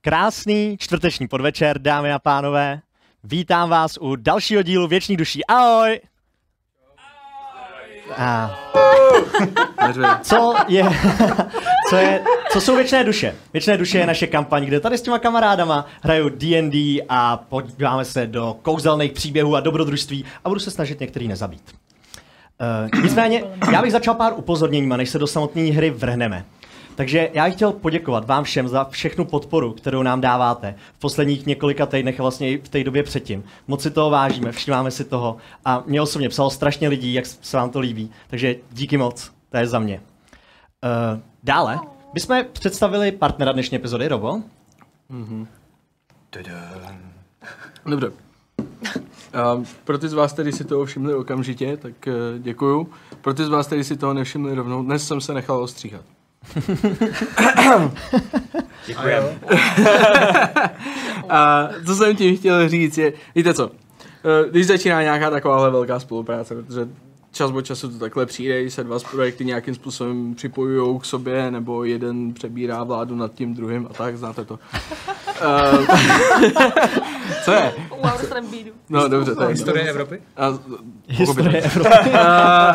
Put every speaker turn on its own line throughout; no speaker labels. Krásný čtvrteční podvečer, dámy a pánové. Vítám vás u dalšího dílu Věčných duší. Ahoj! A co je, co je, co jsou věčné duše? Věčné duše je naše kampaň, kde tady s těma kamarádama hraju D&D a podíváme se do kouzelných příběhů a dobrodružství a budu se snažit některý nezabít. Uh, nicméně, já bych začal pár upozorněníma, než se do samotné hry vrhneme. Takže já bych chtěl poděkovat vám všem za všechnu podporu, kterou nám dáváte v posledních několika týdnech a vlastně i v té době předtím. Moc si toho vážíme, všímáme si toho a mě osobně psalo strašně lidí, jak se vám to líbí. Takže díky moc, to je za mě. Uh, dále bychom představili partnera dnešní epizody, Robo.
Dobře. A pro ty z vás, kteří si toho všimli okamžitě, tak eh, děkuju. Pro ty z vás, kteří si toho nevšimli rovnou, dnes jsem se nechal ostříhat.
Děkujeme.
A co jsem tím chtěl říct je, víte co, eh, když začíná nějaká takováhle velká spolupráce, protože čas od času to takhle přijde, když se dva z projekty nějakým způsobem připojují k sobě, nebo jeden přebírá vládu nad tím druhým a tak, znáte to. Eh, co je?
U Aurostrem Bídu.
No dobře, tak.
Historie Evropy?
A,
Historie Evropy.
A-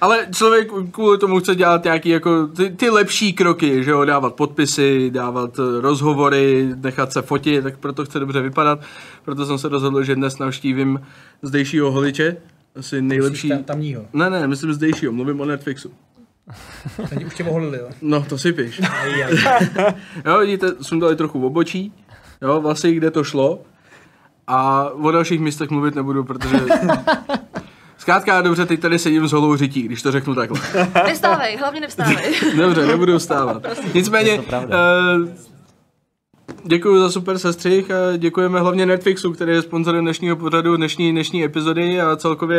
ale člověk kvůli tomu chce dělat nějaký jako ty, ty lepší kroky, že jo, dávat podpisy, dávat eh, rozhovory, nechat se fotit, tak proto chce dobře vypadat. Proto jsem se rozhodl, že dnes navštívím zdejšího holiče, asi nejlepší...
Tam, tamního.
Ne, ne, myslím zdejšího, mluvím o Netflixu.
Tady už tě oholili, jo.
No, to si piš.
Aj, aj.
Jo, vidíte, sundali trochu v obočí, jo, vlastně kde to šlo. A o dalších místech mluvit nebudu, protože... Zkrátka, dobře, teď tady sedím s holou řití, když to řeknu takhle.
Nevstávej, hlavně nevstávej.
Dobře, nebudu vstávat.
Je
Nicméně,
to pravda.
eh, děkuji za super sestřih a děkujeme hlavně Netflixu, který je sponzorem dnešního pořadu, dnešní, dnešní epizody a celkově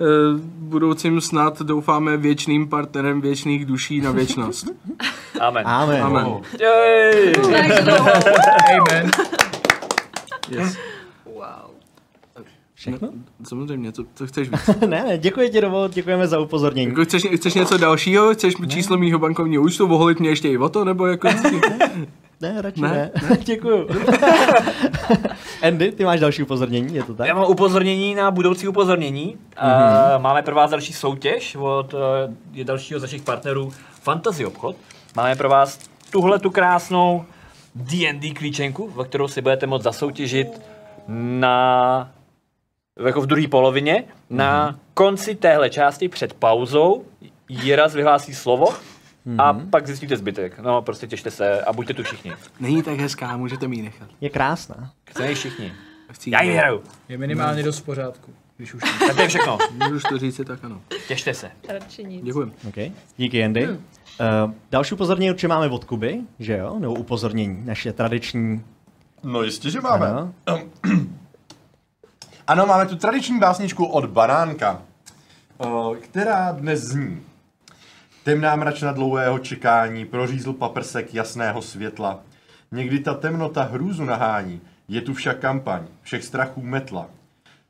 eh, budoucím snad doufáme věčným partnerem věčných duší na věčnost.
Amen.
Amen.
Amen.
Takže dlouho.
Amen.
Yes.
Wow.
Všechno?
Samozřejmě, co, co chceš víc?
ne, ne, děkuji ti, Robo, děkujeme za upozornění.
Jako chceš, chceš něco dalšího? Chceš číslo mýho bankovního účtu? Voholit mě ještě i o to? Nebo jako...
Ne, radši ne.
Ne,
ne. Děkuju. Andy, ty máš další upozornění, je to tak?
Já mám upozornění na budoucí upozornění. Mm-hmm. Máme pro vás další soutěž od eh, je dalšího z našich partnerů Fantasy Obchod. Máme pro vás tuhle tu krásnou D&D klíčenku, ve kterou si budete moct zasoutěžit na jako v druhé polovině. Na konci téhle části před pauzou Jiraz vyhlásí slovo a pak zjistíte zbytek. No prostě těšte se a buďte tu všichni.
Není tak hezká, můžete mi ji nechat.
Je krásná.
Chceme ji všichni.
Chci
Já ji hraju.
Je minimálně dost v pořádku. Když už
Tak to je všechno.
Můžu to říct, je tak ano.
Těšte se.
Radši nic.
Děkuji.
Okay. Díky, Andy. Hmm. Uh, další upozornění určitě máme od Kuby, že jo? Nebo upozornění, naše tradiční.
No jistě, že máme.
Ano.
Ano. máme tu tradiční básničku od Banánka, o, která dnes zní. Temná mračna dlouhého čekání prořízl paprsek jasného světla. Někdy ta temnota hrůzu nahání, je tu však kampaň, všech strachů metla.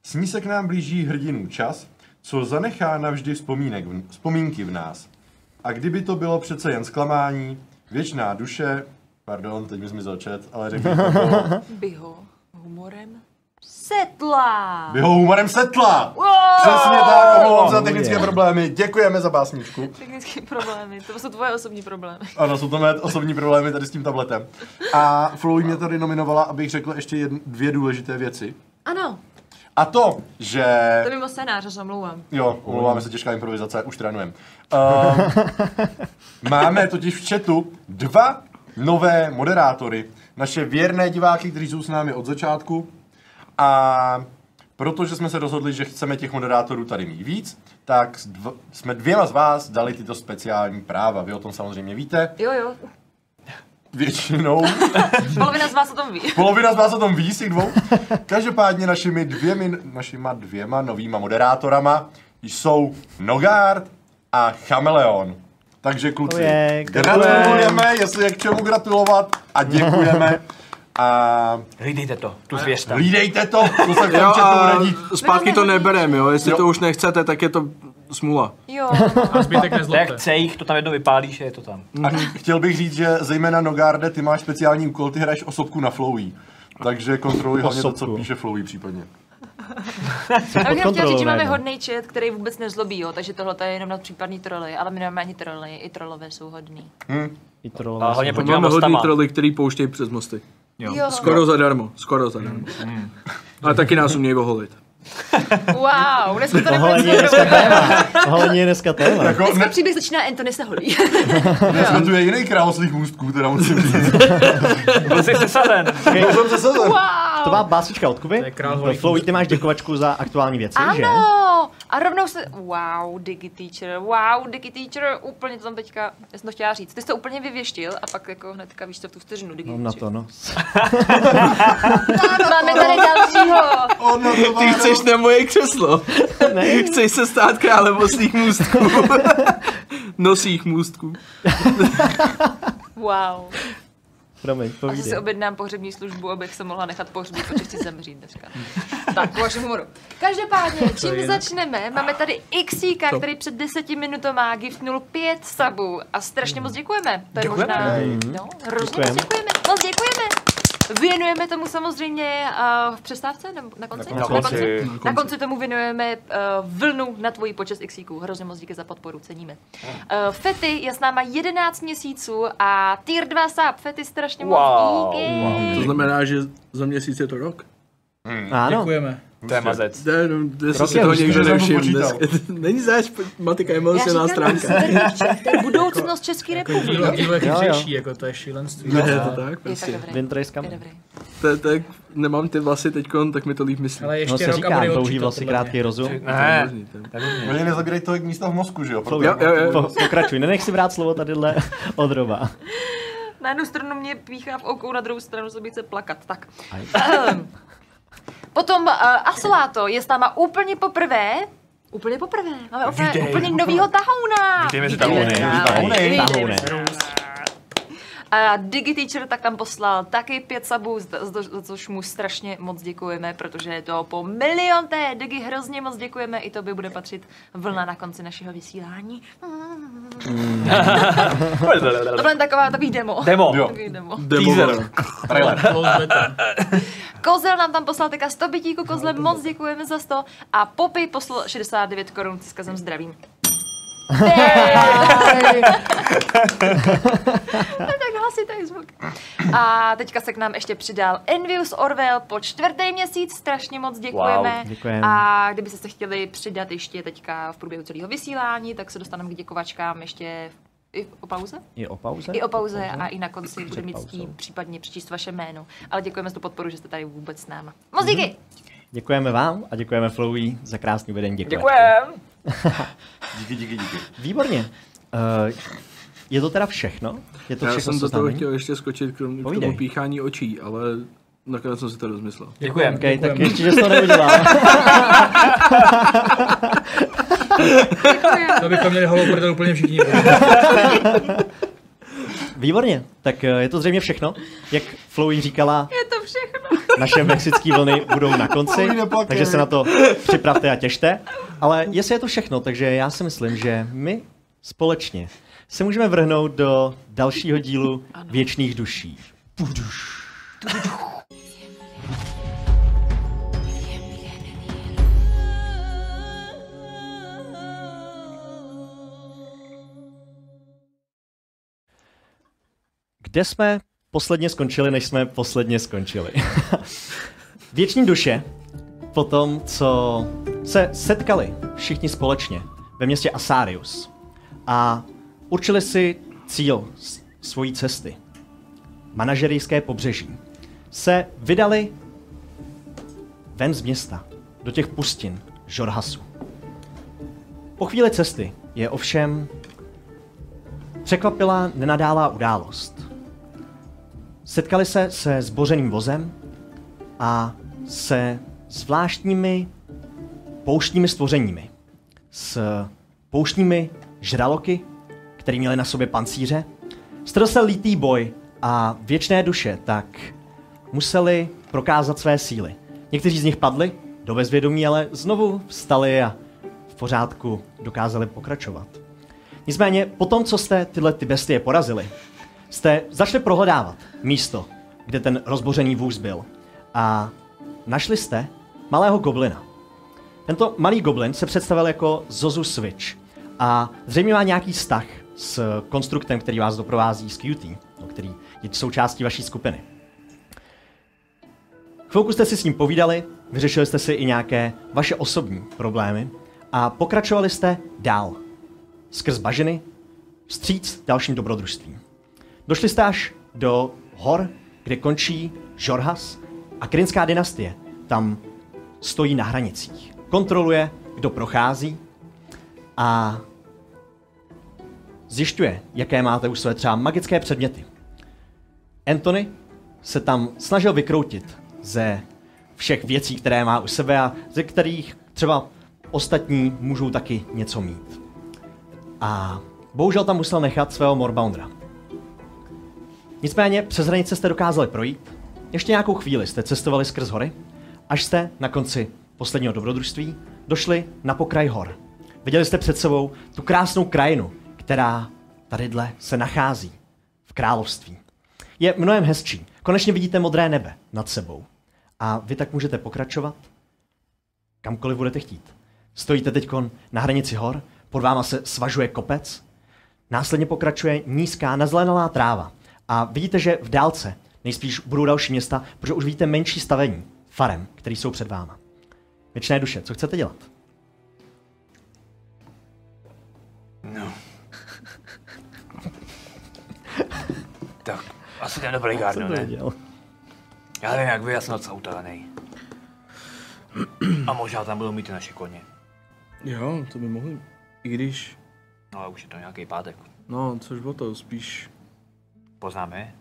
S ní se k nám blíží hrdinů čas, co zanechá navždy vzpomínek v, vzpomínky v nás. A kdyby to bylo přece jen zklamání, věčná duše, pardon, teď mi zmizel čet, ale řekl bych to bylo,
By ho humorem setla.
By ho humorem setla! Přesně tak, omlouvám se za technické problémy. Děkujeme za básničku.
Technické problémy, to jsou tvoje osobní problémy.
Ano, jsou to mé osobní problémy tady s tím tabletem. A Flow mě tady nominovala, abych řekl ještě jedn, dvě důležité věci.
Ano,
A to, že...
to je mimo scénář, já se omlouvám.
Jo, omlouváme se, těžká improvizace, už trénujeme. Um, máme totiž v chatu dva nové moderátory. Naše věrné diváky, kteří jsou s námi od začátku. A protože jsme se rozhodli, že chceme těch moderátorů tady mít víc, tak s dv- jsme dvěma z vás dali tyto speciální práva. Vy o tom samozřejmě víte.
Jo, jo,
Většinou
polovina z vás o tom ví.
Polovina z vás o tom ví, z těch dvou. Každopádně našimi dvěmi, našima dvěma novýma moderátorama jsou Nogard a Chameleon. Takže kluci,
Ojej, gratulujeme.
gratulujeme, jestli je k čemu gratulovat a děkujeme. A
Hlídejte to, tu zvěř tam.
hlídejte to, to jsem
Jo,
chtěl
a
radit.
zpátky to nebereme, jo. Jestli
Jo.
to už nechcete, tak je to smula.
Jo,
A zbytek
To je jak
nezlobte.
cejch, to tam jedno vypálíš a je to tam.
A
Mhm.
chtěl bych říct, že zejména Nogarde, ty máš speciální úkol, ty hraješ osobku na Flowey. Takže kontroluj hlavně to, co
Osobku.
píše Flowey případně.
já bych jenom chtěla
kontrolou
říct, že máme
najednou.
hodný chat, který vůbec nezlobí, jo, takže tohle je jenom na případní troly, ale my nemáme ani troly, i trolové jsou hodný.
I
A
trollové
hlavně
jsou-
pojďme
Máme hodný
mostama.
troly, který pouštějí přes mosty.
Jo.
Skoro zadarmo, skoro zadarmo. Ale taky nás umějí oholit.
Wow, dneska to nebude
Oholení je dneska téma. Oholení je dneska téma.
Jako,
Dneska
ne,
příběh začíná Anthony se holí.
dneska tu je jiný králoslých můstků, teda musím říct.
Byl jsi sesazen.
To jsem přesazen.
To byla básička od Kuby.
To je král holíků.
Flow, ty máš děkovačku za aktuální věci, že?
Ano! A rovnou se... Wow, Digi Teacher, wow, Digi Teacher, úplně to tam teďka... Já jsem to chtěla říct. Ty jsi to úplně vyvěštil a pak jako hnedka víš to v tu vteřinu, Digi
Mám na to, no.
No, Máme tady dalšího!
Ono to
Ty
má-
chceš na moje křeslo? Ne. Chceš se stát králem osých můstků. Nosích můstků.
Wow.
Promiň,
Asi si
povídej.
objednám pohřební službu, abych se mohla nechat pohřbit, protože chci zemřít dneska. tak, po vašem humoru. Každopádně, čím začneme? Máme tady Xíka, který před deseti minutama giftnul pět sabů a strašně moc děkujeme. To je
Děkujeme.
možná... No, hrozně moc
Děkujeme.
děkujeme. Moc děkujeme. Věnujeme tomu samozřejmě uh, v přestávce nebo na konci?
Na konci.
Na konci tomu věnujeme uh, vlnu na tvoji počest XIQ. Hrozně moc díky za podporu, ceníme. Uh, Fety je s náma 11 měsíců a tier 2 sáp. Fety strašně
Wow.
moc díky.
To znamená, že za měsíc je to rok?
Ano,
Děkujeme.
To je mazec.
Ne, no, jestli
Rok
si
je
toho
už,
někdo
to jsem
nevšiml.
počítal.
dneska- Není záč, matika je milostivá stránka.
severní Čech, to je budoucnost České
Jako
republiky.
dílo, dílo je
Jo, jo.
chytřejší, jako to je šílenství.
Ne, je to tak,
Je tak
prostě.
dobrý.
Winter is
Je
coming.
dobrý.
To- to jak nemám ty vlasy teďkon, tak mi to líp myslí.
Ale
No
ještě
se
rok a
říká,
bude
touhý
určitě
vlasy,
podle mě.
krátký rozum.
Ne.
Možný, to je-
Oni nezabírají tolik místa v mozku, že jo? Proto-
Jo, jo, jo.
Po- Pokračuj, nenech si brát slovo tadyhle od roba.
Na jednu stranu mě píchá v oku, na druhou stranu se mi chce plakat. Tak.
Aj.
Potom uh, Asoláto je s náma úplně poprvé. Úplně poprvé. Máme úplně,
Vítej.
úplně novýho tahouna.
Vítejme si
Vítejme
tahouny.
si
Tahouny.
Vítejme
Tahouny.
si A DigiTeacher tak tam poslal taky pět sabů, za, za- za což mu strašně moc děkujeme, protože je to po milionté. Digi hrozně moc děkujeme, i to by bude patřit vlna na konci našeho vysílání. No, To byla jen taková, takový demo.
Demo.
Jo.
Takový demo.
Teaser.
Trailer.
Close beta.
Kozel nám tam poslal teďka 100 bytíků, Kozle, moc děkujeme za 100. A Popy poslal 69 korun s kazem zdravím. tak hlasitý zvuk. A teďka se k nám ještě přidal Envius Orwell po čtvrtý měsíc, strašně moc děkujeme.
Wow, děkujeme.
A kdyby se chtěli přidat ještě teďka v průběhu celého vysílání, tak se dostaneme k děkovačkám ještě v- i o pauze?
Je o pauze?
I o pauze a i na konci budeme mít
pauzou.
tím případně přečíst vaše jméno. Ale děkujeme za tu podporu, že jste tady vůbec s náma. Moc díky!
Děkujeme vám a děkujeme Flowy za krásný vedení.
Děkujem.
Díky, díky, díky.
Výborně. Eh, Je to teda všechno? Je to
Já
všechno,
jsem
co
do toho
znamení?
chtěl ještě skočit k tomu, k
Povídej.
tomu píchání očí, ale nakonec jsem si to rozmyslel.
Děkujem.
Okay, tak ještě, že jsi to neudělal.
To bychom měli holou prdel úplně všichni.
Výborně, tak eh, je to zřejmě všechno. Jak Flowy říkala,
Je to všechno.
naše mexické vlny budou na konci,
Flowy neplakej.
takže se na to připravte a těšte. Ale jestli je to všechno, takže já si myslím, že my společně se můžeme vrhnout do dalšího dílu Věčných duší. Kde jsme posledně skončili, než jsme posledně skončili? Věční duše, po tom, co se setkali všichni společně ve městě Asarius a určili si cíl s- svojí cesty, manažerijské pobřeží, se vydali ven z města, do těch pustin Žorhasu. Po chvíli cesty je ovšem překvapila nenadálá událost. Setkali se se zbořeným vozem a se zvláštními pouštními stvořeními. S pouštními žraloky, které měly na sobě pancíře. Strl se lítý boj a věčné duše tak museli prokázat své síly. Někteří z nich padli do bezvědomí, ale znovu vstali a v pořádku dokázali pokračovat. Nicméně, po tom, co jste tyhle ty bestie porazili, jste začali prohledávat místo, kde ten rozbořený vůz byl. A našli jste malého goblina. Tento malý goblin se představil jako Zozu Switch a zřejmě má nějaký vztah s konstruktem, který vás doprovází s QT, no, který je součástí vaší skupiny. Chvilku jste si s ním povídali, vyřešili jste si i nějaké vaše osobní problémy a pokračovali jste dál. Skrz bažiny, vstříc dalším dobrodružstvím. Došli jste až do hor, kde končí Žorhas a krynská dynastie tam stojí na hranicích. Kontroluje, kdo prochází a zjišťuje, jaké máte u sebe třeba magické předměty. Anthony se tam snažil vykroutit ze všech věcí, které má u sebe a ze kterých třeba ostatní můžou taky něco mít. A bohužel tam musel nechat svého Morboundera. Nicméně přes hranice jste dokázali projít. Ještě nějakou chvíli jste cestovali skrz hory, až jste na konci posledního dobrodružství došli na pokraj hor. Viděli jste před sebou tu krásnou krajinu, která tadyhle se nachází v království. Je mnohem hezčí. Konečně vidíte modré nebe nad sebou. A vy tak můžete pokračovat kamkoliv budete chtít. Stojíte teď na hranici hor, pod váma se svažuje kopec, Následně pokračuje nízká, nazelenalá tráva. A vidíte, že v dálce nejspíš budou další města, protože už vidíte menší stavení farem, které jsou před váma. Věčné duše, co chcete dělat?
Tak, asi ten dobrý gardu, No ne? Já nevím, jak vy, já jsem docela utavený. A možná tam budou mít i naše koně.
Jo, to by mohli. I když,
No ale už je to nějaký pátek.
no, což bylo to, spíš...
Poznáme je?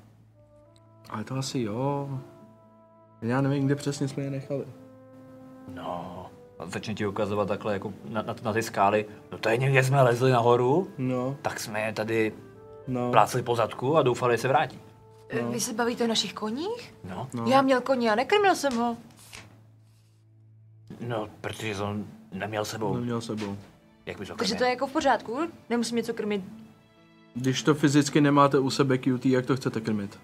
Ale to asi jo. Já nevím, kde přesně jsme je nechali.
No. A začne ti ukazovat takhle jako na, na, na ty skály. No tady někde jsme lezli nahoru,
No,
tak jsme je tady
no.
plácli po zadku a doufali, že se vrátí.
No. Vy se bavíte o našich koních?
No.
No. Já měl koně a nekrmil jsem ho.
No, protože jsem ho neměl s
No.
sebou.
Neměl sebou.
Jak bys ho
Takže
krmil?
to je jako v pořádku, nemusím něco krmit.
Když to fyzicky nemáte u sebe QT, jak to chcete krmit?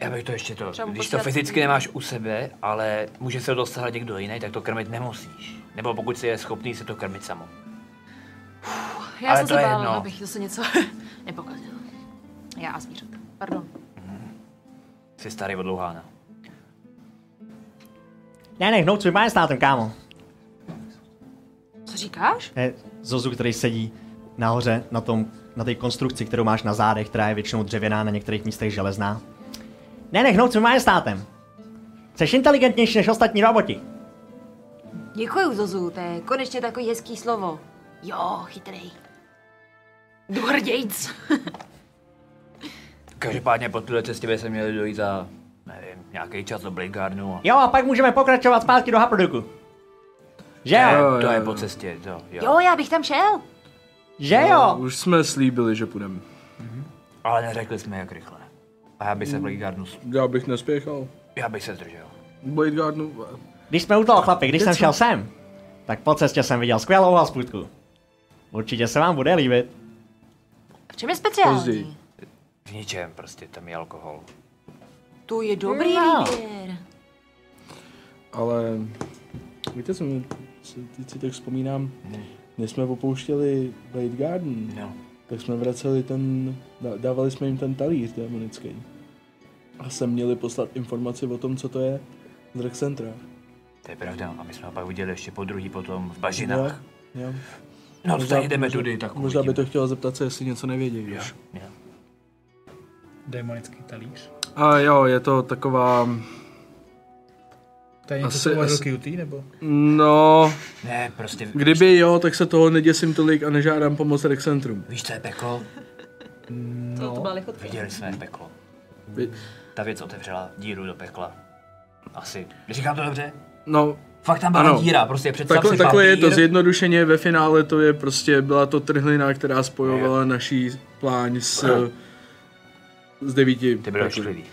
Já bych to ještě to,
Třeba mu
když to
poslat-
fyzicky nemáš u sebe, ale může se ho dostat někdo jiný, tak to krmit nemusíš. Nebo pokud jsi je schopný se to krmit samo.
Já
Ale
jsem
to
se
je
bála,
jedno.
abych zase něco nepokazila. Já a zvířata. Pardon.
Jsi starý od Louhána.
Ne, ne, hnout svým majestátem, kámo.
Co říkáš?
To je Zozu, který sedí nahoře na tom, na té konstrukci, kterou máš na zádech, která je většinou dřevěná, na některých místech železná. Ne, ne, hnout svým majestátem. Jsi inteligentnější než ostatní roboti.
Děkuji, Zozu, to je konečně takový hezký slovo. Jo, chytrej. Jdu hrdějc.
Každopádně po této cestě by se měli dojít za, nevím, nějaký čas do Blinkárnu.
Jo, a pak můžeme pokračovat zpátky do Haproduku. Že jo?
To je po cestě, to, jo.
Jo, já bych tam šel.
Že jo?
No, Už jsme slíbili, že půjdeme.
Ale neřekli jsme jak rychle. A já bych
Mm.
se v Blinkárnu,
Já bych nespěchal.
já bych se zdržel.
Blade Gardenu,
Když jsme u toho, chlapi, když jsem šel sem, tak po cestě jsem viděl skvělou hospůdku. Určitě se vám bude líbit.
V čem je speciální?
Později.
V ničem prostě, tam je alkohol.
To je dobrý
No.
no. výběr.
ale víte, co mi, si, teď si tak vzpomínám, než jsme opouštěli Blade Garden,
No.
tak jsme vraceli ten, dá- dávali jsme jim ten talíř démonický. A sem měli poslat informaci o tom, co to je z Rec Centra.
To je pravda, a my jsme ho pak viděli ještě po druhý potom v bažinách.
Jo.
No, no tady jdeme tudy, tak
Možná by to
uvidíme.
chtěla zeptat se, jestli něco nevědějí. Jo.
Jo.
Démonický talíř.
A jo, je to taková...
To je něco,
Asi-
co uvařil
asi-
QT, nebo?
No,
Ne, prostě,
kdyby jo, tak se toho neděsím tolik a nežádám pomoc Rec Centrum.
víš, co je peklo?
No. To, to byla lichotka.
Viděli jsme peklo.
Vy-
Ta věc otevřela díru do pekla. Asi. Říkám to dobře?
No,
Fakt tam byla
Ano.
díra, prostě představ
Takhle,
si
takhle je
papír.
to zjednodušeně, ve finále to je prostě, byla to trhlina, která spojovala naší pláň s, s devíti.
Ty byl
pekly.
ošklivý.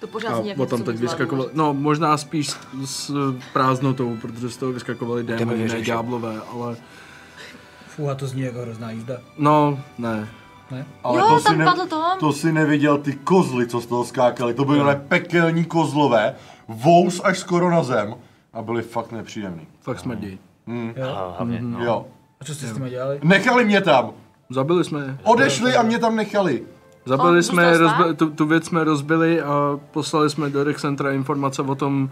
To pořád zní
A
jako
potom
něco
teď
bizarního.
vyskakovali, no možná spíš s, s prázdnotou, protože z toho vyskakovali
No,
démoni, ne ďáblové, ale
Fú, a to zní jako hrozná jízda.
no, ne.
Ne?
Ale
Jo, tam padl Tom.
To si neviděl ty kozly, co z toho skákali. To byly hmm. pekelní kozlové, vous až skoro na zem a byli fakt nepříjemný.
Fakt
No.
smrdí.
Jo.
Hlavně.
No. Jo.
A co jste s tím dělali?
Nechali mě tam.
Zabili jsme je.
Odešli a mě tam nechali.
Zabili
On
jsme, je,
zůstal
rozbi- tu, tu věc jsme rozbili a poslali jsme do Rexcentra informace o tom,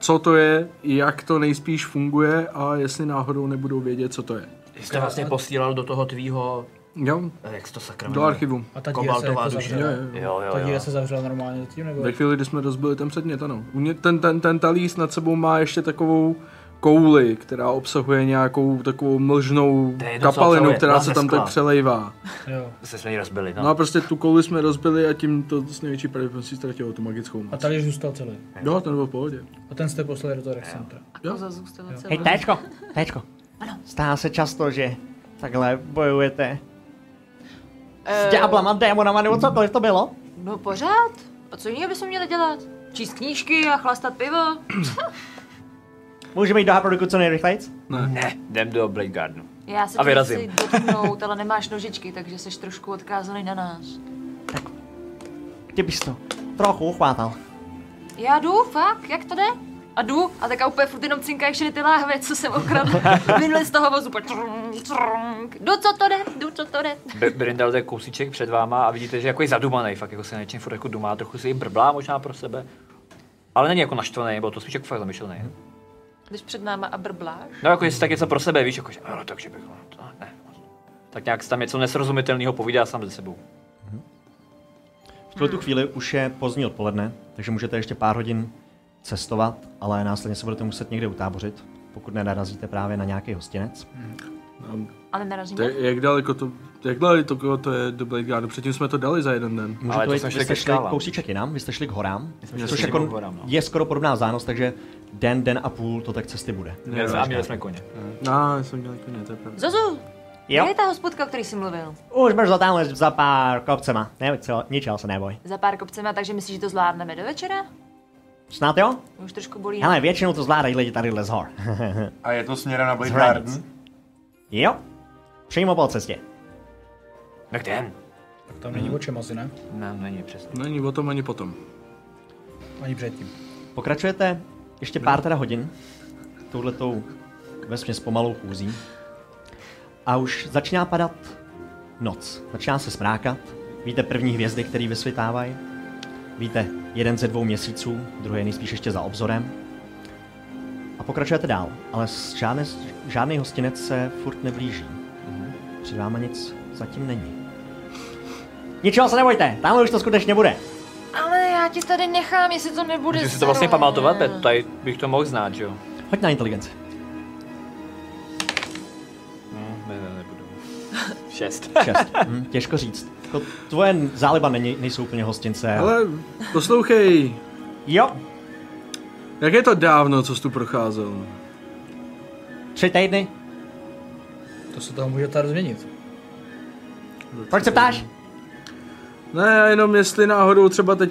co to je, jak to nejspíš funguje a jestli náhodou nebudou vědět, co to je.
Jste vlastně posílal do toho tvýho, eh,
Jo,
jak se to sakra
do
jmenuje?
archivu.
A ta díra se
Kobaltová
jako
duše.
zavřela.
Jo, jo,
Ta díra
jo.
se zavřela normálně zatím, nebo?
Ve chvíli, kdy jsme rozbili ten předmět, ano. Umě- Ten, ten, ten talíř nad sebou má ještě takovou kouli, která obsahuje nějakou takovou mlžnou
To je jedno, co
kapalinu,
obsahuje,
která se
vlastně
tam tak
skla.
přelejvá.
Jo.
Se jsme ji rozbili,
No a
no.
prostě tu kouli jsme rozbili a tím to s největší pravděpodobností ztratilo tu magickou
A
moc.
tady zůstal celý.
Jo, ten byl v pohodě.
A ten jste poslali do toho Rexcentra.
Jo.
Koza zůstala celá.
Hej, téčko, téčko. Stává se často, že takhle bojujete s
Eh,
ďáblama, démonama nebo cokoliv to bylo?
No pořád. A co jiného bychom měli dělat? Číst knížky a chlastat pivo?
Můžeme jít do Haproduku co nejrychleji?
Ne, jdem do Blade Gardenu.
Já se
A
tě
vyrazím.
chci dotknout, ale nemáš nožičky, takže jsi trošku odkázaný na nás.
Ty bys to trochu uchvátal.
Já jdu, fakt, jak to jde? A jdu, a tak a úplně furt jenom cinkají všechny ty láhve, co jsem okradl. Minule z toho vozu, úplně trunk, trunk. Jdu, co to jde, jdu, co to jde.
Be- Brindal je kousíček před váma a vidíte, že jako je zadumaný, fakt jako se na něčem furt jako dumá, trochu si jim brblá možná pro sebe. Ale není jako naštvaný, bylo to spíš jako fakt zamyšlený.
Když před náma a brbláš.
No jako jestli tak něco pro sebe, víš, jako že, no, takže bych, no, to, ne. Tak nějak si tam něco nesrozumitelného povídá sám ze sebou.
V tuhle tu chvíli už je pozdní odpoledne, takže můžete ještě pár hodin cestovat, ale následně se budete muset někde utábořit, pokud nenarazíte právě na nějaký hostinec.
Ale narazíme.
To je- jak daleko to, jak daleko to, to je do Blade Guardu? Předtím jsme to dali za jeden den.
Může
Ale
to
to
být,
jsme
vy
šli
jste
ke
šli
skálám.
kousíček jinam, vy jste šli k horám,
jsme šli
což
k
jako
těm horám, no.
je skoro podobná vzdálenost, takže den, den a půl to tak cesty bude.
Měli jsme, a měli jsme koně.
No, já jsem měl koně, to je pravda.
Zozu,
Jo.
jo? je ta hospodka, o který jsi mluvil?
Už budeš za tamhle za pár kopcema, ne, co, ničeho se neboj.
Za pár kopcema, takže myslíš, že to zvládneme do večera?
Snad jo?
Mě Už trošku bolí.
Hele, většinou to zvládají lidi tadyhle z hor.
A je to směrem na Blade
Z hranic.
Garden?
jo? Přímo po cestě.
Tak jdem.
Tak tam
Mhm.
není o čem asi, ne?
Ne, není přesně.
Není o tom No ani potom.
Ani předtím.
Pokračujete ještě pár teda hodin touhletou vesměs pomalou chůzí a už začíná padat noc. Začíná se smrákat, víte první hvězdy, které vysvětávají, víte jeden ze dvou měsíců, druhý je nejspíš ještě za obzorem a pokračujete dál, ale s- žádné, žádný hostinec se furt neblíží. Před váma nic zatím není. Ničeho se nebojte, tamhle už to skutečně bude.
Ale já ti tady nechám, jestli to nebude
Můžeš si to vlastně
srov.
pamatovat, Pet, tady bych to mohl znát, že jo?
Hoď na inteligenci.
Ne, ne, nebudu. Šest.
Šest. Hm, těžko říct. Jako tvoje záliba není, nejsou úplně hostince. Ale...
Ale poslouchej,
Jo,
jak je to dávno, co jsi tu procházel?
tři týdny.
To se toho může tady změnit.
Proč se ptáš?
Ne, já jenom jestli náhodou třeba teď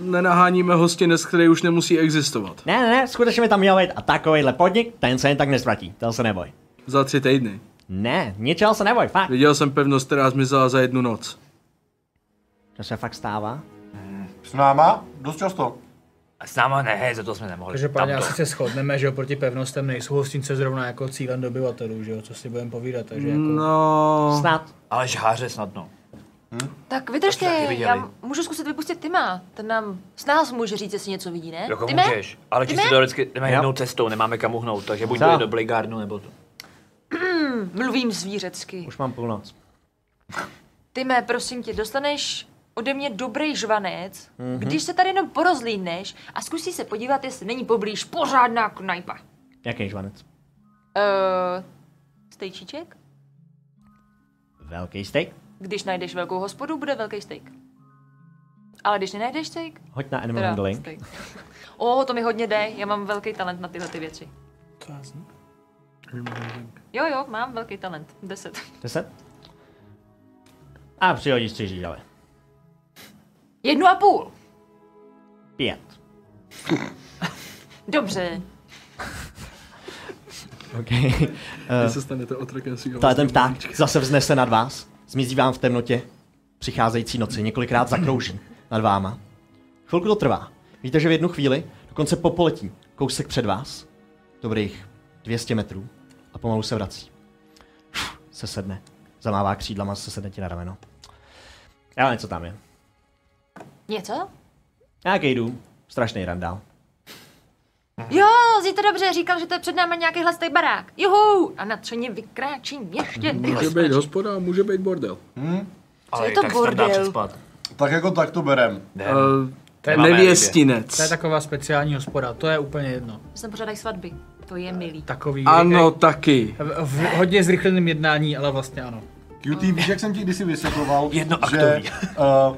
nenaháníme hostinec, který už nemusí existovat.
Ne, ne, ne, skutečně mi tam měl být a takovýhle podnik, ten se jen tak nezvratí. Ten se neboj.
Za tři týdny.
Ne, ničeho se neboj, fakt.
Viděl jsem pevnost, která zmizela za jednu noc.
To se fakt stává.
S náma? Dost často.
A S náma ne, za to jsme nemohli.
Takže páně,
Tamto.
asi se shodneme, že oproti pevnostem nejsou hostince zrovna jako cílem dobyvatelů, že jo, co si budeme povídat, takže jako...
No,
Snad.
Ale žháře snadno.
Tak vydržte,
Až to taky
já
viděli.
m- můžu zkusit vypustit Tyma. Ten nám s nás může říct, jestli něco vidí, ne?
Jako
Tyme?
můžeš, ale
Tyme?
čistě teoreticky jdeme
Jo.
jednou cestou, nemáme kam uhnout, takže buď
Co?
to je do Bligardnu nebo to.
Mluvím zvířecky.
Už mám půlnoc.
Tyme, prosím tě, dostaneš ode mě dobrý žvanec, mm-hmm.
Mhm.
když se tady jenom porozlíneš a zkusí se podívat, jestli není poblíž pořádná knajpa.
Jaký žvanec?
Uh, stejčíček?
Velký steak?
Když najdeš velkou hospodu, bude velký steak. Ale když nenajdeš steak,
Hoď na animal
teda
handling.
steak. O, to mi hodně jde, já mám velký talent na tyhle ty věci.
To já znám.
Jo, jo, mám velký talent. Deset.
Deset? A přihodíš tři žížaly.
Jednu a půl.
Pět.
Dobře.
Okay.
Vy se stanete otrokem svého
Tahle Eh, ten pták zase vznese nad vás, zmizí vám v temnotě, přicházející noci, několikrát zakrouží nad váma. Chvilku to trvá. Víte, že v jednu chvíli, dokonce po poletí, kousek před vás, dobrých 200 metrů, a pomalu se vrací. Se sedne, zamává křídlama, se sedne ti na rameno. Já něco tam je.
Něco?
Nějaký dům, strašný randál.
Mhm.
Jo, zní to dobře, říkal, že to je před náma nějaký hlasný barák. Juhu! A nadšeně vykráčím ještě.
Může být hospoda, může být bordel.
Co je to bordel?
Spát.
Tak jako tak to berem.
Ne.
Eh.
Uh,
To je,
Máme
to je
nevěstinec.
taková speciální hospoda, to je úplně jedno.
Jsem pořádají svatby. To je milý.
Takový... Eh,
Ano, taky.
V, v hodně zrychleném jednání, ale vlastně ano.
QT, víš, jak jsem ti kdysi vysvětloval, že,
Jednoaktový.
uh,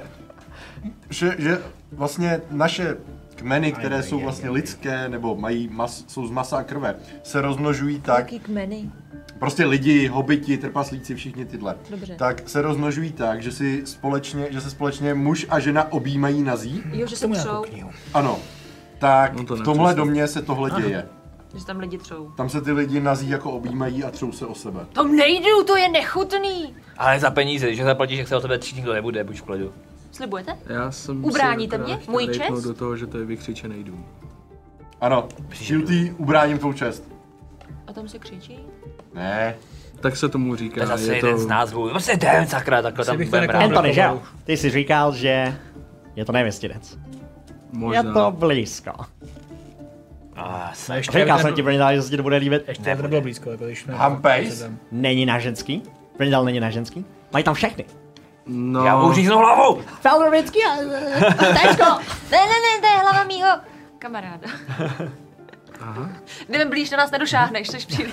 že, že vlastně naše kmeny, které jsou vlastně lidské, nebo mají mas, jsou z masa a krve, se rozmnožují tak,
Jaký kmeny?
prostě lidi, hobiti, trpaslíci, všichni tyhle,
Dobře.
tak se rozmnožují tak, že, si společně, že se společně muž a žena objímají nazí.
Jo, že se třou.
Ano. Tak
No to
v
ne,
tomhle
přesně.
domě se tohle děje.
Že tam lidi třou.
Tam se ty lidi nazí jako objímají a třou se o sebe.
To nejdu, to je nechutný.
Ale za peníze, že zaplatíš, jak se o tebe třít nikdo nebude, buď v klidu.
Slibujete?
Já jsem
Ubráníte
se
mě?
akorát
Můj
chtěl rejpnout
čest?
do toho, že to je vykřičený dům.
Ano, QT, ubráním tvou čest.
A tam se křičí?
Ne,
Tak se tomu říká.
To je zase
je
jeden
to...
z názvů. Prostě jdem, sakra, takhle tam
bych to
budeme
nekoupil.
brát.
Anthony, že jo? Ty jsi říkal, že je to nevěstinec.
Možná.
Je to blízko.
Ah, s-
A ještě
Říkal
jak
jsem ti, Brindal, že se ti to bude líbit.
Ještě jak to bylo blízko, jako když ne.
Hampejs?
to tam-
Není na ženský. Brindal není na ženský. Mají tam všechny.
No,
Já mu říznu hlavou!
Felrovický a...
Tačko! Ne, ne, ne, to je hlava mýho kamaráda.
Aha.
Jdeme blíž, na nás nedošáhneš, než přijde.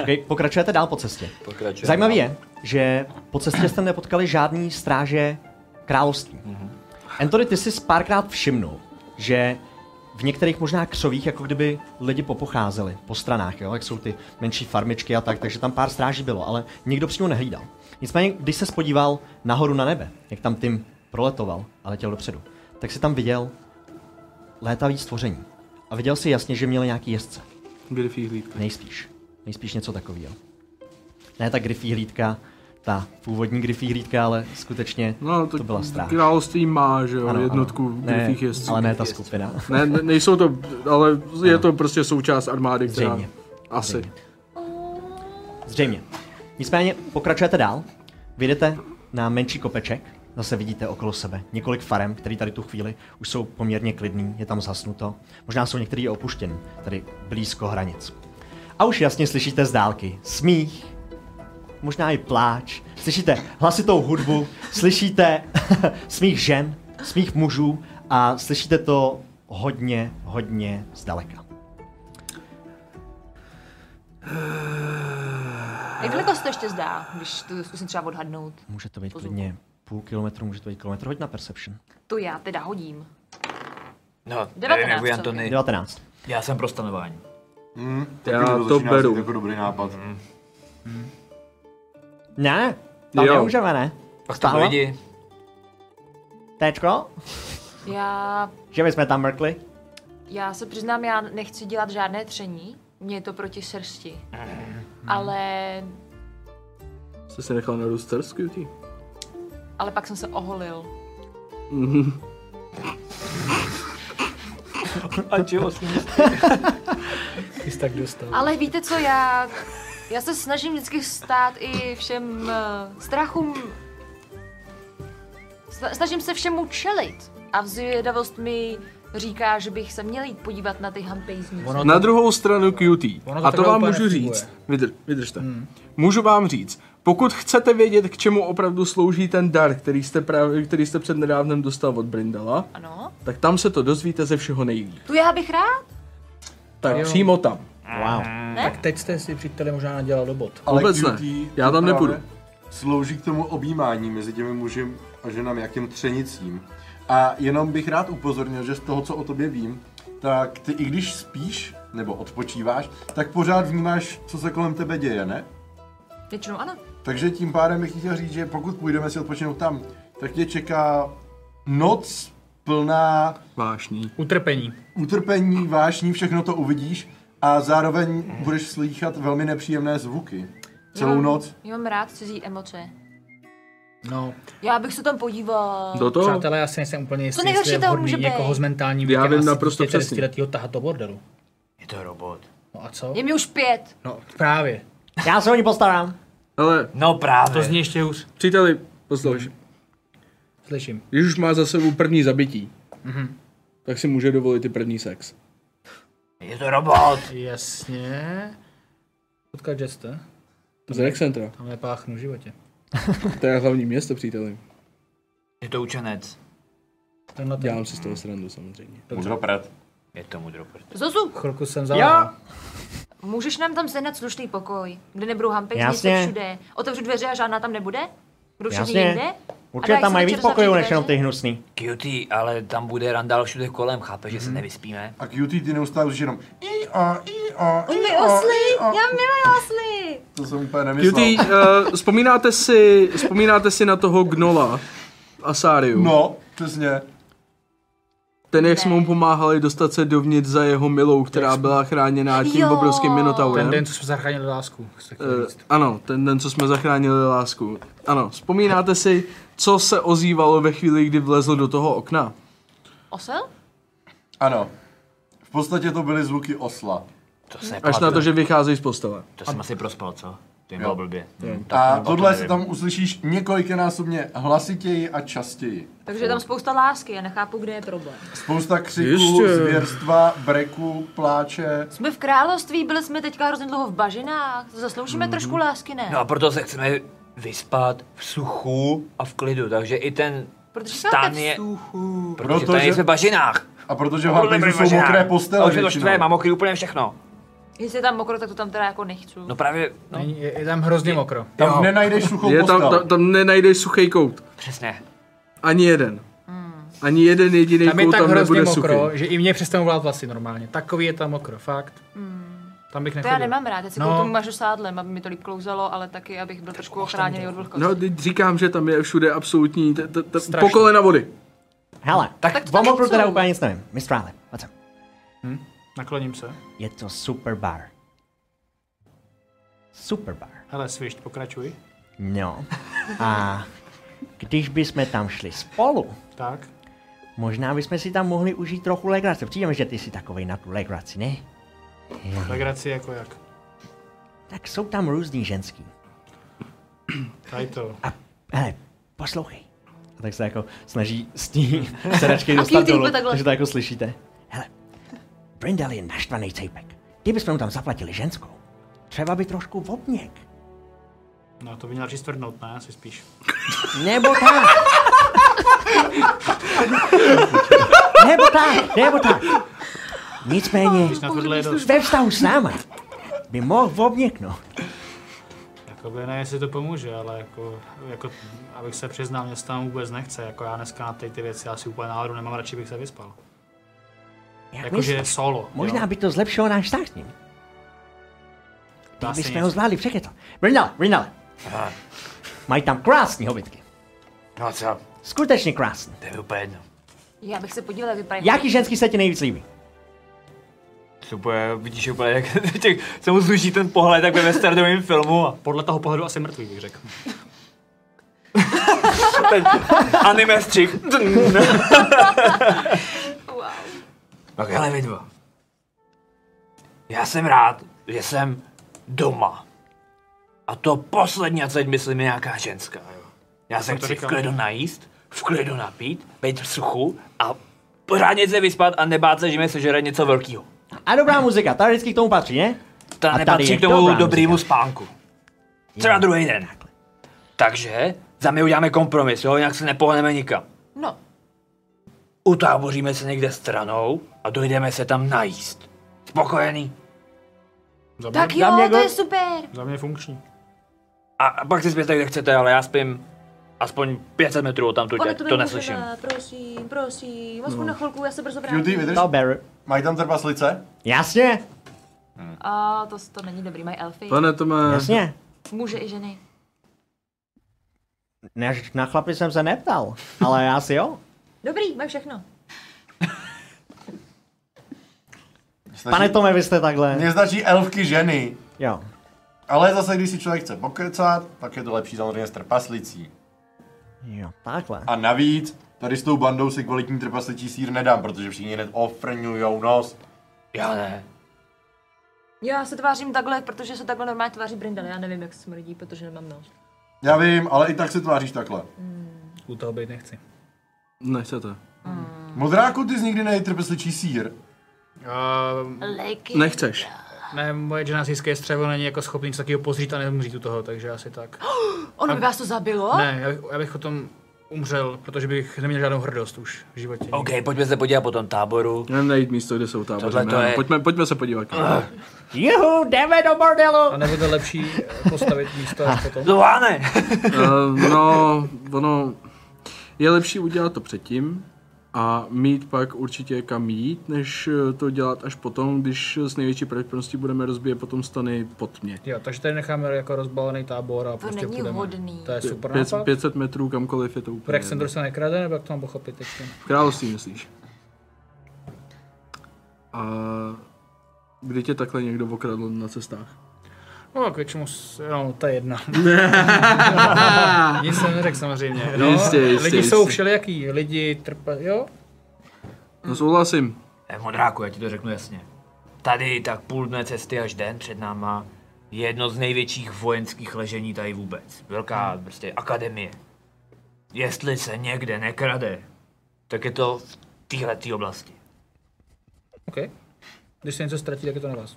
Okay, pokračujete dál po cestě.
Pokračujeme.
Zajímavé je, že po cestě jste nepotkali žádný stráže království. Anthony, ty jsi párkrát všimnul, že v některých možná křovích, jako kdyby lidi popocházeli po stranách, jo? jak jsou ty menší farmičky a tak, takže tam pár stráží bylo, ale nikdo přímo nehlídal. Nicméně, když se spodíval nahoru na nebe, jak tam Tim proletoval a letěl dopředu, tak si tam viděl létavý stvoření. A viděl si jasně, že měli nějaký jezdce.
Griffy hlídka.
Nejspíš. Nejspíš něco takového. Ne ta griffí hlídka, ta původní griffí hlídka, ale skutečně
No,
to,
to,
to byla stráž.
Království má, že jo,
Ano,
jednotku
ano. Ne,
Griffých jezdců.
ale ne ta skupina.
Ne, ne, nejsou to, ale je to prostě součást armády, která...
Zřejmě.
Asi.
Zřejmě. Zřejmě. Nicméně pokračujete dál, vyjdete na menší kopeček, zase vidíte okolo sebe několik farem, které tady tu chvíli už jsou poměrně klidný, je tam zhasnuto, možná jsou některý i opuštěný, tady blízko hranic. A už jasně slyšíte z dálky smích, možná i pláč, slyšíte hlasitou hudbu, slyšíte smích žen, smích mužů a slyšíte to hodně, hodně zdaleka.
Jak daleko se to ještě zdá, když to zkusím třeba odhadnout?
Může to být
Pozor.
klidně půl kilometru, může to být kilometr. Hoď na Perception.
To já teda hodím.
No, nevím, jak
19
vy, Antony.
19.
Já jsem pro stanování.
taky
Já
mi
to
začíná
beru. Mm.
znít Jako dobrý nápad.
Ne, tam
Jo.
nemůžeme, ne?
Pak tam
Stále?
lidi.
Téčko,
Já,
že bychom tam mrkli?
já se přiznám, já nechci dělat žádné tření. Mně je to proti srsti. Ale,
Jste si nechal narůst srst, Cutie?
ale pak jsem se oholil.
A čeho
Ty jsi tak dostal.
Ale víte co, já, já se snažím vždycky stát i všem eh, strachům. Sna- Snažím se všemu čelit. A vzvědavost mi říká, že bych se měl jít podívat na ty hampejzní.
Ono
Na druhou stranu QT.
Ono to
A to
takhle
vám
úplně
můžu
nefunguje. Hmm.
říct. Vydr, vydržte. Můžu vám říct. Pokud chcete vědět, k čemu opravdu slouží ten dar, který jste, právě, který jste před nedávnem dostal od Brindala,
Ano.
tak tam se to dozvíte ze všeho nejlíp.
Tu já bych rád.
Tak
Jo.
přímo tam.
Wow.
Tak teď jste si příteli možná nadělal do bod.
Ale
Vůbec ne. Já tam nepůjdu.
právě Slouží k tomu objímání mezi těmi muži a ženami, jakým třenicím. A jenom bych rád upozornil, že z toho, co o tobě vím, tak ty i když spíš nebo odpočíváš, tak pořád vnímáš, co se kolem tebe děje, ne?
Většinou ano.
Takže tím pádem bych chtěl říct, že pokud půjdeme si odpočinout tam, tak tě čeká noc plná
Vášní.
Utrpení.
utrpení, vášní, všechno to uvidíš a zároveň budeš slýchat velmi nepříjemné zvuky. Celou
Mám-
noc.
Já mám rád cizí emoce.
No,
Já bych se tam podíval.
Do toho?
přátelé, já si nejsem úplně jistý,
nejhorší
jestli je
toho
vhodný
může být.
někoho s mentálním
Já
věkem
vím
asi
naprosto
40
přesně.
letýho tahat do bordelu.
Je to robot.
No a co?
Je mi už pět.
No právě.
Já se o ní postarám.
Ale,
No právě.
To zní ještě hůř.
příteli, poslouchej.
Slyším.
Když už má za sebou první zabití, tak si může dovolit i první sex.
Je to robot.
Jasně. Odkud jste?
Z Rexcentra.
Tam nepáchnu v životě.
To je hlavní město, příteli.
Je to učenec.
Tenhle ten.
Dělám si z toho srandu samozřejmě.
Mudropret.
Je to můj robot.
Zozu,
Chvilku jsem zavolal.
můžeš nám tam sehnat slušný pokoj, kde nebudou hampej,
Jasně.
Jasně. všude. Otevřu dveře a žádná tam nebude? Budou všichni
Jasně.
jinde?
Určitě
dají
tam
se
mají
večer
víc pokojů
zavřít
než jenom
dveře?
ty hnusný.
Cutie, ale tam bude randál všude kolem, chápeš, že se nevyspíme?
A QT ty neustále už jenom i a i a
On mi
i a,
osly,
i a.
já miluji osly.
To jsem úplně nemyslel.
Cutie, uh, vzpomínáte, si, vzpomínáte si na toho Gnola Asariu?
No, přesně.
Ten, jak jsme mu pomáhali dostat se dovnitř za jeho milou, která byla chráněná tím
Jo.
obrovským
Ten
minotaurem.
den, co jsme zachránili lásku. chci tak
Eh,
říct.
ano, ten den, co jsme zachránili lásku. Ano, vzpomínáte si, co se ozývalo ve chvíli, kdy vlezl do toho okna?
Osel?
Ano. V podstatě to byly zvuky osla.
To se
Až na
nepamatuju.
to, že vycházejí z postele.
To jsem asi prospal, co? To jim bylo blbě. Hm, tak
A
to
tohle
nevím.
si tam uslyšíš několikanásobně hlasitěji a častěji.
Takže je tam spousta lásky, já nechápu, kde je problém.
Spousta křiků,
Jistě.
zvěrstva, breku, pláče.
Jsme v království, byli jsme teďka hrozně dlouho v bažinách, zasloužíme trošku lásky, ne?
No a proto se chceme vyspat v suchu a v klidu, takže i ten
Protože
stan
máte
je... Protože
Protože-
to nejsme v bažinách.
A protože v
Tohle
Harpexu
byly
jsou
bažiny.
mokré
A
postele
už je to štve,
většinou.
mám okrý úplně všechno.
Jestli je tam mokro, tak to tam teda jako nechci.
No právě, no,
Není- Je, je tam hrozně mokro.
Tam nenajdeš suchou
Je tam,
postel.
tam, tam nenajdeš suchý kout.
přesně.
Ani jeden. Ani jeden jediný
Hmm. Tam je
kout
tak
tam
hrozně
nebude
mokro,
suchý.
že i mě přestanou volat vlasy normálně. Takový je tam mokro, fakt. Tam bych
Hmm. To
nechodil.
já nemám rád, já si
No.
no. tomu mažu sádlem, aby mi to líp klouzalo, ale taky, abych byl trošku ochráněný od vlhkosti.
No,
No,
teď říkám, že tam je všude absolutní t- t- t-
Strašný.
pokole na vody.
Hele,
Tak
tak
to
vám opravdu
nechcou.
teda úplně nic nevím. Mr. Ale, what's up?
Nakloním se.
Je to super bar. Super bar.
Hele, svišť, pokračuj.
No. A když bychom tam šli spolu,
Tak.
možná bychom si tam mohli užít trochu legrace. Přijde mi, že ty jsi takovej na tu legraci, ne?
Legraci jako jak.
Tak jsou tam různý ženský.
Tady to.
A hele, poslouchej. A tak se jako snaží z té sedačky
A
dostat
cutie
dolů,
úplně takhle.
takže to jako slyšíte. Hele, Brindel je naštvaný cejpek. Kdybychom mu tam zaplatili ženskou, třeba by trošku vopněk.
No to by měl říct tvrdnout, ne? Asi spíš.
Nebo tak. nebo tak, nebo tak. Nicméně,
Na tohle je dost.
ve vztahu s náma by mohl vobněknout.
Jakoby ne, jestli to pomůže, ale jako, jako abych se přiznal, mě se tam vůbec nechce. Jako já dneska na ty, ty věci asi úplně náladu nemám, radši bych se vyspal.
Jak
Jakože
myslíš?
solo.
Možná
jo.
by to zlepšilo náš vztah s ním.
To asi
Kdybychom
nic.
ho zvládli překytat. Brindale, Brindale. Mají tam krásné hobitky.
No a co,
Skutečně krásné.
to je úplně jedno.
já bych se podívala, jak vypadají.
Jaký ženský se ti nejvíc líbí?
Super, vidíš úplně, jak těch, se mu zluží ten pohled, jak ve westernovém filmu. A
Podle toho pohledu asi mrtvý, bych řekl.
ten anime střih.
Wow.
Tak hele vy dva. Já jsem rád, že jsem doma. A to poslední, a co teď myslím, je nějaká ženská. Jo. Já se
to
chci v
říkal.
klidu najíst, v klidu napít, být v suchu a pořádně se vyspat a nebát se, že mi sežere něco velkého.
A dobrá muzika, ta vždycky k tomu patří, ne?
Ta
tady
nepatří
je
k tomu
dobrá
dobrýmu
muzika.
spánku. Třeba druhý den. Takže za mě uděláme kompromis, jo? jinak se nepohneme nikam.
No,
Utáboříme se někde stranou a dojdeme se tam najíst. Spokojený.
tak jo,
dám
to
jako-
je super.
Za mě funkční.
A, a pak si zpěte, kde chcete, ale já spím aspoň 500 metrů od tamtud,
Ono
ať
to,
to
nemůžeme,
neslyším.
Prosím, prosím, aspoň na chvilku, já se brzo
QT,
vrátím.
vydrž.
Dobré.
Mají tam trpaslice?
Jasně,
A to, to není dobrý, mají elfy.
Pane Tome,
jasně.
Muže i ženy.
Na, na chlapy jsem se neptal, ale já si jo.
Dobrý, mají všechno.
Stačí-
Pane Tome, vy jste takhle.
Mně stačí elfky ženy,
Jo.
ale zase, když si člověk chce pokecat, tak je to lepší samozřejmě s trpaslicí.
Jo, takhle.
A navíc, tady s tou bandou si kvalitní trpasličí sír nedám, protože všichni hned ofrňujou nos.
Já ne.
Já se tvářím takhle, protože se takhle normálně tváří Brindal. Já nevím, jak se smrdí, protože nemám nos.
Já vím, ale i tak se tváříš takhle.
U toho být nechci.
Nechcete.
Modráku, ty jsi nikdy nejí trpasličí sír.
Uh,
Lejky.
Nechceš.
ne, moje dženásijské střevo není jako schopný něco takového pozřít a neumřít u toho, takže asi tak.
Ono by vás to zabilo?
Ne, já bych, já bych o tom umřel, protože bych neměl žádnou hrdost už v životě.
OK, pojďme se podívat po tom táboru.
Jdeme najít místo, kde jsou tábory.
Tohle to
ne?
je-
Pojďme, pojďme se podívat.
Juhu, jdeme do
A
bordelu!
nebo to lepší eh, postavit místo až potom?
No já ne.
Uh, no, ono je lepší udělat to předtím a mít pak určitě kam jít, než eh, to dělat až potom, když s největší pravděpodobností budeme rozbíjet potom stany pod mě.
Jo, takže tady necháme jako rozbalený tábor a to prostě
není
půjdeme.
hodný.
To je super
Pět,
nápad.
500 metrů kamkoliv je to
V
úplně.
Rexendru se nekrade, nebo jak to mám pochopit ještě?
V království myslíš? A kdy tě takhle někdo okradl na cestách?
No, tak většinou, s- no, to je jedna. Nic jsem neřekl samozřejmě. No,
Jistě, jistě,
lidi jsou
jistě.
všelijaký, lidi trpa, jo?
No
Hmm.
souhlasím.
Eh, Modráku, já ti to řeknu jasně. Tady tak půl dne cesty až den před náma je jedno z největších vojenských ležení tady vůbec. Velká prostě akademie. Jestli se někde nekrade, tak je to v téhleté oblasti.
OK. Když se něco ztratí, tak je to na vás.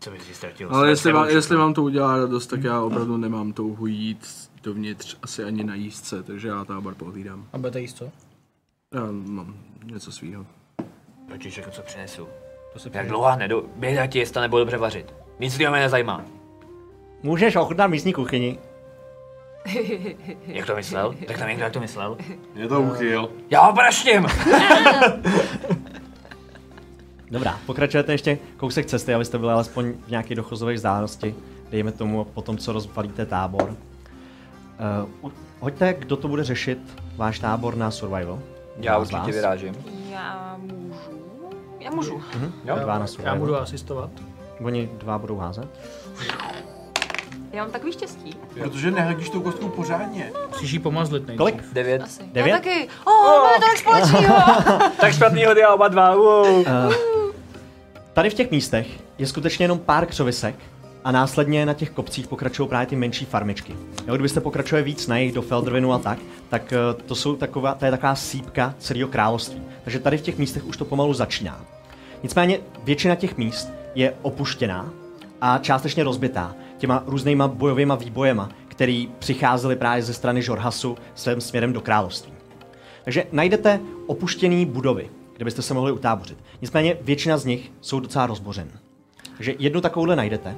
Co bys si ztratil?
Ale
Jsem
jestli,
sebou
vám,
všechno.
jestli vám to udělá radost, tak já opravdu nemám touhu jít dovnitř asi ani na jízdce, takže já tábor pohlídám.
A budete jíst, co?
Já mám něco svýho.
Proč všechno, co přinesu?
To se
Jak
přijde.
dlouhá nedo... Běda ti jesta nebo dobře vařit. Nic jiného mě nezajímá.
Můžeš ochutnat místní kuchyni.
Jak to myslel? Tak tam někdo jak to myslel?
Je to uchyl.
Já ho praštím!
Dobrá, pokračujete ještě kousek cesty, abyste byli alespoň v nějaké dochozové vzdálenosti, dejme tomu po tom, co rozbalíte tábor. Uh, hoďte, kdo to bude řešit, váš tábor na survival. Dva z vás.
vyrážím.
Já můžu. Já můžu.
Jo?
Dva na
Já
survival.
budu asistovat.
Oni dva budou házet.
Já mám takový štěstí.
Protože nehodíš tou kostkou pořádně.
Příští pomazlit nejdřív.
Kolik?
Devět.
Asi.
Devět?
Já taky. O, oh, máme tolik společného.
Tak špatný hody a oba dva. Wow.
Tady v těch místech je skutečně jenom pár křovisek a následně na těch kopcích pokračují právě ty menší farmičky. Jo, kdybyste pokračuje víc na jich do Feldrvinu a tak, tak eh, to, jsou taková, to je taková sípka celého království. Takže tady v těch místech už to pomalu začíná. Nicméně většina těch míst je opuštěná a částečně rozbitá těma různýma bojovýma výbojema, který přicházely právě ze strany Žorhasu svým směrem do království. Takže najdete opuštěné budovy, kde byste se mohli utábořit. Nicméně většina z nich jsou docela rozbořen. Takže jednu takovouhle najdete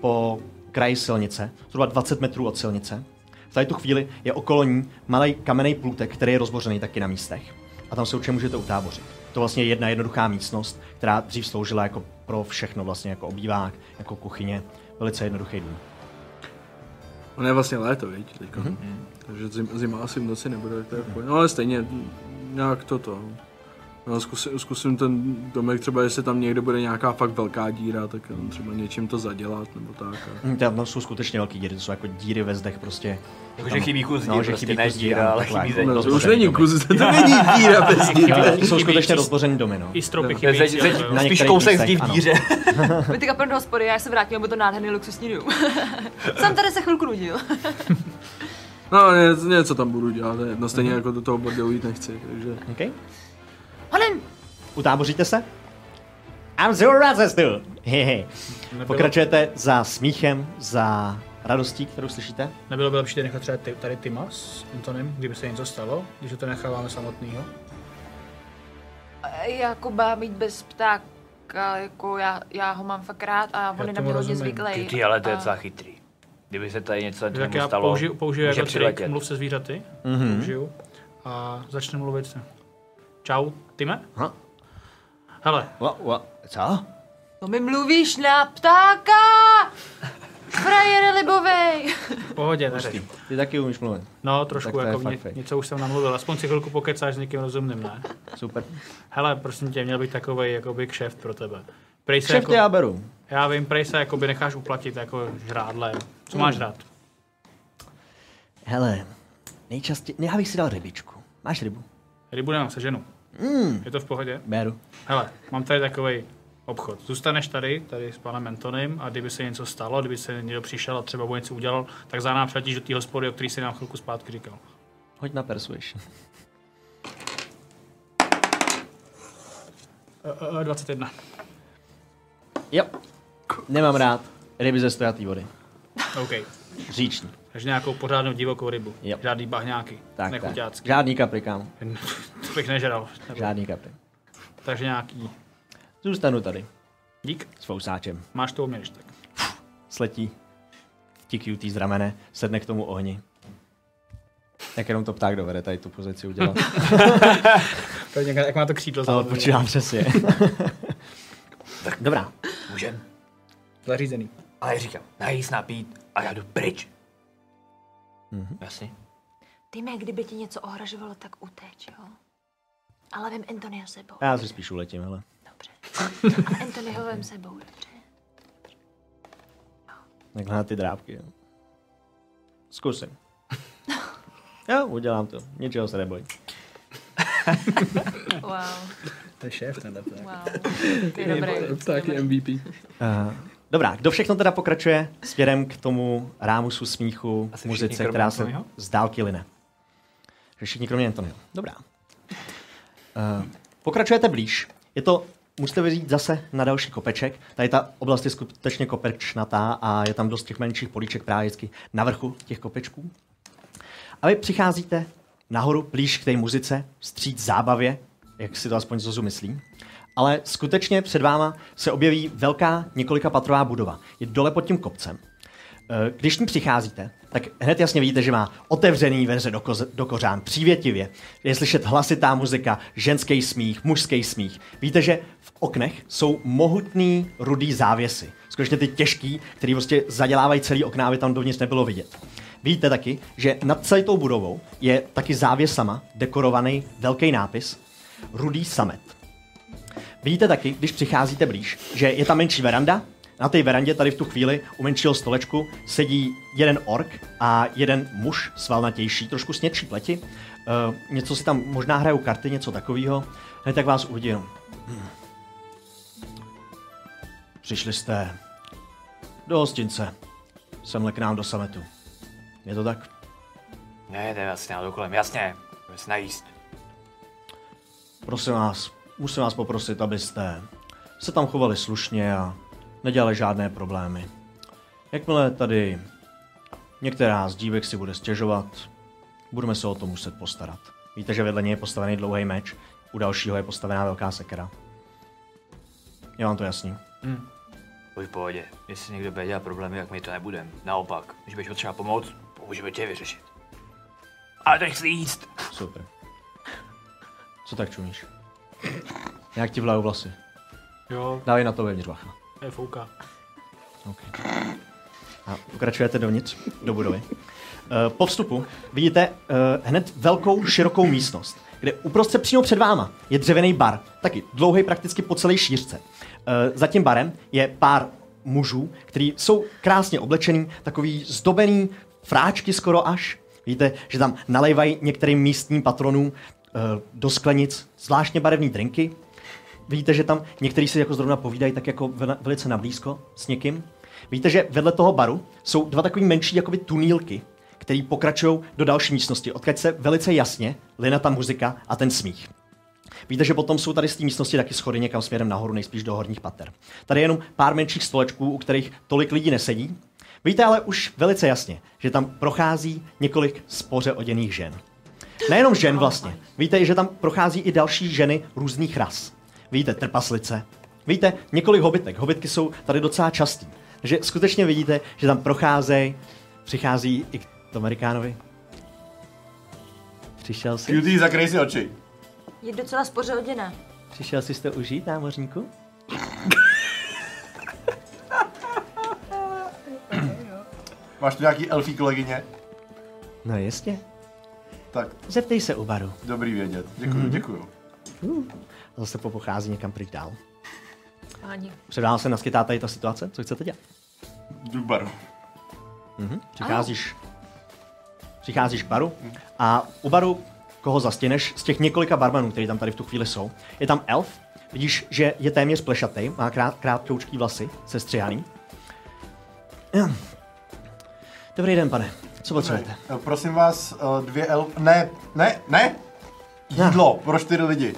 po kraji silnice, zhruba 20 metrů od silnice. V tady tu chvíli je okolo ní malý kamenný plůtek, který je rozbořený taky na místech. A tam se určitě můžete utábořit. To vlastně je jedna jednoduchá místnost, která dřív sloužila jako pro všechno, vlastně jako obývák, jako kuchyně. Velice jednoduchý dům.
Ono je vlastně léto, viď, teďka. Mm-hmm. Takže zim, zima asi v noci nebude, tak to je v pohodě. No ale stejně, m, nějak toto. No, zkusím, zkusím ten domek, třeba jestli tam někde bude nějaká fakt velká díra, tak hm, třeba něčím to zadělat nebo tak. A...
Hm, Tam jsou skutečně velké díry, to jsou jako díry ve zdech prostě.
Jakože
Tam-
chybí kus díry,
no, že
prostě
chybí
ne
kus díry,
díra,
ano,
ale
takhle,
chybí
jako
zeď.
No, to už
rozbořený
není
domy.
kus, to není díra bez díry.
Jsou
Chybí
skutečně
čís-
rozbořený domy, no.
I stropy
Zeď,
chybí.
zeď, zeď,
Na
spíš
některých
kousek
místech,
zdi v
ano.
díře.
Vy teďka půjdeme do hospody, já se vrátím a bude to nádherný luxusní dům. Jsem tady se chvilku nudil.
No, ně- něco tam budu dělat, to je jedno, stejně jako do toho bordelu jít nechci, takže...
Okay.
Honem!
Utáboříte se? I'm so racist, dude. Hehe. Pokračujete za smíchem, za radostí, kterou slyšíte.
Nebylo by lepší tady nechat třeba ty- tady Tima s Antonem, kdyby se něco stalo, když ho to necháváme samotného.
Jakoba Jako mít bez ptáka, jako já, já ho mám fakt rád a on je na
tomu
mě hodně
rozumím.
zvyklý.
Ty, ty, ale to je
A-
docela chytrý. Kdyby se tady něco
Tak
tomu
já
stalo,
použiju, použiju
může
jako trik
přiletět.
mluv se zvířaty.
Mhm.
Mm-hmm. Použiju. A začnu mluvit. se. Čau, Time?
Aha.
Hele,
Wa, wa, co?
No mi mluvíš na ptáka! Frajer libovej!
V pohodě, neřeš.
Ty taky umíš mluvit.
No, trošku,
Tak to je
jako
fakt
mě,
fake.
něco už jsem namluvil, aspoň si chvilku pokecáš s někým rozumným, ne?
Super.
Hele, prosím tě, měl bych takový jakoby kšeft pro tebe. Prej se
Kšefty
jako,
já beru.
já vím, prej se jakoby necháš uplatit jako žrádle. Co máš rád?
Hele, nejčastěji, já bych si dal rybičku. Máš rybu?
Rybu nemám seženu. Je to v pohodě?
Beru.
Hele, mám tady takový obchod. Zůstaneš tady, tady s panem Antonem a kdyby se něco stalo, kdyby se někdo přišel a třeba mu něco udělal, tak za nám přiletíš do té hospody, o který si nám chvilku zpátky říkal.
Hoď na persuješ.
Eh,
Uh, uh, 21.
Jo. Nemám rád ryby ze stojatý vody.
OK.
Říční.
Takže nějakou pořádnou divokou rybu.
Jo.
Žádný bahňáky.
Tak, tak.
Nechuťácky.
Žádný kapry, kámo.
to bych nežral.
Žádný kapry.
Takže nějaký.
Zůstanu tady.
Dík.
S fousáčem.
Máš to uměš tak.
Sletí. Tikjutý z ramene. Sedne k tomu ohni. Tak jenom to pták dovede tady tu pozici udělat.
To je někde, jak má to křídlo
Ale
za
odpočívám přesně. Dobrá.
Můžem,
zařízený.
ale já říkám, najíst, napít a já jdu pryč.
Mhm.
Jasně.
Tyme, kdyby ti něco ohrožovalo, tak uteč, jo? Ale vem Antonio sebou.
Já si spíš uletím, hele.
Dobře. Ale Antonio vem sebou, dobře.
Takhle na ty drápky. jo. Zkusím. Jo, udělám to. Ničeho se neboj.
Wow,
To je šéf, ten
wow. Ty je dobrý.
Tak je MVP.
Uh, dobrá, kdo všechno teda pokračuje směrem k tomu rámusu smíchu,
Asi všichni,
muzice,
kromě
která se
Antonyho?
z dálky line. Takže Všichni kromě Antonia. Dobrá. Uh, pokračujete blíž. Je to, musíte vyjít zase na další kopeček. Tady ta oblast je skutečně kopečnatá a je tam dost těch menších políček právě vždycky na vrchu těch kopečků. A vy přicházíte nahoru, blíž k té muzice, stříc zábavě, jak si to aspoň Zozu myslí. Ale skutečně před váma se objeví velká několika patrová budova. Je dole pod tím kopcem. Eh, Když k ní přicházíte, tak hned jasně vidíte, že má otevřený veře do, koz- do kořán, přívětivě. Je slyšet hlasitá muzika, ženský smích, mužský smích. Víte, že v oknech jsou mohutný rudý závěsy. Skutečně ty těžký, který prostě zadělávají celý okna, aby tam dovnitř nebylo vidět. Víte taky, že nad celou tou budovou je taky závěsama dekorovaný velký nápis Rudý samet. Vidíte taky, když přicházíte blíž, že je tam menší veranda. Na té verandě tady v tu chvíli u menšího stolečku sedí jeden ork a jeden muž svalnatější, trošku snědší pleti. Uh, něco si tam možná hrajou karty, něco takového. Hned tak vás uvidí jenom. Hmm. Přišli jste do hostince. Semhle k nám do sametu. Je to tak?
Ne, jdeme asi na kolem, jasně. Jdeme se najíst.
Prosím vás, musím vás poprosit, abyste se tam chovali slušně a nedělali žádné problémy. Jakmile tady některá z dívek si bude stěžovat, budeme se o to muset postarat. Víte, že vedle něj je postavený dlouhý meč, u dalšího je postavená velká sekera. Já vám to jasný.
Buď v pohodě. Jestli někdo bude dělat problémy, jak my to nebudem. Naopak, když budeš potřeba pomoct, můžeme tě vyřešit. Ale teď chci jíst.
Super. Co tak čumíš? Jak ti vlajou vlasy?
Jo,
Dávej na to vevnitř, bacha.
je fouká.
Okay. A pokračujete dovnitř, do budovy. Eh, Po vstupu vidíte eh, hned velkou, širokou místnost, kde uprostřed přímo před váma je dřevěný bar, taky dlouhý prakticky po celé šířce. Eh, Za tím barem je pár mužů, kteří jsou krásně oblečený, takový zdobený, fráčky skoro až. Vidíte, že tam nalejvají některým místním patronům eh, do sklenic zvláštně barevné drinky. Vidíte, že tam někteří si jako zrovna povídají tak jako vel- velice nablízko s někým. Víte, že vedle toho baru jsou dva takový menší jakoby tunílky, který pokračují do další místnosti, odkud se velice jasně lina ta muzika a ten smích. Víte, že potom jsou tady z té místnosti taky schody někam směrem nahoru, nejspíš do horních pater. Tady je jenom pár menších stolečků, u kterých tolik lidí nesedí. Víte ale už velice jasně, že tam prochází několik spoře oděných žen. Nejenom žen vlastně. Víte, že tam prochází i další ženy různých ras. Víte, trpaslice. Víte, několik hobitek. Hobitky jsou tady docela častý. Takže skutečně vidíte, že tam procházejí, přichází i k Amerikánovi. Přišel jsi?
Cutie, zakrej si oči.
Je docela spořaděná.
Přišel jsi to užít, námořníku?
Máš tu nějaký elfí kolegyně?
No jistě.
Tak,
Zeptej se u baru.
dobrý vědět. Děkuju, mm-hmm. děkuju.
A Zase popochází někam pryč dál.
Páni.
Před vámi se naskytá tady ta situace, co chcete dělat?
Jdu k baru.
Přicházíš, přicházíš k baru a u baru, koho zastěneš, z těch několika barmanů, kteří tam tady v tu chvíli jsou, je tam elf, vidíš, že je téměř plešatý, má krát, krátkoučký vlasy, sestřihaný. Hm. Dobrý den, pane, co potřebujete?
Eh, Prosím vás, eh, dvě elf... Ne, ne, ne! Jídlo pro čtyři lidi.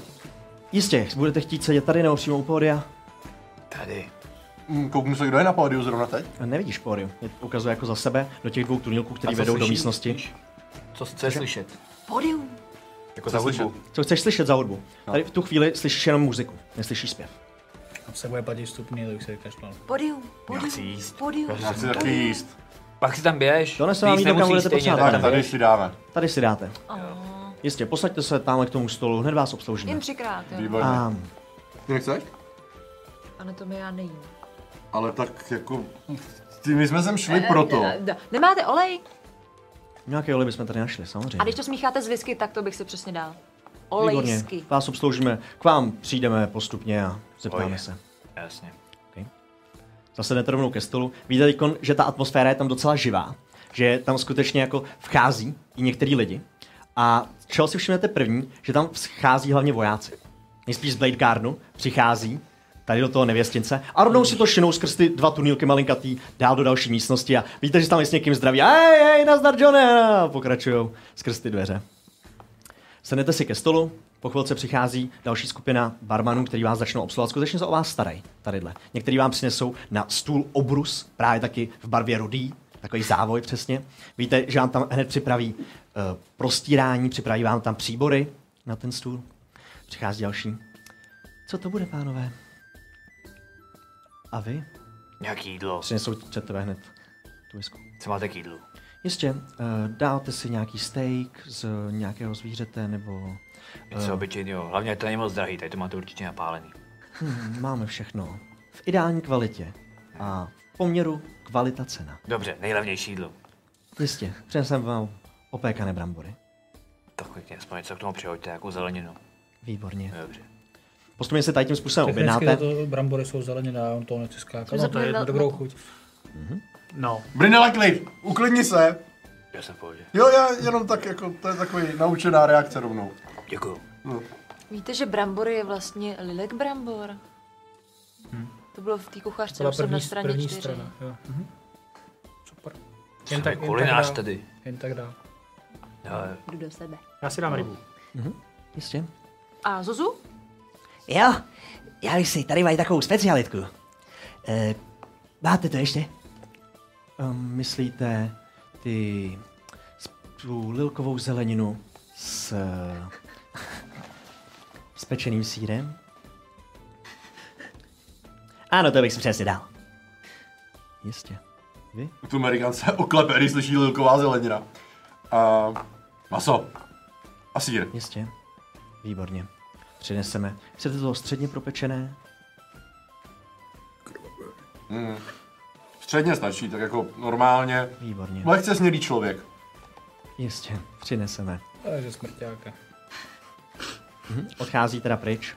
Jistě, budete chtít sedět tady nebo přímo u pódia?
Hm, Kouknu se, kdo je na pódiu zrovna teď.
Nevidíš pódium, je ukazuje jako za sebe do těch dvou tunilků,
A
které
co
vedou do
slyšíš?
místnosti.
Co, co je slyšet?
Podium.
Jako za hudbu.
Co chceš slyšet za hudbu? Tady v tu chvíli slyšíš jenom muziku, neslyšíš zpěv.
Tam se bude platit vstupný, tak se vykašlal.
Podium.
chci
Podium.
jíst.
Podium.
Já chci taky jíst.
Pak si tam běž.
To nese
Ty
vám
jíst
jídlo, kam
nemusíš
budete
stejně,
potřebovat.
tak
Tak
tam
tady
běž.
si dáme.
Tady si dáte.
Oh,
Jistě, posaďte se tamhle k tomu stolu, hned vás obsloužíme.
Jen třikrát, jo.
Výborně.
A
Ty nechceš?
Anatomie já nejím.
Ale tak jako... Ty, my jsme sem šli proto.
Ne, ne, ne, Nemáte olej?
nějaké olej bychom tady našli, samozřejmě.
A když to smícháte s whisky, tak to bych si přesně dal.
Výborně,
Olejsky.
vás obsloužíme, k vám přijdeme postupně a zeptáme
Oje.
se.
Jasně.
Zase jdete rovnou ke stolu. Víte teď, že ta atmosféra je tam docela živá, že tam skutečně jako vchází i některý lidi. A čeho si všimnete první, že tam vchází hlavně vojáci. Nejspíš z Blade Gardenu přichází tady do toho nevěstince a rovnou si to šinou skrz ty dva tunílky malinkatý dál do další místnosti a víte, že tam je s někým zdraví. Hej, hej, nazdar Johne! A pokračujou skrz ty dveře. Sednete si ke stolu, po chvilce přichází další skupina barmanů, který vás začnou obsluhovat. Skutečně se o vás starají tadyhle. Někteří vám přinesou na stůl obrus, právě taky v barvě rudý, takový závoj přesně. Víte, že vám tam hned připraví uh, prostírání, připraví vám tam příbory na ten stůl. Přichází další. Co to bude, pánové? A vy?
Nějaký jídlo.
Přinesou před tebe hned tu visku.
Co máte k jídlu?
Jistě, uh, dáte si nějaký steak z nějakého zvířete nebo Eh.
Něco obyčejného. Hlavně to není moc drahý, tady to máte určitě napálený.
Máme všechno. V ideální kvalitě a v poměru kvalita cena.
Dobře, nejlevnější jídlo.
Jistě, přinesem vám opékané brambory.
Tak pěkně, aspoň něco k tomu přihoďte, jako zeleninu.
Výborně.
Dobře.
Postupně se tady tím způsobem
Technicky
objednáte.
to brambory jsou zeleněná, on toho nechce skákat.
Jsem
No, to je
zapomněla-
na dobrou chuť.
No,
Brinela klid, uklidni se.
Já jsem v pohodě.
Jo, já jenom tak jako, to je takový naučená reakce rovnou.
Děkuju.
Víte, že brambory je vlastně lilek brambor? To bylo v té kuchařce,
Byla
už jsem na
první,
straně
první
čtyři.
strana. Jo. Mhm. Super.
Jen tak,
jen
kulinář
dál,
tady.
Jen tak dál.
No,
Jdu do sebe.
já si dám rybu.
Jistě.
A Zuzu?
Jo, já bych si tady mají takovou specialitku. E, máte to ještě? Um, myslíte ty s- tu lilkovou zeleninu s, s pečeným sírem? Ano, to bych si přesně dal. Jistě. Vy?
Tu Amerikan se oklepe, když slyší lilková zelenina. A maso. A sír.
Jistě. Výborně. Přineseme. Chcete to středně propečené?
Středně stačí, tak jako normálně.
Výborně.
Lehce smělý člověk.
Jistě. Přineseme.
Takže smrťáka.
odchází teda pryč.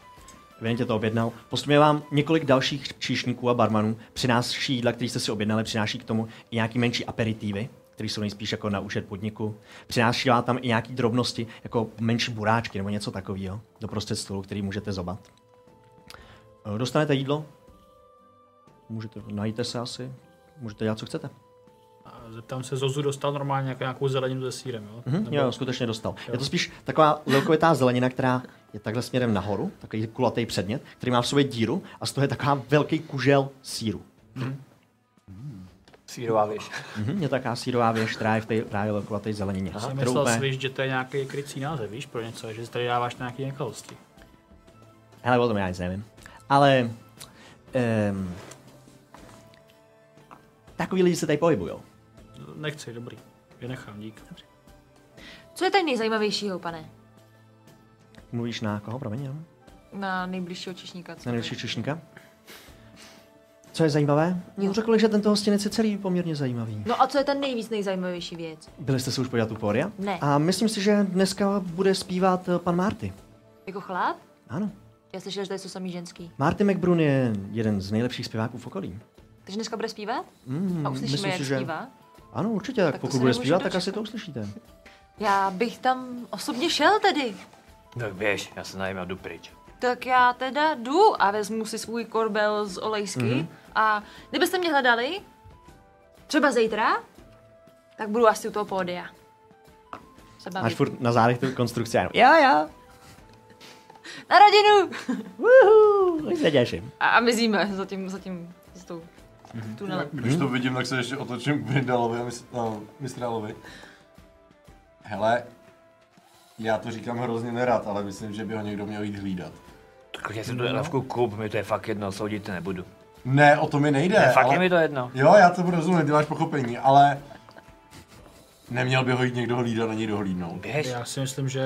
Evidentně to objednal. Postupně vám několik dalších číšníků a barmanů přináší jídla, které jste si objednali, přináší k tomu i nějaký menší aperitivy, které jsou nejspíš jako na účet podniku. Přináší vám tam i nějaké drobnosti, jako menší buráčky nebo něco takového do prostřed stolu, který můžete zobat. E, Dostanete jídlo, můžete, najíte se asi, můžete dělat, co chcete.
A zeptám se, Zozu dostal normálně jako nějakou zeleninu se sírem, jo?
Mhm, jo, skutečně dostal. Je to spíš taková lilkovitá zelenina, která je takhle směrem nahoru, takový kulatý předmět, který má v sobě díru a z toho je taková velký kužel síru.
Mhm. sírová věž.
Mhm, je taková sírová věž, která je v té právě lilkovité zelenině.
Já jsem
kterou
myslel,
úplně-
slyš, že to je nějaký krycí název, víš, pro něco, že si tady dáváš nějaký nekalosti.
Hele, o tom já nic nevím. Ale... Um, takový lidi se tady pohybujou.
Nechci, dobrý. Vynechám, dík.
Co je tady nejzajímavějšího, pane?
Mluvíš na koho, promiň, jo?
Na nejbližšího číšníka. co
Na nejvyšší
tady?
češníka? Co je zajímavé? No, Řekl že tento hostinec je celý poměrně zajímavý.
No a co je ta nejvíc nejzajímavější věc?
Byli jste se už podívat u Poria?
Ne.
A myslím si, že dneska bude zpívat eh, pan Marty.
Jako chlap?
Ano.
Já slyšel, že tady jsou samý ženský.
Marty McBrun je jeden z nejlepších zpěváků v okolí.
Takže dneska bude zpívat?
Mm,
A uslyšíme,
myslím
jak
si, že...
zpívá?
Ano, určitě, tak,
to
pokud
se
bude
nemůžu
zpívat, tak
dočkat.
asi to uslyšíte.
Já bych tam osobně šel tedy.
Tak běž, já se najím a jdu pryč.
Tak já teda jdu a vezmu si svůj korbel z olejsky.
Mhm.
Mm-hmm. A kdybyste mě hledali, třeba zítra, tak budu asi u toho pódia. Se
Máš
bavit.
furt na zádech tu konstrukci, ano. Já, já.
Na rodinu!
Uhu, se těším.
A, a mizíme za tím, za tím, za tou
Mhm.
tunelem.
Hmm?
Když to vidím, tak se ještě otočím k Brindalovi a mis- no, Mistrálovi. Hele, já to říkám hrozně nerad, ale myslím, že by ho někdo měl jít hlídat.
Tak klidně
No.
si tu elfku kup, mi to je fakt jedno, soudit to nebudu.
Ne, o to mi nejde.
Ne, fakt
ale...
je mi to jedno.
Jo, já to budu rozumět, ty máš pochopení, ale neměl by ho jít někdo hlídat na něj dohlídnout.
Běž.
Já si myslím, že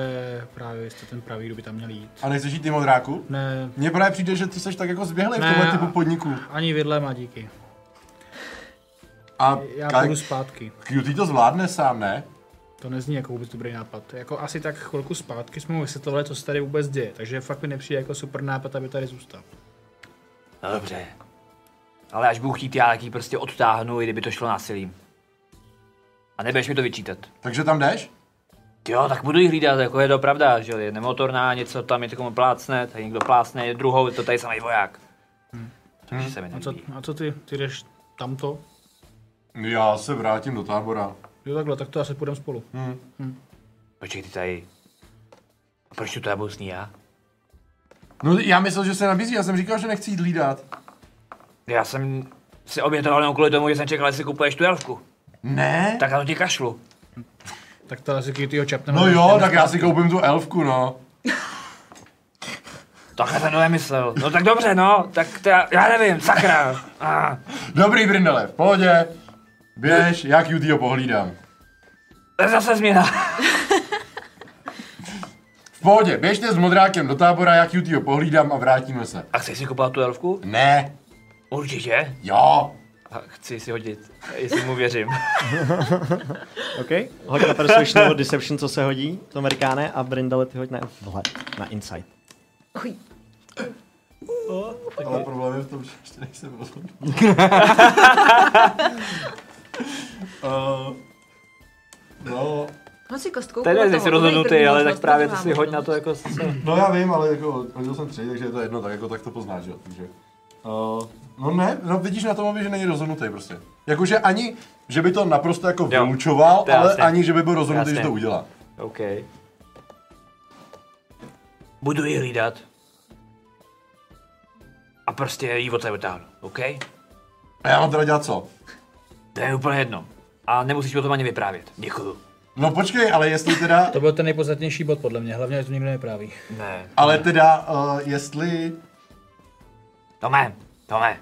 právě jste ten pravý, kdo by tam měl jít.
A nechceš jít ty modráku?
Ne,
Mně právě přijde, že ty seš tak jako zběhlej v
Ne,
tomhle
a-
typu podniků.
ani vidle má díky.
A
Já
Kaj,
půjdu zpátky.
Cutie to zvládne sám, ne?
To nezní jako vůbec dobrý nápad. Jako asi tak chvilku zpátky jsme mu vysvětlovali, co se tady vůbec děje, takže fakt mi nepřijde jako super nápad, aby tady zůstal.
No dobře. Ale až budu chtít, já taky prostě odtáhnu, i kdyby to šlo násilím. A nebudeš mi to vyčítat.
Takže tam jdeš?
Jo, tak budu jí hlídat, jako je to pravda, že jo, je nemotorná, něco tam je takovou plácne, tady někdo plácne, je druhou, je to tady samý voják. Takže se mi
Hm. A co,
nelíbí.
a co ty? Ty jdeš tamto?
Já se vrátím do tábora.
Jo takhle, tak to asi půjdeme spolu.
Počkej, ty tady. A proč tu teda budu s ní já?
No já myslel, že se nabízí, já jsem říkal, že nechci jít hlídat.
Já jsem si obětoval jenom kvůli tomu, že jsem čekal, jestli kupuješ tu elfku.
Ne?
Tak já to ti kašlu.
Tak to asi ty ho čapneme.
No jo, tak já si koupím tu elfku, no.
Takhle jsem to nemyslel. No tak dobře, no, tak teda, já nevím, sakra. Ah.
Dobrý, Brindele, v pohodě. Běž, já Cutie ho pohlídám.
To je zase změna.
V pohodě, běžte s modrákem do tábora, já Cutie ho pohlídám a vrátíme se.
A chceš si kupovat tu elfku?
Ne,
Určitě.
jo.
A chci si hodit, jestli mu věřím.
OK. Hoď na Persuasion nebo Deception, co se hodí, to amerikáne, a Brindale, ty hoď na vhled, na Insight.
Ale problém je v tom, že ještě nejsem rozhodl. uh, no,
Hoď si kostkou.
No,
Tady
podle
nejsi
toho, podle
rozhodnutý,
první
ale tak
možnost,
právě to
druhá
si hoď na
možnost.
to jako se...
no já vím, ale jako hodil jsem tři, takže je to jedno, tak jako tak to poznáš, že jo, takže. Uh, no ne, no vidíš na tom, že není rozhodnutý prostě. Jakože ani, že by to naprosto jako
Jo,
vylučoval,
to je
ale
jasný.
ani, že by byl rozhodnutý,
Jasný.
že to udělá.
OK. Budu ji hlídat. A prostě ji od tebe vytáhnu, OK?
A já mám teda dělat co?
To je úplně jedno. A nemusíš mi o tom ani vyprávět. Děkuju.
No počkej, ale jestli teda,
To byl ten nejpodstatnější bod podle mě, hlavně, že to nikdo nepráví.
Ne.
ale teda, uh, jestli
Tome, Tome.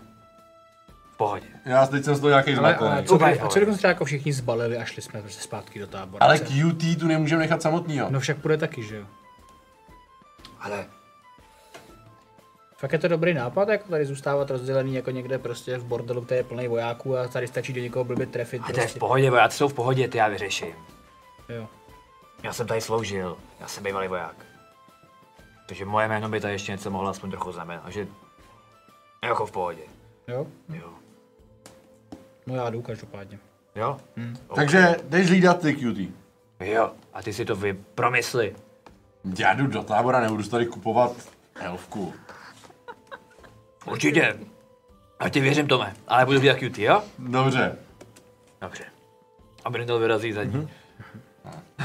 V pohodě.
Já teď jsem z toho nějaký
Ale,
zmatený.
ale
Ale,
co,
Úplně
kdy- a co
fajn.
dokonce třeba jako všichni zbalili a šli jsme prostě zpátky do tábora.
ale
Co?
QT tu nemůžeme nechat samotnýho.
No však půjde taky, že jo?
Ale
Fakt je to dobrý nápad, jako tady zůstávat rozdělený jako někde prostě v bordelu, který je plný vojáků a tady stačí do někoho blbě trefit
a to je v
prostě.
pohodě, vojáci jsou v pohodě, ty já vyřeším.
Jo.
Já jsem tady sloužil, já jsem bývalý voják. Takže moje jméno by tady ještě něco mohlo aspoň trochu znamenat, že... Jako v pohodě.
Jo?
Jo.
No já jdu každopádně.
Jo?
Takže jdeš hlídat ty QT.
Jo. A ty si to vy promysli.
Já jdu do tábora, nebudu si tady kupovat elfku.
Určitě. A ti věřím, Tome, ale budu být cutie, jo?
Dobře.
Dobře. A Brindel vyrazí za ní.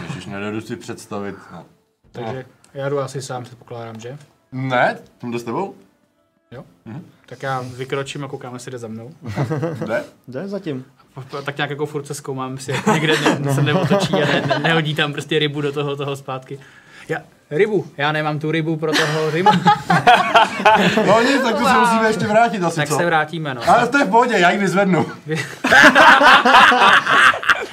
Ježiš, nedodu si představit. No.
Takže já jdu asi sám, předpokládám, že?
Ne, jdu s tebou?
Jo? Tak já vykročím a koukám, jestli jde za mnou.
Ne.
Jde zatím.
A tak nějak jako furt se zkoumám, si někde
No.
ne, se neotočí a ne, ne, nehodí tam prostě rybu do toho, toho zpátky.
Já, rybu, já nemám tu rybu pro toho rybu.
No nic, tak to se musíme ještě vrátit asi,
Tak
co?
se vrátíme, no.
Ale to je v pohodě, já ji vyzvednu.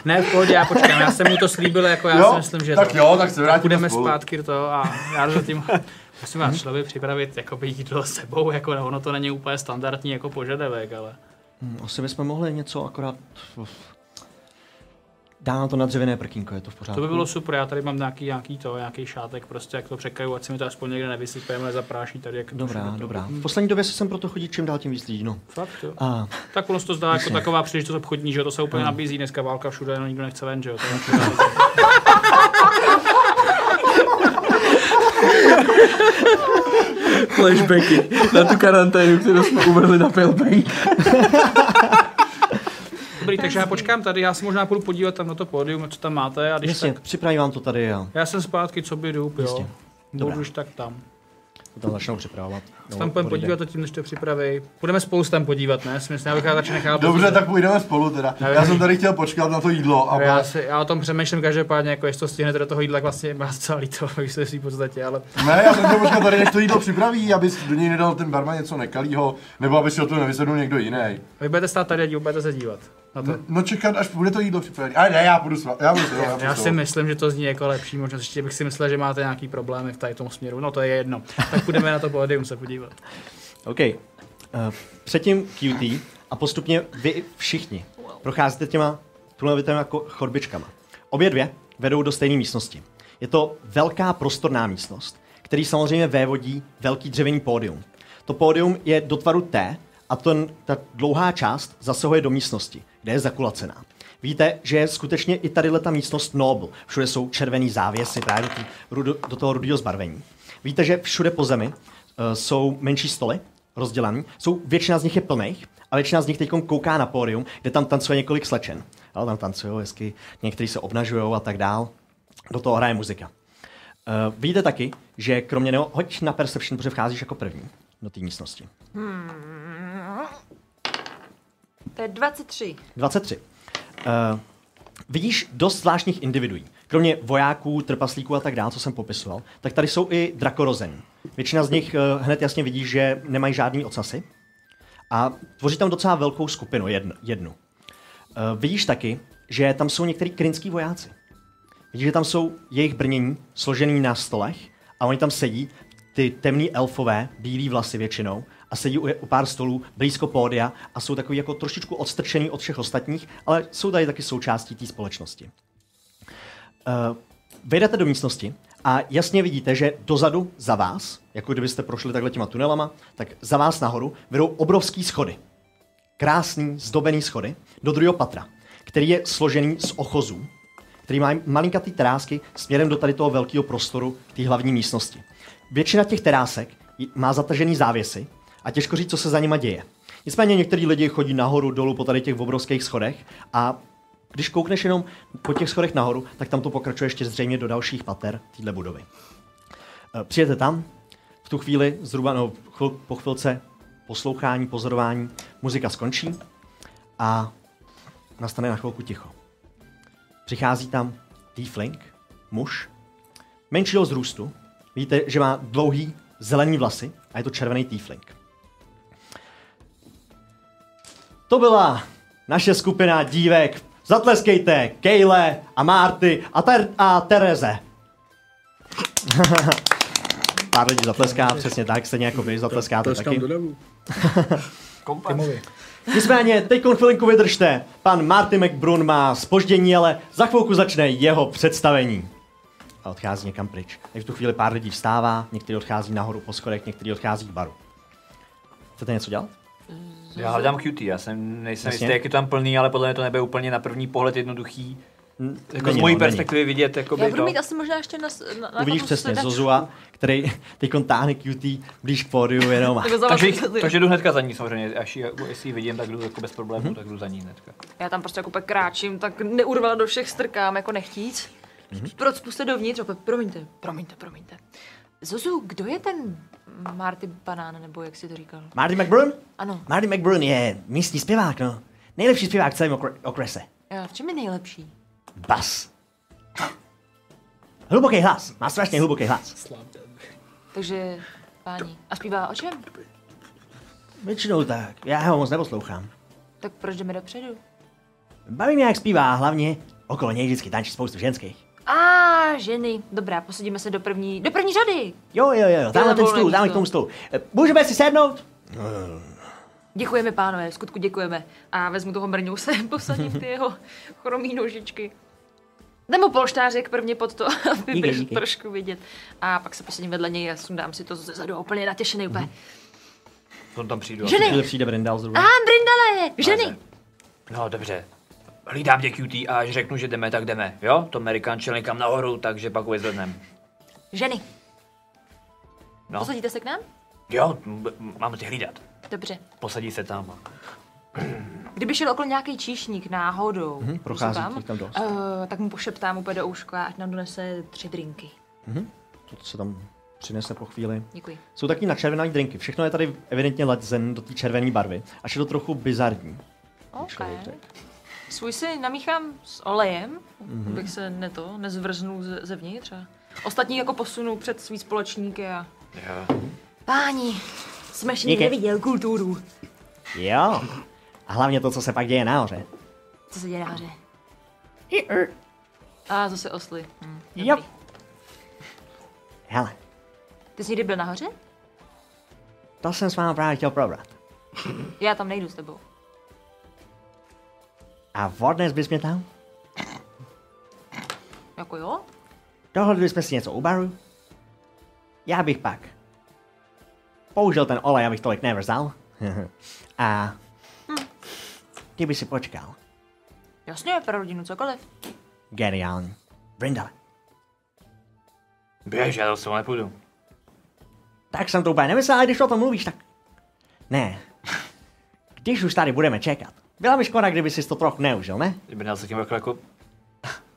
Ne, v pohodě, já počkám, já jsem mu to slíbil, jako já si myslím, že
tak
to.
jo, tak se vrátíme
Půjdeme
spolu.
zpátky do toho a já zatím Musím vás člověk připravit jakoby jídlo s sebou, jako ono to není úplně standardní jako požadavek, ale
Hm, Asi bychom mohli něco akorát... Dám to na dřevěné prkínko, je to v pořádku.
to by bylo super, já tady mám nějaký, nějaký to, nějaký šátek prostě, jak to překaju, ať si mi to aspoň někde nevysypeme, nezapráší tady, jak
Dobrá, dobrá. V poslední době se sem proto chodí čím dál tím víc lidí, no.
Fakt, jo.
A
Tak ono se to zdá jako taková příležitost obchodní, že jo, to se úplně nabízí, dneska válka všude, no nikdo nechce ven, že jo. to je-
Flashbacky na tu karanténu, kterou jsme uvrhli na Pillbank.
Dobrý, takže já počkám tady, já se možná půjdu podívat tam na to pódium, co tam máte a když
jasně,
tak,
připravím vám to tady a
já jsem zpátky, co by jdu,
Jistě.
jo. Budu
Dobrá.
už tak tam.
to tam začnou připravovat. No,
Tam půjdeme
odejde.
podívat, to tím, než to připraví. Půjdeme spolu se tam podívat, ne? Smysl, já bych já radši nechal.
Dobře, tak půjdeme spolu teda. Já jsem tady chtěl počkat na to jídlo a
Já, se, já o tom přemýšlím každopádně, jako jestli to stihnete do toho jídla, tak vlastně má docela líto, když se v podstatě, ale
Ne, já jsem chtěl počkat tady, než to jídlo připraví, aby do něj nedal ten barman něco nekalýho, nebo aby si o to nevysedl někdo jiný.
vy budete stát tady a dí- budete se dívat na to.
No čekat, až bude to jídlo připravené. Ale ne, já půjdu s vámi. Já, půjdu s vámi, já,
Já
půjdu s
si
vámi.
myslím, že to zní jako lepší možnost. Ještě bych si myslel, že máte nějaký problémy v tady tom směru. No to je jedno. Tak půjdeme na to pódium se podívat.
OK. Eh, Předtím QT a postupně vy všichni procházíte těma tulovitými jako chodbičkama. Obě dvě vedou do stejné místnosti. Je to velká prostorná místnost, který samozřejmě vévodí velký dřevěný pódium. To pódium je do tvaru T a ten, ta dlouhá část zasahuje do místnosti, kde je zakulacená. Víte, že je skutečně i tady ta místnost Noble. Všude jsou červený závěsy právě do, tý, rudo, do toho rudého zbarvení. Víte, že všude po zemi eh, jsou menší stoly, rozdělaný. Jsou, většina z nich je plných a většina z nich teď kouká na pódium, kde tam tancuje několik slečen. Ale tam tancují hezky, někteří se obnažují a tak dál. Do toho hraje muzika. Uh, víte taky, že kromě něho, hoď na Perception, protože vcházíš jako první do té místnosti.
To je 23.
23. Uh, vidíš dost zvláštních individuí. Kromě vojáků, trpaslíků a tak dále, co jsem popisoval, tak tady jsou i drakorození. Většina z nich uh, hned jasně vidíš, že nemají žádný ocasy a tvoří tam docela velkou skupinu, jednu. jednu. Uh, vidíš taky, že tam jsou některý krynský vojáci. Vidíš, že tam jsou jejich brnění složený na stolech a oni tam sedí, ty temní elfové, bílí vlasy většinou, a sedí u, u pár stolů blízko pódia a jsou takový jako trošičku odstrčený od všech ostatních, ale jsou tady taky součástí té společnosti. Uh, vejdete do místnosti a jasně vidíte, že dozadu za vás, jako kdybyste prošli takhle těma tunelama, tak za vás nahoru vedou obrovský schody krásný, zdobený schody do druhého patra, který je složený z ochozů, který má malinkatý terásky směrem do tady toho velkého prostoru, té hlavní místnosti. Většina těch terásek j- má zatažený závěsy a těžko říct, co se za nima děje. Nicméně některý lidi chodí nahoru, dolů po tady těch obrovských schodech a když koukneš jenom po těch schodech nahoru, tak tam to pokračuje ještě zřejmě do dalších pater téhle budovy. Eh, Přijete tam, v tu chvíli, zhruba no, chvil, po chvilce poslouchání, pozorování, muzika skončí a nastane na chvilku ticho. Přichází tam tiefling, muž, menšího zrůstu. Víte, že má dlouhý zelený vlasy a je to červený tiefling. To byla naše skupina dívek. Zatleskejte Kejle a Marty a, ter- a Tereze. Pár lidí zatleská, přesně tak, stejně jako vy zatleskáte taky.
davu.
Kompas.
Nicméně, teď chvilinku vydržte. Pan Marty McBrun má spoždění, ale za chvilku začne jeho představení. A odchází někam pryč. Tak v tu chvíli pár lidí vstává, někteří odchází nahoru po schodech, někteří odchází k baru. Chcete něco dělat?
Já hledám QT, já jsem nejsem
Jasně.
jistý, jak je tam plný, ale podle mě to nebude úplně na první pohled jednoduchý. Jako z
není,
mojí
no, není.
perspektivy vidět, jako
Já
by
budu
to...
mít asi možná ještě na, s- na, na
Uvidíš
na-
přesně
na-
Zozua, který teď táhne QT blíž k pódiu jenom.
Jako za
Takže,
vás-
takže jdu hnedka za ní samozřejmě, až ji, jestli ji vidím, tak jdu jako bez problémů, tak jdu za ní hnedka.
Já tam prostě jako pak kráčím, tak neurvala do všech strkám, jako nechtít. Proč puste dovnitř? Opět, promiňte, promiňte, promiňte. Zuzu, kdo je ten Marty Banán, nebo jak jsi to říkal?
Marty McBrun?
Ano,
Marty McBrun je místní zpěvák, no. Nejlepší zpěvák v celém okre- okrese.
já, v čem je nejlepší?
Bas. Hluboký hlas, má strašně hluboký hlas.
Takže, páni, a zpívá o čem?
Většinou tak. Já ho moc neposlouchám.
Tak proč jdeme dopředu?
Baví mě, jak zpívá, a hlavně okolo něj vždycky tančí spoustu ženských.
A ženy. Dobrá, posadíme se do první, do první řady.
Jo, jo, jo, dáme ten stůl, dáme k tomu stůl. Eh, Můžeme si sednout?
Děkujeme, pánové, v skutku děkujeme. A vezmu toho mrňouse, posadím ty jeho chromý nožičky. Dám mu polštářek prvně pod to, aby
Díky,
byl
díky.
trošku vidět. A pak se posadím vedle něj a sundám si to ze zadu úplně natěšený
Mhm.
úplně.
On tam přijdu.
Ženy!
Chvíli přijde Brendal zrovna.
A Brindale, ženy!
No, dobře. Hlídám tě QT a až řeknu, že jdeme, tak jdeme. Jo? To Amerikán šel někam nahoru, takže pak vyzvednem.
Ženy,
No,
posadíte se k nám?
jo, m- m- mám tě hlídat.
Dobře.
Posadí se tam.
Kdyby šel okolo nějaký číšník náhodou, mm-hmm,
Mhm, prochází těch tam dost.
Uh, tak mu pošeptám úplně do ouška, ať nám donese tři drinky.
To se tam přinese po chvíli.
Děkuji.
Jsou taky načervené drinky. Všechno je tady evidentně ledzen do té červené barvy. Až je to trochu bizarní.
Okay.
Člověk.
Svůj si namíchám s olejem, mm-hmm. abych se ne to, nezvrznul ze, zevnitř. A ostatní jako posunu před svý společníky a...
Jo.
Páni, jsme
Díky.
ještě neviděl kulturu.
Jo. A hlavně to, co se pak děje nahoře.
Co se děje nahoře? A zase osly. Hm, dobrý.
Jo. Hele,
Ty jsi někdy byl nahoře?
to jsem s vámi právě chtěl probrat.
Já tam nejdu s tebou.
A odnes bys mě tam?
Jako jo?
Dohodli jsme si něco u baru. Já bych pak použil ten olej, abych tolik nevrzal. A ty by si počkal.
Jasně, pro rodinu cokoliv.
Geniální. Brindale.
Běž, já to s tebou nepůjdu.
Tak jsem to úplně nemyslel, ale když o tom mluvíš, tak... Ne. Když už tady budeme čekat. Byla by škoda, kdyby si to trochu neužil, ne?
Kdyby nás se tím jako, jako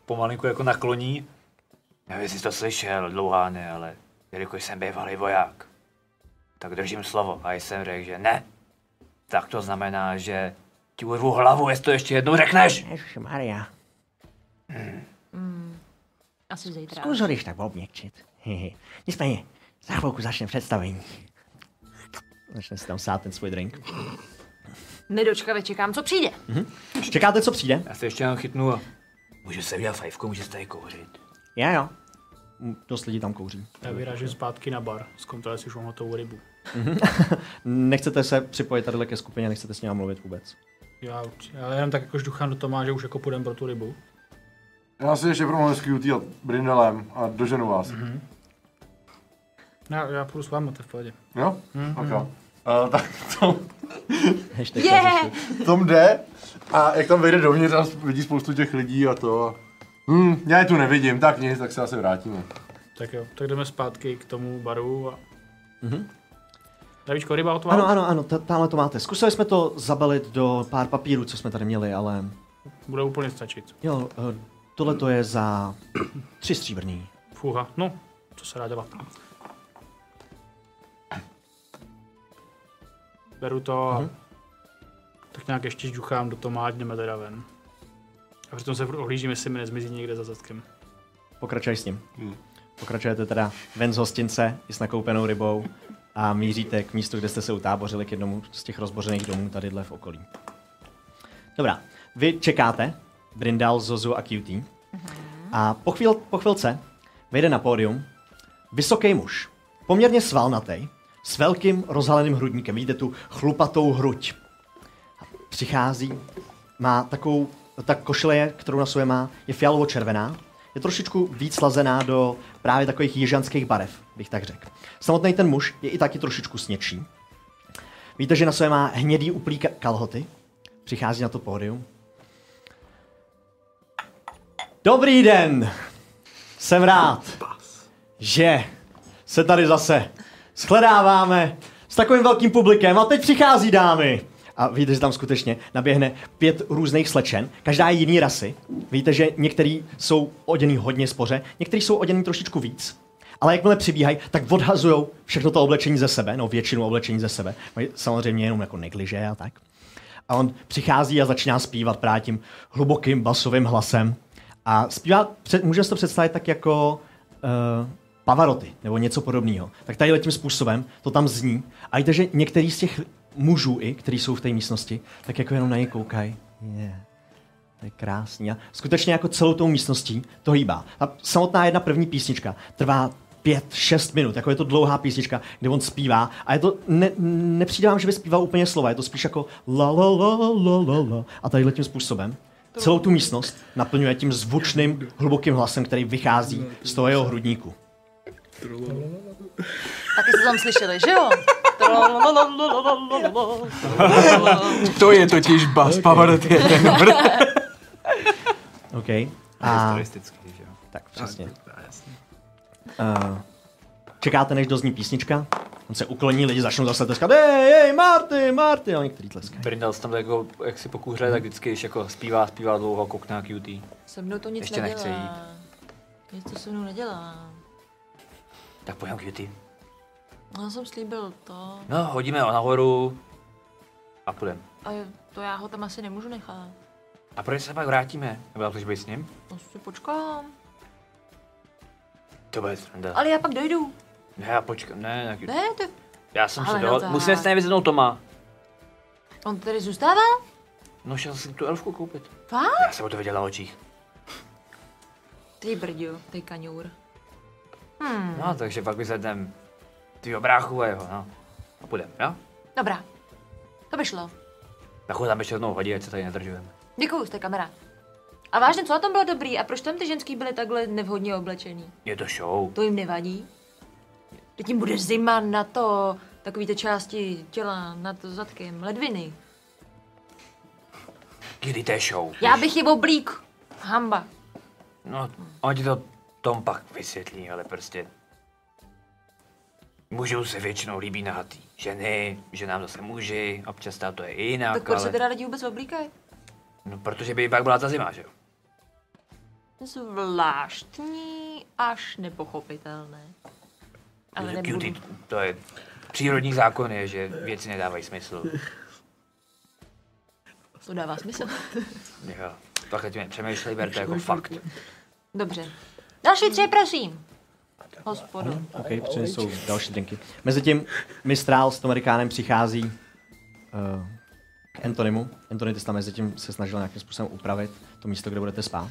pomalinku jako nakloní. Nevím, jestli jsi to slyšel, dlouháne, ale jelikož jsem bývalý voják, tak držím slovo. A jsem řekl, že ne, tak to znamená, že ti urvu hlavu, jestli to ještě jednou řekneš.
Ježišmarja.
Asi zítra.
Zkus ho když tak obměkčit. Hehe. Nicméně, za chvilku začne představení. Začne si tam sát ten svůj drink.
Nedočkavě čekám, co přijde.
Čekáte, co přijde?
Já se ještě jenom chytnu a můžu se udělat fajfku, můžu se tady kouřit.
Já jo. Mm, Dost lidí tam kouří.
Já vyrážím zpátky na bar, zkontroluji si šumotovou rybu.
Nechcete se připojit tady ke skupině, nechcete s ním mluvit vůbec.
Já, určitě- já jenom tak jakož duchám do Tomáše, že už jako půjdem pro tu rybu.
Já si ještě promluvím s QT a Brindelem a doženu vás.
Mhm.
Mm-hmm.
Já, já půjdu s vámi, to je v pohodě.
Jo?
Mhm.
Mm-hmm. Okay. Uh, tak to,
Hashtag
Je!
tom jde a jak tam vejde dovnitř a vidí spoustu těch lidí a to. a- Hm, já je tu nevidím, tak nic, tak se asi vrátíme.
Tak jo, tak jdeme zpátky k tomu baru a... Mhm. Davíčko, ryba od
Ano,
vás?
ano, ano, t- tamhle to máte. Zkusili jsme to zabalit do pár papírů, co jsme tady měli, ale
Bude úplně stačit.
jo, eh, tohle to je za tři stříbrný.
Fuha, no, co se dá dělat. Beru to
Mhm.
a tak nějak ještě žduchám do toho a jdeme teda ven. A přitom se furt ohlížím, jestli mi nezmizí někde za zadkem.
Pokračuj s ním. Pokračujete teda ven z hostince i s nakoupenou rybou a míříte k místu, kde jste se utábořili k jednomu z těch rozbořených domů tadyhle v okolí. Dobrá, vy čekáte, Brindal, Zozu a QT. A po, chvíl, po chvilce vejde na pódium vysoký muž, poměrně svalnatý, s velkým rozhaleným hrudníkem. Vidíte tu chlupatou hruď. Přichází, má takovou, ta košile, kterou na sobě má, je fialovo-červená, je trošičku víc slazená do právě takových jižanských barev, bych tak řekl. Samotný ten muž je i taky trošičku sněčí. Víte, že na sobě má hnědý uplý ka- kalhoty, přichází na to pódium. Dobrý den! Jsem rád, že se tady zase shledáváme s takovým velkým publikem a teď přichází dámy. A vidíte, že tam skutečně naběhne pět různých slečen, každá je jiný rasy. Víte, že některý jsou oděný hodně spoře, některý jsou oděný trošičku víc. Ale jakmile přibíhají, tak odhazují všechno to oblečení ze sebe, no většinu oblečení ze sebe. Mají samozřejmě jenom jako negliže a tak. A on přichází a začíná zpívat právě tím hlubokým basovým hlasem. A zpívá, před, můžeme si to představit tak jako uh, Pavaroty nebo něco podobného. Tak tady tím způsobem to tam zní. A víte, že některý z těch mužů, i, kteří jsou v té místnosti, tak jako jenom na něj koukají. Yeah. To je krásný. A skutečně jako celou tou místností to hýbá. A samotná jedna první písnička trvá pět, šest minut, jako je to dlouhá písnička, kde on zpívá a je to, ne, nepřijde vám, že by zpíval úplně slova, je to spíš jako la la la la la la a tadyhle tím způsobem. Celou tu místnost naplňuje tím zvučným, hlubokým hlasem, který vychází z toho jeho hrudníku.
Taky jste tam slyšeli, že jo? Trololololololololol.
To je totiž bas okay. Pavarotti.
OK. A
Historistický, že jo.
tak přesně. Uh, čekáte, než dozní písnička? On se ukloní, lidi začnou zase tleskat. Hej, hej, Marty, Marty! A některý tleskají.
Brindal tam jako, jak si pokůře, tak vždycky, když jako zpívá, zpívá dlouho, koukne na QT.
Se mnou to nic
Ještě
nedělá.
nechce
Nic to se mnou nedělá.
Tak pojďme QT.
Já jsem slíbil to.
No, hodíme ho nahoru a půjdeme.
A je- to já ho tam asi nemůžu nechat.
A proč se pak vrátíme? Nebo já to, že být s ním?
Prostě počkám.
To bude sranda.
Ale já pak dojdu.
Ne, já počkám, ne, ne, QT.
Ne, to je-
Já jsem se
Ale no
dohodl.
tak.
Musíme si najít jednou Toma.
on tady zůstává?
No, šel jsem tu elfku koupit.
Fakt?
Já jsem ho to viděl na očích.
Ty brďo, ty kaňour. Hmm.
No, takže pak vyzvedneme tvýho bráchu a jeho, no. A půjdeme, jo?
Dobrá. To by šlo.
Tak ho tam ještě jednou hodí, ať se tady nedržujeme.
Děkuju, jste kamarád. A vážně, co na tom bylo dobrý? A proč tam ty ženský byly takhle nevhodně oblečený?
Je to show.
To jim nevadí? Teď jim bude zima na to, takový ty části těla nad zadkem, ledviny.
Kdy to je show.
Já bych je oblík. Hamba.
No, on ti to Tom pak vysvětlí, ale prostě... Mužům se většinou líbí nahatý ženy, že nám zase muži, občas tam to je i jinak,
Tak proč se
ale...
teda lidi vůbec oblíkají?
No, protože by pak byla ta zima, že jo?
Zvláštní až nepochopitelné. Ale
Že
nebudu.
cutie, to je... Přírodní zákon je, že věci nedávají smysl.
To dává smysl.
Jo. Takhle tím přemýšlej, ber to jako fakt.
Dobře. Další tři, prosím. Hospodu.
OK, přinesou další drinky. Mezitím Mistral s tom Rikánem přichází uh, k Antonimu. Antony, ty jsi tam mezitím se snažil nějakým způsobem upravit to místo, kde budete spát.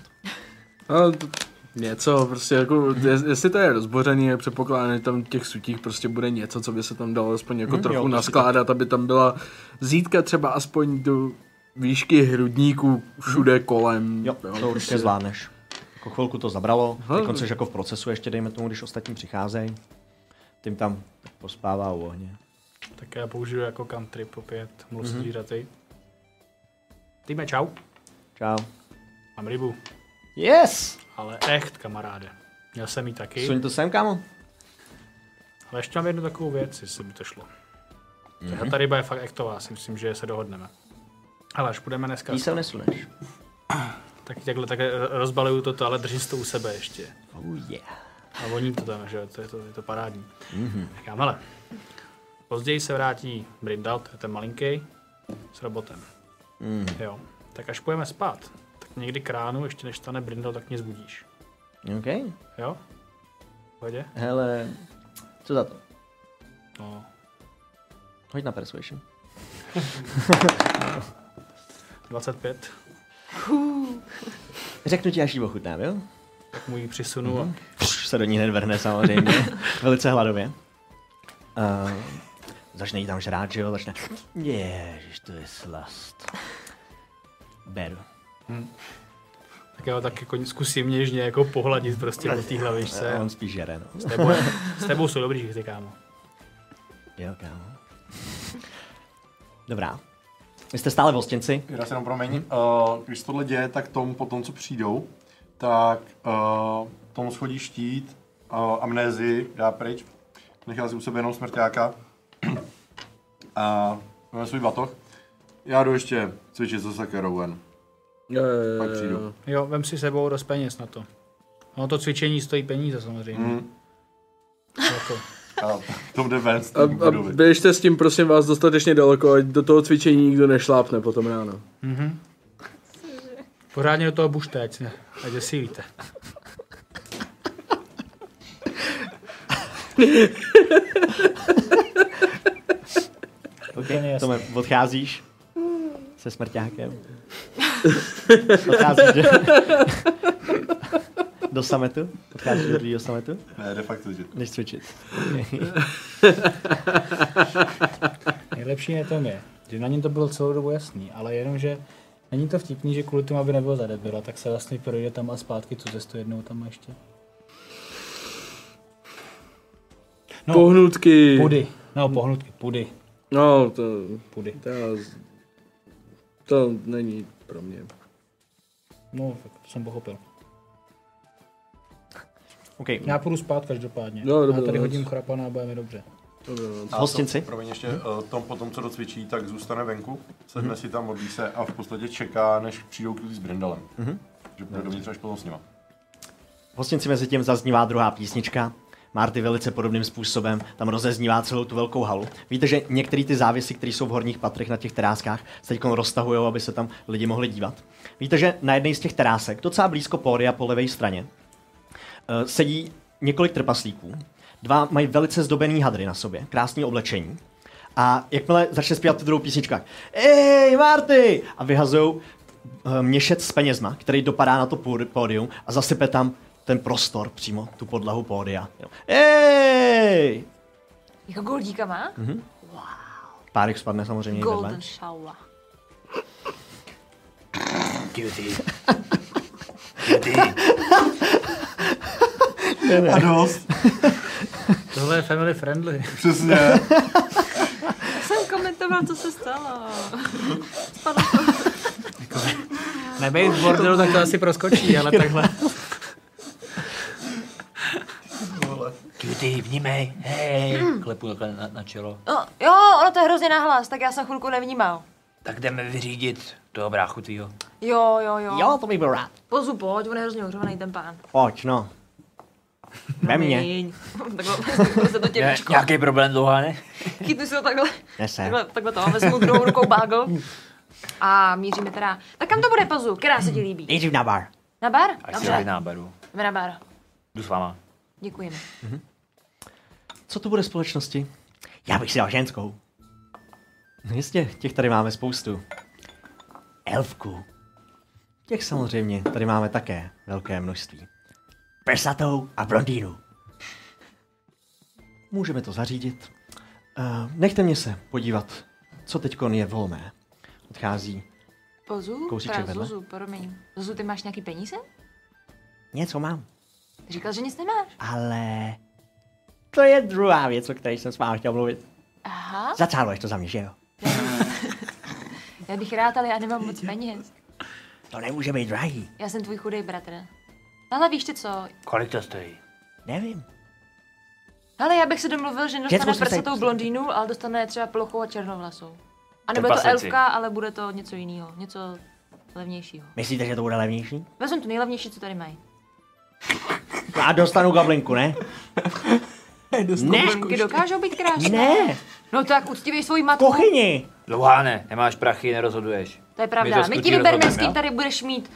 No, to, něco, prostě jako, je- jestli to je rozbořený, je předpokládám, že tam v těch sutích prostě bude něco, co by se tam dalo aspoň jako
Mhm,
mm,
jo,
trochu
prostě
naskládat, aby tam byla zítka třeba aspoň do výšky hrudníku všude kolem.
Jo, to určitě zvládneš. Jako chvilku to zabralo,
Aha.
dokonce jako v procesu ještě, dejme tomu, když ostatní přicházejí. Tím tam pospává u ohně.
Tak já použiju jako country popět, mluv mm-hmm. zvířaty. Týme, čau.
Čau.
Mám rybu,
Yes!
ale echt, kamaráde. Měl jsem ji taky,
Suň to sem, kámo.
ale ještě mám jednu takovou věc, jestli by to šlo. Mm-hmm. Ta ryba je fakt ektová, si myslím, že se dohodneme. Ale až budeme dneska,
Jí sem nesuneš.
tak takhle, takhle eh, rozbaluju toto, ale držím si to u sebe ještě.
Oh yeah.
A voní to tam, že jo, to je to, je to parádní. Mm-hmm. Tak já, hele, později se vrátí Brindal, to je ten malinký, s robotem. Mm. Jo, tak až půjdeme spát, tak někdy k ránu, ještě než stane Brindal, tak mě zbudíš.
OK.
Jo? V Pohodě?
Hele, co za to?
No.
Hoď na persuasion.
25,
Řeknu ti, až ji ochutnám, jo?
tak mu ji přisunu
Mhm.
mm-hmm. a
Pš, se do ní hned vrhne samozřejmě. Velice hladově. Uh, začne jí tam žrát, že jo? Začne... Ježiš, to je slast. Beru.
tak já ho tak jako zkusím něžně jako pohladit prostě po té
A
hlavičce.
on spíš žere, no.
S tebou, s tebou jsou dobrý žichty, kámo.
Jo, kámo. Dobrá. Vy jste stále v hostinci?
Já se jenom promiň. Uh, když tohle děje, tak Tom po tom, co přijdou, tak uh, Tom schodí štít, uh, amnézii dá pryč, nechá si u sebe jenom smrťáka a vezme svůj batoh. Já jdu ještě cvičit se Sakerou ven. Pak přijdu.
Jo, vem si sebou dost peněz na to. Ono to cvičení stojí peníze samozřejmě. Mm. Jako,
A Tom jde ven z té
A, a
budovy.
běžte s tím, prosím vás, dostatečně daleko, ať do toho cvičení nikdo nešlápne potom ráno.
pořádně do toho bušte, ať, se- ať zesílíte.
Okay. Tome, odcházíš se smrťákem. Odcházíš do... do sametu? Odcházíš do druhého sametu?
Ne, de facto, že
Než cvičit.
Nejlepší na tom je, že na něm to bylo celou dobu jasný, ale jenom, že není to vtipný, že kvůli tomu, aby nebyl za debila, tak se vlastně projde tam a zpátky tu cestu jednou tam ještě. No.
Pohnutky.
Pudy. No, pohnutky, pudy,
No, to,
pudy.
to, já z- to není pro mě.
No, tak jsem pochopil.
OK.
Já půjdu spát každopádně.
No, dobrou
Já tady
noc.
hodím chrapana a bude mi dobře.
A
Hostinci?
To, promiň, ještě eh, tom potom, co docvičí, tak zůstane venku, sedne si tam, modlí se a v podstatě čeká, než přijdou kluci s Brindalem. Že půjde dovnitř až potom s nima.
V hostinci mezi tím zaznívá druhá písnička. Marty velice podobným způsobem tam rozeznívá celou tu velkou halu. Víte, že některé ty závěsy, které jsou v horních patrech na těch teráskách, se teď roztahují, aby se tam lidi mohli dívat. Víte, že na jedné z těch terásek, docela blízko pódia po levé straně, eh, sedí několik trpaslíků. Dva mají velice zdobený hadry na sobě, krásné oblečení. A jakmile začne zpívat tu druhou písničku, tak Ej, Marty! A vyhazují eh, měšec s penězma, který dopadá na to pód- pódium a zasype tam ten prostor přímo, tu podlahu pódia. Jo. Ej!
Jako goldíka má?
Párek spadne samozřejmě i vedle.
Golden shower.
A dost,
Tohle je family friendly.
přesně.
Tak jsem komentoval, co se stalo.
Nebejt v bordelu, tak to asi proskočí, ale takhle.
Cutie, vnímej, hej.
Hmm.
Klepu takhle na, na čelo.
No, jo, ono to je hrozně nahlas, tak já jsem chvilku nevnímal.
Tak jdeme vyřídit toho bráchu tvýho.
Jo, jo, jo.
Jo, to bych byl rád.
Pozu, pojď, on je hrozně ohřovaný ten pán.
Pojď, no. Ve mně.
Promiň. takhle, takhle se to těličko.
Nějaký problém dlouhá, ne?
Chytnu si ho takhle.
Nese.
Takhle, takhle to, vezmu druhou rukou bagl. A míříme teda. Tak kam to bude pozu? Která se ti líbí?
Nejdřív na bar.
Na bar?
Až si
Dobře,
dáme nábaru.
jdeme na bar.
Jdu s váma.
Děkujeme.
Co to bude společnosti? Já bych si dal ženskou. No jistě, těch tady máme spoustu. Elfku. Těch samozřejmě tady máme také velké množství. Prsatou a blondýnu. Můžeme to zařídit. Uh, nechte mě se podívat, co teď je volné. Odchází.
Pozu?
Kousíček
teda
vedle.
Zuzu, promiň. Zuzu, ty máš nějaký peníze?
Něco mám,
Ty říkal, že nic nemáš.
ale... To je druhá věc, o které jsem s vámi chtěl mluvit.
Aha,
Zacáluješ to za mě, že jo?
já bych rád, ale já nemám moc peněz.
To nemůže být drahý.
Já jsem tvůj chudej bratr. Ale víš ty co?
Kolik to stojí?
Nevím.
Ale já bych se domluvil, že
Děcku,
dostane
se tady-
prsatou blondýnu, ale dostane třeba plochou a černou vlasou. A nebude to
Trpaslíci.
elfka, ale bude to něco jiného, něco levnějšího.
Myslíte, že to bude levnější?
Vezmu tu nejlevnější, co tady mají.
No a dostanu goblinku, ne? ne,
Ty dokážou být krásné.
ne,
No tak uctívej svoji matku.
kuchyni.
Dlouháne, nemáš prachy, nerozhoduješ.
To je
My
pravda. My,
to
ti
skutí
vybereme,
rozhodneme,
s kým
jo?
tady budeš mít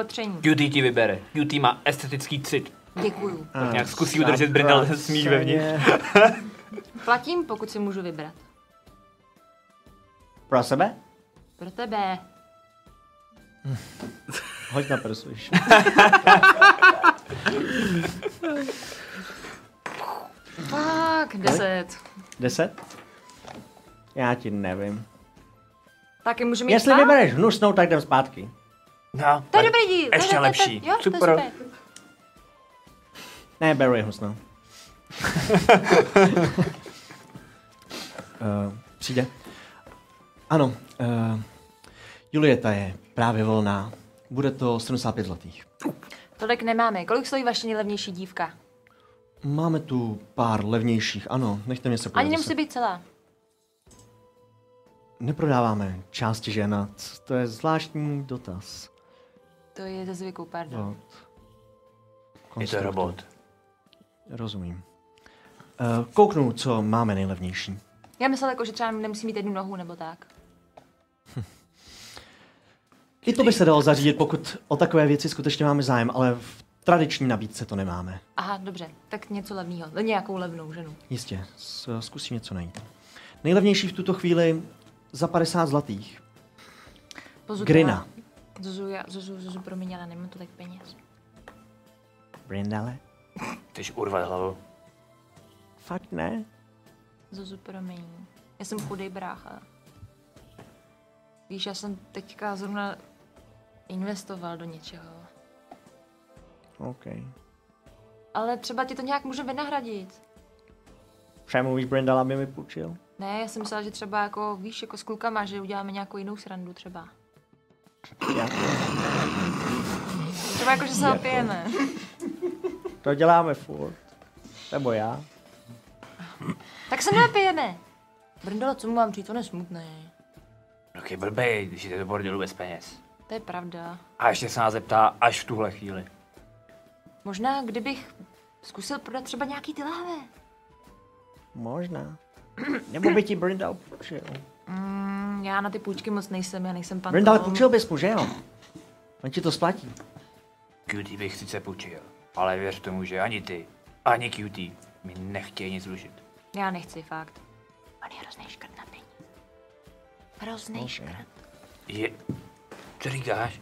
uh, tření.
Cutie ti vybere. Cutie má estetický cit.
Děkuju.
Tak nějak zkusí udržet brindal ten smích vevnitř.
Platím, pokud si můžu vybrat.
Pro sebe?
Pro tebe.
Hoď na prsu, víš.
Tak, deset.
Deset? Já ti nevím.
Taky můžu mít
Jestli
dva?
vybereš hnusnou, tak jdem zpátky.
No,
To je dobrý díl. to je- to
Ještě
je- to je-
lepší.
Jo, super. To je super.
Ne, beru je hnusnou. uh, přijde. Ano, uh, Julieta je právě volná. Bude to 75 zlatých.
Tolik nemáme. Kolik stojí vaše nejlevnější dívka?
Máme tu pár levnějších, ano, nechte mě se podívat
Ani
zase.
nemusí být celá.
Neprodáváme části žena, c- to je zvláštní dotaz.
To je ze zvyku, pardon.
No.
Od
Je to
konstruktu.
robot.
Rozumím. Eh, Kouknu, co máme nejlevnější.
Já myslela jako, že třeba nemusí mít jednu nohu nebo tak.
I to by se dalo zařídit, pokud o takové věci skutečně máme zájem, ale v tradiční nabídce to nemáme.
Aha, dobře. Tak něco levného. Nějakou levnou ženu.
Jistě, s- zkusím něco najít. Nejlevnější v tuto chvíli za 50 zlatých.
Pozu,
Grina.
Zuzu, já, Zuzu, Zuzu, promiň, ale nemám tolik peněz.
Brindale?
Tyž urve hlavu.
Fakt ne?
Zuzu, promiň. Já jsem chudej brácha. Víš, já jsem teďka zrovna investoval do něčeho.
OK.
Ale třeba ti to nějak může vynahradit.
Přemluvíš Brindala, aby mi půjčil?
Ne, já jsem myslela, že třeba jako, víš, jako s klukama, že uděláme nějakou jinou srandu třeba.
Já.
Třeba jako, že se opijeme.
To děláme furt. Nebo já.
Tak se napijeme. Brndolo, co mu mám říct, on je smutný.
Jaký blbej, když jde do bordelu bez peněz.
To je pravda.
A ještě se nás zeptá až v tuhle chvíli.
Možná, kdybych zkusil prodat třeba nějaký ty láhve.
Možná. Nebo by ti Brindal půjčil.
Mm, já na ty půjčky moc nejsem, já nejsem pan
Brindale,
Tom.
půjčil bys mu, že jo? On ti to splatí.
Cutie bych sice půjčil, ale věř tomu, že ani ty, ani Cutie mi nechtějí nic dlužit.
Já nechci, fakt. On je hrozný škrt na peníze. Hrozný okay. škrt.
Je... Co říkáš?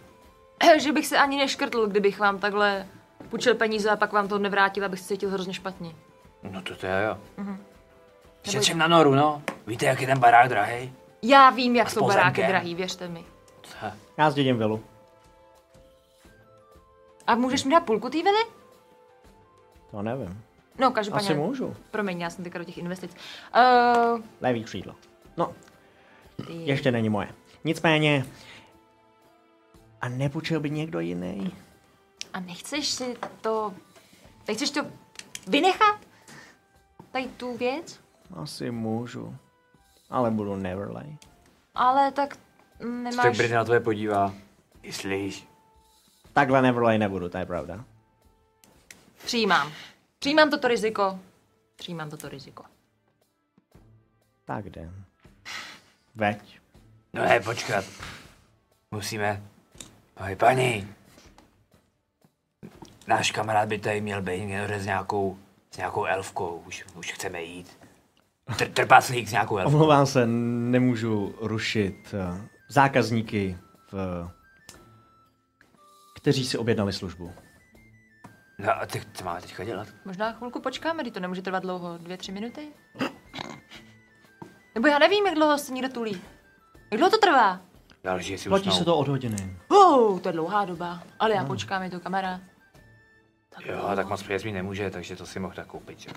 Eh, že bych se ani neškrtl, kdybych vám takhle půjčil peníze a pak vám to nevrátil, abych se cítil hrozně špatně.
No to to je jo. Mm-hmm. Šetřím na noru, no. Víte, jak je ten barák drahý?
Já vím, jak
A s
jsou baráky
pozemkem.
drahý, věřte mi.
Já zdědím vilu.
A můžeš mi dát půlku té vily?
To nevím.
No, každopádně.
Asi můžu.
Promiň, já jsem teďka do těch investic. Uh,
Levý křídlo. No,
ty...
ještě není moje. Nicméně... A nepůjčil by někdo jiný?
A nechceš si to... Nechceš to vynechat? Tady tu věc?
Asi můžu. Ale budu Neverlay.
Ale tak mm,
Máš... Tak
nemáš...
Brita na tebe podívá. Myslíš?
Takhle Neverlay nebudu, to je pravda.
Přijímám. Přijímám toto riziko. Přijímám toto riziko.
Tak jdem. Veď.
No ne, počkat. Musíme. Ahoj, paní. Náš kamarád by tady měl být někde s nějakou, s nějakou elfkou. Už, už chceme jít. Tr- trpaslík s nějakou elfkou.
Omlouvám se, nemůžu rušit eh, zákazníky, v, kteří si objednali službu.
No a ty, co máme teďka dělat?
Možná chvilku počkáme, kdy to nemůže trvat dlouho. Dvě, tři minuty? Nebo já nevím, jak dlouho se někdo tulí. Jak dlouho to trvá?
Další si
Platí
usnou.
se to od hodiny.
Oh, to je dlouhá doba. Ale
Hmm.
já počkám, je to kamarád.
Jo, tak moc peněz mít nemůže, takže to si mohl tak koupit. Že?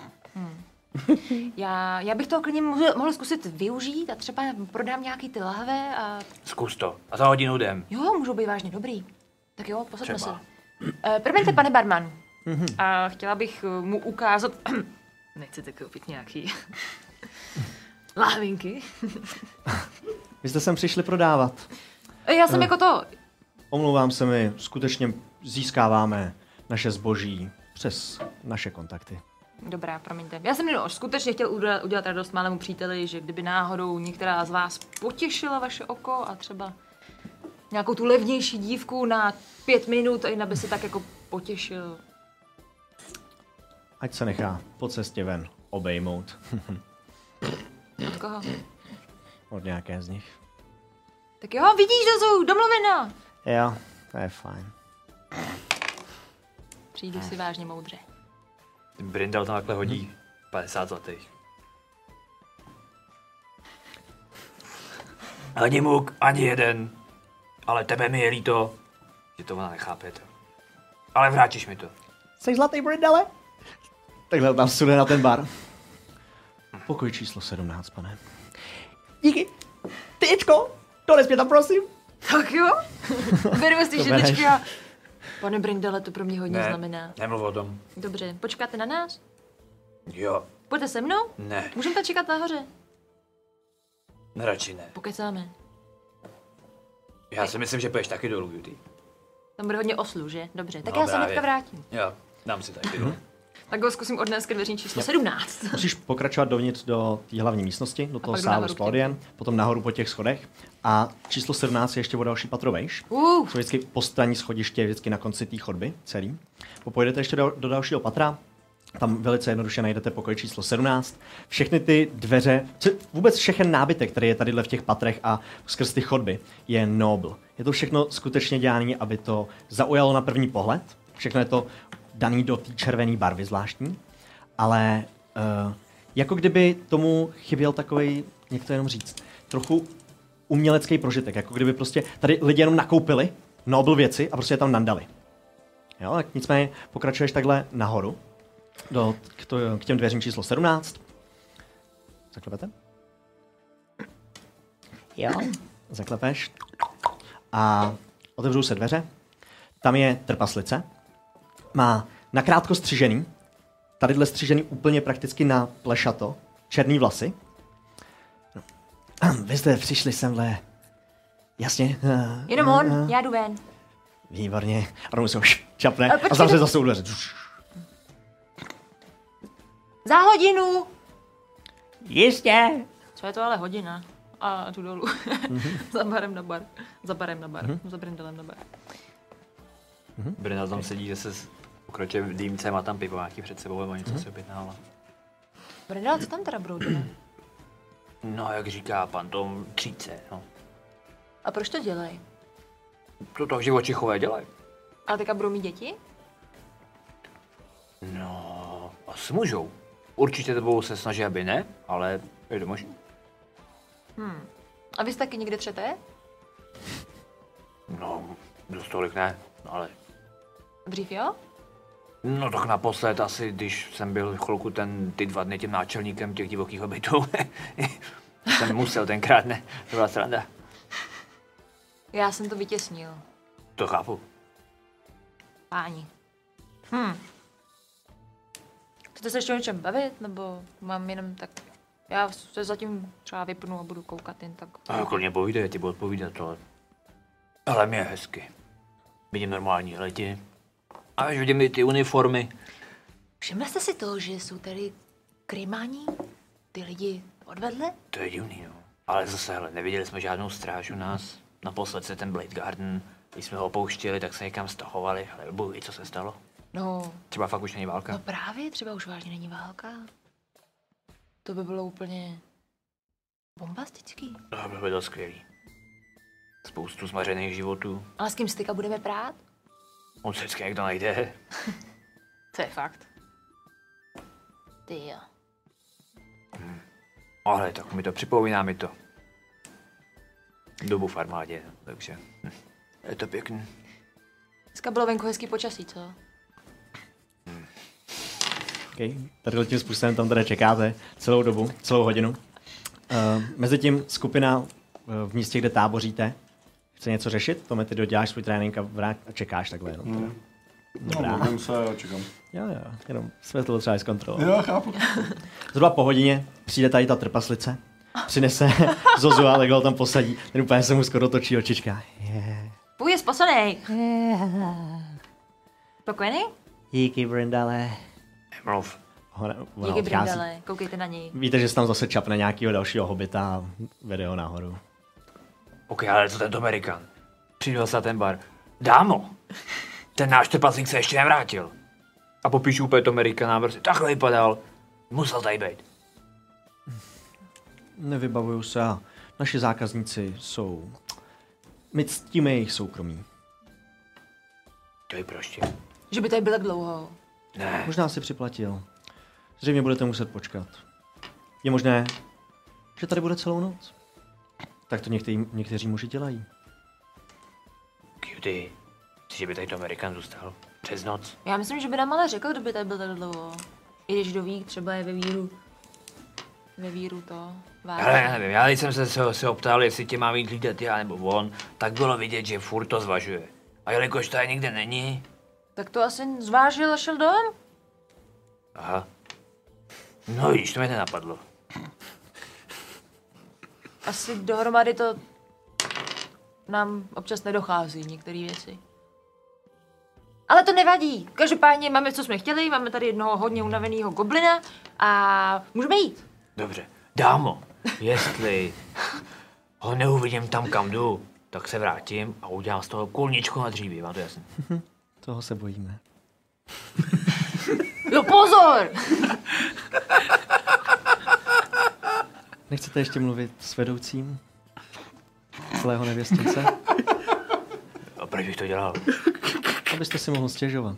Já, já bych to klidně mohl, mohl zkusit využít a třeba prodám nějaký ty lahve a
Zkus to. A za hodinu jdem.
Jo, můžou být vážně dobrý. Tak jo, posaďme se.
Třeba.
E, promiňte, pane barman. A chtěla bych eh, mu ukázat... Nechcete koupit nějaký... Láhvinky?
Vy jste sem přišli prodávat.
E, Já jsem jako to...
Omlouvám se, my skutečně získáváme naše zboží přes naše kontakty.
Dobrá, promiňte. Já jsem jenom skutečně chtěl udělat, udělat radost malému příteli, že kdyby náhodou některá z vás potěšila vaše oko a třeba nějakou tu levnější dívku na pět minut, a jinak by se tak jako potěšil.
Ať se nechá po cestě ven obejmout
Od koho?
od nějaké z nich.
Tak jo, vidíš, Zozu, domluveno!
Jo, to je fajn.
Přijdu si vážně moudře.
Brindal tam takhle
Hmm.
hodí 50 zlatých. Ani muk, ani jeden. Ale tebe mi je líto, že to ona nechápete. Ale vrátíš mi to.
Jsi zlatý brindale? Takhle tam sune na ten bar. Pokoj číslo 17, pane. Díky. Tyčko, dones mě tam prosím.
Tak jo, beru si
To
židličky a... Pane Brindele, to pro mě hodně
Ne.
znamená.
Nemluv o tom.
Dobře, počkáte na nás?
Jo,
Půjdete se mnou?
ne,
Můžeme tam čekat nahoře?
radši ne.
Pokecáme.
Já si myslím, že půjdeš taky dolů, Judy.
Tam bude hodně oslů, že? Dobře, tak
No,
já se
právě.
hnedka vrátím.
Jo, dám si taky dolů.
Tak ho zkusím odnést ke dveřím číslo 17.
Musíš pokračovat dovnitř do té hlavní místnosti, do toho
pak jdu
sálu
nahoru
s
k
Claudiem, potom nahoru po těch schodech a číslo 17 je ještě o další patro vejš.
Uh,
Jsou vždycky postraní schodiště, vždycky na konci té chodby celý. Popojdete ještě do, do dalšího patra, Tam velice jednoduše najdete pokoj číslo 17. Všechny ty dveře, co- vůbec všechen nábytek, který je tady v těch patrech a skrz ty chodby, je nobl. Je to všechno skutečně dělané, aby to zaujalo na první pohled. Všechno je to daný do té červené barvy zvláštní. Ale uh, jako kdyby tomu chyběl takový, jak to jenom říct, trochu umělecký prožitek. Jako kdyby prostě tady lidi jenom nakoupili nobl věci a prostě je tam nandali. Jo, tak nicméně pokračuješ takhle nahoru do, k, to, k těm dveřím číslo 17. Zaklepete?
Jo.
Zaklepeš. A otevřou se dveře. Tam je trpaslice. Má nakrátko střižený, tadyhle střižený úplně prakticky na plešato, černý vlasy. No. Vy jste přišli semhle. Jasně. eh,
Jenom
Mhm.
on, já jdu ven.
Výborně. A rovnou se ho šup, čapne
A
a
počkej, no.
zavře
tak-
zase u dveře.
Za hodinu!
Jistě.
Co je to ale hodina? A jdu dolů.
Mhm.
za barem na bar. Za barem na bar. Za brindelem na bar.
Brina tam sedí, že se s- pokračuje v dýmce, má tam pivováky před sebou, nebo něco si objednala.
Brindel, co tam teda broudí?
No, jak říká pan Tom, kříce, no.
A proč to dělají?
To to živočichové dělají.
A teďka budou mít děti?
No, asi můžou. Určitě to budou se snažit, aby ne, ale je to možné.
A vy se taky někde třete?
No, dost tolik ne, ale...
Dřív jo?
No tak naposled asi, když jsem byl chvilku ten, ty dva dny tím náčelníkem těch divokých hobitů. jsem musel tenkrát, ne? To byla sranda.
Já jsem to vytěsnil.
To chápu.
Páni. Hm. Chcete se ještě o něčem bavit? Nebo mám jenom tak... Já se zatím třeba vypnu a budu koukat jen tak.
A klidně povídej, ty budu odpovídat, ale... Ale mě je hezky. Vidím normální lidi. A když vidím i ty uniformy.
Všimli jste si to, že jsou tady krymáni? Ty lidi odvedle?
To je divný, no. Ale zase, hele, neviděli jsme žádnou stráž u nás. Naposled se ten Blade Garden, když jsme ho opouštěli, tak se někam stahovali. Hele, bohu, co se stalo?
No,
Třeba fakt už není
no
válka.
právě, třeba už vážně není válka. To by bylo úplně bombastický.
To by bylo skvělý. Spoustu zmařených životů.
Ale s kým styka budeme prát?
On se vždycky někdo najde.
To je fakt. Ty jo.
Ale tak mi to připomíná mi to. Dobu v armádě, no, takže... hm, Je to pěkný.
Dneska bylo venku hezký počasí, co?
Okay. Tady tím způsobem tam teda čekáte celou dobu, celou hodinu. Uh, Mezitím skupina eh, v místě, kde táboříte, chce něco řešit. Tome, ty doděláš svůj trénink a, vrát, a čekáš takhle jenom. Mm.
No, budem se, čekám.
Jo, jo, jenom jsme to potřebovali zkontrolovat.
Jo, chápu.
Zhruba po hodině přijde tady ta trpaslice, přinese Zozu a Lego tam posadí. Ten úplně se mu skoro točí očička. Yeah.
Půj je spasený. Spokojený?
Díky, Brindale.
Mluv.
Ona, ona
Díky,
odchází.
Brindale. Koukejte na něj.
Víte, že se tam zase čapne nějakého dalšího hobita a vede ho nahoru.
Ok, ale co ten Amerikan? Přijel se na ten bar. Dámo, ten náš trpaslík se ještě nevrátil. A popíšu úplně to Amerikana, prostě takhle vypadal. Musel tady být.
Nevybavuju se a naši zákazníci jsou... My ctíme jejich soukromí.
To je prostě.
Že by tady byl tak dlouho.
Ne,
Možná si připlatil. Zřejmě budete muset počkat. Je možné, že tady bude celou noc. Tak to někteří, někteří muži dělají.
cutie. Chceš, že by tady to Amerikan zůstal? Přes noc?
Já myslím, že by nám ale řekl, kdyby tady byl tak dlouho. I když kdo ví, třeba je ve víru. Ve víru to.
Hele, já
Vážně.
nevím, já když jsem se, se, se optal, jestli tě mám jít hlídat já nebo on, tak bylo vidět, že furt to zvažuje. A jelikož tady nikde není,
Tak to asi zvážil a šel dom?
aha. No již, to mě nenapadlo.
Asi dohromady to nám občas nedochází některé věci. Ale to nevadí. Každopádně máme, co jsme chtěli, máme tady jednoho hodně unaveného goblina a můžeme jít.
Dobře, dámo, jestli ho neuvidím tam, kam jdu, tak se vrátím a udělám z toho kulničku na dříví, mám to jasný.
Toho se bojíme.
Jo, pozor!
Nechcete ještě mluvit s vedoucím celého nevěstince?
A proč bych to dělal?
Abyste si mohl stěžovat.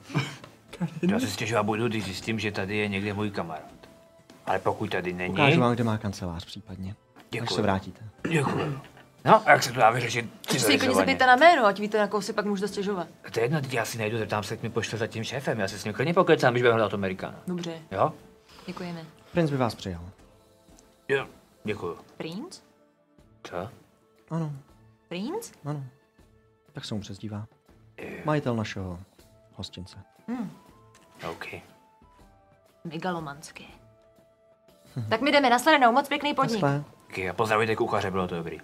Já se stěžovat budu, když zjistím, že tady je někde můj kamarád. Ale pokud tady není,
Ukážu vám, kde má kancelář případně. Až
Děkuji.
se vrátíte.
děkuji. No, a jak se to dá vyřešit
Když jako, se klidně
civilizovaně?
zeptejte na jméno, ať víte, na koho si pak můžete stěžovat.
To je jedno, teď já si najdu, zeptám se, jak mi pošle za tím šéfem, já se s ním klidně pokecám, když budeme hledat Amerikána.
Dobře,
Jo?
děkujeme.
Prince by vás přijal.
Jo. Děkuju.
Prince?
Co?
Ano,
Prince?
ano. Tak se mu přezdívá. Majitel našeho hostince.
OK.
Megalomanské. tak my jdeme, nashledanou, moc pěkný podnik.
Naschle.
OK, a pozdravujte kuchaře, bylo to dobrý.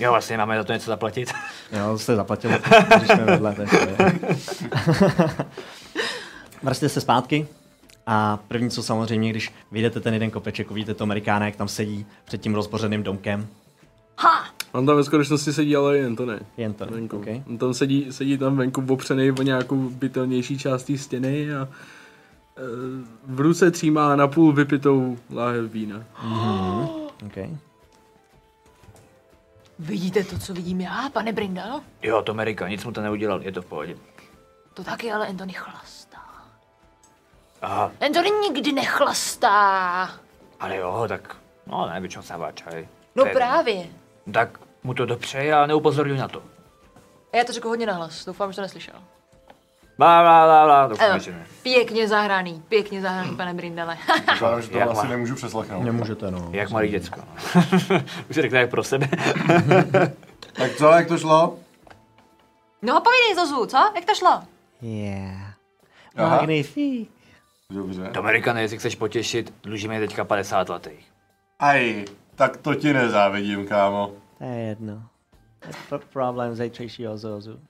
Jo, vlastně máme za to něco zaplatit.
Jo, jste zaplatil, když jsme vedle. tak to je. Vrstíte se zpátky a první, co samozřejmě, když vyjdete ten jeden kopeček, uvidíte to Amerikána, jak tam sedí před tím rozbořeným domkem.
On tam ve skutečnosti sedí, ale jen to ne.
Jen to.
Venku.
Okay.
On tam sedí, sedí tam venku opřený o nějakou bytelnější část té stěny a e, v ruce třímá napůl vypitou láhev vína.
Okay.
Vidíte to, co vidím já, pane Brindalo?
Jo, to Amerika, nic mu to neudělal, je to v pohodě.
To taky ale Anthony chlastá.
Aha,
Anthony nikdy nechlastá.
ale jo, tak, no ne, většinou stává čaj.
No
To je-
právě.
Tak mu to dopřeji a neupozorňuji na to.
A Já to řekl hodně nahlas, doufám, že to neslyšel.
Bla, bla, bla, bla,
Ano.
doufám, že ne.
Pěkně zahraný, pěkně zahraný, pane Brindale.
Vypadám, že to
Jak
asi
má-
nemůžu přeslechnout.
Nemůžete, no.
Jak malý děcko. Už řekne jak pro sebe.
Tak co, jak to šlo?
no povídej Zozu, co? Jak to šlo?
Yeah.
Aha.
Magnifik.
Dobře.
Amerikane, jestli chceš potěšit, dlužíme teďka 50 letých.
Aj, tak to ti nezávidím, kámo.
To je jedno. To je pro- problém zejtřejšího zozu.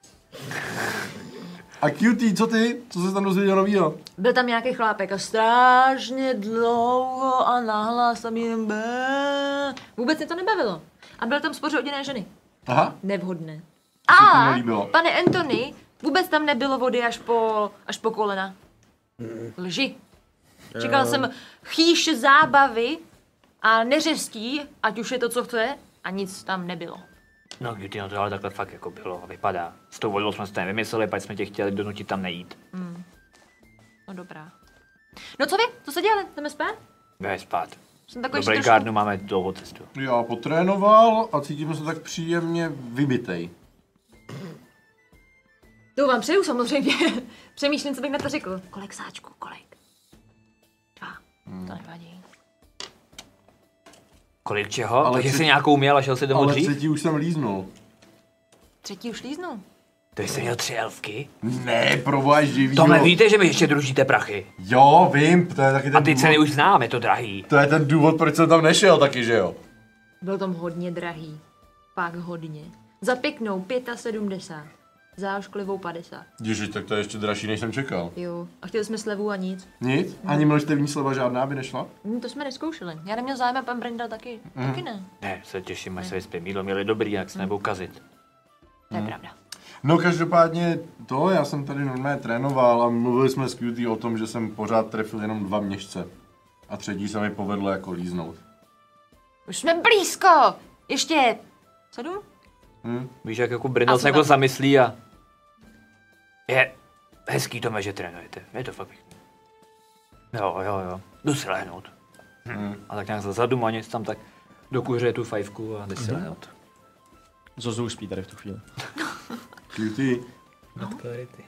A QT, co ty? Co se tam dozvěděl novýho?
Byl tam nějaký chlápek a strašně dlouho a nahlas tam jen bé. Vůbec mě to nebavilo. A byl tam spoře oděné ženy.
Aha,
Nevhodné.
ti
A,
nelíbilo?
pane Anthony, vůbec tam nebylo vody až po, až po kolena.
Hmm.
Lži. Čekal jsem chýš zábavy a neřestí, ať už je to, co chce, a nic tam nebylo.
No, Cutie, no to ale takhle fakt jako bylo a vypadá. S tou vodou jsme se to nevymysleli, pak jsme tě chtěli donutit tam nejít.
No dobrá. No co vy? Co se dělali? Jdeme spát?
Jdeme spát.
Jsem takový
Do
ještě trošku...
no.
Brigádnu máme dlouhou cestu.
já potrénoval a cítím se tak příjemně vybitej.
To vám přeju samozřejmě. Přemýšlím, co bych na to řekl. Kolik sáčku, kolik? Dva. Hmm. To nevadí.
Kolik čeho?
Ale
Ale Takže
chci-
jsi nějakou měl a šel si domů
Ale
dřív?
třetí už jsem líznul.
Třetí už líznu.
To jsi měl tři elfky?
Ne, proboha živý.
Tome, víte, že mi ještě družíte prachy.
Jo, vím, to je taky ten
A ty
důvod,
ceny už znám, je to drahý.
To je ten důvod, proč jsem tam nešel taky, že jo?
Byl tam hodně drahý. Pak hodně. Za pěknou 75. Za ošklivou 50.
Ježiš, tak to je ještě dražší, než jsem čekal.
Jo. A chtěli jsme slevu a nic.
Nic? Ani mlčtevní sleva žádná by nešla?
Hm, to jsme neskoušeli. Já neměl zájem a pan Brenda taky. Mm. Taky ne.
Ne, se těším, až se vyspím. Jídlo měli dobrý, jak se nebudou kazit.
To je pravda.
No každopádně to, já jsem tady normálně trénoval a mluvili jsme s QT o tom, že jsem pořád trefil jenom dva měšce. A třetí se mi povedlo jako líznout.
Už jsme blízko! Ještě sedm?
Víš, jak jako
A
Brindal se
jsme
jako
tam.
zamyslí a... Je hezký to, že trénujete. Je to fakt pěkný. Jo, jo, jo. Jdu si lehnout. Hm. A tak nějak zadu a nic tam tak dokuře tu fajfku a jde si lehnout.
Zozu už spí tady v tu chvíli.
QT,
Not clarity.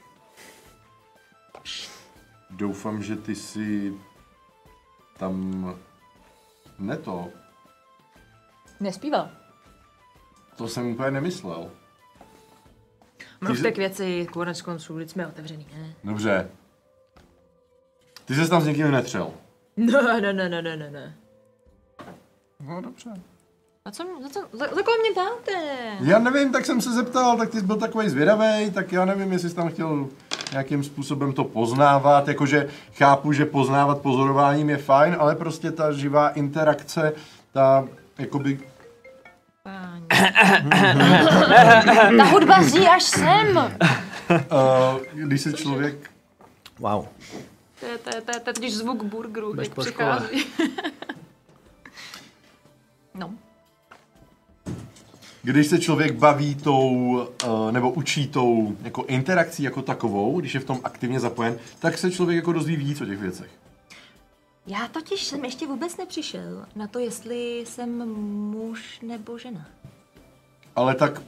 doufám, že ty si tam ne to,
Nespíval.
to jsem úplně nemyslel.
Mluvte k věci, konec konců, lid jsme otevřený, ne?
Dobře. Ty ses tam s někým netřel.
No, no, no, no, no, no, no.
No dobře.
A co, mě- za, co, za, za koho mě dáte?
Já nevím, tak jsem se zeptal, tak ty jsi byl takový zvědavý, tak já nevím, jestli jsi tam chtěl nějakým způsobem to poznávat, jakože chápu, že poznávat pozorováním je fajn, ale prostě ta živá interakce, ta jakoby,
Páni. Ta hudba zní až sem.
uh, když se eh, člověk
Wow.
To je, to je, to je, to je totiž zvuk burgeru,
Budeš
jak
po škole.
přichází. no.
Když se člověk baví tou, eh, nebo učí tou jako interakcí jako takovou, když je v tom aktivně zapojen, tak se člověk jako dozví víc o těch věcech.
Já totiž jsem ještě vůbec nepřišel na to, jestli jsem muž nebo žena.
Ale tak...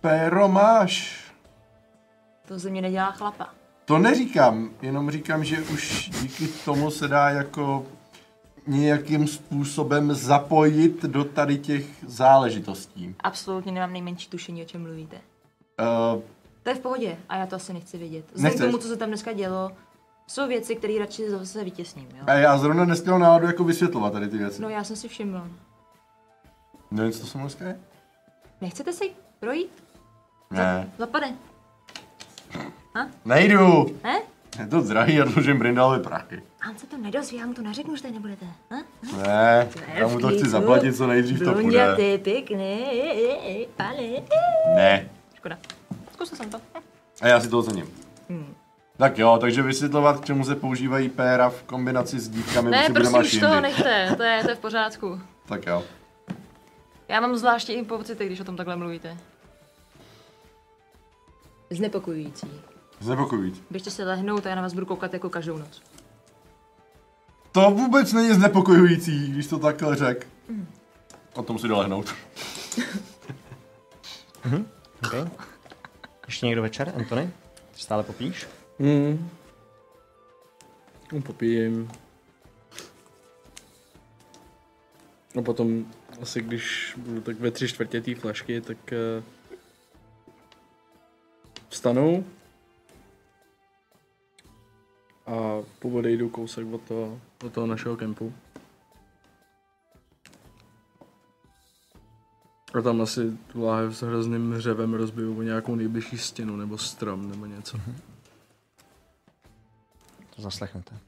Péro máš.
To ze mě nedělá chlapa.
To neříkám, jenom říkám, že už díky tomu se dá jako nějakým způsobem zapojit do tady těch záležitostí.
Absolutně nemám nejmenší tušení, o čem mluvíte.
Uh,
To je v pohodě a já to asi nechci vědět. Vzhledem k
Nechceš?
tomu, co se tam dneska dělo, jsou věci, které radši zase vytěsním, jo?
a já zrovna nesměl náladu jako vysvětlovat tady ty věci.
No
No.
já jsem si všimla.
Nevím, co to jsem dneska je?
Nechcete si projít?
Ne.
Zapadne,
Nejdu!
ne?
Je to drahý, já dlužím Brindalovi prachy.
An se to nedozví, já mu to neřeknu, že tady nebudete. Ne?
Ne, já mu to chci zaplatit, co nejdřív to půjde.
ty pěkný, pane.
Ne.
Škoda. Zkusil jsem to.
A já si to ocením.
Hmm.
Tak jo, takže vysvětlovat, k čemu se používají péra v kombinaci s dívkami,
Ne,
si budeme
prosím,
až
už
jindy.
toho nechte, to je, to je v pořádku.
Tak jo.
Já mám zvláště i pocity, když o tom takhle mluvíte. Znepokojující.
Znepokojujíc.
Běžte se lehnout a já na vás budu koukat jako každou noc.
To vůbec není znepokojující, když to takhle řek. O tom si dolehnout.
Okay. Ještě někdo večer, Antony? Ty Stále popíš?
Hmm. No, Popijím. A potom asi když budu tak ve tři čtvrtě té flašky, tak eh, vstanu a poodejdu kousek od toho, od toho našeho kempu. A tam asi tu láhev s hrozným řevem rozbiju o nějakou nejbližší stěnu nebo strom nebo něco.
To zaslechnete.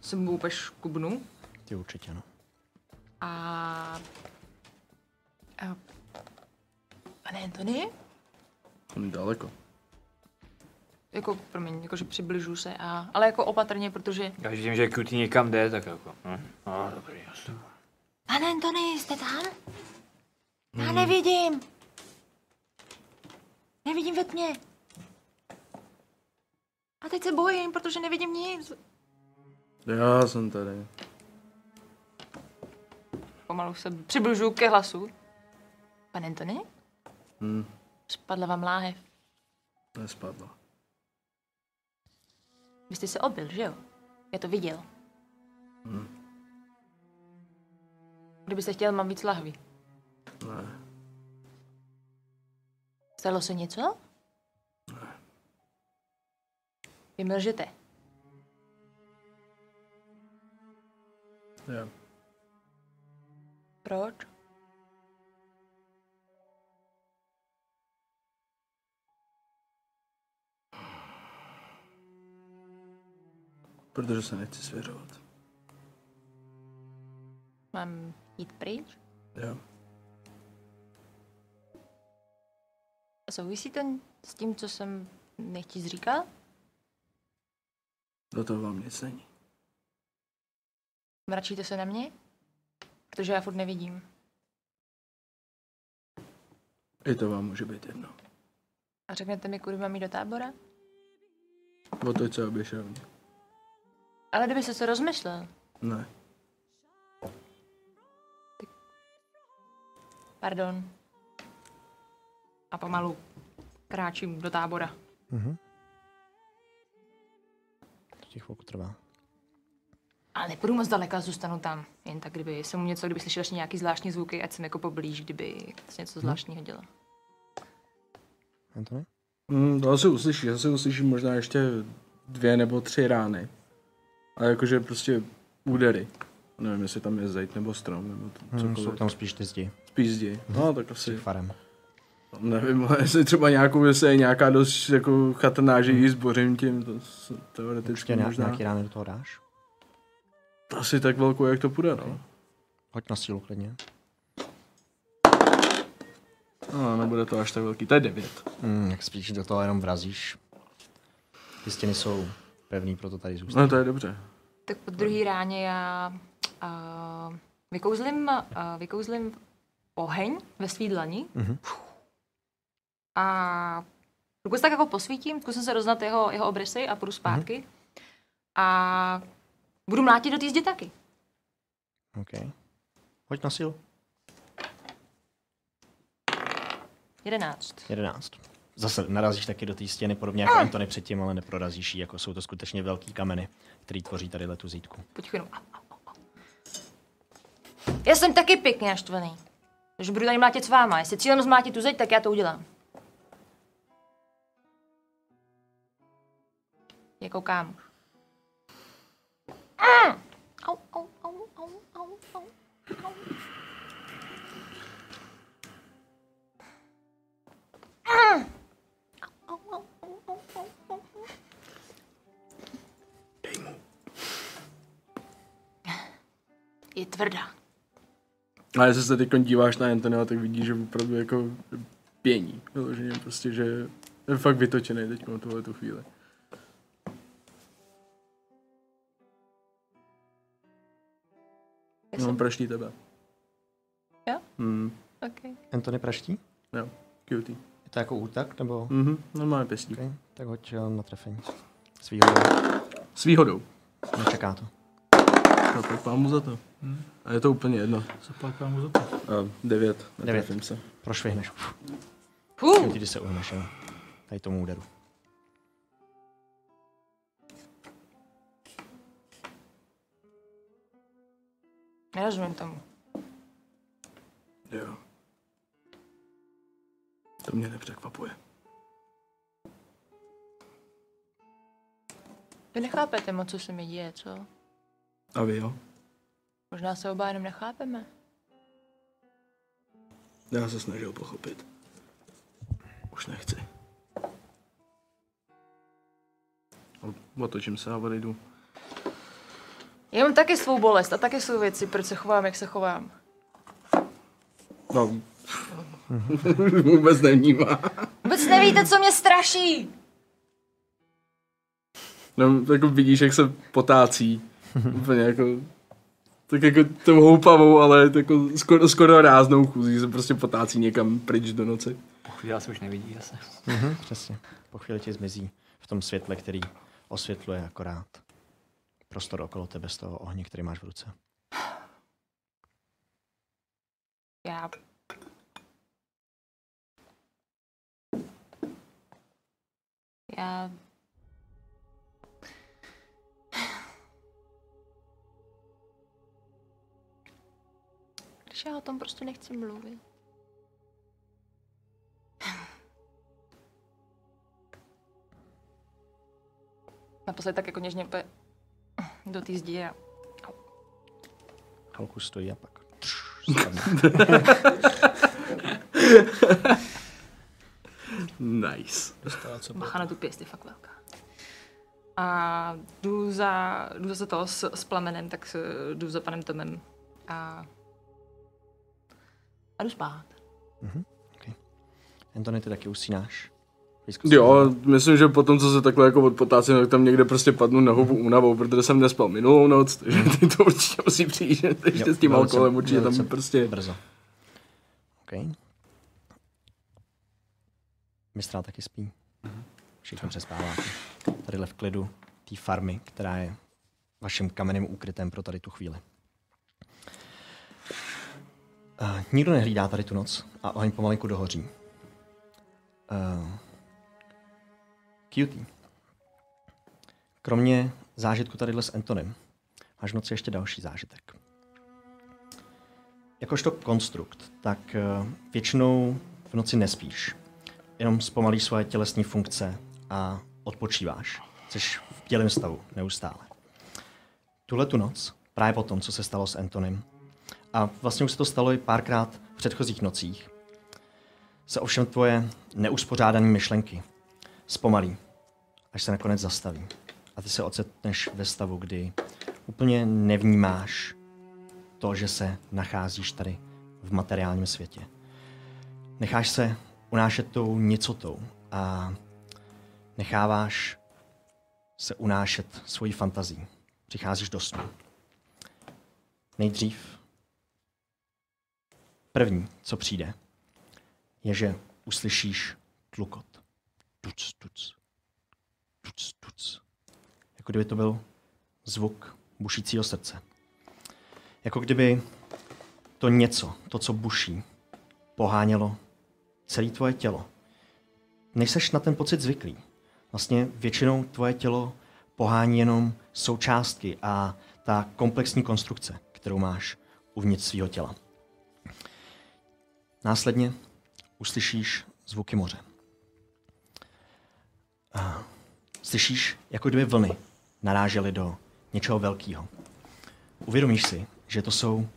Se mu úplně škubnu.
Ty určitě, no.
A... a... Pane Antony?
On je daleko.
Jako, promiň, jakože přibližu se a... Ale jako opatrně, protože...
Já když vidím, že QT někam jde, tak jako, hm? No, dobrý, jasně.
Pane Antony, jste tam? Já nevidím. Nevidím ve tmě. A teď se bojím, protože nevidím nic.
Já jsem tady.
Pomalu se přibližuju ke hlasu. Pane Antony?
Hm,
Spadla vám láhev.
nespadla.
Vy jste se obil, že jo? Já to viděl. Hmm.
Hmm.
Kdybyste chtěl, mám víc lahví.
Ne.
Stalo se něco? Vy mi lžete.
Já.
Proč?
Protože se nechci svěřovat.
Mám jít pryč?
Jo.
A Souvisí to s tím, co jsem nechtěl říkal?
Do toho vám nic není.
Mračíte se na mě? Protože já furt nevidím.
I to vám může být jedno.
A řeknete mi, kudy mám jít do tábora?
Otoč se oběšel mě.
Ale kdyby se to rozmyslel.
Ne.
Pardon. A pomalu kráčím do tábora.
Mhm. To ti chvilku trvá.
Ale nepůjdu moc daleka, zůstanu tam. Jen tak, kdyby jsem mu něco, kdyby slyšel ještě nějaký zvláštní zvuky, ať jsem jako poblíž, kdyby se
Mhm.
něco zvláštního dělo.
Antony?
Mm, to asi uslyšíš, asi uslyšíš možná ještě dvě nebo tři rány. A jakože prostě údery. Nevím, jestli tam je zajít nebo strom, nebo to,
Hmm,
cokoliv.
jsou tam Mhm. spíš ty zdi.
Spíš zdi. No, tak asi.
Farem.
Nevím, ale jestli třeba nějakou, jestli je nějaká dost jako chatrná, že ji zbořím tím, to s-
Mhm. Určitě
teoreticky
nějak,
možná.
nějaký rány do toho dáš?
Asi tak velkou, jak to půjde, no.
Hoď na sílu klidně.
No, nebude
Hmm,
to až tak velký. To je devět.
Mm, jak spíš do toho jenom vrazíš. Ty stěny jsou pevný, proto tady zůstává.
No to je dobře.
Tak po druhý ráně já uh, vykouzlim, uh, vykouzlim oheň ve svý dlani.
Mhm.
A pokud se tak jako posvítím, zkusím se roznat jeho, jeho obrysy a půjdu zpátky. A budu mlátit do té zdi taky.
Okay. Hoď No. na sílu.
Jedenáct.
11. Zase narazíš taky do té stěny, podobně jako Antony předtím, ale neprorazíš ji, jako jsou to skutečně velký kameny, který tvoří tady tu zítku.
Počkej jenom. Já jsem taky pěkně naštvaný. Takže budu tady mlátit s váma. Jestli cílem zmátit tu zeď, tak já to udělám. Je koukám. Jako Mm. Au, au, au, au, au, au, au. Mm. Au, au, au, au, au, au, au. Je tvrdá.
A jestli se teď díváš na Antonia, tak vidíš, že opravdu jako pění. Vyloženě prostě, že je fakt vytočený teď na tuhle tu chvíli.
Já
No,
jsem-
praští tebe.
Jo?
Hmm,
Okay.
Antony praští?
jo. Cutie.
Je to jako útak, nebo?
Mhm, normálně pěstí.
Okay. Tak hoď eh, na trefení. S výhodou.
S výhodou.
Nečeká to.
No, tak mu za to.
Hmm?
A je to úplně jedno.
Zaplakám mu za to.
A devět. Netrefím se.
Prošvihneš.
Huh.
Ty se uhneš, jo. Tady tomu úderu.
Nerozumím tomu.
Jo. To mě nepřekvapuje.
Vy nechápete moc, co se mi děje, co?
A vy jo?
Možná se oba jenom nechápeme.
Já se snažil pochopit. Už nechci. O- Otočím se a odejdu.
Já mám taky svou bolest a taky jsou věci, proč se chovám, jak se chovám.
No. Vůbec nevnímá.
Vůbec nevíte, co mě straší!
No, jako vidíš, jak se potácí. Úplně jako... Tak jako tou houpavou, ale jako skoro, skoro ráznou chůzí se prostě potácí někam pryč do noci.
Po chvíli se už nevidí zase.
Mhm, přesně. Po chvíli ti zmizí v tom světle, který osvětluje akorát prostor okolo tebe z toho ohně, který máš v ruce.
Já... Já... Když já o tom prostě nechci mluvit. Naposledy tak jako něžně úplně do té zdi a
Halku stojí a pak tš, spadne.
Nice.
Macha na tu pěst je fakt velká. A jdu za, jdu zase toho s, s plamenem, tak s, jdu za panem Tomem. A, a jdu spát.
Antony, ty taky usínáš. Blízko
Jo, myslím, že potom, co se takhle jako odpotácím, tak tam někde prostě padnu na hubu únavou, protože jsem nespal minulou noc, takže ty to určitě musí přijít, že ještě
Hmm. Jo,
s tím
velice-
alkoholem určitě tam
velice
prostě...
Brzo. OK. Mistrál taky spí. Všichni přespáváte. Tadyhle v klidu té farmy, která je vaším kamenným úkrytem pro tady tu chvíli. Uh, nikdo nehlídá tady tu noc a oheň pomalinku dohoří. Uh, cutie. Kromě zážitku tadyhle s Antonem, máš v noci ještě další zážitek jakožto konstrukt, tak eh, většinou v noci nespíš. Jenom zpomalíš svoje tělesní funkce a odpočíváš. Jsi v tělem stavu neustále. Tuhle tu noc, právě po tom, co se stalo s Antonem, a vlastně už se to stalo i párkrát v předchozích nocích, se ovšem tvoje neuspořádané myšlenky zpomalí, až se nakonec zastaví. A ty se ocitneš ve stavu, kdy úplně nevnímáš to, že se nacházíš tady v materiálním světě. Necháš se unášet tou nicotou a necháváš se unášet svojí fantazí. Přicházíš do snu. Nejdřív první, co přijde, je, že uslyšíš tlukot. Tuc, tuc. Tuc, tuc. Jako kdyby to byl zvuk bušícího srdce. Jako kdyby to něco, to, co buší, pohánělo celé tvoje tělo. Nejseš na ten pocit zvyklý. Vlastně většinou tvoje tělo pohání jenom součástky a ta komplexní konstrukce, kterou máš uvnitř svého těla. Následně uslyšíš zvuky moře. A Slyšíš, jako kdyby vlny narážely do něčeho velkého. Uvědomíš si, že to jsou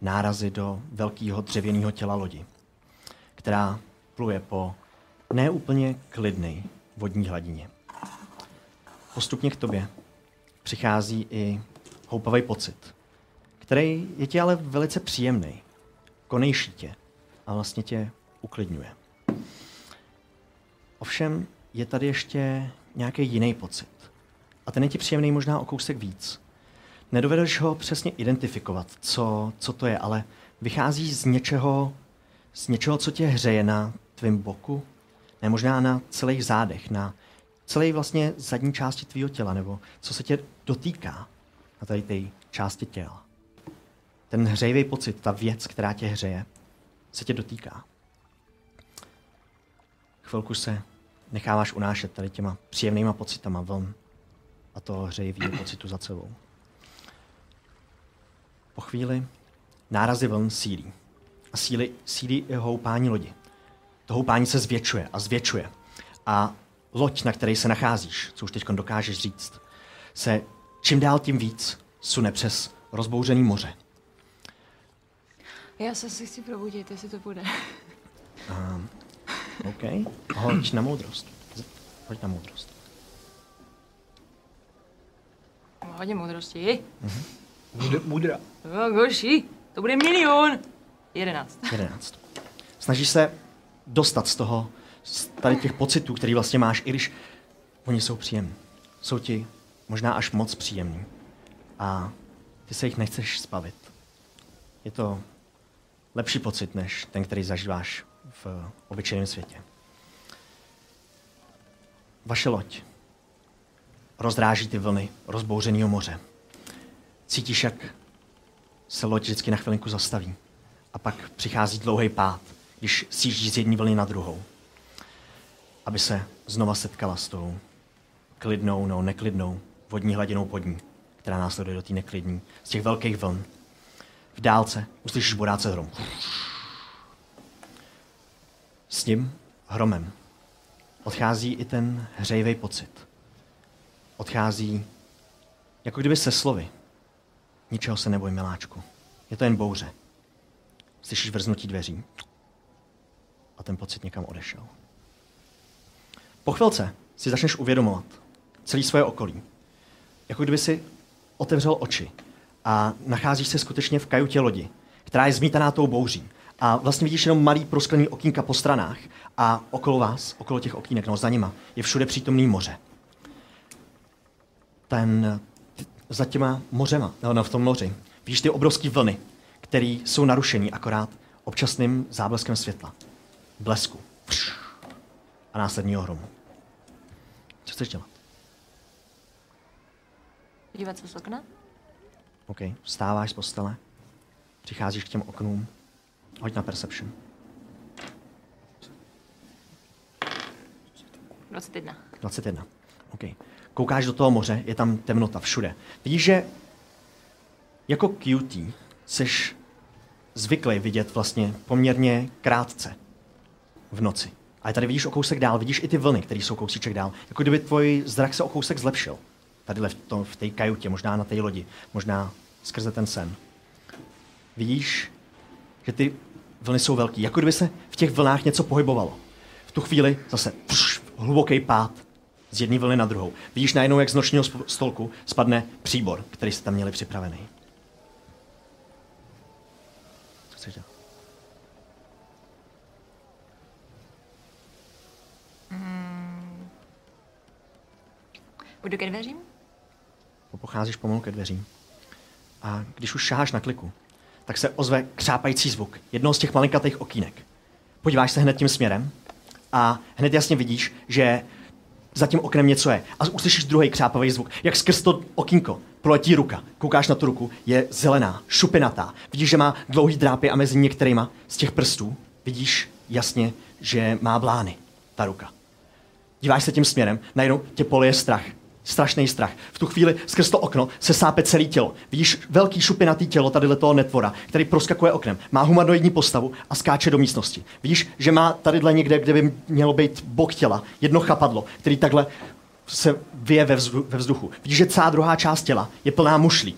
nárazy do velkého dřevěného těla lodi, která pluje po neúplně klidnej vodní hladině. Postupně k tobě přichází i houpavý pocit, který je ti ale velice příjemný, konejší tě a vlastně tě uklidňuje. Ovšem je tady ještě nějaký jiný pocit. A ten je ti příjemný možná o kousek víc. Nedovedeš ho přesně identifikovat, co, co to je, ale vychází z něčeho, z něčeho, co tě hřeje na tvém boku, ne možná na celých zádech, na celé vlastně zadní části tvýho těla, nebo co se tě dotýká na tady té části těla. Ten hřejivý pocit, ta věc, která tě hřeje, se tě dotýká. Chvilku se necháváš unášet tady těma příjemnýma pocitama vln a toho hřejivýho pocitu za sebou. Po chvíli nárazy vln sílí. A sílí, sílí i houpání lodi. To houpání se zvětšuje a zvětšuje. A loď, na které se nacházíš, co už teď dokážeš říct, se čím dál tím víc sune přes rozbouřený moře.
Já se si chci probudit, jestli to bude.
OK. Hoď na moudrost. Hoď na moudrost.
Hodně moudrosti.
Mudra.
To bylo horší. To bude milion. Jedenáct.
11. Snažíš se dostat z toho, z tady těch pocitů, který vlastně máš, i když oni jsou příjemní. Jsou ti možná až moc příjemní. A ty se jich nechceš zbavit. Je to lepší pocit, než ten, který zažíváš v obyčejném světě. Vaše loď rozdráží ty vlny rozbouřeného moře. Cítíš, jak se loď vždycky na chvilinku zastaví. A pak přichází dlouhý pád, když sjíždí z jedné vlny na druhou. Aby se znova setkala s tou klidnou, no neklidnou vodní hladinou pod ní, která následuje do té neklidní, z těch velkých vln. V dálce uslyšíš boráce hrom. S tím hromem odchází i ten hřejvej pocit. Odchází jako kdyby se slovy. Ničeho se neboj, miláčku. Je to jen bouře. Slyšíš vrznutí dveří. A ten pocit někam odešel. Po chvilce si začneš uvědomovat celý svoje okolí. Jako kdyby si otevřel oči a nacházíš se skutečně v kajutě lodi, která je zmítaná tou bouří. A vlastně vidíš jenom malý prosklený okýnka po stranách a okolo vás, okolo těch okýnek, no za nima, je všude přítomný moře ten, t- za těma mořema, no, no v tom moři, vidíš ty obrovské vlny, které jsou narušený akorát občasným zábleskem světla, blesku Pš. a následního hromu. Co chceš dělat?
Podívat se z okna?
OK, vstáváš z postele, přicházíš k těm oknům, hoď na Perception.
21.
21. OK. Koukáš do toho moře, je tam temnota všude. Vidíš, že jako cutie seš zvyklý vidět vlastně poměrně krátce v noci. Ale tady vidíš o kousek dál, vidíš i ty vlny, které jsou kousíček dál. Jako kdyby tvůj zrak se o kousek zlepšil. Tadyhle v, tom, v té kajutě, možná na té lodi, možná skrze ten sen. Vidíš, že ty vlny jsou velký, jako kdyby se v těch vlnách něco pohybovalo. V tu chvíli zase pš, hluboký pád z jedné vlny na druhou. Vidíš najednou, jak z nočního sp- stolku spadne příbor, který jste tam měli připravený. Co chceš dělat?
Půjdu ke dveřím?
Pocházíš pomalu ke dveřím. A když už šáháš na kliku, tak se ozve křápající zvuk jednoho z těch malinkatých okýnek. Podíváš se hned tím směrem a hned jasně vidíš, že za tím oknem něco je. A uslyšíš druhý křápavý zvuk, jak skrz to okýnko proletí ruka. Koukáš na tu ruku, je zelená, šupinatá. Vidíš, že má dlouhý drápy a mezi některýma z těch prstů vidíš jasně, že má blány ta ruka. Díváš se tím směrem, najednou tě polije strach. Strašný strach. V tu chvíli skrz to okno se sápe celé tělo. Vidíš velký šupinatý tělo tady toho netvora, který proskakuje oknem. Má humanoidní postavu a skáče do místnosti. Vidíš, že má tadyhle někde, kde by mělo být bok těla, jedno chapadlo, který takhle se vyje ve, vzdu- ve vzduchu. Vidíš, že celá druhá část těla je plná mušlí.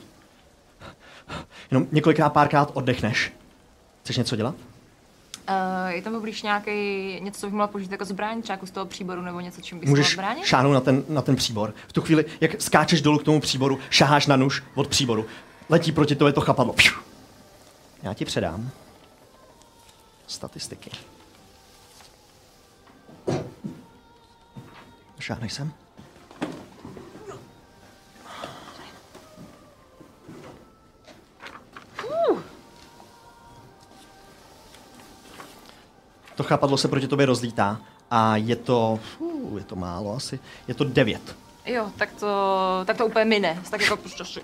Jenom několikrát párkrát oddechneš. Chceš něco dělat?
Uh, je tam poblíž nějaký něco, co bych mohla použít jako zbraň, třeba jako z toho příboru nebo něco, čím bych
Můžeš
mohla bránit?
šáhnout na ten, na ten příbor. V tu chvíli, jak skáčeš dolů k tomu příboru, šaháš na nůž od příboru. Letí proti tobě to chapadlo. Pšu. Já ti předám statistiky. Šáhneš sem? To chapadlo se proti tobě rozlítá a je to, fů, je to málo asi, je to devět.
Jo, tak to, tak to úplně mine. Tak jako prostě si-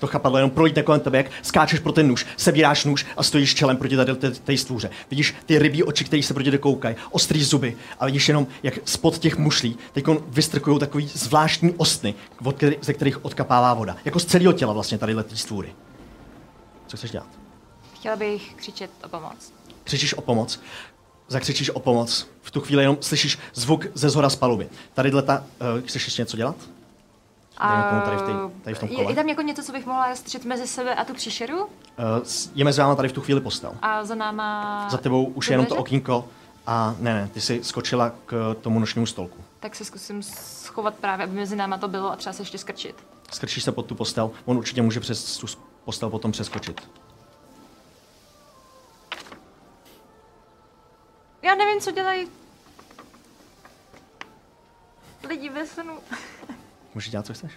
To chapadlo jenom projít kolem tebe, jak skáčeš pro ten nůž, sebíráš nůž a stojíš čelem proti tady té- té stůře. Vidíš ty rybí oči, které se proti tebe koukají, ostrý zuby a vidíš jenom, jak spod těch mušlí teď vystrkují takový zvláštní ostny, od který, ze kterých odkapává voda. Jako z celého těla vlastně tady té stvůry. Co chceš dělat?
Chtěla bych křičet o pomoc.
křičíš o pomoc, zakřičíš o pomoc, v tu chvíli jenom slyšíš zvuk ze zhora z paluby. Tady ta, uh, chceš ještě něco dělat? Dejme tomu tady v té- tady v tom
je-
kole.
Je tam jako něco, co bych mohla střet mezi sebe a tu příšeru?
Uh, je mezi váma tady v tu chvíli postel.
A za náma...
Za tebou už je jenom to
dveře?
okýnko a ne, ne, ty jsi skočila k eh, tomu nočnímu stolku.
Tak se zkusím schovat právě, aby mezi náma to bylo a třeba se ještě skrčit.
Skrčíš se pod tu postel, on určitě může přes tu s- postel potom přeskočit.
Já nevím, co dělají lidi ve snu.
Můžeš dělat, co chceš?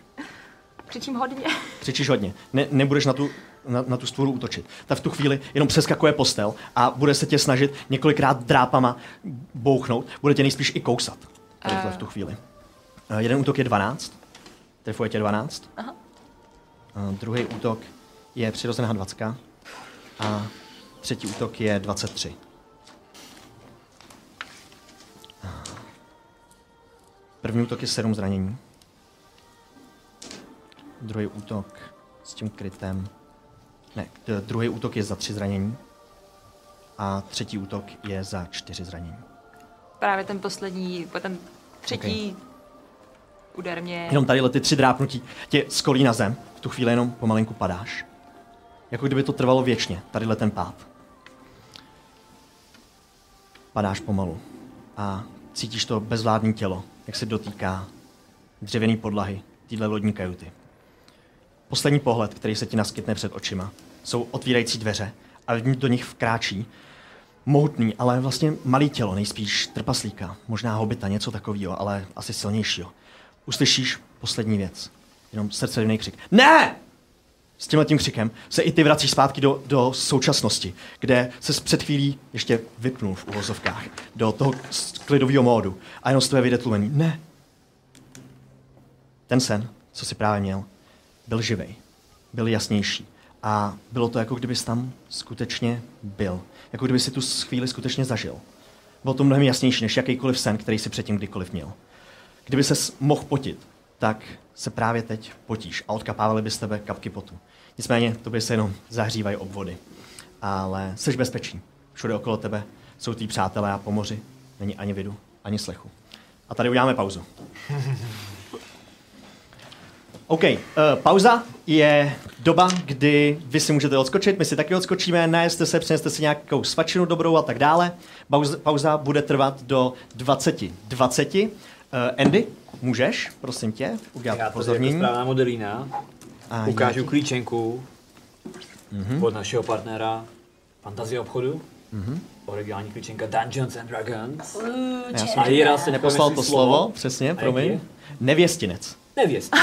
Křičím hodně.
Křičíš hodně. Ne, nebudeš na tu, na, na tu stvůru útočit. Ta v tu chvíli jenom přeskakuje postel a bude se tě snažit několikrát drápama bouchnout. Bude tě nejspíš i kousat. Tady v tu chvíli. Eh, Jeden útok je 12. Trefuje tě 12. Aha. Druhý útok je přirozená 20. A třetí útok je 23. Eh. První útok je 7 zranění druhý útok s tím krytem. Ne, d- druhý útok je za tři zranění. A třetí útok je za čtyři zranění.
Právě ten poslední, ten třetí úder mě...
Jenom tady ty tři drápnutí tě skolí na zem. V tu chvíli jenom pomalinku padáš. Jako kdyby to trvalo věčně, tadyhle ten pád. Padáš pomalu a cítíš to bezvládní tělo, jak se dotýká dřevěné podlahy téhle lodní kajuty. Poslední pohled, který se ti naskytne před očima, jsou otvírající dveře a v ní- do nich vkráčí mohutný, ale vlastně malý tělo, nejspíš trpaslíka, možná hobita, něco takového, ale asi silnějšího. Uslyšíš poslední věc, jenom srdcerivný křik. Ne! S tímhle tím křikem se i ty vracíš zpátky do, do současnosti, kde se před chvílí ještě vypnul v uvozovkách do toho s- klidového módu a jenom z tebe vyjde tlumený. Ne! Ten sen, co si právě měl, byl živej, byl jasnější. A bylo to, jako kdybys tam skutečně byl. Jako kdyby si tu s- chvíli skutečně zažil. Bylo to mnohem jasnější než jakýkoliv sen, který si předtím kdykoliv měl. Kdyby ses mohl potit, tak se právě teď potíš a odkapávaly by z tebe kapky potu. Nicméně tobě se jenom zahřívají obvody. Ale jsi bezpečný. Všude okolo tebe jsou tví přátelé a po moři není ani vidu, ani slechu. A tady uděláme pauzu. OK, uh, pauza je doba, kdy vy si můžete odskočit, my si taky odskočíme, najeste se, přineste si nějakou svačinu dobrou a tak dále. Pauza, pauza bude trvat do 20. 20. Uh, Andy, můžeš, prosím tě, udělat
Já tady jako
pozornění.
správná modelína
A
ukážu
nějaký- Mhm.
klíčenku od našeho partnera Fantazie obchodu. Originální klíčenka Dungeons and Dragons.
Mhm. já jsem
A Jira se
poslal
neposlal
to slovo, přesně,
A jaký
promiň.
je?
Nevěstinec.
nevěst.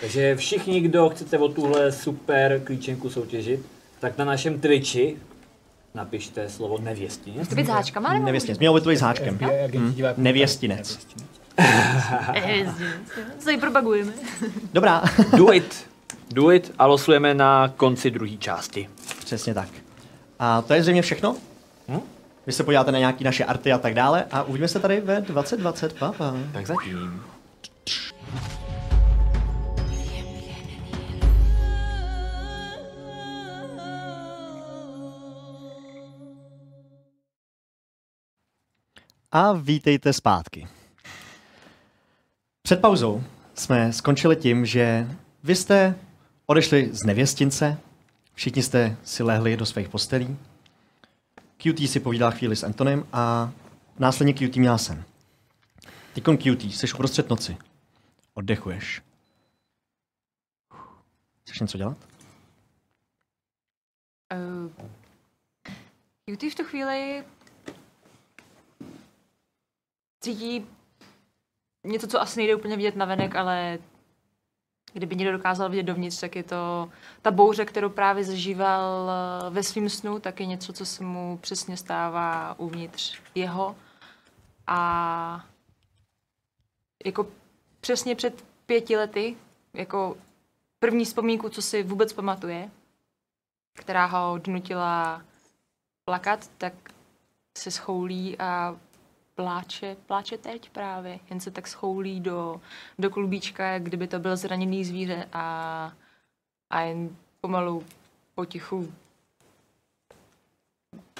Takže všichni, kdo chcete o tuhle super klíčenku soutěžit, tak na našem Twitchi napište slovo nevěstinec.
To být s háčkama, nebo
Nevěstinec. Mělo by to být s háčkem.
FBI
Hmm.
agenti
jako
diváků.
Nevěstinec.
Eh, Co ji propagujeme?
Dobrá.
Do it. Do it a losujeme na konci druhé části.
Přesně tak. A to je zřejmě všechno.
Hm?
Vy se podíváte na nějaký naše arty a tak dále a uvidíme se tady ve 2020. Pa, pa.
Tak zatím.
A vítejte zpátky. Před pauzou jsme skončili tím, že vy jste odešli z nevěstince, všichni jste si lehli do svých postelí, QT si povídal chvíli s Antonem a následně QT měl sen. Tykon QT, jsi uprostřed noci. Oddechuješ. Chceš něco dělat?
Juty Eh, v tu chvíli cítí něco, co asi nejde úplně vidět navenek, ale kdyby někdo dokázal vidět dovnitř, tak je to ta bouře, kterou právě zažíval eh, ve svém snu, tak je něco, co se mu přesně stává uvnitř jeho. A jako přesně před pěti lety, jako první vzpomínku, co si vůbec pamatuje, která ho donutila plakat, tak se schoulí a pláče, pláče teď právě, jen se tak schoulí do, do klubíčka, jak kdyby to byl zraněný zvíře a, a jen pomalu, potichu,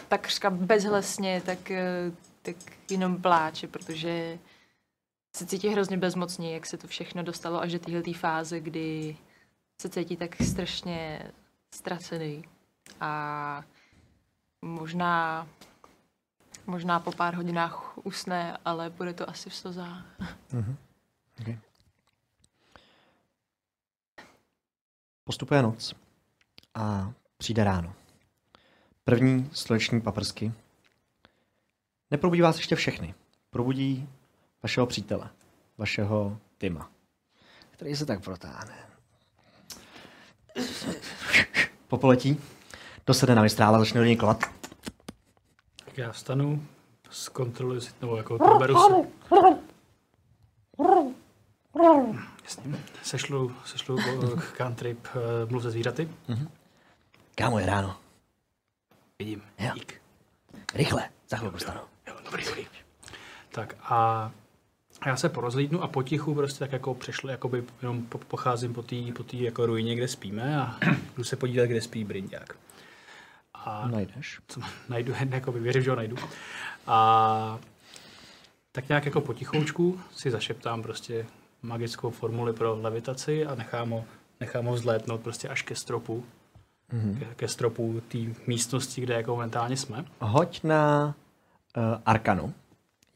takřka bezhlesně, tak, eh, tak jenom pláče, protože se cítí hrozně bezmocně, jak se to všechno dostalo až do téhle fáze, kdy se cítí tak strašně ztracený a možná Možná po pár hodinách usne, ale bude to asi v slzách.
Postupuje noc a přijde ráno. První sluneční paprsky. Neprobudí vás ještě všechny. Probudí vašeho přítele, vašeho Tima, který se tak protáhne. Po poletí dosedne na mistrála, začne do něj klat.
Tak já vstanu, zkontroluji si, nebo jako proberu se. Jasně. Sešlu, sešlu eh, k country eh, mluv se zvířaty.
Kámo, je ráno.
Vidím.
Jo.
Dík.
Rychle, za chvilku stanu.
Jo, dobrý, dobrý. Tak a já se porozlídnu a potichu prostě tak jako přešli, jakoby jenom po- pocházím po té po tý jako ruině, kde spíme a jdu se podívat, kde spí Brindák. A
Najdeš.
co najdu, jakoby věřím, že ho najdu. A tak nějak jako potichoučku si zašeptám prostě magickou formuli pro levitaci a nechám ho, nechám ho vzlétnout prostě až ke stropu.
Mhm.
Mm-hmm. Ke, ke stropu té místnosti, kde jako momentálně jsme.
Hoď na uh, Arkanu,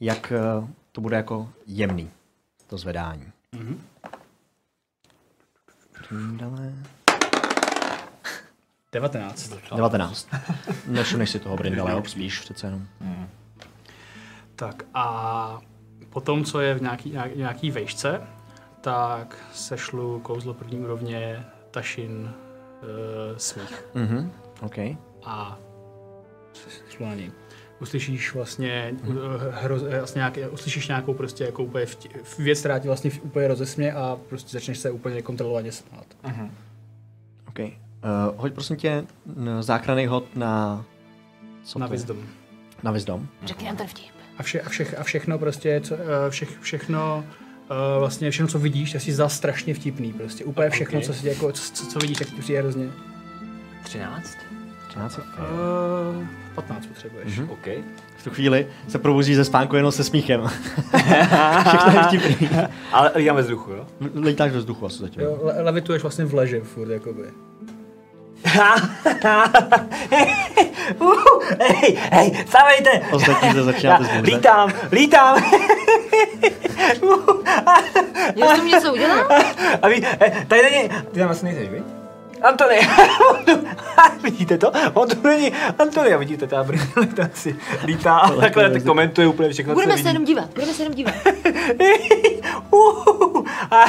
jak uh, to bude jako jemný, to zvedání.
Mhm.
Mm-hmm.
19.
19. Nesuneš si toho Brindale, spíš přece jenom.
Tak a potom, co je v nějaký, nějak- nějaký vejšce, tak sešlu kouzlo první úrovně Tašin e, smích.
Mhm, OK.
a šlo na něj. Uslyšíš vlastně,
Hmm.
eh, hroz, eh, vlastně nějaké, uslyšíš nějakou prostě jako úplně vtě, věc, která ti vlastně v- úplně rozesmě a prostě začneš se úplně kontrolovaně smát.
OK. Uh, hoď prosím tě n- záchranný hod na... Co
Na
to je?
wisdom.
Na Vizdom.
Řekni nám ten vtip.
A, vše, a, všech, a všechno prostě, co, eh, všech, všechno, eh, vlastně všechno, co vidíš, tak si zdá strašně vtipný prostě. Úplně všechno,
Ok.
co, si, jako, co, co- co vidíš, tak ti přijde hrozně.
13?
13.
Uh, 15
Mhm.
potřebuješ. Mm-hmm.
Mhm. OK.
V tu chvíli se probuzí ze spánku jenom se smíchem. Všechno je vtipný.
Ale lídáme z duchu, jo?
Lítáš do vzduchu asi zatím.
Jo, le- levituješ vlastně v leže furt, jakoby.
Uhu, hej, hej, stavejte!
Ostatní se začínáte
Já
zbuzet.
Lítám, lítám! Uhu,
Já jsem něco udělal?
A vy, eh, tady není... Ty tam asi nejseš, vy? Antony, on tu- vidíte to? On tu není Antony, a vidíte, ta brýle si lítá a takhle tak komentuje úplně všechno, co
Budeme se
vidí.
jenom dívat, budeme se jenom dívat.
Uhu, A,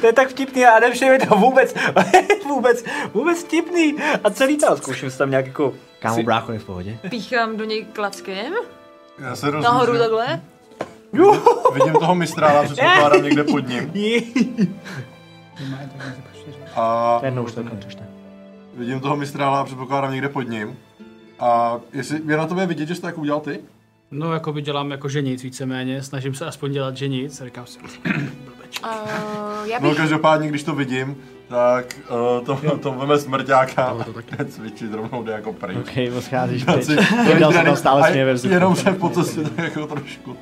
to je tak vtipný a nepřijde mi to vůbec, vůbec, vůbec vtipný. A celý to zkouším se tam nějak jako...
Kámo, brácho je v pohodě.
Píchám do něj klackem.
Já se
Nahoru
rozhodnu.
takhle.
Vidím toho mistrála, předpokládám někde pod ním. A
Jednou už to dokončíš, ne?
vidím toho mistrála, předpokládám někde pod ním. A jestli je na tobě vidět, že jsi to tak udělal ty?
No, jako by dělám jako že nic, víceméně. Snažím se aspoň dělat, že nic. A říkám si,
Uh, já
No
bych...
každopádně, když to vidím, tak uh, to, to veme smrťáka a ten cvičit rovnou jde jako pryč.
OK, odcházíš
Já
pryč.
si-
Dal se
tady-
tam
a
stále směje ve vzduchu.
Jenom se po cestě tak jako trošku.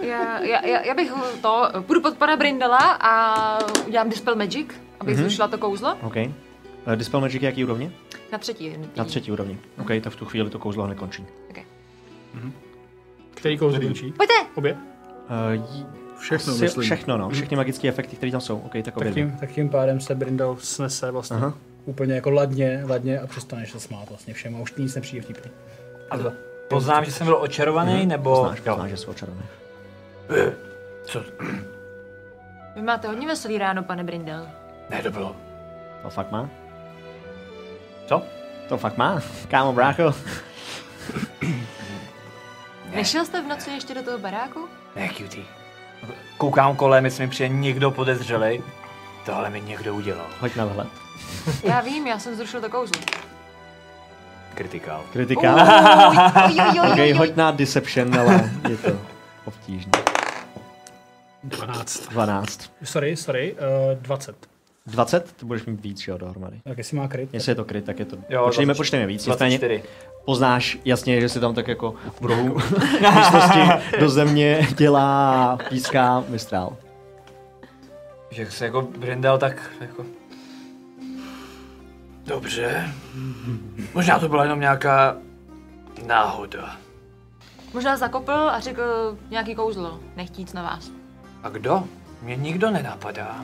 Já, já, já, já bych to... Půjdu pod pana Brindela a udělám Dispel Magic,
Mhm.
abych mm-hmm. zrušila to kouzlo.
OK. Eh, Dispel Magic je jaký úrovně?
Na třetí.
Na třetí úrovni. OK, tak v tu chvíli to kouzlo nekončí.
který kouzlo končí?
Pojďte!
Obě?
Uh,
Všechno,
Asi
myslím.
Všechno, no. Všechny magické efekty, které tam jsou. OK, tak obě dvě.
Tak tím
Tak tím pádem se Brindal
snese vlastně.
Aha.
úplně jako ladně, ladně a přestaneš se smát vlastně všem a už nic nepřijde vtipný.
Poznám, že jsem byl očarovaný, nebo...
Mhm, Poznáš, poznáš, že jsou očarované.
Vy máte hodně veselý ráno, pane Brindel.
Ne, to bylo.
To fakt má?
Co?
To fakt má? Kámo, brácho.
Nešel jste v noci ještě do toho baráku?
Ne, cutie. Koukám kolem, jestli mi přijde někdo podezřelej. Tohle mi někdo udělal.
Hoď na vhled.
Já vím, já jsem zrušil to kouzlo.
Kritikál.
Kritika.
Oj, oj, oj,
OK,
oj, oj.
hoď na Deception, ale je to obtížné.
12.
12.
Sorry, sorry, uh, 20.
20? Ty budeš mít víc, že jo, dohromady.
eh, Tak jestli má kryt,
Jestli je to kryt, tak je to...
Jo,
počtejme,
24.
počtejme víc. Nicméně
24.
poznáš jasně, že si tam tak jako v rohu místnosti do země dělá píská mistrál.
Že se jako Brindel tak jako... Dobře. Možná to byla jenom nějaká náhoda.
Možná zakopl a řekl nějaký kouzlo, nechtíc na vás.
A kdo? Mě nikdo nenapadá.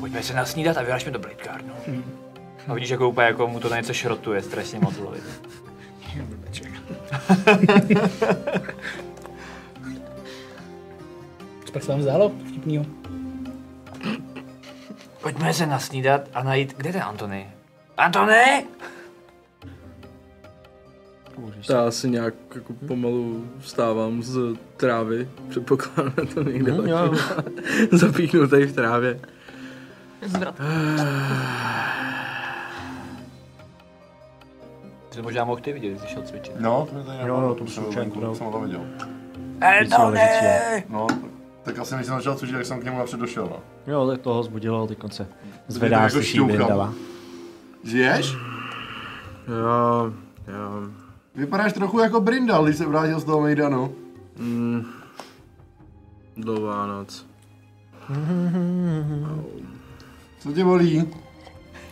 Pojďme se nasnídat a vyražme do Blade no.
Mhm.
A vidíš, jako úplně jako mu to na něco šrotuje, strašně moc lovit.
tak se vám zdálo vtipnýho.
Pojďme se nasnídat a najít, kde je ten Antony? Antony!
Já se nějak jako pomalu vstávám z trávy, předpokládám to někde
Hmm,
mm, Zapíchnu tady v trávě.
Zvrat.
To možná mohl ty vidět, když jsi šel cvičit.
No, to mi tady
Jo,
napadlo,
to
jsem
jsou
venku,
čenku, no.
jsem to viděl.
Antony!
No, tak- tak asi než jsem začal cvičit, jak jsem k němu napřed došel, no.
Jo, tak toho zbudilo, ty konce.
To
Zvedá
jako
se
šťouchám.
Brindala.
Žiješ?
Jo, jo.
Vypadáš trochu jako Brindal, když se vrátil z toho Mejdanu.
Mm. Do Vánoc.
Co tě bolí?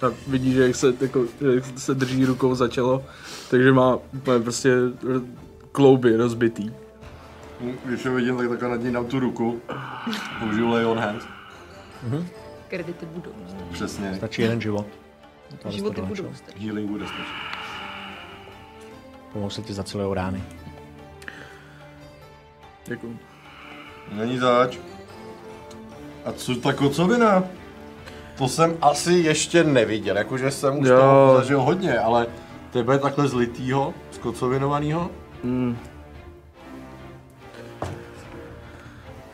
A vidíš, jak se, jako, jak se drží rukou za čelo, takže má úplně prostě r- klouby rozbitý.
Hm, Když ho vidím, tak takhle nad ní dám tu ruku. Použiju lay on hand.
Kredity budou.
Přesně.
Stačí jeden život. To je
Životy
dostatečné.
budou. stačit.
Healing bude stačit.
Pomalu se ti zacelujou rány.
Jako,
Není zač. A co ta kocovina? To jsem asi ještě neviděl, jakože jsem už
Jo.
toho zažil hodně, ale tebe takhle zlitýho, skocovinovanýho?
mm.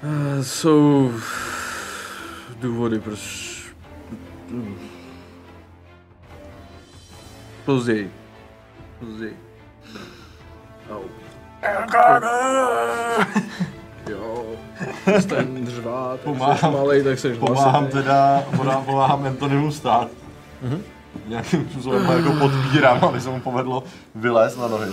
Eh, Jsou důvody, proč... Mm. Později. Později. Au. Jo, ten řvát,
Pomáhám.
malej, tak vlastně- seš
Pomáhám
hlasitý.
teda, podá- pomáhám Antonymu stát.
Mhm.
Nějakým způsobem ho jako podpírám, aby se mu povedlo vylézt na nohy.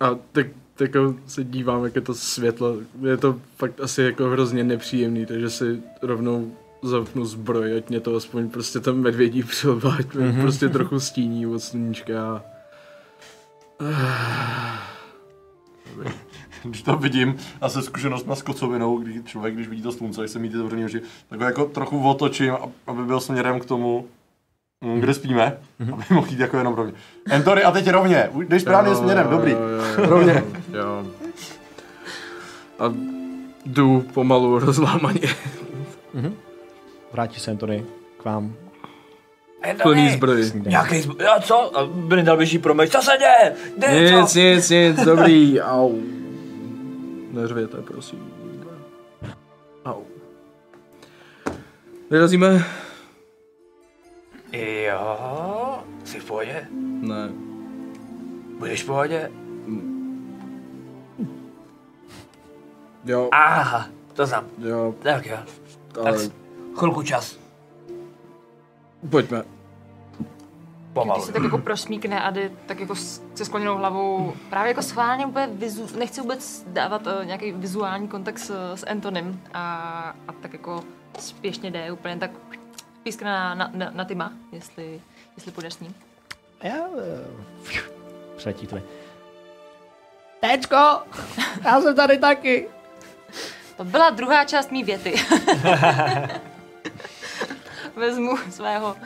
A tak, tak jako se dívám, jak je to světlo. Je to fakt asi jako hrozně nepříjemný, takže si rovnou zapnu zbroj, ať mě to aspoň prostě ten medvědí přilba, ať mě prostě trochu stíní od sluníčka. a-
Když to vidím a se zkušenost na skocovinou, kdy člověk, když vidí to slunce, když se mít ty zavřený oči, tak ho jako trochu otočím, a- aby byl směrem k tomu, mm,
Mhm.
kde spíme, aby mohl jít jako jenom rovně. Entory a teď rovně, Už jdeš správným
Jo,
směrem,
jo,
dobrý.
jo, jo, jo, jo. A jdu pomalu rozlámaně,
Vrátí se Anthony k vám.
plný zbroj.
Eh, no Nějaký zb... A co? A Brindal běží pro meč. Co se děje? Kde je
Nic,
co?
nic, nic, dobrý, au. Neřvěte, prosím. Au. Vyrazíme?
Jo, jsi v pohodě?
Ne.
Budeš v pohodě?
Jo,
Aha, to znám.
jo,
Tak jo, tak
ale
s- chvilku čas.
pojďme.
Když
Pomalu.
se tak jako prosmíkne a jde tak jako s- se skloněnou hlavou, právě jako schválně úplně vizu, nechci vůbec dávat uh, nějaký vizuální kontakt s, s Antonem a, a tak jako spěšně jde úplně tak pískne na, na, na, na Tyma, jestli, jestli půjde s ním.
Já... Přetí tvoje. Téčko, já jsem tady taky.
To byla druhá část mý věty. Vezmu svého uh,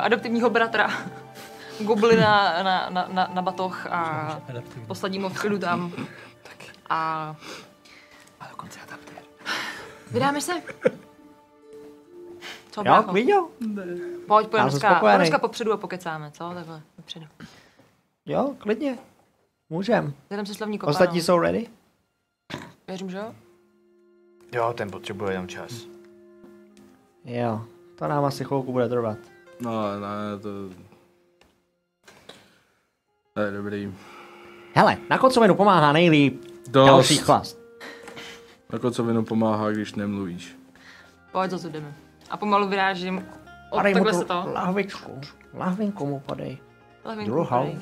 adoptivního bratra goblina na, na, na, na batoh a posadím ho v klidu tam. A
A dokonce já tam tady.
vydáme se. Co,
Jo,
brácho?
viděl?
Pojď,
Já
pojď
jsem
dneska, pojď
spokojený.
dneska popředu a pokecáme, co? Takhle, popředu.
Jo, klidně. Můžem.
Jdem se slavní kopa,
Ostatní
Ostatní...
jsou ready?
Věřím, že jo?
Jo, ten potřebuje jenom čas.
Jo. To nám asi chvilku bude trvat.
No, ne, to... To je dobrý.
Hele, na kocovinu pomáhá nejlíp další
Dost.
chlast.
Jako co vinu pomáhá, když nemluvíš.
Pojď, za to jdeme. A pomalu vyrážím. Od
Podej mu
takhle se
tu
to.
lahvičku. Lahvinku mu podej.
Levinku,
druhou.
tady.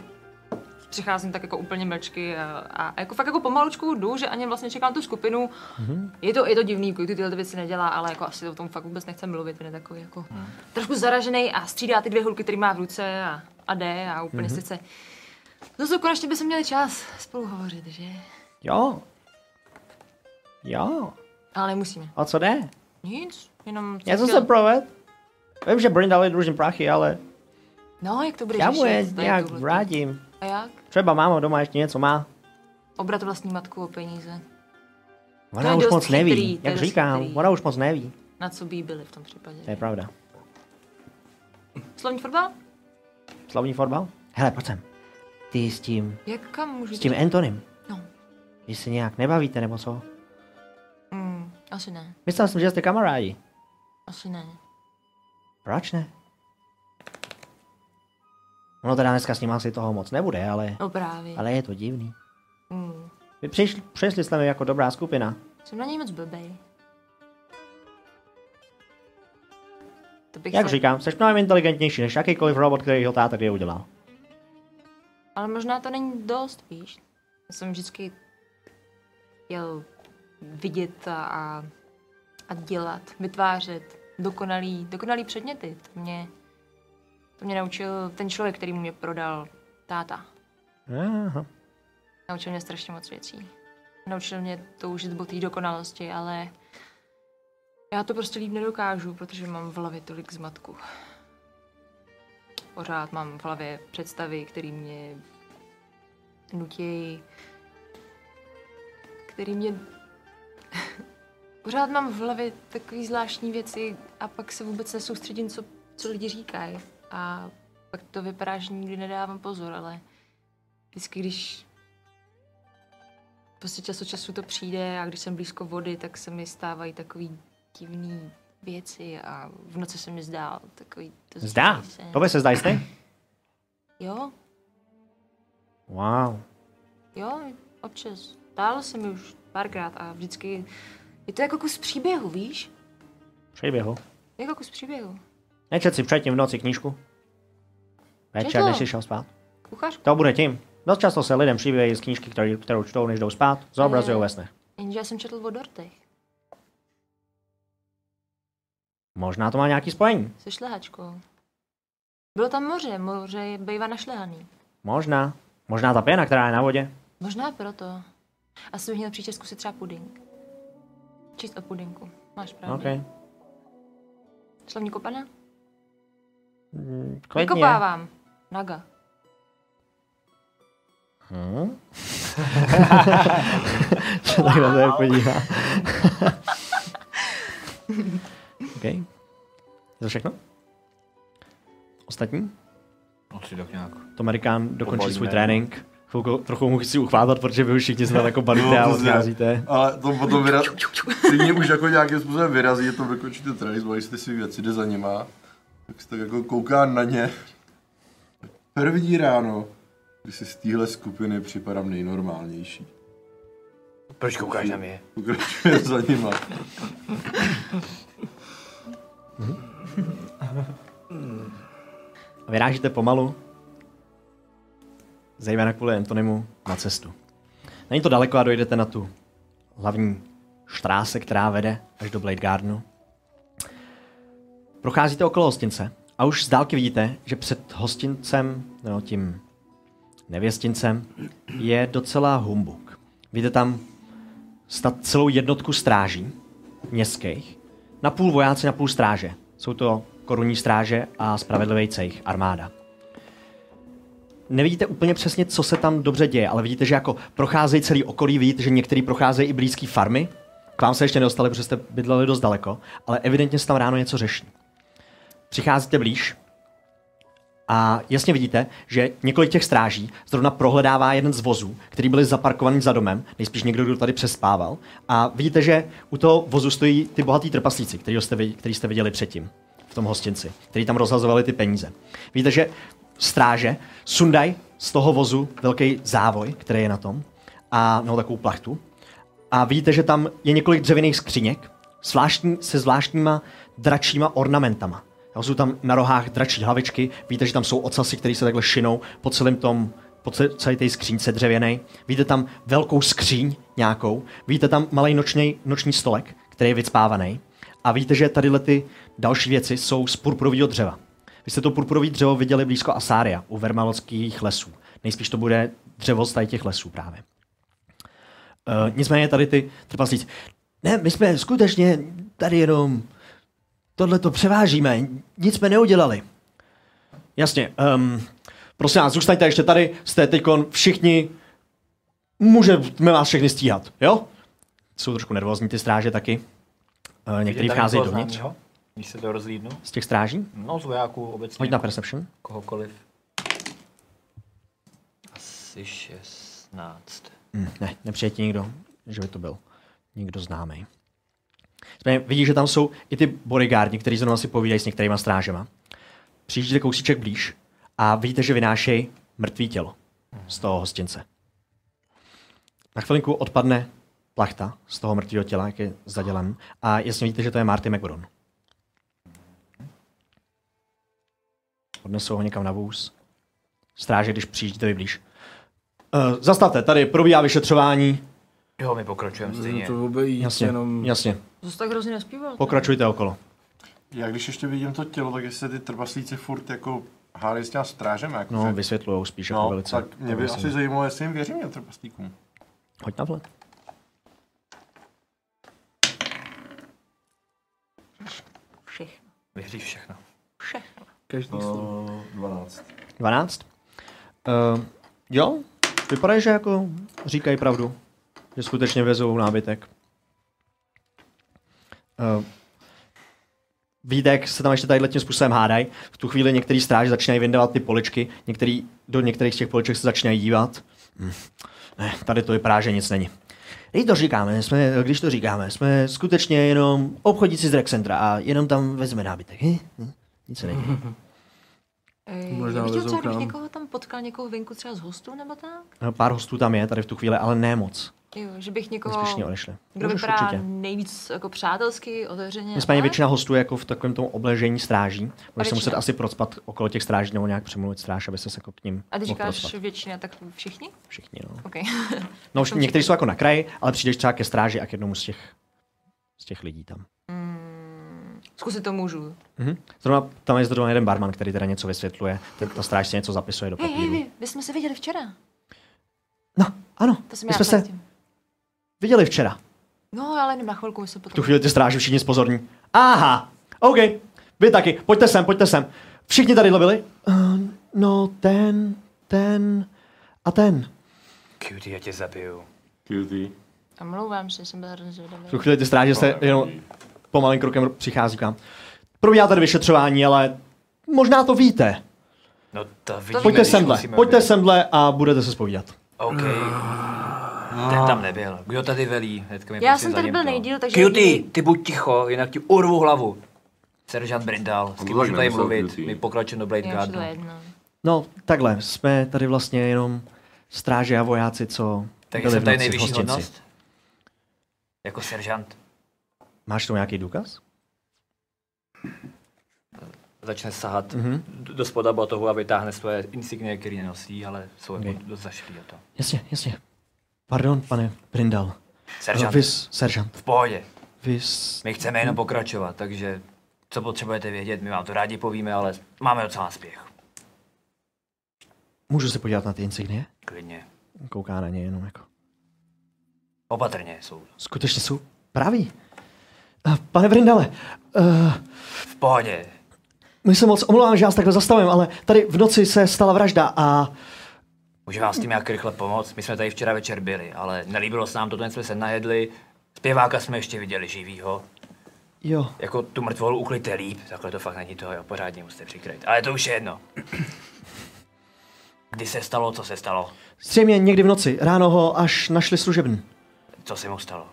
Přicházím tak jako úplně mlčky a, a jako fakt jako pomalučku jdu, že ani vlastně čekám tu skupinu. Mm-hmm.
Mhm.
Je, to, je to divný, když tyhle ty věci nedělá, ale jako asi o tom fakt vůbec nechce mluvit, ten je takový jako
Mhm.
mm. trošku zaražený a střídá ty dvě hulky, které má v ruce a, a jde a úplně mm-hmm.
Mhm.
sice. No to konečně by se měli čas spolu hovořit, že?
Jo. Jo.
Ale nemusíme.
A co jde?
Nic, jenom... jsem
Já jsem
chtěla-
se proved. Vím, že Brindal je družím prachy, ale
No, jak to bude
já
řešit?
mu je
tady
nějak
tohleto?
vrátím.
A jak?
Třeba máma doma ještě něco má.
Obrat vlastní matku o peníze. To
Ona
je
už
dost
moc
chytrý, to
neví,
je
jak
dost
říkám,
chytrý.
ona už moc neví.
Na co by jí byli v tom případě.
To je pravda.
Slovní fotbal?
Slavní fotbal? Hele, pojď sem. Ty s tím,
Jak kam můžu
s tím
jít?
Antonem.
No.
Vy se nějak nebavíte, nebo co?
Mm, asi ne,
Myslel jsem, že jste kamarádi.
asi ne.
Proč ne? Ono teda dneska s ním asi toho moc nebude, ale,
No právě. Ale...
ale je to divný.
Mm.
Vy přišli, přišli jste mi jako dobrá skupina.
Jsem na něj moc blbej. To bych
Jak
se...
říkám, jsi mnohem inteligentnější než jakýkoliv robot, který jeho táta kdy udělal.
Ale možná to není dost, víš. Já jsem vždycky chtěl vidět a, a, a dělat, vytvářet dokonalý, dokonalý předměty. To mě, to mě naučil ten člověk, který mu mě prodal táta.
Aha.
Naučil mě strašně moc věcí. Naučil mě toužit po té dokonalosti, ale já to prostě líp nedokážu, protože mám v hlavě tolik zmatku. Pořád mám v hlavě představy, které mě nutějí, který mě... Pořád mám v hlavě takové zvláštní věci a pak se vůbec nesoustředím, co, co lidi říkají. A pak to vypadá, že nikdy nedávám pozor, ale vždycky, když prostě čas od času to přijde a když jsem blízko vody, tak se mi stávají takový divný věci a v noci se mi zdá takový... To
Zdá.
zdají
Tobě se zdá jste?
Jo,
Wow.
jo, občas. Dálo se mi už párkrát a vždycky... Je to jako kus příběhu, víš?
Příběhu.
Jako kus příběhu.
Nečet si předtím v noci knížku? Večer,
Četla.
než jsi šel spát.
Kuchařku.
To bude tím. Dost často se lidem příběhy z knížky, který, kterou čtou, než jdou spát, zobrazují ve snech.
Jenže já jsem četl o dortech.
Možná to má nějaký spojení.
Se šlehačkou. Bylo tam moře, moře je bývá našlehaný.
Možná. Možná ta pěna, která je na vodě.
Možná proto. Asi bych měl příště zkusit třeba puding. Číst o pudinku. Máš pravdu.
OK.
Okay. Slovní kopana?
Mm, Klidně.
Vykopávám. Naga.
Hm?
se tak na to podívá. OK. Je to všechno? Ostatní?
No si tak nějak.
To Amerikán dokončí
Pobalíme.
svůj trénink. Chvilku, trochu mu chci uchvátat, protože vy už všichni se tam jako balíte
No,
a
to zná.
odcházíte.
Ale to potom vyrazí, stejně už jako nějakým způsobem vyrazí, je to dokončíte tady, zvolíte si věci, jde za nima, tak se tak jako kouká na ně. První ráno, kdy si z téhle skupiny připadám nejnormálnější.
Proč koukáš na mě?
Pokračuje za nima.
Vyrážíte pomalu, zejména kvůli Antonimu, na cestu. Není to daleko a dojdete na tu hlavní štráse, která vede až do Blade Gardenu. Procházíte okolo hostince a už z dálky vidíte, že před hostincem, no tím nevěstincem, je docela humbuk. Vidíte tam snad celou jednotku stráží, městských, na půl vojáci, na půl stráže. Jsou to korunní stráže a spravedlivý cejch, armáda. Nevidíte úplně přesně, co se tam dobře děje, ale vidíte, že jako procházejí celý okolí, vidíte, že některý procházejí i blízký farmy. K vám se ještě nedostali, protože jste bydleli dost daleko, ale evidentně se tam ráno něco řeší. Přicházíte blíž a jasně vidíte, že několik těch stráží zrovna prohledává jeden z vozů, který byly zaparkovaný za domem, nejspíš někdo, kdo tady přespával. A vidíte, že u toho vozu stojí ty bohatý trpaslíci, který jste, vi- který jste viděli předtím v tom hostinci, který tam rozhazovali ty peníze. Vidíte, že stráže sundaj z toho vozu velký závoj, který je na tom, a no takovou plachtu. A vidíte, že tam je několik dřevěných skříněk zvláštní, se zvláštníma dračíma ornamentama. Jo, jsou tam na rohách dračí hlavičky, víte, že tam jsou ocasy, které se takhle šinou po celém tom, po ce- celé té skřínce dřevěné. Víte tam velkou skříň nějakou, víte tam malý noční, noční stolek, který je vycpávaný. A víte, že tadyhle ty další věci jsou z purpurového dřeva. Vy jste to purpurové dřevo viděli blízko Asária, u vermalských lesů. Nejspíš to bude dřevo z tady těch lesů právě. Uh, nicméně tady ty trpaslíci. Ne, my jsme skutečně tady jenom tohle to převážíme, nic jsme neudělali. Jasně, um, prosím vás, zůstaňte ještě tady, jste teďkon všichni, můžeme vás všechny stíhat, jo? Jsou trošku nervózní ty stráže taky. Uh, některý
Vidět tam
vcházejí
někoho
dovnitř
známýho, Když se to rozlídnu?
z těch stráží.
No, z vojáků obecně.
Hoď na Perception.
Kohokoliv. Asi 16.
Mm, ne, nepřijetí nikdo, že by to byl někdo známý. Nicméně Vidíš, že tam jsou i ty bodyguardi, kteří zrovna si povídají s některýma strážema. Přijíždíte kousíček blíž a vidíte, že vynášejí mrtvý tělo z toho hostince. Na chvilinku odpadne plachta z toho mrtvého těla, jak je zadělen, a jasně vidíte, že to je Marty McBron. Odnesou ho někam na vůz. Stráže, když přijíždíte vy blíž. Uh, zastavte, tady probíhá vyšetřování.
Jo, my pokračujeme stejně.
To obejít
Jasně,
jenom...
jasně.
Zase tak hrozně nespíval.
Pokračujte okolo.
Já když ještě vidím to tělo, tak jestli se ty trpaslíci furt jako hádají s těma strážem, jako
No,
že-
vysvětlujou spíš jako
no
velice.
tak mě by asi zajímalo, jestli jim věřím těm trpaslíkům.
Hoď na vhled.
Všechno.
Vyhříš všechno.
Každý slovo.
No, 12.
12. Uh, jo, vypadá, že jako říkají pravdu. Že skutečně vezou nábytek. Uh, víte, jak se tam ještě tady tím způsobem hádají. V tu chvíli některý stráž začínají vyndávat ty poličky, některý, do některých z těch poliček se začínají dívat. Hm. Ne, tady to vypadá, že nic není. Když to říkáme, jsme, když to říkáme, jsme skutečně jenom obchodníci z Rexcentra a jenom tam vezme nábytek. Hm? Hm? Nic se není.
Ej,
Možná
Eh,
Možná já bych chtěl
vezou
třeba,
k
kdybych
nám.
někoho tam potkal, někoho venku třeba z hostů nebo tak?
Eh, Pár hostů tam je tady v tu chvíli, ale ne moc.
Jo, že bych někoho,
Nespíšně odešli.
Jako kdo
Můžeš
vypadá nejvíc jako přátelsky, otevřeně. a
Nicméně
tak.
většina hostů je jako v takovém tom obležení stráží. Budeš se
většina?
muset asi procpat okolo těch stráží nebo nějak přemluvit stráž, aby se jako k ním
A ty
mohl
říkáš
procpat.
většina, tak všichni?
Všichni, no.
OK.
no už někteří jsou jako na kraji, ale přijdeš třeba ke stráži a k jednomu z těch, z těch lidí tam.
Zkusit to můžu.
Mhm. Zrovna, tam je zrovna jeden barman, který teda něco vysvětluje. Ten, ta stráž si něco zapisuje do
Hej, hej,
papíru.
vy, vy jsme se viděli včera.
No, ano,
To jsem
my
já
jsme se
předtím.
viděli včera.
No, ale jenom na chvilku, my se potom...
V tu chvíli ty stráži všichni spozorní. Aha, OK, vy taky, pojďte sem, pojďte sem. Všichni Ehm, tady byli? Uh, no, ten, ten a ten.
Cutie, já tě zabiju.
Cutie.
Omlouvám se, jsem byla hrozně zvědavá.
V tu chvíli ty stráže se jenom pomalým krokem přichází k vám. Probíhá tady vyšetřování, ale možná to víte.
No to vidíme,
Pojďte
když
semhle,
musíme
pojďte
být.
semhle a budete se spovídat.
OK. Ten Mm. tam nebyl. Kdo tady velí? Hnedka mi
Já
prosím
jsem
za
tady
ním
byl
to.
nejdíl, takže
Cutie,
jediný-
ty buď ticho, jinak ti urvu hlavu. Seržant Brindal, s
On to
kým
tak
můžu tady
nemyslel,
mluvit?
Cutie.
My pokračujeme do Blade
Já už je to
Gardenu.
jedno.
No, takhle, jsme tady vlastně jenom stráže a vojáci, co
Tak
byli
jsem
v
tady
noci v
nejvyšší
hostinci.
hodnost? Jako seržant.
Máš to nějaký důkaz?
Začne sahat
Mhm.
d- do spoda batohu a vytáhne svoje insignie, které nenosí, ale jsou jako dost zašlý o to.
Jasně, jasně. Pardon, pane Brindal.
Seržant,
Vy, seržant.
v pohodě.
Vy,
My chceme jenom pokračovat, takže co potřebujete vědět, my vám to rádi povíme, ale máme docela spěch.
můžu se podívat na ty insignie?
Klidně.
Kouká na ně jenom jako.
Opatrně jsou.
Skutečně jsou praví. A Pane Brindale, uh,
V pohodě.
my se moc omlouvám, že vás takhle zastavím, ale tady v noci se stala vražda a
Můžu vám s tím nějak rychle pomoct? My jsme tady včera večer byli, ale nelíbilo se nám to, ten jsme se najedli. Zpěváka jsme ještě viděli živýho.
jo,
Jako tu mrtvolu ukliďte líp, takhle to fakt není to, jo, pořádně musíte přikryt. Ale to už je jedno. Kdy se stalo, co se stalo?
zřejmě někdy v noci, ráno ho až našli služebn.
Co se mu stalo?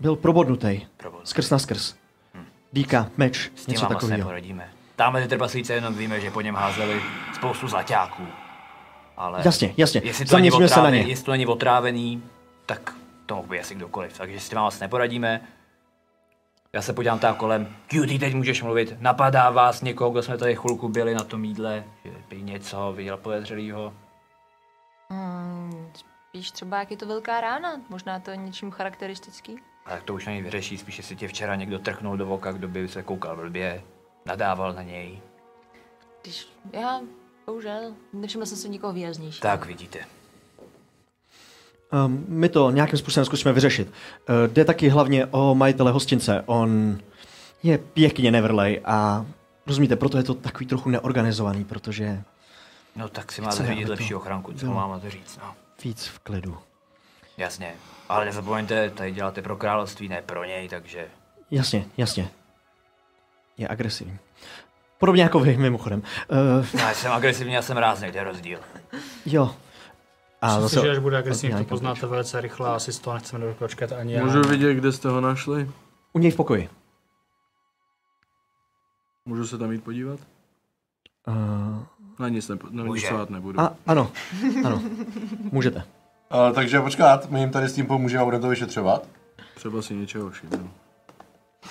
Byl probodnutý,
Probodnutý.
skrz na skrz. Dýka, meč,
Hm. S tím
něco
vám moc
takového.
neporadíme. Tamhle ty trpaslíce jenom víme, že po něm házeli spoustu zlaťáků. Ale
Jasně, jasně,
Jestli to, není
Prostě zaměříme se na
otrávený,
ně.
jestli to není otrávený, tak to mohl být asi kdokoliv. Takže s tím vás neporadíme. Já se podívám tam kolem. Cutie, teď můžeš mluvit. Napadá vás někoho, kdo jsme tady chvilku byli na tom jídle? Že by něco viděl podezřelýho?
Hmm, spíš třeba, jak je to velká rána. Možná to je něčím charakteristický.
Ale to už ani vyřeší, spíš jestli tě včera někdo trknul do voka, kdo by se koukal blbě, nadával na něj.
Když já, bohužel, nevšimla jsem si nikoho výraznější.
Tak vidíte.
Um, my to nějakým způsobem zkusíme vyřešit. Uh, jde taky hlavně o majitele hostince. On je pěkně nevrlej a rozumíte, proto je to takový trochu neorganizovaný, protože
No tak si
Co
máte
já Hmm.
řídit
by to
lepší ochranku, co
bylo?
mám na to říct, no.
víc v klidu.
Jasně, ale nezapomeňte, tady děláte pro království, ne pro něj, takže...
Jasně, jasně. Je agresivní. Podobně jako vy, mimochodem. Uh,
No, já jsem agresivní, já jsem rázný, to je rozdíl.
jo. A
Myslím, si, že až bude
Já
agresivní, to
někam
poznáte velice rychle a asi z toho nechceme dočkat ani já.
Můžu vidět, kde jste ho našli?
U něj v pokoji.
Můžu se tam jít podívat?
Uh,
Na nic, nepo, na nic
Může.
sát nebudu.
a, ano, ano. Můžete.
Uh, takže počkat, my jim tady s tím pomůžeme a budeme to vyšetřovat.
Třeba si něčeho všimnu.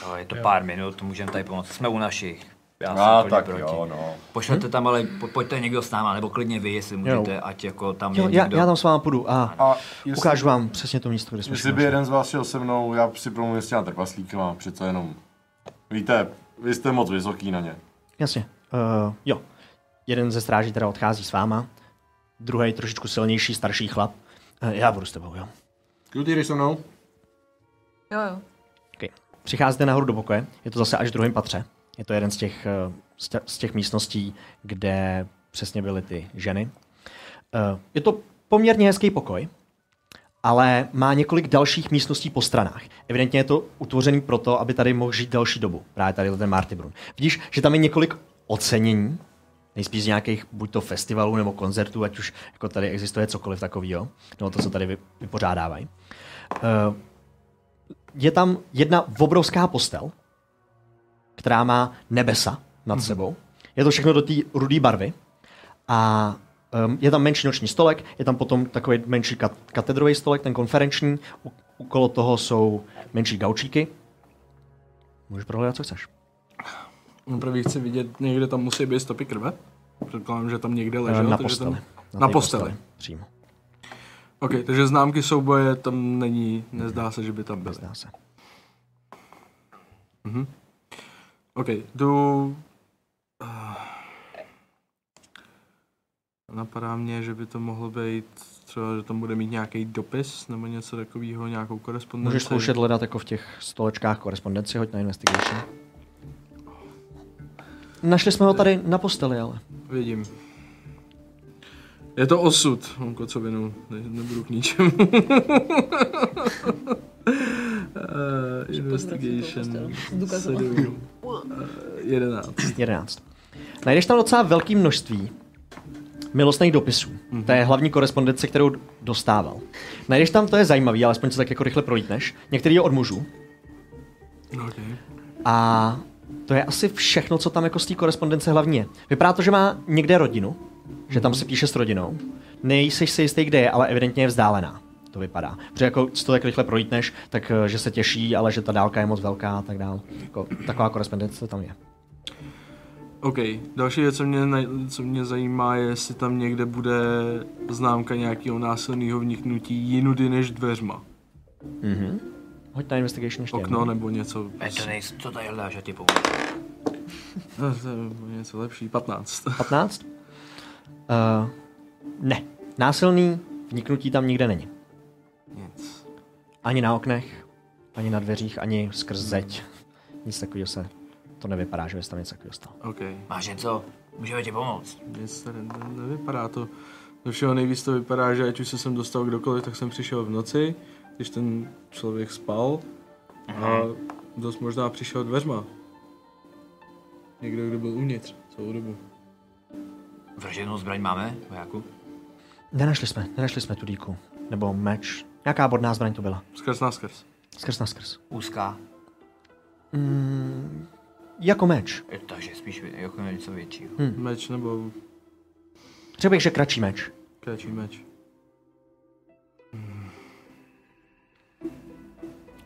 No, je to pár minut, můžeme tady pomoct, jsme u našich. Já jsem
A
úplně
tak
proti.
jo, no.
Pošlete tam, ale po, pojďte někdo s náma, nebo klidně vy, jestli můžete, ať jako tam
Jo,
je
já,
někdo.
já tam s vámi půjdu a
A jestli,
ukážu vám přesně to místo, kde jsme
jestli by
šli.
jeden z vás šel se mnou, já si promluvím s těma trpaslíkama, přece jenom. Víte, vy jste moc vysoký na ně.
Jasně. Uh, jo. Jeden ze stráží teda odchází s váma, druhý trošičku silnější, starší chlap. Uh, já budu s tebou, jo.
Kudy, jdeš se mnou?
Jo, jo.
Okay. Přicházíte nahoru do pokoje, je to zase až v druhém patře. Je to jeden z těch, eh, z tě- z těch místností, kde přesně byly ty ženy. Eh, Je to poměrně hezký pokoj, ale má několik dalších místností po stranách. Evidentně je to utvořený proto, aby tady mohl žít další dobu. Právě tady ten Martybrun. Vidíš, že tam je několik ocenění, nejspíš z nějakých buď to festivalů nebo koncertů, ať už jako tady existuje cokoliv takového, nebo to, co tady vy- vypořádávají. Eh, je tam jedna obrovská postel, která má nebesa
Mhm.
nad sebou. Je to všechno do té rudé barvy. A um, je tam menší noční stolek, je tam potom takový menší kat- katedrový stolek, ten konferenční. U- ukolo toho jsou menší gaučíky. Můžeš prohledat, co chceš.
První chci vidět, někde tam musí být stopy krve. Předpokládám, že tam někde
Eh,
ležel.
na
takže
posteli.
Tam...
Na,
na
té
posteli.
Přímo,
Ok, takže známky souboje tam není, nezdá se, že by tam byly.
zdá se.
Ok, jdu... Ah. Napadá mě, že by to mohlo být třeba, že tam bude mít nějaký dopis nebo něco takového, nějakou korespondenci.
Můžeš zkoušet hledat jako v těch stolečkách korespondenci, hoď na investigation. Našli jsme ho tady na posteli, ale.
Vidím. Je to osud, mám kocovinu, ne, nebudu k ničemu. uh, investigation. sedm. Eh, Jedenáct.
11. Najdeš tam docela velké množství milostných dopisů. To je hlavní korespondence, kterou dostával. Najdeš tam, to je zajímavý, alespoň se tak jako rychle prolítneš. Některý je od mužů.
Okay.
A to je asi všechno, co tam jako z té korespondence hlavně je. Vypadá to, že má někde rodinu, že tam se píše s rodinou. Nejseš si jistý, kde je, ale evidentně je vzdálená. To vypadá. Protože jako si to tak rychle prolítneš, tak eh, že se těší, ale že ta dálka je moc velká a tak dál. Jako, taková korespondence tam je.
OK, další věc, co mě, naj- co mě zajímá, je, jestli tam někde bude známka nějakého násilného vniknutí jinudy než dveřma.
Hoď na investigation ještě.
Okno nebo něco.
to nejsi, co tady hledáš, já ti pomůžu.
Eh, to je něco lepší, 15.
15? Uh, ne. Násilný vniknutí tam nikde není.
Nic.
Ani na oknech, ani na dveřích, ani skrz zeď. Nic takového se... To nevypadá, že by se tam něco takového stalo.
OK,
Máš něco? Můžeme ti pomoct.
nic tady ne- nevypadá to. Do všeho nejvíc to vypadá, že ať už se sem dostal kdokoliv, tak jsem přišel v noci, když ten člověk spal. A dost možná přišel dveřma. Někdo, kdo byl uvnitř celou dobu.
Vrženou zbraň máme, vojáku?
Nenašli jsme, nenašli jsme tu díku. Nebo meč. Nějaká bodná zbraň to byla.
Skrz na skrz.
Skrz na skrz.
Úzká.
Jako meč.
Je, takže spíš vě- jako něco většího.
Meč nebo
Řekl bych, že kratší meč.
kratší meč. Hmm.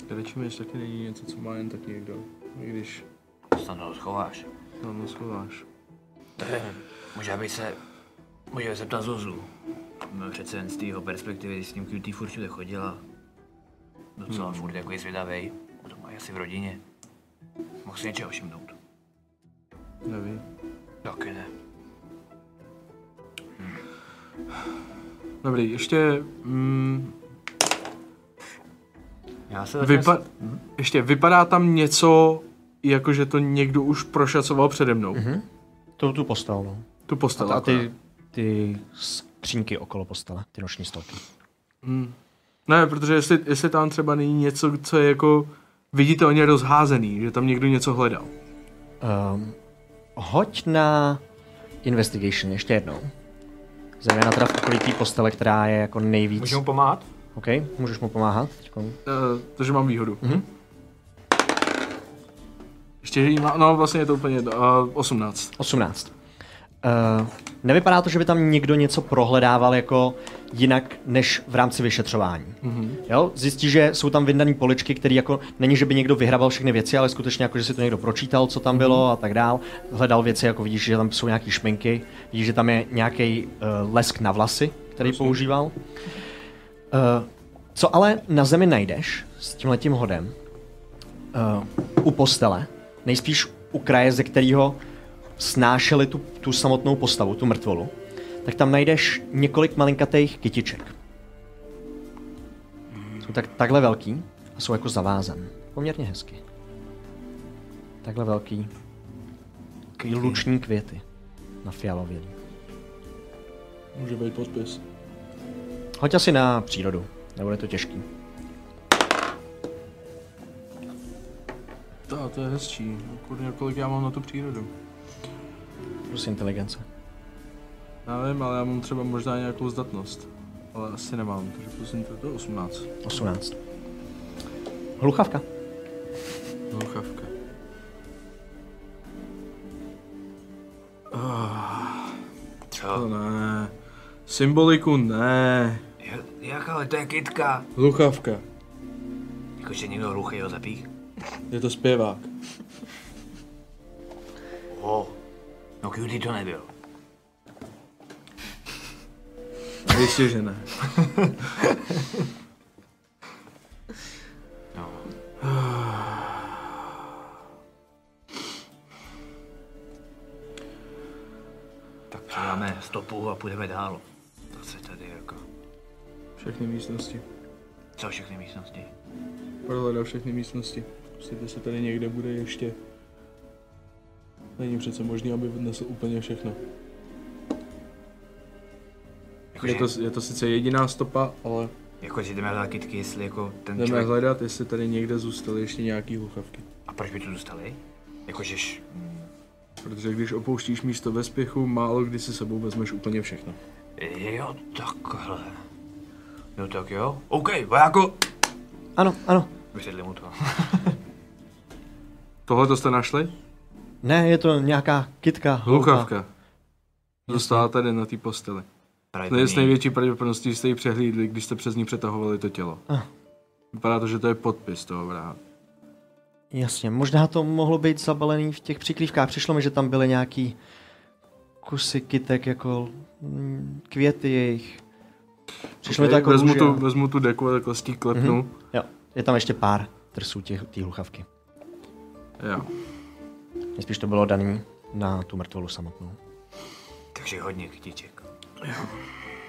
Kratší meč taky není něco, co má jen tak někdo. I když
Snadno to schováš.
tam to schováš.
Eh, Možná by se... Můžeme se ptat Zuzu. No, přece jen z tého perspektivy, když s ním QT furt všude chodila. Docela furt jako je zvědavej. To má asi v rodině. Mohl si něčeho všimnout.
Nevím.
Taky ne.
Dobrý, ještě... Mm,
Já se
vypa- ještě vypadá tam něco, jakože to někdo už prošacoval přede mnou. Mm-hmm.
To tu postel, no.
Tu postel.
Mhm. A ty, ty skřínky okolo postele, ty noční stolky.
Ne, protože jestli, jestli tam třeba není něco, co je jako viditelně rozházený, že tam někdo něco hledal.
Um, hoď na investigation ještě jednou. Zejména teda v okolí té postele, která je jako nejvíc.
Můžu mu pomáhat?
OK, můžeš mu pomáhat. teďkon.
Uh, takže mám výhodu.
Mhm.
Mm-hmm. Ještě že jí má, no vlastně je to úplně jedno, uh, 18.
18. Uh, nevypadá to, že by tam někdo něco prohledával jako jinak než v rámci vyšetřování. Mm-hmm. Jo? Zjistí, že jsou tam vyndané poličky, které jako není, že by někdo vyhrabal všechny věci, ale skutečně jako, že si to někdo pročítal, co tam bylo a tak dál. Hledal věci, jako vidíš, že tam jsou nějaké šminky, vidíš, že tam je nějaký uh, lesk na vlasy, který používal. Uh, co ale na zemi najdeš s tímhletím hodem, Eh, u postele, nejspíš u kraje, ze kterého snášeli tu, tu samotnou postavu, tu mrtvolu, tak tam najdeš několik malinkatých kytiček. Jsou tak, takhle velký a jsou jako zavázan. Poměrně hezky. Takhle velký. Takový luční květy na fialovělí.
Může být podpis.
Hoď asi na přírodu, nebude to těžký.
To, to je hezčí. Kurně, kolik já mám na tu přírodu.
Plus Prostě inteligence.
Já nevím, ale já mám třeba možná nějakou zdatnost. Ale asi nemám, takže prosím, to to je 18.
18. Hluchavka.
No, chávka. To
Co?
ne. Symboliku ne.
Jo, Jak ale to je kytka?
Hluchavka.
Jakože někdo hluchý ho zapích?
Je to zpěvák.
O, no QT to nebyl.
Jistě, že ne.
No. tak předáme stopu a půjdeme dál. To se tady jako...
Všechny místnosti.
Co všechny místnosti?
Prohledal všechny místnosti. Prostě to se tady někde bude ještě. Není přece možný, aby odnesl úplně všechno. Je
Jakože,
to, je to sice jediná stopa, ale
jakože jdeme hledat kytky, jestli jako ten
jdeme
člověk...
hledat, jestli tady někde zůstaly ještě nějaký hluchavky.
A proč by tu zůstali? Jakože... š-
Protože když opouštíš místo ve spěchu, málo kdy si sebou vezmeš úplně všechno.
Jo, takhle. No tak jo. OK, vojáko!
Ano, ano.
Vysvětli mu to.
Tohle to jste našli?
Ne, je to nějaká kitka. hlouka.
Hluchavka. Zůstala tady na té posteli.
Právě
Ne- S největší pravděpodobností jste ji přehlídli, když jste přes ní přetahovali to tělo. Vypadá to, že to je podpis toho vraha.
Jasně, možná to mohlo být zabalený v těch přikrývkách. Přišlo mi, že tam byly nějaký kusy kytek, jako mm, květy jejich. Přišlo mi Mhm. to jako
vezmu,
růže,
tu,
no.
vezmu tu deku a takhle s tí klepnu. Mm-hmm.
Jo, je tam ještě pár trsů těch, tý hluchavky.
Jo.
Nejspíš to bylo daný na tu mrtvolu samotnou.
Takže hodně kytiček.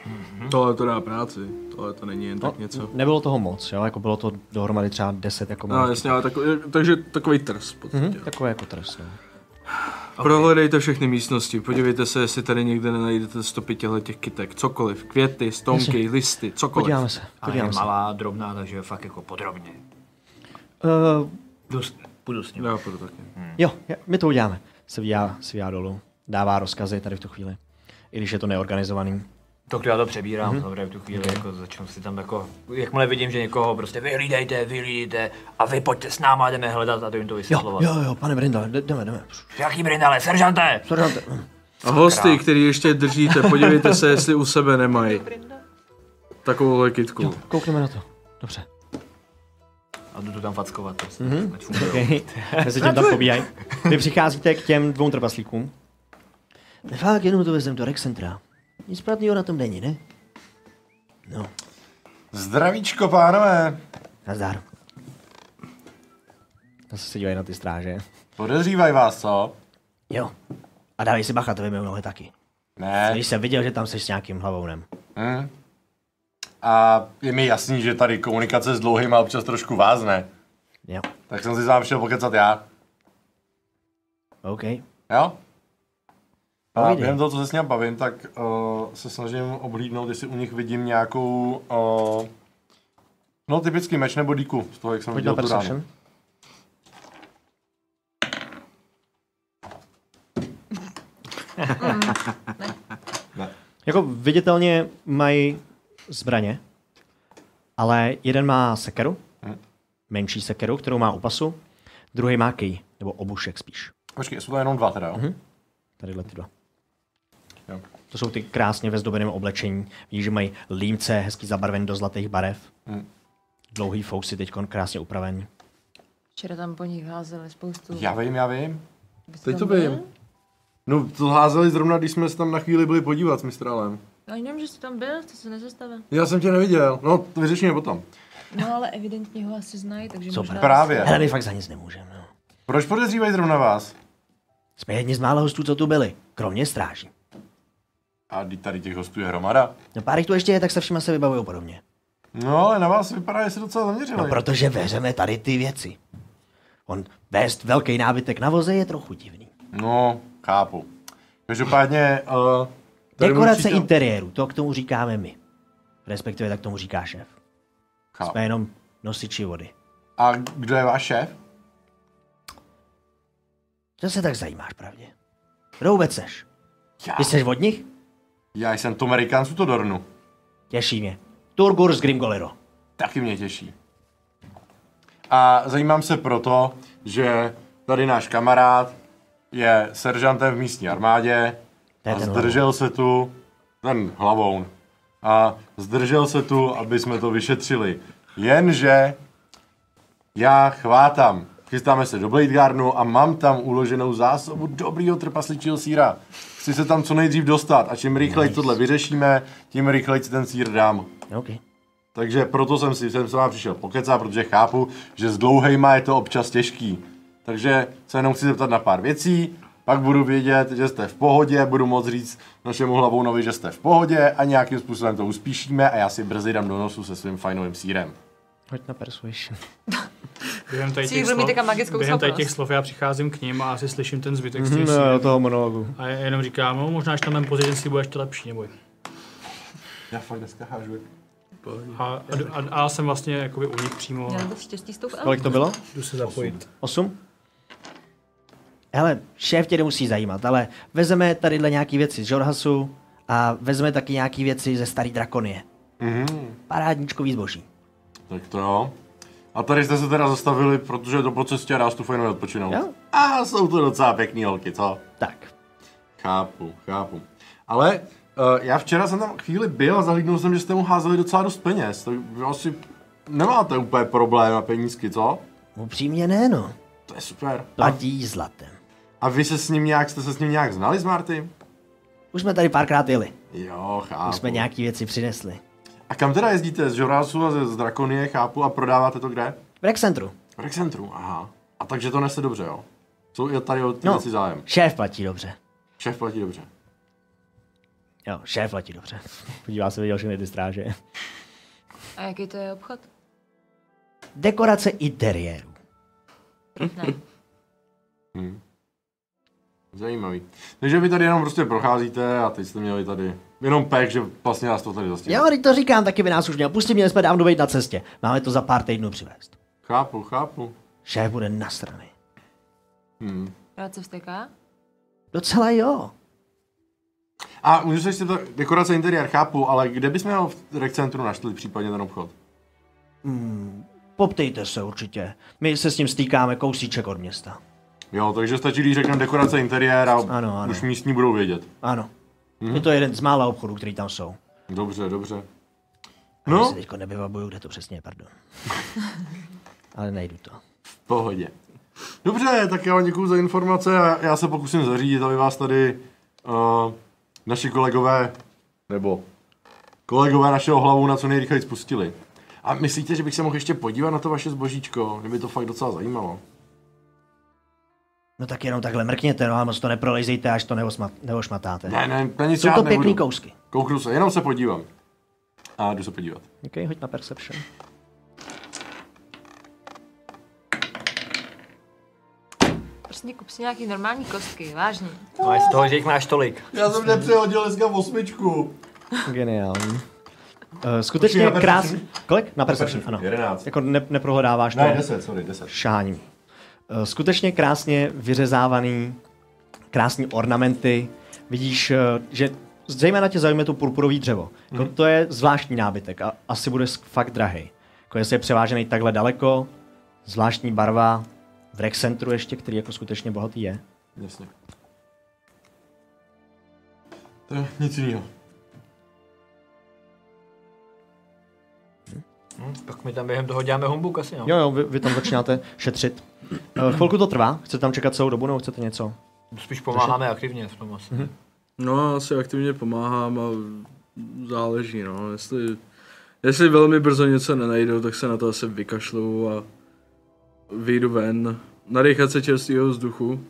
Mhm. Tohle to dá práci. Tohle to není jen
No.
tak něco.
Nebylo toho moc, jo, jako bylo to dohromady třeba 10 jako
No,
malých
jasně, ale takový, takže takový trs v podstatě.
Mhm, takové jako trs, no.
Prohledejte všechny místnosti, podívejte se, jestli tady někde nenajdete stopy těchto těch kytek, cokoliv, květy, stonky, listy, cokoliv.
Podíváme se,
Ale je
podíváme se.
malá, drobná, takže fakt jako podrobně.
Uh,
Jdu s- Půjdu s ním.
Já půjdu taky.
jo, je- my to uděláme. Svijá, svijá dolů, dává rozkazy tady v tu chvíli. I když je to neorganizovaný.
Tak to já to přebírám, mm-hmm. dobré, v tu chvíli jako začnu si tam jako, jakmile vidím, že někoho prostě vyhlídejte, vyhlídejte a vy pojďte s náma, jdeme hledat a to jim to
Jo,
vysvětlovat.
jo, jo, pane Brindale, jde- jdeme, jdeme.
Jaký brindale, seržante!
Seržante,
A hosty, který ještě držíte, podívejte se, jestli u sebe nemají takovouhle kytku.
hm. koukneme na to. Dobře.
A jdu to tam fackovat, prostě,
Mhm.
mm-hmm. ať fungují.
Okay. Mezi tím tam pobíhají. Vy přicházíte k těm dvou trpaslíkům. Fakt, jenom to vezem do Rexcentra. Nic špatného na tom není, ne? No,
Zdravíčko, pánové.
Nazdar. Zase se dívají na ty stráže.
Podezřívají vás, co?
Jo. A dávej si bacha, to víme mnohé taky.
Ne.
Když jsem viděl, že tam jsi s nějakým hlavounem.
Hm. A je mi jasný, že tady komunikace s dlouhým a občas trošku vázne.
Jo.
Tak jsem si s vámi šel pokecat já.
OK.
Jo? A
Povídej.
během toho, co se s ním bavím, tak uh, se snažím oblídnout, jestli u nich vidím nějakou... Uh, no, typický meč nebo díku z toho, jak jsem
Pojď
viděl
na
tu ránu.
perception. Jako viditelně mají zbraně, ale jeden má sekeru, menší sekeru, kterou má u pasu, druhý má kej, nebo obušek spíš.
Počkej, jsou to jenom dva teda, jo?
Mhm. Tadyhle ty dva.
Jo.
To jsou ty krásně ve zdobeném oblečení. Vidíš, že mají límce hezky zabarven do zlatých barev.
Hm.
Dlouhý fousy teď krásně upraven.
Včera tam po nich házeli spoustu.
Já vím, já vím.
Vy jste
Teď to
tam byli?
vím.
No, to házeli zrovna, když jsme se tam na chvíli byli podívat s mistrálem.
Já nevím, že jsi tam byl, jste se nezastavil.
Já jsem tě neviděl. No, to vyřešíme potom.
No ale evidentně ho asi znají, takže
Super.
možná...
No, Právě.
Ale my fakt za nic nemůžeme. No.
Proč podezřívají zrovna vás?
Jsme jedni z mála hostů, co tu byli, kromě stráží.
A teď tady těch hostů je hromada.
No pár jich tu ještě je, tak se všima se vybavují podobně.
No, ale na vás vypadá, že se docela zaměřili.
No protože veřeme tady ty věci. On vést velký nábytek na voze je trochu divný.
No, chápu. Každopádně, uh, tady
Dekorace
určitě-
interiéru, to k tomu říkáme my. Respektive tak tomu říká šéf.
Chápu.
Jsme jenom nosiči vody.
A kdo je váš šéf?
Co se tak zajímáš, pravdě? Kdo vůbec seš?
Já.
Ty jsi od nich?
Já jsem Tom Amerikán z Utodornu.
Těší mě. Turgur z Grimgolero.
Taky mě těší. A zajímám se proto, že tady náš kamarád je seržantem v místní armádě
To je
a
ten
zdržel se tu, ten hlavoun, a zdržel se tu, aby jsme to vyšetřili. Jenže já chvátám. Chystáme se do Bladegarnu a mám tam uloženou zásobu dobrýho trpasličího síra. Chci se tam co nejdřív dostat a čím rychleji tohle vyřešíme, tím rychleji ten sír dám.
OK.
Takže proto jsem si jsem se vám přišel pokecat, protože chápu, že s dlouhejma je to občas těžký. Takže se jenom chci zeptat na pár věcí, pak budu vědět, že jste v pohodě, budu moc říct našemu hlavounovi, že jste v pohodě a nějakým způsobem to uspíšíme a já si brzy dám do nosu se svým fajnovým sírem.
Hoď na persuasion.
Během tady,
Si
těch
budu mít taká magickou
slov, během tady
schopnost.
těch slov já přicházím k ním a asi slyším ten zbytek z těch
No,
no,
toho monologu.
A já jenom říkám, no možná, že tam ten pozici si budeš to lepší, neboj.
Já fakt dneska hážu. jak-
A, a, a, a já jsem vlastně jakoby u nich přímo.
Měl bych štěstí s tou L.
Kolik to bylo?
Jdu se zapojit.
Osm? Hele, šéf tě nemusí zajímat, ale vezeme tadyhle nějaký věci z Jorhasu a vezme taky nějaký věci ze Starý Drakonie. Mm. Parádničkový zboží.
Tak to jo. A tady jste se teda zastavili, protože to po cestě ráz tu fajnou odpočinout.
Jo.
A jsou to docela pěkný holky, co?
Tak,
Chápu, chápu. Ale uh, já včera jsem tam chvíli byl a zahlídnul jsem, že jste mu házeli docela dost peněz. Tak vy asi nemáte úplně problém na penízky, co?
upřímně ne, no.
To je super.
Platí zlatem.
A vy se s ním nějak, jste se s ním nějak znali s Marty?
Už jsme tady párkrát jeli,
Jo,
už
chápu.
jsme nějaký věci přinesli.
A kam teda jezdíte? Z Žorásu a ze, z Drakonie, chápu, a prodáváte to kde?
V Rexcentru.
V Rexentru, aha. A takže to nese dobře, jo? Jsou i tady o ty
No.
věci zájem.
Šéf platí dobře.
Šéf platí dobře.
Jo, šéf platí dobře. Podívá se, viděl všechny ty stráže.
A jaký to je obchod?
Dekorace interiéru.
Hmm. Zajímavý. Takže vy tady jenom prostě procházíte a teď jste měli tady jenom pek, že vlastně nás to tady zastihlo.
Jo, teď to říkám, taky by nás už měl. Pustit měli jsme dávno být na cestě. Máme to za pár týdnů přivést.
Chápu, chápu.
Šéf bude nasraný.
Hmm.
Rád se vsteká?
Docela jo.
A můžu se ještě tak, dekorace interiér, chápu, ale kde bychom ho v Rexcentru našli případně ten obchod?
Poptejte se určitě. My se s ním stýkáme kousíček od města.
Jo, takže stačí, když řekneme dekorace interiér a
Ano, ano.
už místní budou vědět.
Ano. Mm-hmm. Je to jeden z mála obchodů, který tam jsou.
Dobře, dobře.
No?
No,
se teďko nevybavuju, kde to přesně je, pardon. Ale najdu to.
v pohodě. Dobře, tak já vám děkuji za informace a já se pokusím zařídit, aby vás tady uh, naši kolegové, nebo kolegové našeho hlavu na co nejrychleji spustili. A myslíte, že bych se mohl ještě podívat na to vaše zbožíčko? Mě by to fakt docela zajímalo.
No tak jenom takhle mrkněte, no a moc to neprolejzejte, až to neosma- neošmatáte.
Ne, ne, na nic
Jsou
já
to
nebudu.
pěkný kousky.
Kouknu se, jenom se podívám. A jdu se podívat.
Ok, hoď na Perception.
Prostě kup si nějaký normální kostky, vážně.
Máš z toho, že jich máš tolik.
Já jsem nepřehodil dneska osmičku.
Geniální. Uh, skutečně
Počkej, na
krásný.
perception?
Kolik? Na Perception, ano.
11.
Jako ne- neprohodáváš to.
Ne, 10, sorry, 10.
šáním. Eh, Skutečně krásně vyřezávaný, krásní ornamenty. Vidíš, eh, že zejména tě zaujme to purpurový dřevo. Jako To je zvláštní nábytek a asi bude sk- fakt drahý. Jako jestli je převážený takhle daleko, zvláštní barva, v Rexcentru ještě, který jako skutečně bohatý je.
Jasně. To je nic jiného.
Tak my tam během toho děláme humbuk asi, no.
Jo, jo, vy, vy tam začínáte šetřit. Eh, Chvilku to trvá, chcete tam čekat celou dobu nebo chcete něco?
Spíš pomáháme aktivně v tom asi.
Mhm.
No, já si aktivně pomáhám a záleží, no. Jestli, jestli velmi brzo něco nenajdou, tak se na to asi vykašlu a vyjdu ven. Nadechat se čerstvého vzduchu.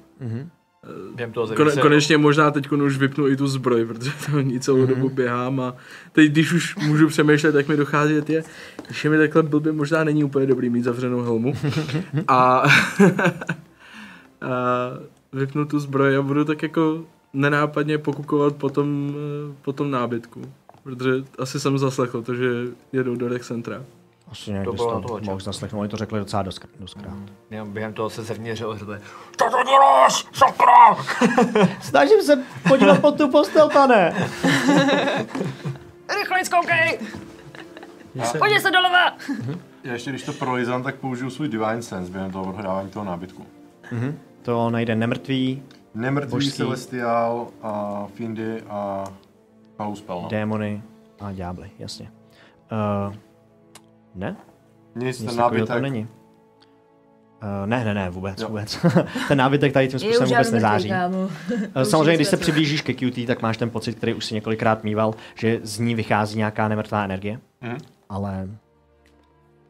Během toho
Kone,
se-
konečně možná teď už vypnu i tu zbroj, protože tam ní celou dobu běhám a teď, když už můžu přemýšlet, jak mi dochází, je, když je mi takhle blbě, možná není úplně dobrý mít zavřenou helmu. a, a vypnu tu zbroj a budu tak jako nenápadně pokukovat po tom, eh, po tom nábytku. Protože asi jsem zaslechl to, že jedou do Rexcentra.
Asi nějak
To
bys
bylo na
to
toho
mohl
času.
zaslechnout, oni to řekli docela dost, dostkrát.
Jenom během toho se zevnitř ořve. Co to děláš, sakra?
Snažím se podívat pod tu postel, pane!
Rychle skoukej! Pojď se doleva!
Já ještě, když to prolizám, tak použiju svůj Divine Sense během toho prohrávání toho nábytku.
To najde nemrtvý,
Nemrtvý
Božský.
Celestial, a Findy a Pauspel, no.
démony a ďábly, jasně. Uh, ne? Nic
Nic, ten
takového
nábytek.
tam není. Uh, ne, ne, ne, vůbec,
Jo.
vůbec. Ten nábytek tady tím způsobem vůbec nezáří. Eh, Samozřejmě, když se přiblížíš ke QT, tak máš ten pocit, který už si několikrát mýval, že z ní vychází nějaká nemrtvá energie,
Mhm.
ale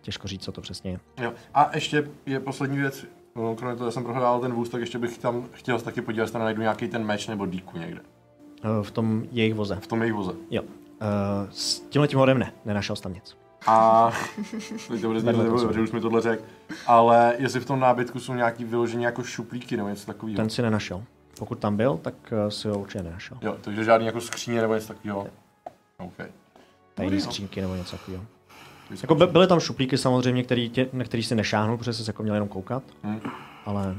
těžko říct, co to přesně je.
Jo. A ještě je poslední věc, no, kromě toho, že jsem prohrál ten vůz, tak ještě bych tam chtěl se taky podívat, jestli tam najdu nějaký ten meč nebo díku někde.
Eh, v tom jejich voze.
V tom jejich voze.
Jo. Uh, s tímhle tím hodem ne, nenašel jsi tam nic.
A teď to bude znít,
Vedle
nebo,
konzole.
protože už mi tohle řekl. Ale jestli v tom nábytku jsou nějaký vyložení jako šuplíky nebo něco takového.
Ten si nenašel. Pokud tam byl, tak eh, si ho určitě nenašel.
Jo, takže žádný jako skříně nebo něco takového. OK.
tajné skřínky nebo něco takového. Jako by, byly tam šuplíky samozřejmě, který tě, na který si nešáhnul, protože jsi jako měl jenom koukat,
Hm.
ale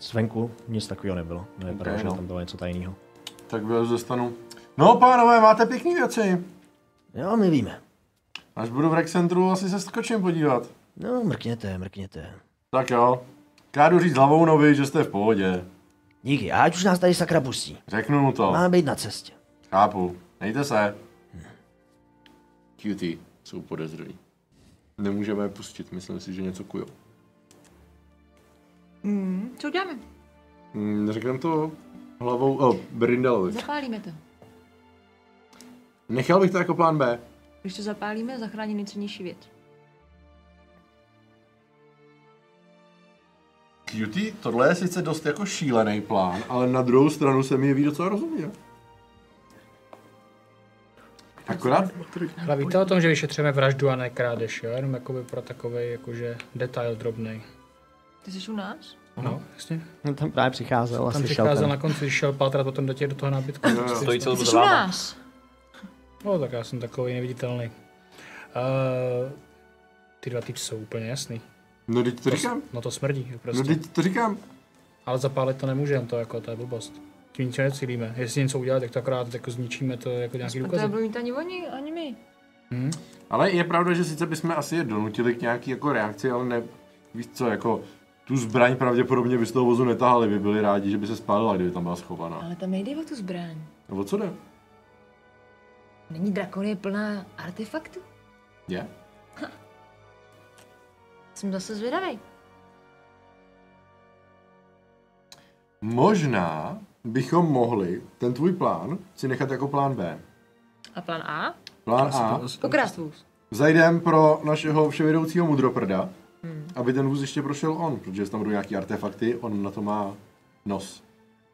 zvenku nic takového nebylo. Nevypadalo,
Ok,
že
no.
tam bylo něco tajného.
Tak vás dostanu. No, pánové, máte pěkný věci.
Jo, my víme.
Až budu v Rexcentru, asi se skočím podívat.
No, mrkněte, mrkněte.
Tak jo. Kádu říct hlavou novi, že jste v pohodě.
Díky, a ať už nás tady sakra pustí.
Řeknu mu to.
Máme být na cestě.
Chápu. Nejte se. Cutie jsou podezřelí. Nemůžeme je pustit, myslím si, že něco kujo.
Co uděláme?
Mm, řekneme to eh, hlavou, o, Brindalovi.
Zapálíme to.
Nechal bych to jako plán B.
Když to zapálíme, zachrání nejcennější věc.
Cutie, tohle je sice dost jako šílený plán, ale na druhou stranu se mi jeví docela rozumně. Akorát
Ale víte o tom, že vyšetřujeme vraždu a ne krádež, jo? Jenom jakoby pro takový jakože detail drobný.
Ty jsi u nás?
Mhm.
No, jasně.
No, tam právě přicházel a
Tam
slyšel
přicházel
ten.
na konci, když šel pátrat potom do, tě, do toho nábytku.
No,
Stojí celou
Ty
dobu
jsi
za
u
váma.
nás?
No, tak já jsem takový neviditelný. Uh, ty dva typy jsou úplně jasný.
No teď to říkám,
No to smrdí, jo,
no
prostě.
teď to říkám.
Ale zapálit to nemůžeme, to jako, to je blbost. Tím nic necílíme. Jestli něco udělat, tak to akorát jako zničíme to jako nějaký
To
důkaz.
nebudu mít ani oni, ani my.
Ale je pravda, že sice bychom asi je donutili k nějaký jako reakci, ale ne, víš co, jako tu zbraň pravděpodobně by z toho vozu netahali, by byli rádi, že by se spálila, kdyby tam byla schovaná.
Ale tam nejde o tu zbraň.
Nebo co jde?
Není drakonie plná artefaktů?
Je?
Jsem zase zvědavý.
Možná bychom mohli ten tvůj plán si nechat jako plán B.
A plán A?
Plán A.
Ukrást vůz.
No,
Zajdem pro našeho vševědoucího mudroprda, aby ten vůz ještě prošel on, protože jestli tam budou nějaký artefakty, on na to má nos.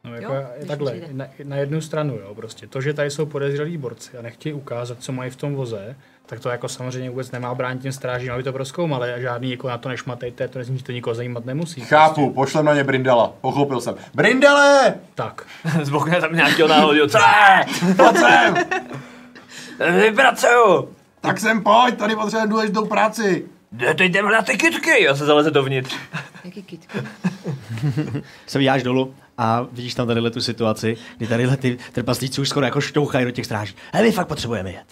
No, jako
Jo,
jo,
když
takhle,
přijde.
na, na, jednu stranu, jo, prostě. To, že tady jsou podezřelí borci a nechtějí ukázat, co mají v tom voze, tak to jako samozřejmě vůbec nemá bránit těm strážím, aby to proskoumali a žádný jako na to nešmatejte, to nezní, to nikoho zajímat nemusí.
Chápu, pošlem na ně Brindala, pochopil jsem. Brindale!
Tak.
Z okna tam nějakého náhodil. Co?
Pojď sem!
Vypracuju!
Tak sem pojď, tady potřebujeme důležitou práci.
Dejte mi No, na ty kytky! A se zaleze dovnitř.
Jaký kitku?
Se vyjáš dolů a vidíš tam tadyhle tu situaci, kdy tadyhle ty trpaslíci už skoro jako štouchají do těch stráží. Hele, my fakt potřebujeme jet.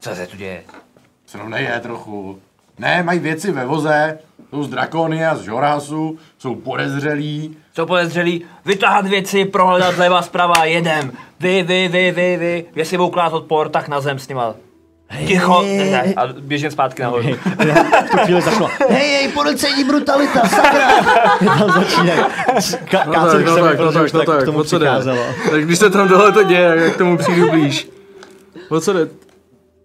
Co se tu děje?
Srovnej je trochu. Ne, mají věci ve voze, jsou z Drakonia, z Žorásu, jsou podezřelí.
Jsou podezřelí, vytáhat věci, prohledat zleva zprava, jedem. Vy, vy, vy, vy, vy. Jestli budou klát odpor, tak na zem s nima. Ticho, ne, ne, a běžím zpátky nahoru.
V tu chvíli začalo. Hej, hej, policejní brutalita, sakra! tam začínají. Ka- káceli no, no, protože už to tak, k tomu přicházelo.
Tak když se tam tohle to děje, jak k tomu přijdu blíž. O co jde?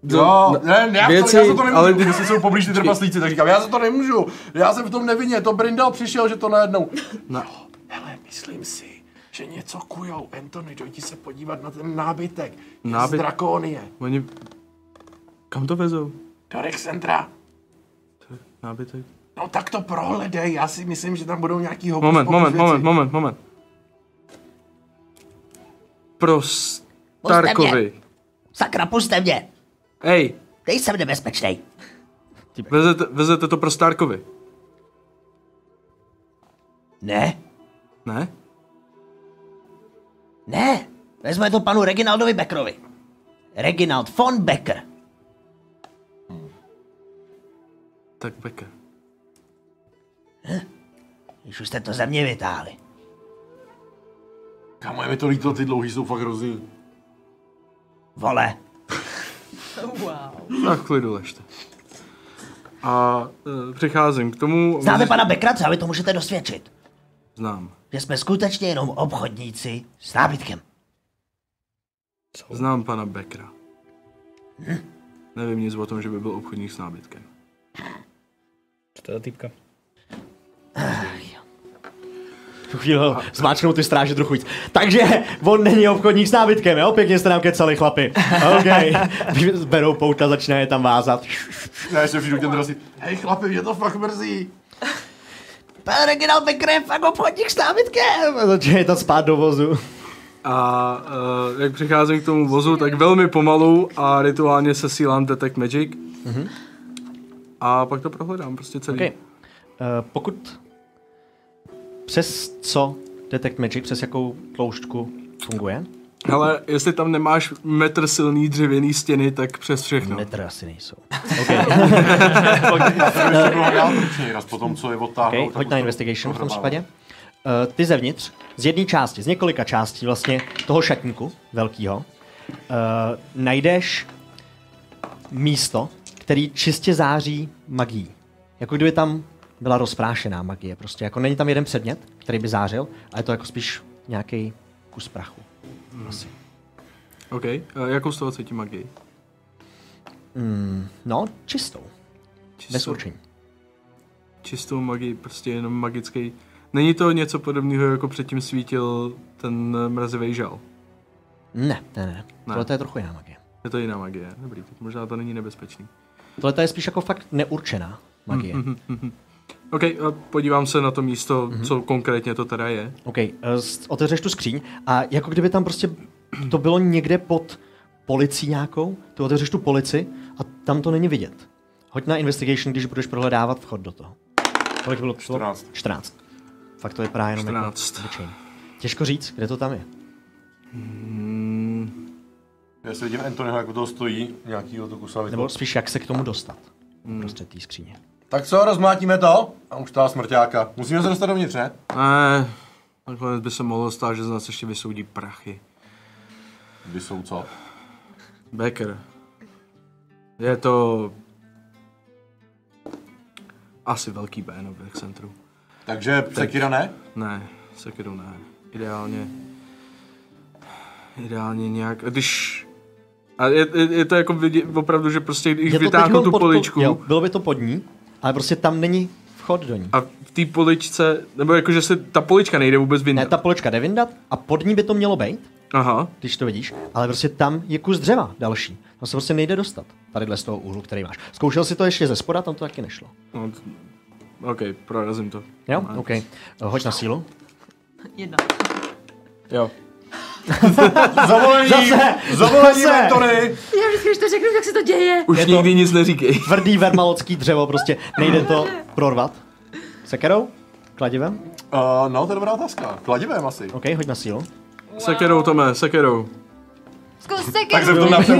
Jo, ne, ne, já,
věci,
to, já za to nemůžu,
ale-
ale... jestli jsou poblíž ty trpaslíci, tak říkám, já za to nemůžu, já jsem v tom nevině, to Brindal přišel, že to najednou. No, hele, myslím si, že něco kujou, Anthony, dojdi se podívat na ten nábytek, Je
Nábyt-
z Drakonie,
Oni... Kam to vezou?
do Rexcentra.
Nábytek.
No tak to prohledej, já si myslím, že tam budou nějaký hokus
Moment,
pokus
moment,
věci.
moment, moment, moment. Pro Starkovi.
Sakra, puste mě!
Ej,
Nejsem nebezpečný.
vezete, vezete to pro Starkovi,
Ne,
ne?
ne. Vezme to panu Reginaldovi Beckerovi. Reginald von Becker.
Tak Becker.
Hm? Když už jste to ze mě vytáhli.
Kámo, je mi to líto, ty dlouhý jsou fakt hrozný.
Vole,
Tak v klidu ležte. A e, přicházím k tomu...
znáte pana Beckera, třeba vy to můžete dosvědčit.
Znám.
Že jsme skutečně jenom obchodníci s nábytkem.
Znám pana Beckera. Nevím nic o tom, že by byl obchodník s nábytkem.
Co to je za týpka?
Tu chvíli ho zmáčknou ty stráže trochu víc. Takže on není obchodník s nábytkem, jo? Pěkně jste nám kecali, chlapi. OK. Berou pouta, začíná je tam vázat.
Já ještě přijdu k těm trpaslíci, hej chlapi, mě to fakt mrzí.
Pan Reginald Becker je fakt obchodník s nábytkem. A začíná je tam spát do vozu.
A uh, jak přicházejí k tomu vozu, tak velmi pomalu a rituálně se sílám Detect Magic. Mm-hmm. A pak to prohledám prostě celý.
Eh,
Okay. Uh, pokud přes co Detect Magic, přes jakou tloušťku funguje?
Ale jestli tam nemáš metr silný dřevěný stěny, tak přes všechno.
Metr asi nejsou.
To bylo dál ručně raz po tom, co je odtáhnout.
Okay,
tak
hoď
už
na
to
investigation v tom
prohrabává.
případě. Uh, ty zevnitř, z jedné části, z několika částí vlastně toho šatníku velkého, uh, najdeš místo, který čistě září magií. Jako kdyby tam byla rozprášená magie. Prostě jako není tam jeden předmět, který by zářil, ale je to jako spíš nějaký kus prachu.
OK. Uh, jakou z toho cítím magii?
No, čistou, bez
Čistou,
určení.
čistou magii, prostě jenom magický. Není to něco podobného, jako předtím svítil ten eh, mrazivý žal.
Ne, ne, ne.
Ne.
Tohle je trochu jiná magie.
Je to jiná magie, dobrý, tak možná to není nebezpečný.
Tohle je spíš jako fakt neurčená magie.
Mhm, OK, eh, podívám se na to místo,
Mhm.
mm-hmm. co konkrétně to teda je.
OK, eh, s- otevřeš tu skříň a jako kdyby tam prostě to bylo někde pod policí nějakou, ty otevřeš tu polici a tam to není vidět. Hoď na investigation, když budeš prohledávat vchod do toho. Kolik bylo?
14.
14. Fakt to vypadá jenom
14.
jako obyčejný. Těžko říct, kde to tam je.
Já si vidím Anthonyho, jako toho stojí, nějakýho to kusa
Nebo spíš jak se k tomu dostat.
Hmm.
Prostě té skříně.
Tak co, rozmlátíme to? A už ta smrťáka. Musíme se dostat dovnitř, ne?
Ne, Eh, nakonec by se mohlo stát, že z nás ještě vysoudí prachy.
Kdy jsou co?
Becker. Je to... Asi velký B no, v centru.
Takže Sekira ne?
Ne, sekiru ne. Ideálně... Ideálně nějak... Když... A je, je, je to jako vidět, opravdu, že prostě když
Je to
vytáhnu
teďkon
tu
pod- pod-
poličku
Jo, bylo by to pod ní, ale prostě tam není vchod do ní.
a v té poličce, nebo jako, že se ta polička nejde vůbec
Ne,
vyndat.
ta polička jde vyndat a pod ní by to mělo být,
Aha,
když to vidíš, ale prostě tam je kus dřeva další. Tam se prostě nejde dostat, tadyhle z toho úhlu, který máš. Zkoušel si to ještě ze spoda, tam to taky nešlo.
no, t- OK, prorazím to.
Jo,
Ne.
OK. Hoď na sílu.
Jedna.
Jo.
Zavolení!
Zase!
Zavolení,
Zase!
Antony!
Já vždycky, když to řeknu, tak se to děje.
Už nikdy nic neříkej.
Tvrdý vermalocký dřevo, prostě nejde to prorvat. Sekerou? Kladivem?
Uh, no, to je dobrá otázka. Kladivem asi.
OK, hoď na sílu.
Sekerou, Tome, sekerou.
Zkus se
Tak jsem to napřed.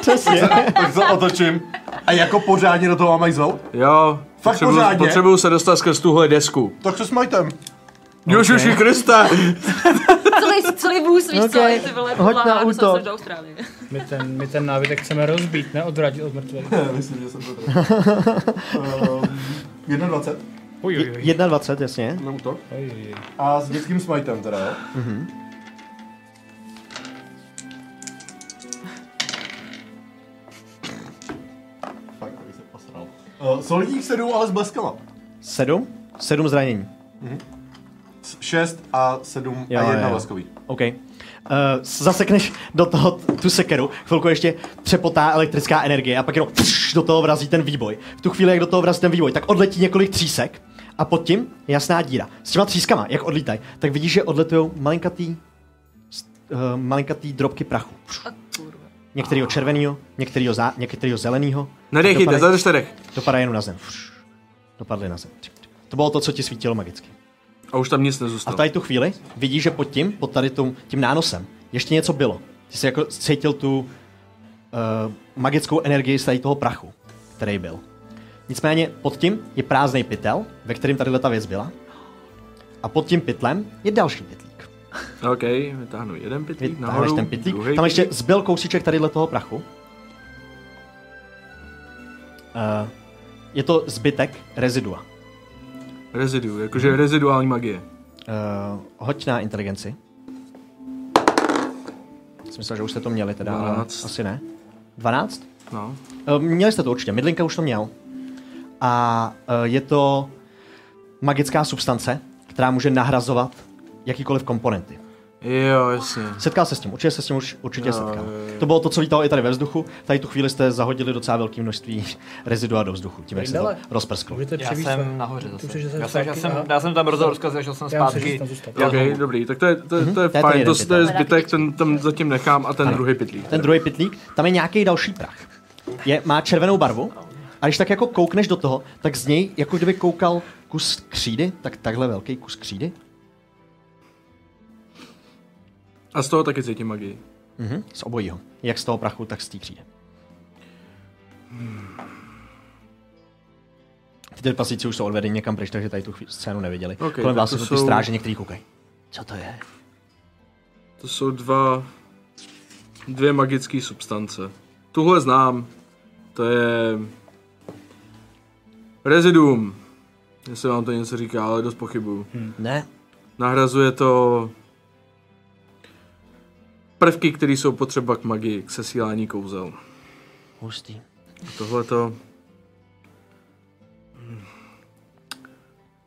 Přesně.
Tak se otočím. A jako pořádně do toho mají zvout?
Jo,
Fakt
potřebuju-
pořádně?
potřebuju se dostat skrz tuhle desku.
Tak se smajtem.
Jožiši Krista!
Celý, celý vůz, víš co,
Okay.
je ty vole,
Hoď na
pomáhá, dostal
útok.
se až do Austrálie.
My ten, my ten nábytek chceme rozbít, ne odvrátit od mrtvých.
Myslím, že jsem to uh, 21.
Uj, uj, uj.
21, jasně.
Na útok.
Oj, oj, oj.
A s dětským smajtem teda, jo?
Mhm.
Fakt, abych se posral. Uh, solidních sedm, ale s bleskama. Mhm.
Sedm? Sedm zranění.
S- Šest a sedm
Jo,
a jedna
jo.
bleskový.
OK. Uh, zasekneš do toho t- tu sekeru, chvilku ještě přepotá elektrická energie a pak jenom pš, do toho vrazí ten výboj. V tu chvíli, jak do toho vrazí ten výboj, tak odletí několik třísek a pod tím je jasná díra. S těma třískama, jak odlítají, tak vidíš, že odletujou malinkatý, uh, malinkatý drobky prachu. Některýho červeného, některýho, zá, některýho zeleného.
Nedechejte, zadržte dech.
Dopadá jenom na zem. Pš, Dopadly na zem. To bylo to, co ti svítilo magicky.
A už tam nic
A
nezůstalo.
v tady tu chvíli vidíš, že pod tím, pod tady tím, tím nánosem, ještě něco bylo. Ty jsi jako cítil tu uh, magickou energii z tady toho prachu, který byl. Nicméně pod tím je prázdný pytel, ve kterém tady ta věc byla. A pod tím pytlem je další pytlík.
OK, vytáhnu jeden
Vy-
pitlík
Tahneš
nahoru,
ten pytlík.
druhej
Tam ještě zbyl kousíček tadyhle toho prachu. Uh, Eh, je to zbytek rezidua.
pytlík. Rezidu, jakože reziduální magie.
Uh, hoď na inteligenci. Jsem myslel, že už jste to měli teda, ale
12.
asi ne. 12?
No.
Uh, měli jste to určitě, Midlinka už to měl. A uh, je to magická substance, která může nahrazovat jakýkoliv komponenty.
Jo, jasně.
Setkal se s tím, určitě se s tím už, určitě jo, setkal. To bylo to, co vítalo i tady ve vzduchu. Tady tu chvíli jste zahodili docela velké množství rezidua do vzduchu, tím jak se to
Prdele.
rozprsklo.
Můžete
Já
převíst
jsem nahoře
Ty
zase.
přece
Já
zase
jsem, já
zpátky,
jsem,
aha.
já jsem tam rozhovor zkazil, že jsem
Já myslím, že
zpátky.
tam zůstal.
Já
OK, dobrý, tak to je, to, je- to je
To je ten
fajn, to,
jeden
to je
pytel.
zbytek, ten tam zatím nechám a ten druhý pytlík.
Ten druhý pitlík, tam je nějaký další prach. Je, má červenou barvu a když tak jako koukneš do toho, tak z něj, jako kdyby koukal kus křídy, tak takhle velký kus křídy.
A z toho taky cítím magii.
Mhm. Z obojího. Jak z toho prachu, tak z té křídy. Ty ty pasíci už jsou odvedeni někam pryč, takže tady tu chví- scénu neviděli.
Ok,
Kolem
tak
vás
to
jsou ty
jsou-
stráže, některý koukají. Co to je?
To jsou dva... Dvě magické substance. Tuhle znám. To je... Reziduum. Jestli vám to něco říká, ale dost pochybuju.
Ne?
Nahrazuje to... Prvky, které jsou potřeba k magii, k sesílání kouzel.
Hustý.
Tohle to...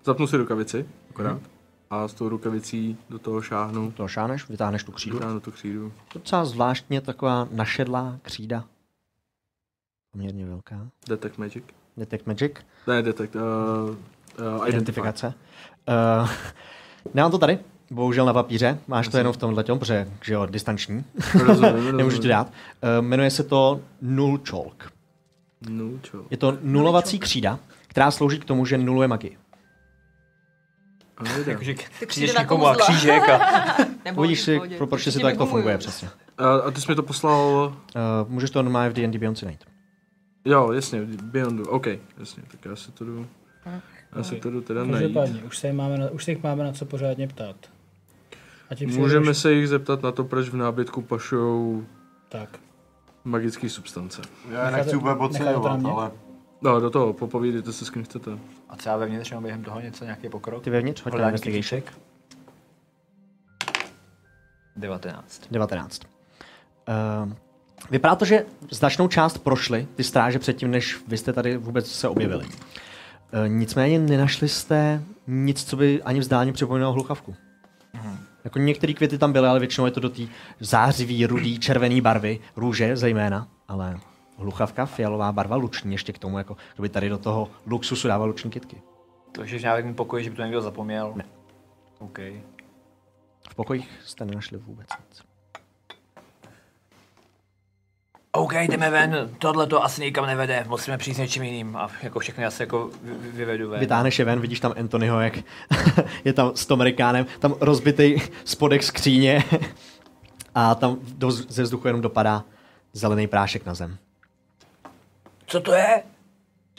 Zapnu si rukavici, akorát. A s tou rukavicí do toho šáhnu.
To šáneš, vytáhneš tu křídu.
Šáhnu to křídu.
Docela zvláštně taková našedlá křída. Poměrně velká.
Detect Magic.
Detect Magic.
Ne, detekt. Uh, uh, identifikace.
Identifikace. Uh, nemám to tady, bohužel na papíře. Máš to jenom v tomhle tom, protože že jo, distanční.
Rozumím,
Nemůžu ti dát. Uh, jmenuje se to Null Chalk.
No, čo.
Je to nulovací křída, která slouží k tomu, že nuluje magii.
A nejde.
Takže
Ty
přijdeš
na
někomu a
kouzla.
křížek a
Nebo
Uvidíš si,
pohodě.
pro, proč si
Určitě
to jak to
nekomuju.
funguje přesně.
eh, A, a ty jsi mi to poslal...
Uh, můžeš to normálně v D&D Beyond si najít.
Jo, jasně, Beyondu, OK, jasně, tak já si to jdu... Já si to jdu teda najít.
Každopádně, už se, je máme na, už se jich máme na co pořádně ptát. A ti
Můžeme
přijdeš-
se jich zeptat na to, proč v nábytku pašou
Tak.
magické substance.
Já nechci úplně podceňovat, ale...
No, do toho, popovídejte se s kým chcete.
a třeba vevnitř nebo během toho něco, nějaký pokrok.
Ty vevnitř, hoď na
Hledání
investigation.
křížek. 19.
19. Uh, vypadá to, že značnou část prošly ty stráže předtím, než vy jste tady vůbec se objevili. Uh, nicméně nenašli jste nic, co by ani vzdáleně připomínalo hluchavku. Jako některé květy tam byly, ale většinou je to do té zářivý, rudý, červený barvy, růže zejména, ale hluchavka, fialová barva, luční ještě k tomu, jako kdyby tady do toho luxusu dával luční kytky.
Takže v nějakém pokoji, že by to někdo zapomněl. Ne. OK.
V pokojích jste nenašli vůbec nic.
OK, jdeme ven, tohle to asi nikam nevede, musíme přijít s něčím jiným a jako všechny asi jako vy- vy- vyvedu ven.
Vytáhneš je ven, vidíš tam Anthonyho, jak je tam s tom Rikánem, tam rozbitý spodek skříně a tam do, ze vzduchu jenom dopadá zelený prášek na zem.
Co to je?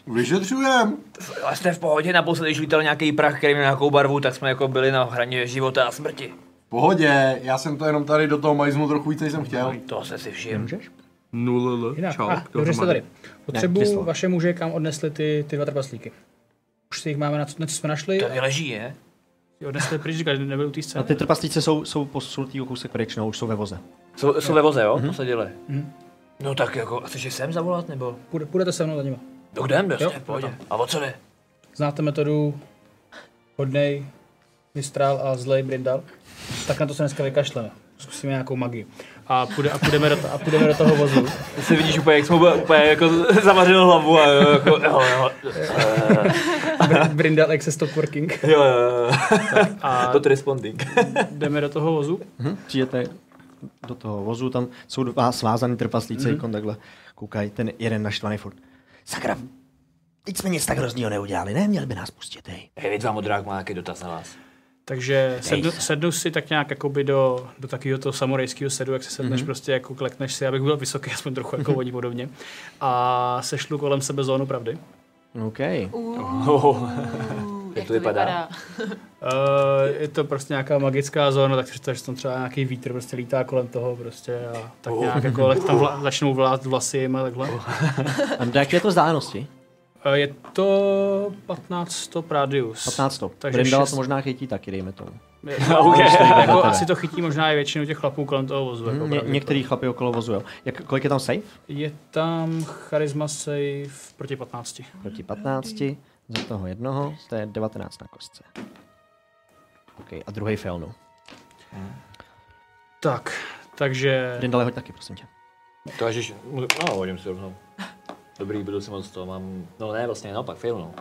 Vyšetřujem!
Vlastně v pohodě, naposledy lítal nějaký prach, který měl nějakou barvu, tak jsme jako byli na hraně života a smrti.
V Pohodě, já jsem to jenom tady do toho majzmu trochu víc, než jsem chtěl.
To se si všim.
Můžeš?
Nulele,
Jinak,
čau.
ah, dobře jste tady.
ty
Potřebuju
slova.
vaše muže, kam odnesli ty, ty dva trpaslíky. Už si jich máme na co, na co jsme našli.
To leží, je?
Jo, odnesli pryč, říkali, že nebyl u té
A
scény.
ty trpaslíci jsou, jsou posunutý o kousek pryč, no, už jsou ve voze.
Jsou, jsou ve voze, jo? Posadili. No tak jako, a chceš je sem zavolat, nebo?
Půjde- Půjdete se mnou za nima.
No kde jdem, jasně,
Jo,
v pohodě. A o co jde?
Znáte metodu hodnej Mistral a zlej Brindal? Tak na to se dneska vykašleme. Zkusíme nějakou magii.
A, půjde, a půjdeme do toho.
A půjdeme do toho vozu.
Ty si vidíš úplně, jak jsme úplně, úplně jako zavařil hlavu a jo, jako, jo, jo,
Br- Brindal access to working.
jo, jo,
A
jo. responding.
jdeme do toho vozu.
Mhm. Přijete do toho vozu, tam jsou dva svázaný trpaslíci, mm-hmm. takhle koukají, ten jeden naštvaný furt. Sakra, teď jsme nic tak hroznýho neudělali, ne? Měli by nás pustit, hej.
Hej, víc vám modrák má nějaký dotaz na vás.
Takže sednu, sednu si tak nějak jakoby do, do takového toho samurajského sedu, jak si sedneš
Mhm.
mm-hmm. prostě jako klekneš si, abych byl vysoký, aspoň trochu jako oni podobně. A sešlu kolem sebe zónu pravdy.
OK.
Oh,
Jak,
to vypadá?
Uh, je to prostě nějaká magická zóna, tak představ, že tam třeba nějaký vítr prostě lítá kolem toho prostě a tak nějak jako leh- tam vla, začnou vlást vlasy jim a takhle.
A jak je to vzdálenosti?
Uh, je to 1500 radius.
15. Takže
Takže
Brindala
šest-
to možná chytí taky, dejme tomu.
okay.
vedle
jako,
tebe.
asi to chytí možná i většinu těch chlapů kolem toho vozu. Jako
Ně-
pravděpodobně.
některý chlapy okolo vozu, jo. Jak, kolik je tam safe?
Je tam charisma save proti 15.
Proti 15, za toho jednoho, to no. je 19 na kostce. OK, a druhý failnul.
Tak, takže...
Jdem dále hoď taky, prosím tě.
To ježiš, no hodím si rovnou. Dobrý, budu si moc to, mám, no ne, vlastně naopak, fail, no.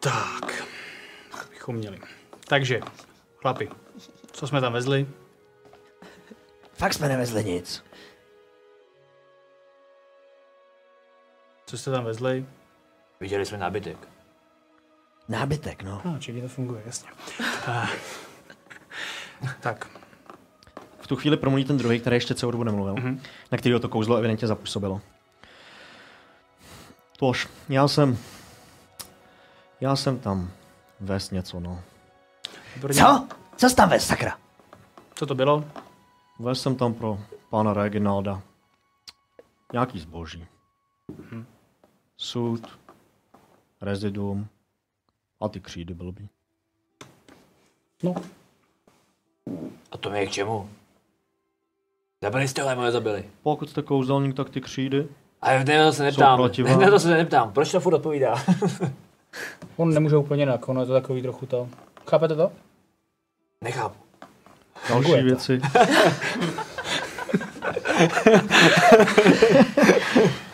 Tak, bychom měli. Takže, chlapi, co jsme tam vezli?
Fakt jsme nevezli nic.
Co jste tam vezli?
Viděli jsme nábytek.
Nábytek, no.
No, čekaj, to funguje, jasně. Eh, tak,
V tu chvíli promluví ten druhý, který ještě celou dobu nemluvil, mm-hmm. na kterého to kouzlo evidentně zapůsobilo. Tož, já jsem... Já jsem tam vést něco, no.
Dobrý den.
Co? Co jsi tam vez, sakra?
Co to bylo?
Vést jsem tam pro pana Reginalda. Nějaký zboží.
Mhm.
Sud, reziduum a ty křídy blbý.
No,
A to mi je k čemu? Zabili jste ho, nebo nezabili?
Pokud jste kouzelník, tak ty křídy.
A ne, na to se neptám,
proti vám.
na to se neptám, proč to furt odpovídá?
on nemůže úplně jinak, ono je to takový trochu to. Chápete to?
Nechápu.
Další
Funguje to.
věci.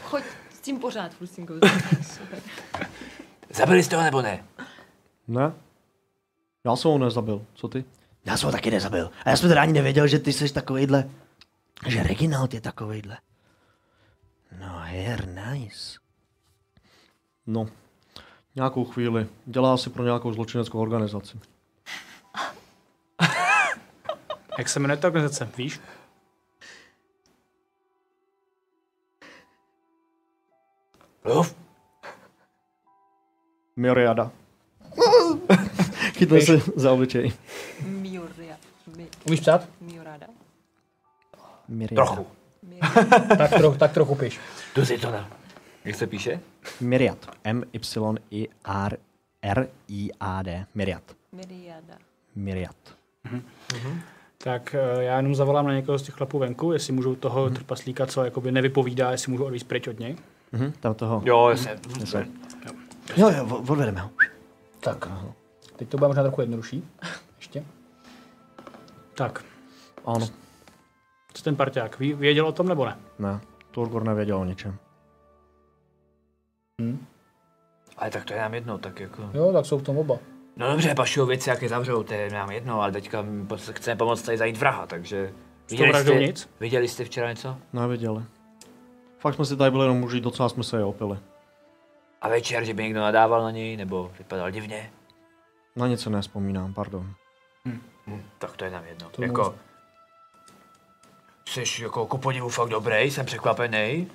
Choď s tím pořád, furt s tím kouzlem. Super.
Zabili jste ho, nebo ne?
Ne? Já jsem ho nezabil, co ty?
Já jsem ho taky nezabil. A já jsem teda ani nevěděl, že ty jsi takovejhle. Že Reginald je takovejhle. No, here, nice.
No, nějakou chvíli. Dělá si pro nějakou zločineckou organizaci.
Jak se jmenuje ta organizace, víš?
Lov?
Myriada. Chytne se za obličej.
Mioria. Mi,
Umíš psát?
miorada.
Myriada.
Trochu.
Tak, troch, tak trochu piš.
Jdu si to na. Jak se píše?
Myriad. M-Y-I-R-R-I-A-D. Myriad.
Miriada.
Myriad.
Tak eh, já jenom zavolám na někoho z těch chlapů venku, jestli můžou toho
Mhm.
trpaslíka, co jakoby nevypovídá, jestli můžu odvíct pryč od něj.
Mhm, tam toho.
Jo, jasně.
Jo, jo, o- odvedeme ho.
Tak. no. Teď to bude možná trochu jednodušší. Ještě.
Tak,
Ano,
co ten parťák, ví, věděl o tom nebo ne?
ne. Turgor nevěděl o ničem.
Ale tak to je nám jedno, tak jako...
Jo, tak jsou v tom oba.
No dobře, pašují věci, jak je zavřou, to je nám jedno, ale teďka m- po- chceme pomoct tady zajít vraha, takže...
vraždou
jste,
nic?
viděli jste včera něco?
Nevěděli. Fakt jsme si tady byli jenom muži, docela jsme se je opili.
A večer, že by někdo nadával na něj, nebo vypadal divně?
Na něco nespomínám, pardon.
Hm, tak to je nám jedno.
To
jako... Jsi jako ku podivu fakt dobrý, jsem překvapený,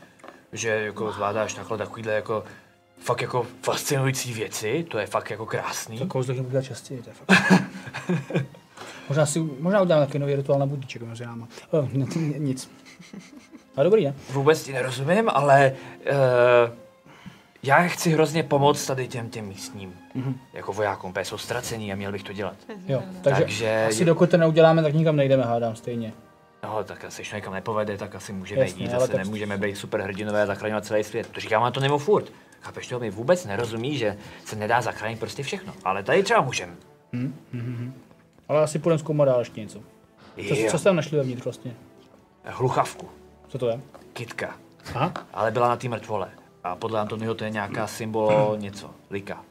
že jako zvládáš takhle takovýhle jako fakt jako fascinující věci, to je fakt jako krásný.
To kouzlo, že budu dělat častěji, to je fakt. možná, si, možná udělám taky nový rituál na budíček mezi náma. O, ne, nic. A dobrý, ne?
Vůbec ti nerozumím, ale uh, já chci hrozně pomoct tady těm těm místním, jako vojákům, protože jsou ztracení a měl bych to dělat.
Jo, takže,
Takže-
asi dokud to neuděláme, tak nikam nejdeme, hádám stejně.
No, tak asi když to někam nepovede, tak asi můžeme
Jasně,
jít,
ale
zase
tak-
nemůžeme být superhrdinové a zachraňovat celý svět. To říkám na to nebo furt. Chápeš to? Mi vůbec nerozumí, že se nedá zachránit prostě všechno. Ale tady třeba můžeme.
Ale asi půjdeme zkoumat dál ještě něco. Co, co jste tam našli vevnitř vlastně?
Hluchavku,
Co to je?
kitka,
Aha.
ale byla na té mrtvole. A podle Antonyho to je nějaká symbolo něco, lika.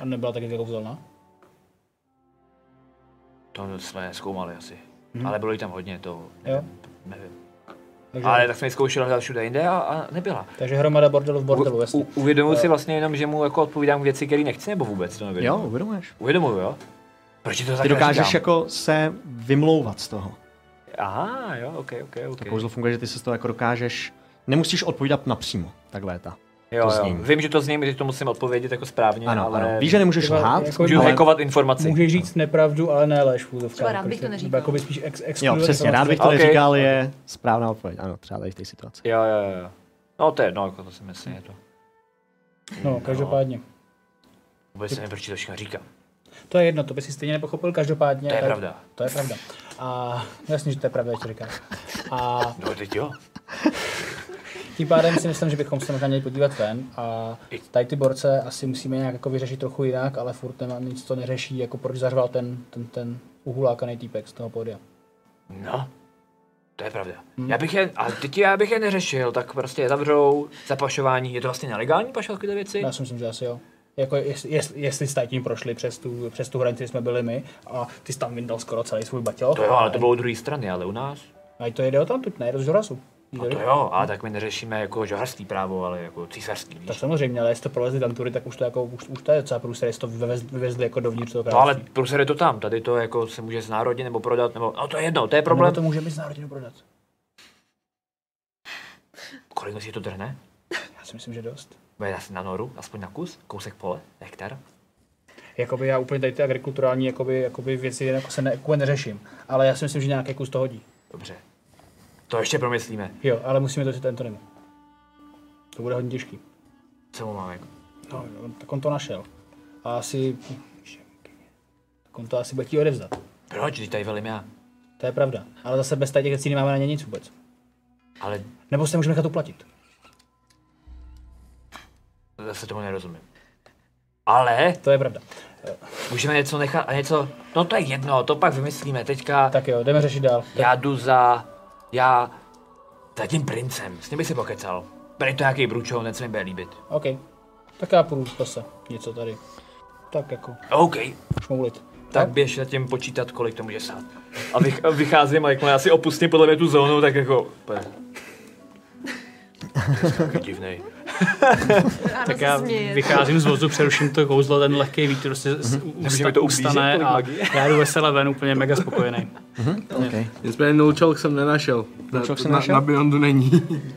A nebyla taky jako vzelná?
To jsme zkoumali asi. Ale bylo jí tam hodně, to
Mhm. Jo.
nevím.
Takže,
Ale tak jsme ji zkoušeli hledat všude jinde a, a nebyla.
takže hromada bordelu v bordelu,
U,
jasně.
u, uvědomuji si vlastně jenom, že mu jako odpovídám věci, které nechci, nebo vůbec to
Jo,
nevědomuji.
uvědomuješ.
Uvědomuji, jo? Proč ti to tak
Ty dokážeš
říkám?
jako se vymlouvat z toho.
Aha, jo, ok, ok, ok.
To kouzlo funguje, že ty se z toho jako dokážeš... Nemusíš odpovídat napřímo, takhle je ta.
jo,
to
jo.
znění.
Vím, že to zní, že to musím odpovědět jako správně,
Ano,
ale...
ano. Víš, že nemůžeš
Třeba
lhát,
jako-
Můžu
ale-
hackovat informaci.
Můžeš říct nepravdu, ale ne lež v úzovkách.
Třeba rád
Jakože
bych to
nebo
neříkal.
Jakoby spíš ex, ex
Jo, přesně, rád bych to
Ok.
neříkal, ale je správná odpověď. Ano, třeba tady v té situaci.
Jo, jo, jo. No to je jedno, jako to si myslím, je to.
No, každopádně.
Vůbec nevím, proč ti to všechno říkám.
To je jedno, to by si stejně nepochopil, každopádně.
To je
tak-
pravda.
To je pravda. no, A jasně, že to je pravda, jak to říkáš. A
No teď jo.
Tím pádem si myslím, že bychom se možná měli podívat ven a tady ty borce asi musíme nějak jako vyřešit trochu jinak, ale furt nemá, nic to neřeší, jako proč zařval ten, ten, ten uhulákaný týpek z toho podia.
No, to je pravda. Hmm. Já bych je, a teď já bych je neřešil, tak prostě je zavřou, zapašování, je to vlastně nelegální pašovat tyhle věci?
Já si myslím, že asi jo. Jako jestli, jestli, jestli s tím prošli přes tu, přes tu hranici, jsme byli my a ty jsi tam vyndal skoro celý svůj baťoch.
To jo, ale to bylo u druhé strany, ale u nás.
A to jede o tam, ne, do Žorasu.
No to jo, ale tak my neřešíme jako žoharský právo, ale jako císařský, víš.
Tak samozřejmě, ale jestli to prolezli tam tury, tak už to, jako, už, už to je docela průser, jestli to vyvezli, vyvezli jako dovnitř toho
No ale průser je to tam, tady to jako se může znárodnit nebo prodat, nebo, no to je jedno, to je problém.
Nebo to může být znárodněno prodat.
Kolik si to drhne?
Já si myslím, že dost.
Bude asi na noru, aspoň na kus, kousek pole, hektar.
Jakoby já úplně tady ty agrikulturální jakoby, jakoby věci jako se ne, jako neřeším, ale já si myslím, že nějaký kus to hodí.
Dobře, to ještě promyslíme.
Jo, ale musíme to si tento nemu. To bude hodně těžký.
Co mu jako- máme?
No, no, tak on to našel. A asi... Tak on to asi bude ti odevzdat.
Proč, když tady velím já?
To je pravda. Ale zase bez tady těch věcí nemáme na ně nic vůbec.
Ale
Nebo se můžeme nechat uplatit.
zase tomu nerozumím. Ale
To je pravda.
můžeme něco nechat a něco... No to je jedno, to pak vymyslíme teďka.
Tak jo, jdeme řešit dál.
Já jdu za... Já... Za tím princem, s ním bych si pokecal. Byl to nějaký bručovnec, se mi bude líbit.
OK. Tak já půjdu zase něco tady. Tak jako,
OK,
šmoulit.
No.
tak běž na tím počítat, kolik to může sát. A vych, a vycházím a jakmile asi opustím podle mě tu zónu, tak jako... Pe. divnej.
Tak já vycházím z vozu, přeruším to kouzlo, ten lehký vítr prostě z-
Mhm. Nemůžeme
usta,
to
to
ublížit,
ustane
kolik
a
magie?
já jdu vesele ven, úplně mega spokojený.
Nicméně no Nulčelk jsem nenašel.
Nulčelk jsem
na,
našel?
na Beyondu není.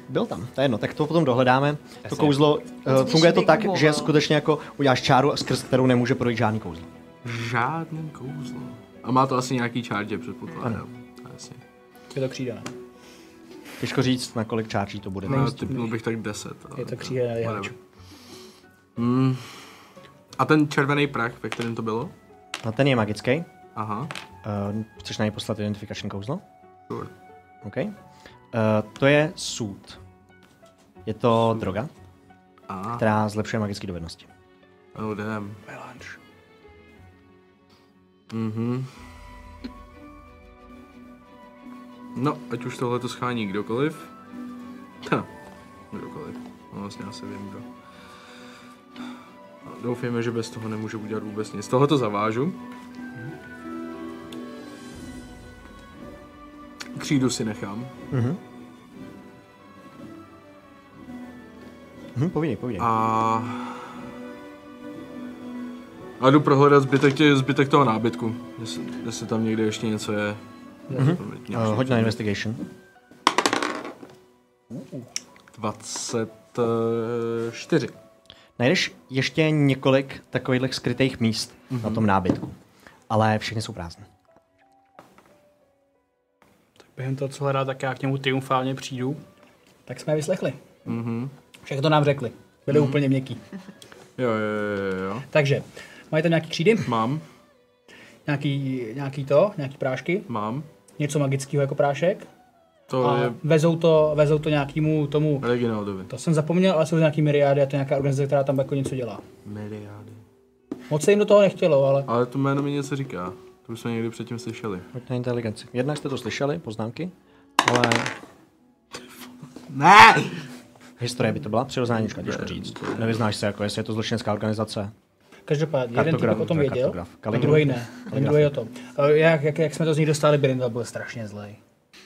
Byl tam, to je jedno, tak to potom dohledáme. To kouzlo, eh, funguje to
bych
tak,
kupoval.
že skutečně jako uděláš čáru, skrz kterou nemůže projít žádný kouzlo.
Žádný kouzlo. A má to asi nějaký charge, předpokládám. Jasně.
Je to křídené.
Těžko říct, na kolik čárčí to bude.
No, typnul bych tak 10. ale
Je to
tak
křídené na
whatever.
jehaču.
Hmm. A ten červený prach, ve kterém to bylo?
A ten je magický. Eh,
Aha.
chceš na něj poslat identifikační kouzlo?
Sure.
OK. Eh, to je sůd. Je to droga,
A,
která zlepšuje magické dovednosti.
oh damn. Melange. Mhm. No, ať už tohle to schání kdokoliv. Ha, kdokoliv. No vlastně asi vím kdo. No, Doufejme, že bez toho nemůžu udělat vůbec nic. Tohle to zavážu. Křídu si nechám.
Hm, povídej, povídej.
A... A jdu prohledat zbytek, tě, zbytek toho nábytku, jestli, jestli tam někde ještě něco je.
Mhm.
Eh, hoď na investigation.
24.
Najdeš ještě několik takových skrytých míst mm-hmm. na tom nábytku. Ale všechny jsou prázdné.
Během toho, co hledá, tak já k němu triumfálně přijdu.
Tak jsme je vyslechli. Mm-hmm. Všechno nám řekli. Byli mm-hmm. úplně měkký.
Mhm. Jo, jo, jo, jo.
Takže, mají tam nějaký křídy,
Mám,
nějaký, nějaký to, nějaký prášky,
mám.
něco magického jako prášek.
To
A
je
vezou to, vezou to nějakému tomu,
Reginaldovi.
to jsem zapomněl, ale jsou to nějaký myriády a to je nějaká organizace, která tam jako něco dělá.
Miliardy.
Moc se jim do toho nechtělo, ale
Ale to jméno mi něco
No.
říká. To už jsme někdy předtím slyšeli.
Hoď na inteligenci. Jednak jste to slyšeli, poznámky, ale
Ne!
historie by to byla přirozeníčka, těžko říct. Nevyznáš se, jako jestli je to zločinecká organizace.
každopádně jeden
Kartograf,
týpek o tom
to je
věděl,
kartograf.
ten
Kaligraf.
druhý ne, ten druhý o tom. A Jak, jak, jak, jsme to z ní dostali, Brindel byl strašně zlej.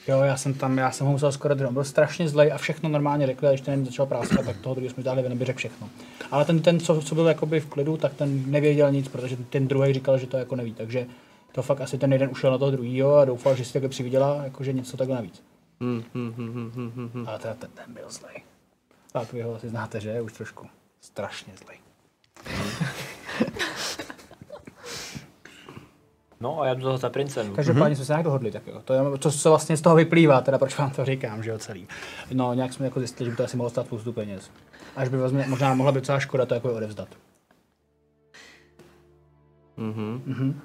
Jo, já jsem tam, já jsem ho musel skoro drnout, byl strašně zlej a všechno normálně řekl, a když ten začal práskat, tak toho druhého jsme dali ven, aby řekl všechno. Ale ten, ten co, co, byl jakoby v klidu, tak ten nevěděl nic, protože ten druhý říkal, že to jako neví, takže to fakt asi ten jeden ušel na toho druhého a doufal, že si takhle přivydělá, jakože něco takhle navíc.
Hmm,
Ale teda ten, ten byl zlej. Tak vy ho asi znáte, že? Už trošku. Strašně zlej.
No a já jdu zase za princem.
Každopádně jsme se nějak dohodli, tak jo. To je, to, co vlastně z toho vyplývá, teda proč vám to říkám, že jo, celý. No, nějak jsme jako zjistili, že by to asi mohlo stát spoustu peněz. Až by vlastně, možná mohla být docela škoda to jako odevzdat.
Mhm.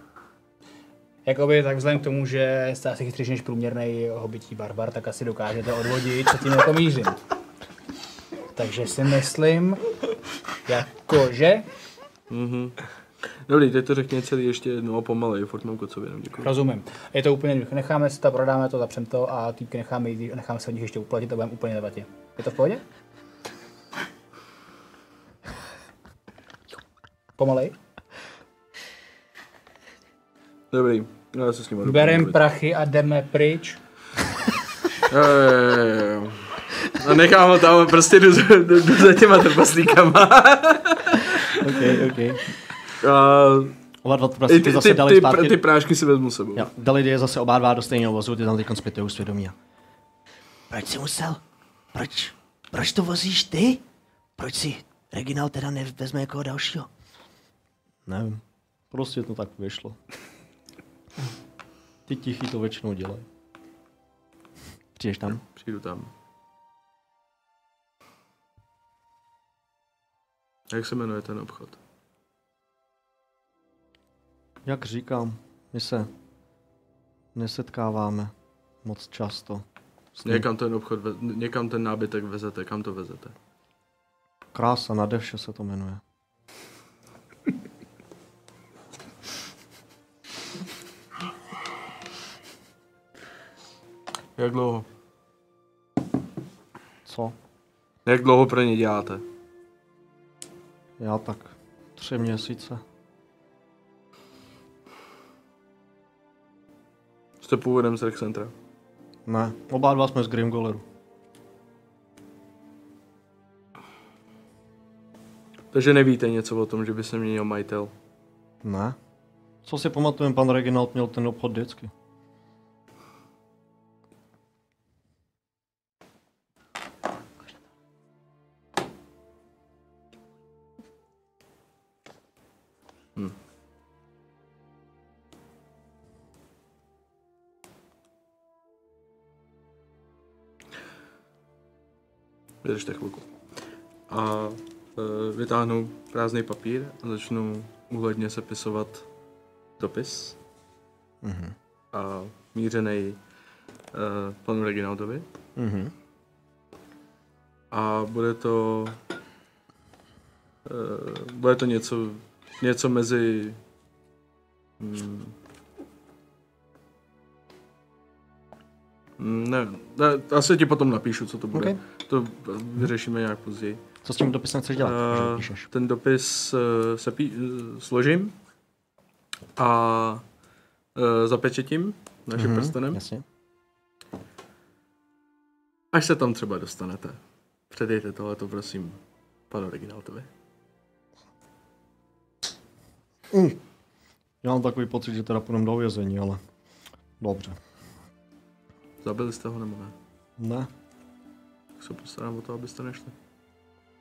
Jakoby tak vzhledem k tomu, že jste asi chytřejší než průměrný hobití barbar, tak asi dokážete odvodit, co tím jako mířím. Takže si myslím, jako jakože...
Dobrý, teď to řekni celý ještě jednou a pomalej, furt mám kocověnou, děkuji.
Rozumím. Je to úplně jednoduché. Necháme si to, prodáme to, zapřem to a týpky necháme jít, necháme se od nich ještě uplatit a budeme úplně na vatě. Je to v pohodě? Pomalej.
Dobrý, no, já se s ním budu
Berem
mluvit.
prachy a jdeme pryč.
Jo, jo, jo, jo. A nechám ho tam, prostě jdu, za- jdu, jdu za těma trpaslíkama.
Okay, okay.
A
Oba dva
i
prostě
ty,
zase
ty,
dali
ty, pr-
zpátky.
ty prášky si vezmu s sebou.
Jo, dali je zase oba dva do stejného vozu, ty tam teď zpětují svědomí. a- Proč jsi musel? Proč? Proč to vozíš ty? Proč si Reginal teda nevezme jako dalšího? Nevím. Prostě to tak vyšlo. Ty tichý to většinou dělají. Přijdeš tam?
Přijdu tam. Jak se jmenuje ten obchod?
Jak říkám, my se nesetkáváme moc často. S ním.
Někam ten obchod, ve, někam ten nábytek vezete, kam to vezete?
Krása na devše se to jmenuje.
Jak dlouho?
Co?
Jak dlouho pro ně děláte?
Já tak tři měsíce.
Jste původem z Rexcentra.
Ne, oba dva jsme z Grimgoleru.
Takže nevíte něco o tom, že by se měnil majitel.
Ne. Co si pamatuju, pan Reginald měl ten obchod vždycky.
Vydržte chvilku. A e, vytáhnu prázdný papír a začnu úhledně sepisovat dopis.
Mhm.
A mířený e, panu Reginaldovi.
Mhm.
A bude to... E, bude to něco, něco mezi... Mm, Mm, ne, ne, asi ti potom napíšu, co to bude.
Ok.
To vyřešíme nějak později.
Co s tím dopisem chceš dělat?
Eh,
Uh... Píšeš.
ten dopis eh, se pí- eh, složím a eh, zapečetím naším
Mhm,
prstenem,
Jasně.
až se tam třeba dostanete. Předejte tohleto, prosím, panu Reginaldovi.
Já mám takový pocit, že teda půjdem do vězení, ale... Dobře.
Zabili jste ho nebo ne?
Ne,
Tak se postarám o to, abyste nešli.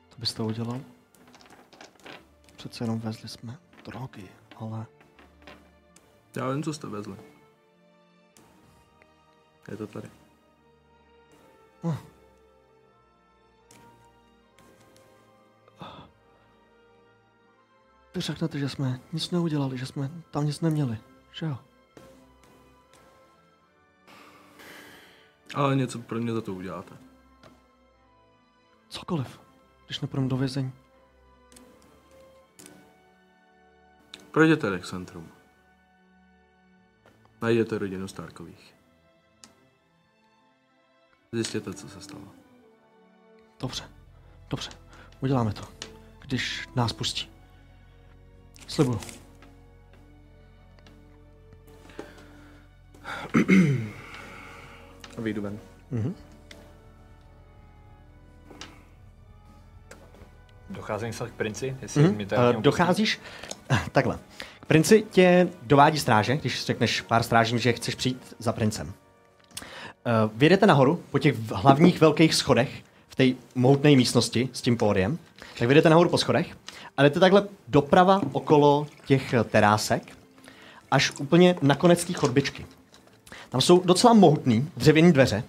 to byste udělal? Přece jenom vezli jsme drogy, ale...
Já vím, co jste vezli. Je to tady.
Vy řeknete, že jsme nic neudělali, že jsme tam nic neměli, že jo?
Ale něco pro mě za to uděláte.
Cokoliv, když nepůjdem do vězení.
Projděte Rexcentrum. Najděte rodinu Starkových. Zjistěte, co se stalo.
Dobře, dobře, uděláme to, když nás pustí. Slibuju.
A vyjdu ven.
Docházím se k princi, jestli mm-hmm. mi to
Uh,
nějak-
docházíš, takhle, k princi tě dovádí stráže, když řekneš pár strážím, že chceš přijít za princem. Uh, vyjedete nahoru po těch v- hlavních velkých schodech v té mohutné místnosti s tím pódiem. Tak vyjedete nahoru po schodech a jdete takhle doprava okolo těch eh, terásek až úplně na konec té chodbičky. Tam jsou docela mohutný dřevěné dveře,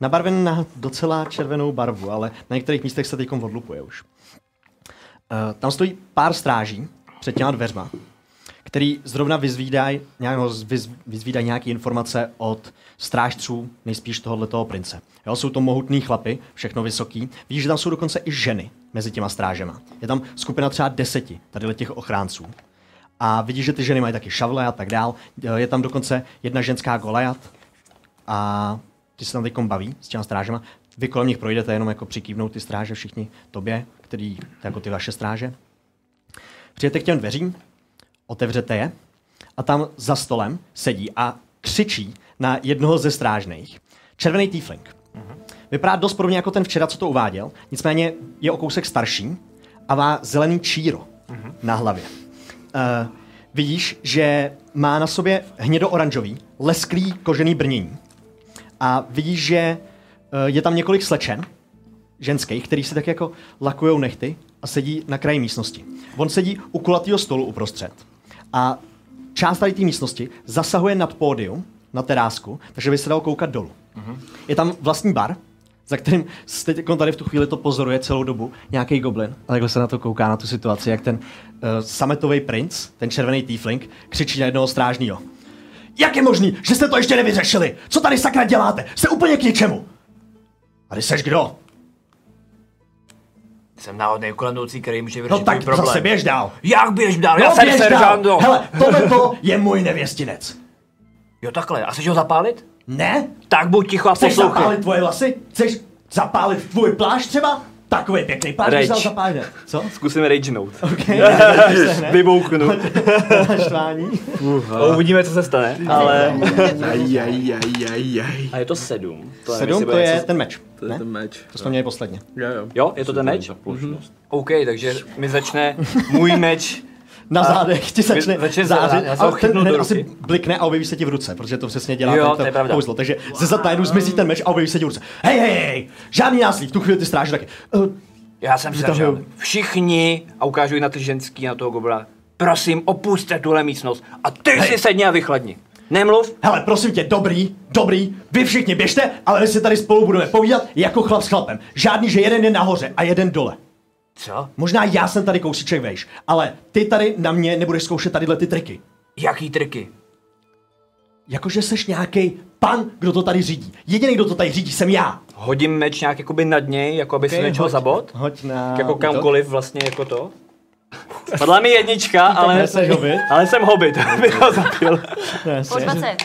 nabarvené na docela červenou barvu, ale na některých místech se teď odlupuje už. Eh, tam stojí pár stráží před těma dveřma, který zrovna vyzvídají vyz, vyzvídaj nějaké informace od strážců nejspíš tohoto prince. Jo, jsou to mohutní chlapy, všechno vysoký. Vidíš, že tam jsou dokonce i ženy mezi těma strážema. Je tam skupina třeba deseti tady těch ochránců. A vidíš, že ty ženy mají taky šavle a tak dál. Eh, Je tam dokonce jedna ženská golejat a ty se tam teď baví s těma strážema. Vy kolem nich projdete, jenom jako přikývnou ty stráže všichni tobě, který, jako ty vaše stráže. Přijete k těm dveřím, otevřete je a tam za stolem sedí a křičí na jednoho ze strážných. Červený tiefling. Vypadá dost podobně jako ten včera, co to uváděl, nicméně je o kousek starší a má zelený číro na hlavě. Uh, vidíš, že má na sobě hnědo-oranžový, lesklý kožený brnění. A vidíš, že uh, je tam několik slečen, ženských, který si tak jako lakujou nechty a sedí na kraji místnosti. On sedí u kulatého stolu uprostřed. A část tady té místnosti zasahuje nad pódium, na terásku, takže by se dal koukat dolů. Mm-hmm. Je tam vlastní bar, za kterým jste teď jako tady v tu chvíli to pozoruje celou dobu, nějaký goblin. A takhle se na to kouká, na tu situaci, jak ten uh, sametový princ, ten červený tiefling, křičí na jednoho strážního. Jak je možný, že jste to ještě nevyřešili? Co tady sakra děláte? Jste úplně k ničemu! A ty seš kdo?
Jsem náhodný kolenoucí, který může
No
vyřešit
tak
tvůj problém.
zase běž dál.
Jak běž dál?
No,
Já jsem
běž dál.
seržant. no.
Hele, tohle je můj nevěstinec.
Jo takhle, a chceš ho zapálit?
Ne?
Tak buď ticho a
Chceš
poslouchej.
zapálit tvoje vlasy? Chceš zapálit tvůj plášť třeba? Takový pěkný plášť, když
Rage.
se ho zapálí. Co?
Zkusím rage note.
Okay.
Vybouknu.
Naštvání.
A uvidíme, co se stane, ale...
Aj, aj, aj, aj, aj.
A je to sedm. To nevím,
Sedm
jestli
to
bude
je
něco-
ten meč.
To je
Ne?
ten meč.
To jsme měli posledně.
Jo, jo.
Jo, je to ten meč? Mhm. OK, takže mi začne můj meč.
Na zádech ti začne,
začne
zářit
zářit, já jsem
a
ho
ten
chytnul
hned
do
asi
ruky.
blikne a objeví se ti v ruce, protože to přesně dělá
Jo,
tady
to je pravda.
kouzlo. Takže ze zatajnu zmizí ten meč a objeví se ti v ruce. Hej, hej, hej, žádný násilí, v tu chvíli ty stráže taky. "Eh,
Já jsem
Vytahuju.
seržant. Všichni, a ukážu i na ty ženský, na toho gobla, prosím, opuste tuhle místnost a ty si sedni a vychladni. Nemluv,
Hele, prosím tě, dobrý, dobrý, vy všichni běžte, ale my si tady spolu budeme povídat jako chlap s chlapem. Žádný, že jeden je nahoře a jeden dole.
Co?
Možná já jsem tady kousíček vejš, ale ty tady na mě nebudeš zkoušet tadyhle ty triky.
Jaký triky?
Jakože seš nějaký pan, kdo to tady řídí. Jediný, kdo to tady řídí, jsem já.
Hodím meč nějak jakoby nad něj, jako aby okay, se něčeho zabot.
Hoď na...
Jako kamkoliv vlastně jako to. Padla mi jednička, ale,
Jsi hobit.
ale jsem hobit, aby ho zapil.
Po 20.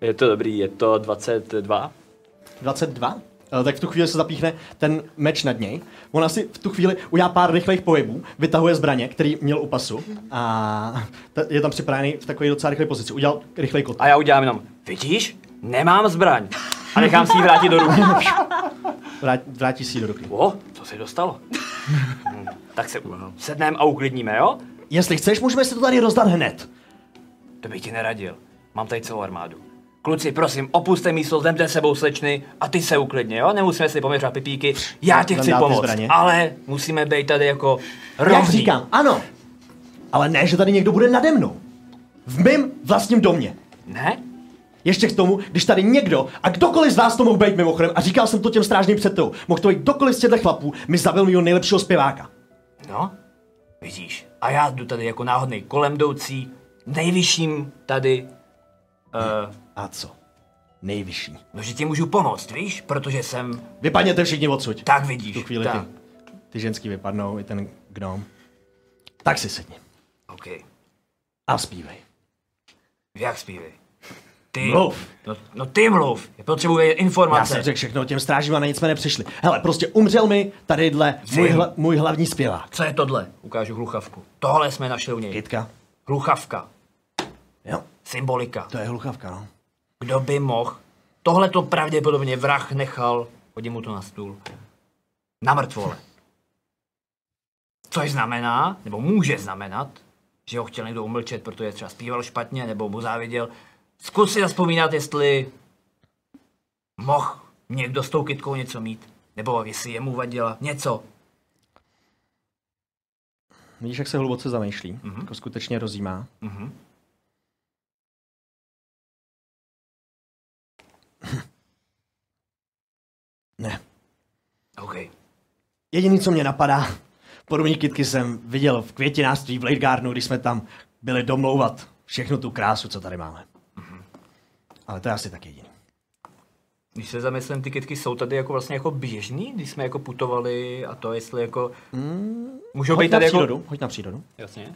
Je to dobrý, je to 22.
22? Eh, Tak v tu chvíli se zapíchne ten meč nad něj. On asi v tu chvíli udělá pár rychlých pohybů, vytahuje zbraně, který měl u pasu a ta- je tam připravený v takové docela rychlé pozici. Udělal rychlej kot.
A já udělám jenom, vidíš, nemám zbraň. A nechám si ji vrátit do ruky.
Vrát, vrátí si ji do ruky.
O, to se dostalo. Hm, tak se sedneme a uklidníme, jo?
Jestli chceš, můžeme si to tady rozdat hned.
To bych ti neradil. Mám tady celou armádu. Kluci, prosím, opuste místo, zemte s sebou slečny a ty se uklidně, jo? Nemusíme si poměřovat pipíky, já ti
Nám
chci
dáte
pomoct,
zbraně.
ale musíme být tady jako rovní.
Jak říkám, ano. Ale ne, že tady někdo bude nade mnou. V mém vlastním domě.
Ne?
Ještě k tomu, když tady někdo, a kdokoliv z vás to mohl být mimochodem, a říkal jsem to těm strážným před tou, mohl to být kdokoliv z těchto chlapů, mi zabil mýho nejlepšího zpěváka.
No, vidíš. A já jdu tady jako náhodný kolem jdoucí, nejvyšším tady, uh,
A co? Nejvyšší.
no že ti můžu pomoct, víš? Protože jsem,
Vypadněte všichni odsud.
tak
V tu
vidíš,
chvíli
tak.
ty, ty ženský vypadnou, i ten gnom. Tak si sedni.
OK,
A zpívej.
jak zpívej? Ty,
Mluv.
No, no ty mluv, já potřebuji vědět
Já
informace.
jsem řekl všechno těm strážím a na nic jsme nepřišli. Hele, prostě umřel mi tadyhle můj,
Jim.
hla, můj hlavní zpěvák.
Co je tohle? Ukážu hluchavku. Tohle jsme našli u něj.
Kytka.
Hluchavka.
Jo,
Symbolika.
to je hluchavka, no.
Kdo by mohl? Tohle to pravděpodobně vrah nechal. Hodím mu to na stůl. Na mrtvole. Což znamená, nebo může znamenat, že ho chtěl někdo umlčet, protože třeba zpíval špatně, nebo mu záviděl. Zkus si zaspomínat, jestli mohl někdo s tou kytkou něco mít, nebo jestli jemu vadila něco.
Vidíš, jak se hluboce zamýšlí, mm-hmm.
Mhm.
jako skutečně rozjímá. Mm-hmm. ne.
OK.
Jediný, co mě napadá, podobný kytky jsem viděl v květinářství v Blade Gardenu, když jsme tam byli domlouvat všechnu tu krásu, co tady máme. Ale to je asi tak jediný.
Když se zamyslím, ty kytky jsou tady jako vlastně jako běžný, když jsme jako putovali a to, jestli jako... Můžou být
Hoď na
tady jako...
přírodu, hoď na přírodu.
Jasně.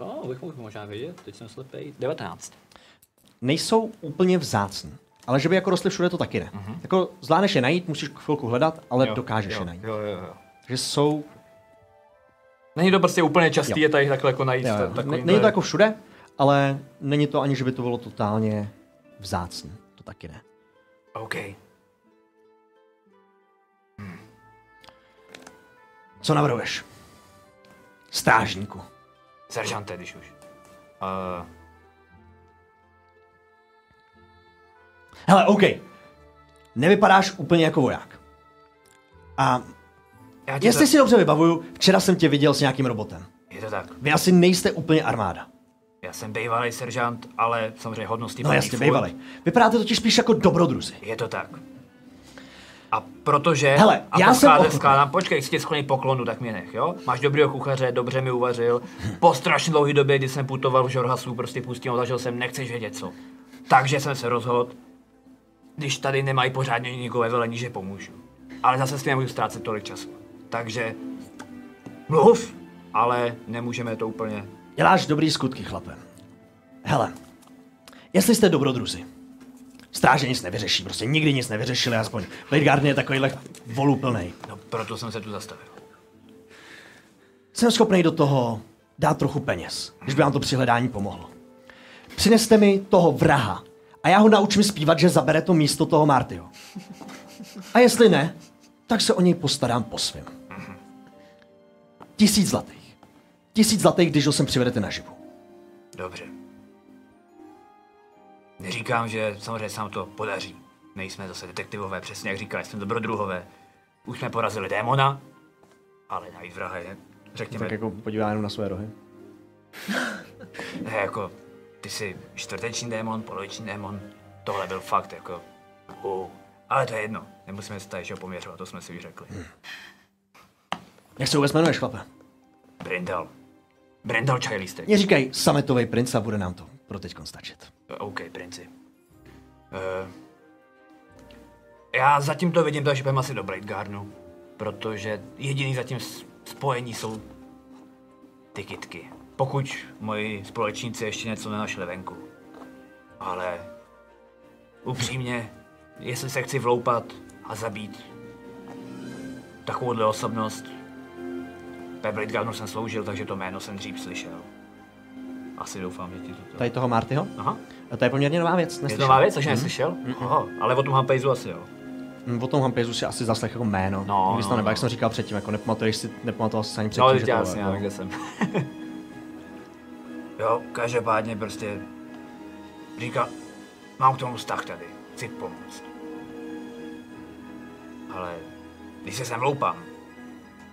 No, bych mohl možná vědět, teď jsem slepej. 19.
Nejsou úplně vzácný. Ale že by jako rostly všude, to taky ne. Mm-hmm. Jako zvládneš je najít, musíš chvilku hledat, ale jo, dokážeš jo. je najít.
Jo, jo, jo.
Že jsou
Není to prostě úplně častý,
Jo.
je tady takhle jako najít.
Jo, jo.
ta- takovým-
Ne- Není to jako všude, ale není to ani, že by to bylo totálně vzácné. To taky ne.
OK.
Co navrhuješ? Strážníku.
Seržante, když už. Uh,
Hele, OK. Nevypadáš úplně jako voják. A
já
jestli
ti Jestli...
si dobře vybavuju, včera jsem tě viděl s nějakým robotem.
Je to tak.
Vy asi nejste úplně armáda.
Já jsem bývalý seržant, ale samozřejmě hodnosti
No
plný
jasně,
furt.
bývalej. Vypadáte totiž spíš jako dobrodruzi.
Je to tak. A protože...
Hele,
a
já
to
jsem
skládat-
ochotný.
skládám, počkej, chci tě skloním poklonu, tak mě nech, jo? Máš dobrýho kuchaře, dobře mi uvařil. Po strašně dlouhé době, kdy jsem putoval v Žorhasu, prostě pustím, odlažil jsem, nechceš vědět co. Takže jsem se rozhodl, když tady nemají pořádně nikoho ve velení, že pomůžu. Ale zase s tím nemůžu ztrácet tolik času. Takže mluv, ale nemůžeme to úplně.
Děláš dobrý skutky, chlape. Hele, jestli jste dobrodruzi, stráže nic nevyřeší, prostě nikdy nic nevyřešili, aspoň Blade Guardian je takovýhle volů plnej.
No, proto jsem se tu zastavil.
Jsem schopný do toho dát trochu peněz, když by vám to při hledání pomohlo. Přineste mi toho vraha a já ho naučím zpívat, že zabere to místo toho Martyho. A jestli ne, tak se o něj postarám po svém. Tisíc zlatých. Tisíc zlatých, když ho sem přivedete naživu.
Dobře. Neříkám, že samozřejmě se nám to podaří. Nejsme zase detektivové, přesně jak říkal, jsme dobrodruhové. Už jsme porazili démona, ale najít vraha je, řekněme,
jako podívá jenom na své rohy.
ne, jako ty jsi čtvrteční démon, poloviční démon, tohle byl fakt jako, uh, ale to je jedno, nemusíme se tady že ho poměřovat, to jsme si už řekli.
Jak se vůbec jmenuješ, chlape?
Brindal. Brindal Čajlístek.
Mě říkají sametový princ a bude nám to pro teď stačit.
Eh, OK, princi. Uh, já zatím to vidím tak, že půjdeme asi do Blade Gardenu, protože jediný zatím s- spojení jsou ty kytky. Pokud moji společníci ještě něco nenašli venku. Ale upřímně, jestli se chci vloupat a zabít takovouhle osobnost, ve Blade Gardenu jsem sloužil, takže to jméno jsem dřív slyšel. Asi doufám, že ti to...
Tady toho Martyho?
Aha.
A to je poměrně nová věc.
Je
neslyšel.
to nová věc,
Mhm.
takže neslyšel? Oho, ale o tom Hampejzu asi jo.
Mm, O tom Hampejzu si asi zaslech jako jméno.
No,
Nikdy jsi to
no,
nebo,
no.
jak jsem říkal předtím, jako nepamatuješ si, nepamatoval jsi ani předtím,
No,
že
teď
to
já
bylo,
asi
no.
nevím, kde jsem. jo, každopádně prostě říká, mám k tomu vztah tady, chci pomoct. Ale když se sem loupám,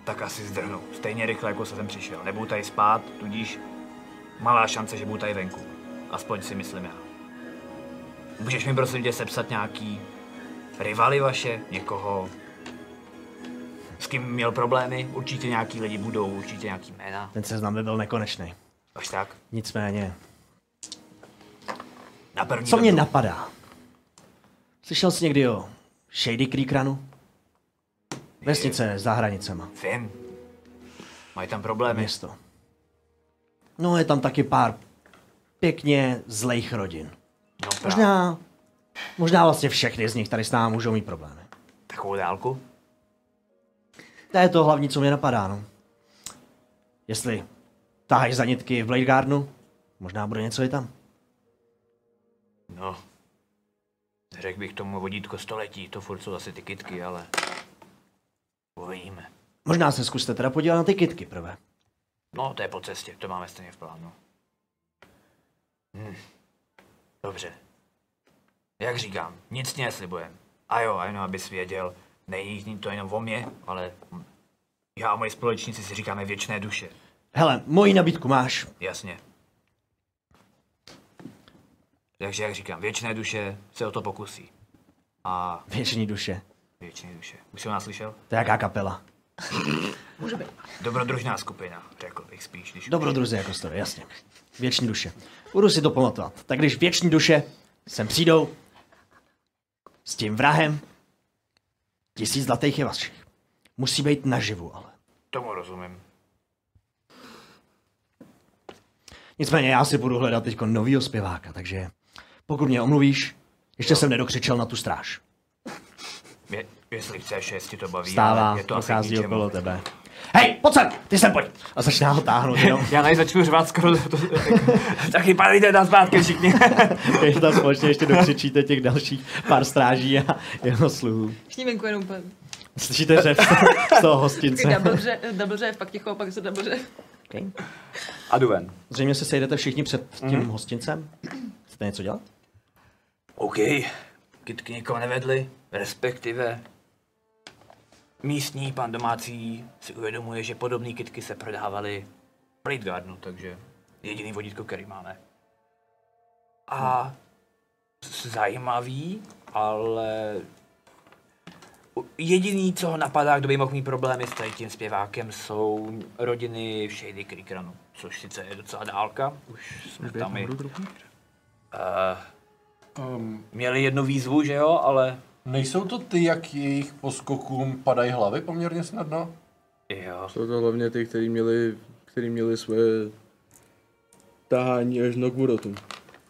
tak asi zdrhnu. Stejně rychle, jako se sem přišel. Nebudu tady spát, tudíž malá šance, že budu tady venku. Aspoň si myslím já. Můžeš mi prosím tě sepsat nějaký rivaly vaše, někoho, s kým měl problémy, určitě nějaký lidi budou, určitě nějaký jména.
Ten seznam by byl nekonečný.
Až tak.
Nicméně,
Na první
co mě
dobrou.
napadá? Slyšel jsi někdy o Shady Creek Runu? Vesnice za hranicema.
Vím. Mají tam problémy.
Město. No, je tam taky pár pěkně zlejch rodin.
No, Možná...
Možná, možná vlastně všechny z nich tady s námi můžou mít problémy.
Takovou dálku.
To je to hlavní, co mě napadá, no. Jestli tahají za nitky v Blade Gardenu, možná bude něco i tam.
No. Řekl bych tomu vodítko století, to furt jsou asi ty kytky, ale... Uvidíme.
Možná se zkuste teda podívat na ty kitky prvé.
No, to je po cestě, to máme stejně v plánu. Hm. Dobře. Jak říkám, nic ti neslibujem. A jo, a jenom abys věděl, není to jenom o mě, ale hm, já a moji společníci si říkáme věčné duše.
Hele, moji nabídku máš.
Jasně. Takže jak říkám, věčné duše se o to pokusí. A
Věční duše.
věčné duše. Už jsi o nás slyšel?
To je jaká kapela.
Může být.
Dobrodružná skupina, řekl bych spíš, když...
Dobrodruzi jako story, jasně. Věční duše. Budu si to pamatovat. Tak když věční duše sem přijdou s tím vrahem, tisíc zlatých je vašich. Musí být naživu, ale.
Tomu rozumím.
Nicméně já si budu hledat teď novýho zpěváka, takže pokud mě omluvíš, ještě jsem nedokřičel na tu stráž.
Je, jestli chceš, jestli to baví,
Stává,
ale je to asi k
dochází
ničemu.
okolo tebe. Hej, pojď sem, ty sem pojď. A začíná ho táhnout jenom.
Já tady začnu řvát skoro, to, to, taky padejte tam zpátky všichni.
Když tam společně ještě dokřičíte těch dalších pár stráží a jeho sluhů.
Všichni venku jenom úplně.
Slyšíte řev z- z toho
Taky
hostince.
double ře- double řev, pak ticho, pak se double řev.
A jdu ven.
Zřejmě se sejdete všichni před tím hostincem. Chcete něco dělat?
OK, kytky nikoho nevedli, respektive místní pan domácí si uvědomuje, že podobné kytky se prodávaly v Blade Gardenu, takže jediný vodítko, který máme. A s- zajímavý, ale u- jediný, co ho napadá, kdo by mohl mít problémy s tady tím zpěvákem, jsou rodiny v Shady Creek Runu, což sice je docela dálka, už jsme tam i... eh,
Um,
Měli jednu výzvu, že jo, ale...
Nejsou to ty, jak jejich poskokům padají hlavy poměrně snadno?
Jo,
Jsou to hlavně ty, kteří měli, který měli své tahání až Nogvurotu.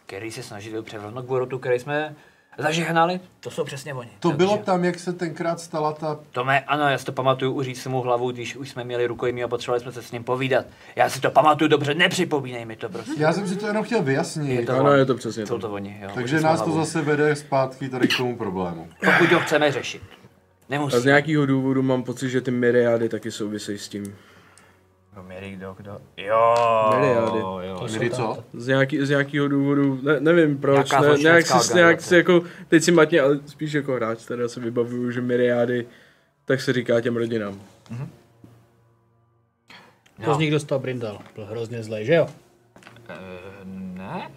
který se snažili převrhnout k Borotu, který jsme zažehnali. To jsou přesně oni.
To
Takže-
bylo tam, jak se tenkrát stala ta...
To mé, ano, já si to pamatuju, uříz si mu hlavu, když už jsme měli rukojmí a potřebovali jsme se s ním povídat. Já si to pamatuju dobře, nepřipomínej mi to, prosím.
Já jsem si to jenom chtěl
Je
vyjasnit.
to
Ano,
on.
je to přesně
Jsou
to.
to oni, jo.
Takže
uříz mu
nás to
hlavu.
zase vede zpátky tady k tomu problému.
Pokud ho chceme řešit. Nemusí.
A z nějakého důvodu mám pocit, že ty myriády taky souvisejí s tím.
Kdo, Mirik, kdo, kdo? Jo,
Myriády.
jo.
Kdy co?
Z, nějaký, z nějakého důvodu, ne, nevím proč,
Nějaká
ne, nějak,
zločinecká
si, nějak
organizace.
si jako, teď si matně, ale spíš jako hráč, teda se vybavuju, že myriády, tak se říká těm rodinám.
To z někdo z toho brindal. Byl hrozně zlej, že jo?
Eh, ne?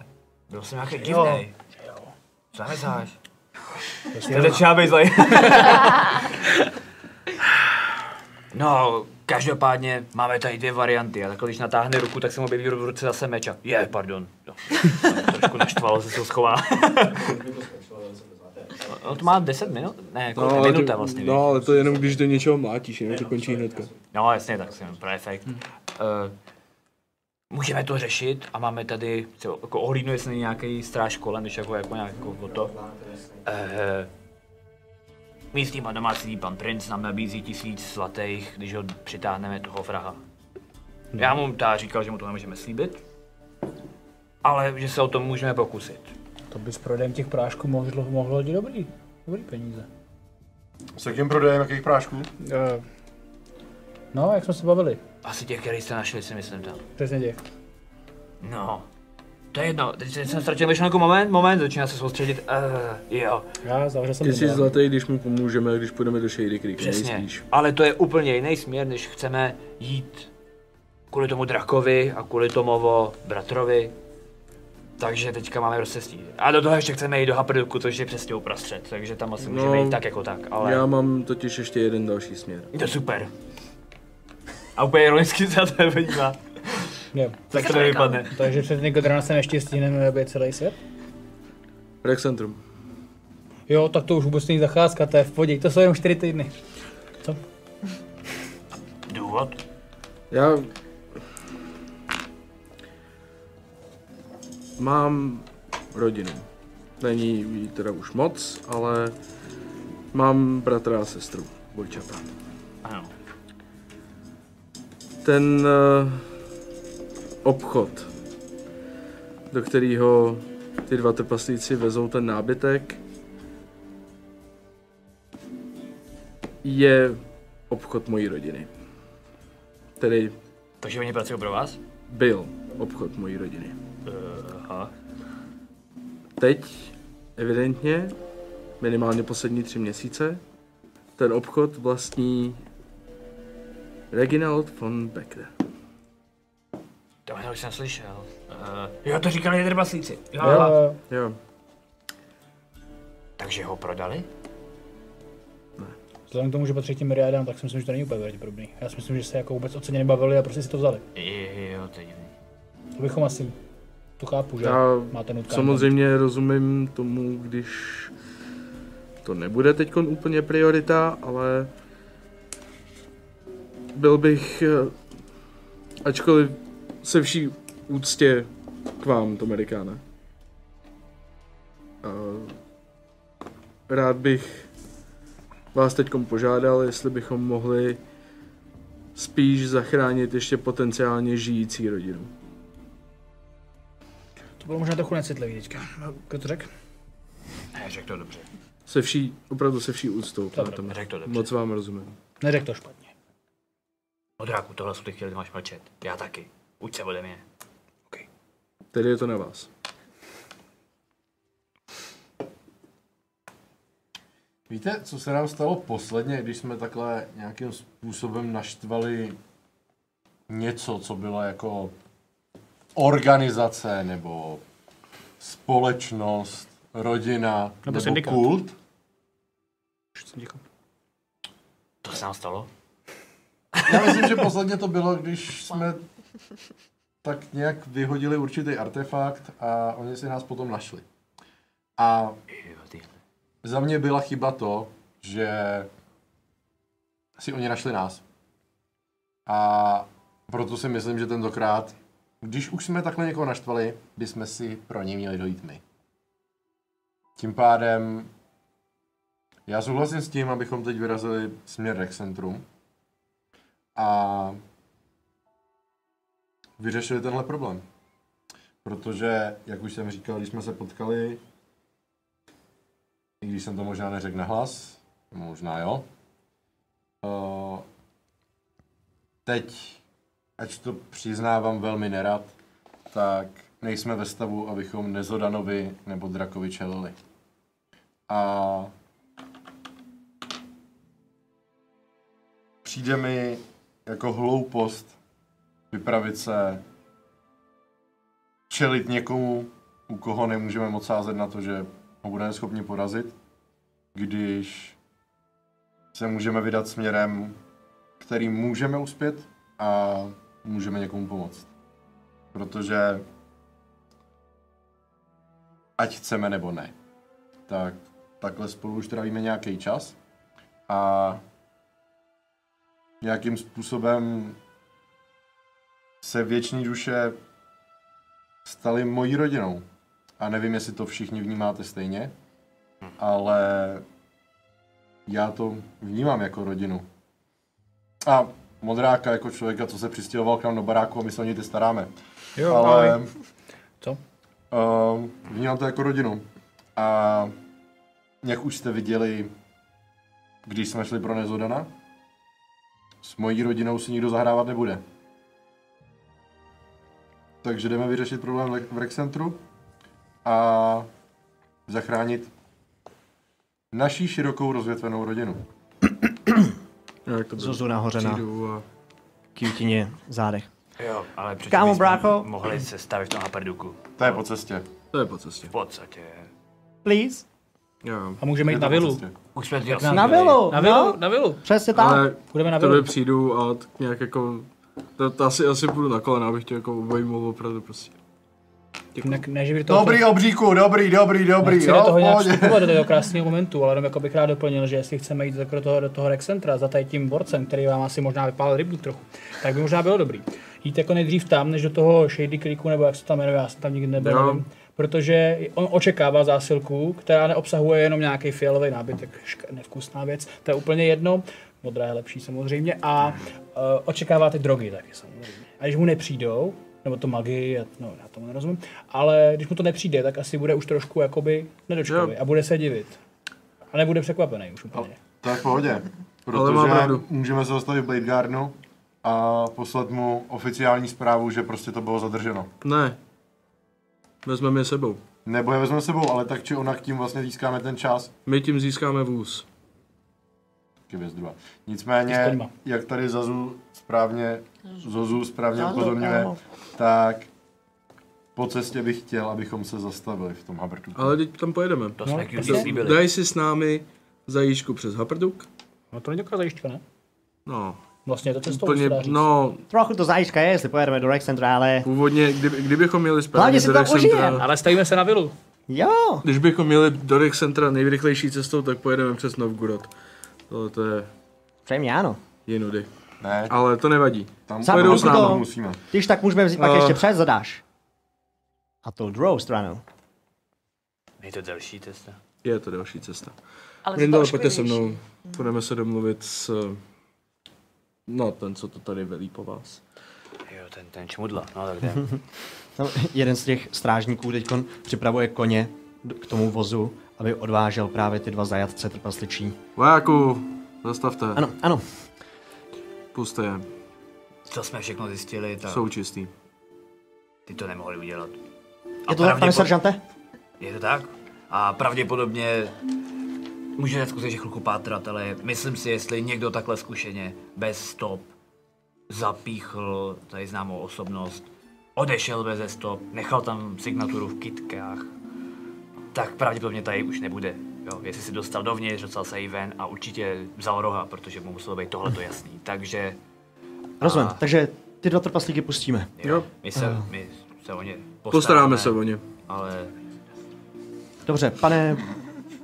Byl jsem nějaký divný. Co nemyslíš? Prostě
To začíná být zlej.
No, každopádně máme tady dvě varianty. A takhle, když natáhne ruku, tak se mu objeví v ruce zase meč. a- Je, pardon. No. Trošku naštvalo, že se ho schová. No, to má 10 minut? Ne, kolik? No,
ale to-
minuta vlastně.
no, ale to jenom když do něčeho mlátíš, jenom to končí hnedka. Hm.
No jasně, tak jsem prefekt. Hmm. Uh, můžeme to řešit a máme tady, co, jako ohlídnu, jestli není nějaký stráž kolem, když jako, jako nějak jako o to. Eh, Uh, místní pan domácí, pan princ nám nabízí tisíc zlatých, když ho přitáhneme toho vraha. Já mu ta říkal, že mu to nemůžeme slíbit, ale že se o tom můžeme pokusit.
To by s prodejem těch prášků mohlo, mohlo hodit dobrý. Dobrý peníze.
S jakým prodejem jakých prášků?
Eh, No, jak jsme se bavili.
Asi těch, který jste našli, si myslím tam.
Přesně těch.
No, to je jedno, teď jsem ztratil myšlenku, moment, moment, začíná se soustředit, uh, jo.
Já zavřel jsem
Jestli
brindal.
zlatý, když mu pomůžeme, když půjdeme do Shady Creek,
Přesně.
nejspíš.
Ale to je úplně jiný směr, než chceme jít kvůli tomu drakovi a kvůli tomovo bratrovi. Takže teďka máme rozcestí. A do toho ještě chceme jít do Haprduku, což je přesně uprostřed, takže tam asi můžeme
No,
jít tak jako tak, ale
Já mám totiž ještě jeden další směr.
je to super. A úplně ironicky se na to podívá.
Jo.
Tak to nevypadne.
Takže před Nikodrona jsem ještě stihneme obě celý svět?
Rexcentrum.
Jo, tak to už vůbec není zacházka, to je v podě. To jsou jenom 4 týdny.
Důvod?
Já... Mám rodinu. Není jí teda už moc, ale mám bratra a sestru, Bojčata.
Ano.
Ten eh, obchod, do kterého ty dva trpaslíci vezou ten nábytek, je obchod mojí rodiny. Tedy
Takže oni pracují pro vás?
byl obchod mojí rodiny.
Aha.
Teď, evidentně, minimálně poslední tři měsíce, ten obchod vlastní Reginald von Becker.
To já už jsem slyšel. Uh, jo, to říkali jedrbaslíci. Jo. jo.
Jo,
Jo,
Takže ho prodali?
Vzhledem k tomu, že patří k těm myriádám, tak si myslím, že to není úplně pravděpodobný. Já si myslím, že se jako vůbec o ceně nebavili a prostě si to vzali.
Jo, to je divný.
To bychom asi to chápu, že
Já
máte nutkání.
samozřejmě rozumím tomu, když to nebude teď úplně priorita, ale byl bych, eh, ačkoliv se vší úctě k vám, to Amerikáne. A Rád bych vás teď požádal, jestli bychom mohli spíš zachránit ještě potenciálně žijící rodinu.
To bylo možná trochu necitlivý teďka. Kdo to řekl?
Ne, řekl to dobře.
Se vší, opravdu se vší úctou, pane Tome.
Řekl to dobře.
Moc vám rozumím.
Neřekl to špatně.
Modráku, tohle jsou ty chvíli, kdy máš mlčet. Já taky. Uč se ode mě.
Tedy je to na vás.
Víte, co se nám stalo posledně, když jsme takhle nějakým způsobem naštvali něco, co bylo jako organizace nebo společnost, rodina nebo,
syndikát.
kult?
To se nám stalo?
Já myslím, že posledně to bylo, když jsme tak nějak vyhodili určitý artefakt a oni si nás potom našli. A
Jo, tyhle.
za mě byla chyba to, že si oni našli nás. A proto si myslím, že tentokrát, když už jsme takhle někoho naštvali, bychom si pro ně měli dojít my. Tím pádem já souhlasím s tím, abychom teď vyrazili směr k centrum a vyřešili tenhle problém. Protože, jak už jsem říkal, když jsme se potkali, i když jsem to možná neřekl nahlas, možná jo. Uh, teď, ať to přiznávám velmi nerad, tak nejsme ve stavu, abychom Nezodanovi nebo Drakovi čelili. A přijde mi jako hloupost vypravit se čelit někomu, u koho nemůžeme moc sázet na to, že ho budeme schopni porazit, když se můžeme vydat směrem, který můžeme uspět a můžeme někomu pomoct. Protože ať chceme nebo ne, tak takhle spolu už trávíme nějaký čas a nějakým způsobem se věční duše staly mojí rodinou. A nevím, jestli to všichni vnímáte stejně, ale já to vnímám jako rodinu. A modráka jako člověka, co se přistěhoval k nám do baráku a my se o něj teď staráme. Jo, ale...
Co?
Uh, vnímám to jako rodinu. A jak už jste viděli, když jsme šli pro Nezodana, s mojí rodinou si nikdo zahrávat nebude. Takže jdeme vyřešit problém le- v Rexcentru a zachránit naší širokou rozvětvenou rodinu.
Já Jak to
Jako
bylo?
Zuzu nahoře na
Přijdu a...
kjutině zádech.
Jo, ale přece
Kámo,
bychom
brácho.
mohli se stavit v tom Haperduku.
To je po cestě.
To je po cestě.
V podstatě.
Please.
Jo.
A můžeme jít na vilu.
Už jsme dělali.
Na vilu,
Na
no?
vilu, na vilu.
Přesně tak.
Ale
Budeme na
k tobě
vilu.
přijdu a tak nějak jako... To, to asi, asi půjdu na kolena, abych tě jako obejmoval opravdu prostě.
Ne, ne, že by to
Dobrý obříku, dobrý, dobrý, dobrý,
Nechci do
jo,
toho
v
nějak
pohodě.
vstupovat do toho krásného momentu, ale jenom jako bych rád doplnil, že jestli chceme jít do toho, do toho Rexcentra za tady tím borcem, který vám asi možná vypálil rybník trochu, tak by možná bylo dobrý. Jít jako nejdřív tam, než do toho Shady Creeku, nebo jak se tam jmenuje, já jsem tam nikdy nebyl,
Jo.
nevím, protože on očekává zásilku, která neobsahuje jenom nějaký fialový nábytek, šk- nevkusná věc, to je úplně jedno, modrá je lepší samozřejmě, a uh, očekává ty drogy taky samozřejmě. A když mu nepřijdou, nebo to magii, a- no já tomu nerozumím, ale když mu to nepřijde, tak asi bude už trošku jakoby nedočkavý
Jo.
a bude se divit. A nebude překvapený už úplně.
To je v pohodě,
má
protože
pravdu.
můžeme se zastavit v Blade Gardenu a poslat mu oficiální zprávu, že prostě to bylo zadrženo.
Ne. Vezmeme je sebou.
Nebo je vezmeme s sebou, ale tak či onak tím vlastně získáme ten čas.
My tím získáme vůz.
Kvězdruha. Nicméně,
koňma.
jak tady Zazu správně, Zozu správně upozorňuje, tak po cestě bych chtěl, abychom se zastavili v tom Habertu.
Ale teď tam pojedeme.
To jsme QT
Da-
slíbili.
Daj si s námi zajížku přes Haprduk
No to není taková zajišťka, ne?
No,
Vlastně je to cestou,
úplně,
se dá říct.
no,
Trochu to zajíčka je, jestli pojedeme do Rex Centra, ale...
původně, kdyby, kdybychom měli správně
Hlavně si
do
tam
Rex Centra,
no.
ožijeme.
Ale stavíme se na vilu.
Jo!
když bychom měli do Rex Centra nejrychlejší cestou, tak pojedeme přes Novgorod. Tohle to je
Přejmě ano.
jinudy.
Ne,
Ale to nevadí.
tam
Sám
pojedou
pojedou
s
s
náma.
musíme.
Když tak můžeme vzít pak
Eh.
ještě přes, zadáš. A tou druhou stranou.
Je to další cesta.
Je to další cesta.
Ale
Brindal,
to
pojďte se mnou.
Hmm.
Budeme se domluvit s... eh, No, ten, co to tady velí po vás.
Jo, ten, ten čmudla. No tak jdem.
Tam No, jeden z těch strážníků teď připravuje koně d- k tomu vozu, aby odvážel právě ty dva zajatce trpasličí.
Vojáku, zastavte,
Ano, ano.
puste je,
Co jsme všechno zjistili, tak
jsou čistý.
ty to nemohli udělat.
Je to tak, pane
pravděpo-
seržante?
Je to tak? A pravděpodobně můžete skutečně chvilku pátrat, ale myslím si, jestli někdo takhle zkušeně, bez stop, zapíchl tady známou osobnost, odešel bez stop, nechal tam signaturu v kitkách, tak pravděpodobně tady už nebude. Jo, jestli si dostal dovnitř, dostal se i ven a určitě vzal roha, protože mu muselo být tohle to jasný. Takže
Rozumím,
A-
takže ty dva trpaslíky pustíme.
jo, my se, my se o ně postaráme,
Postaráme se o ně.
Ale
Dobře, pane,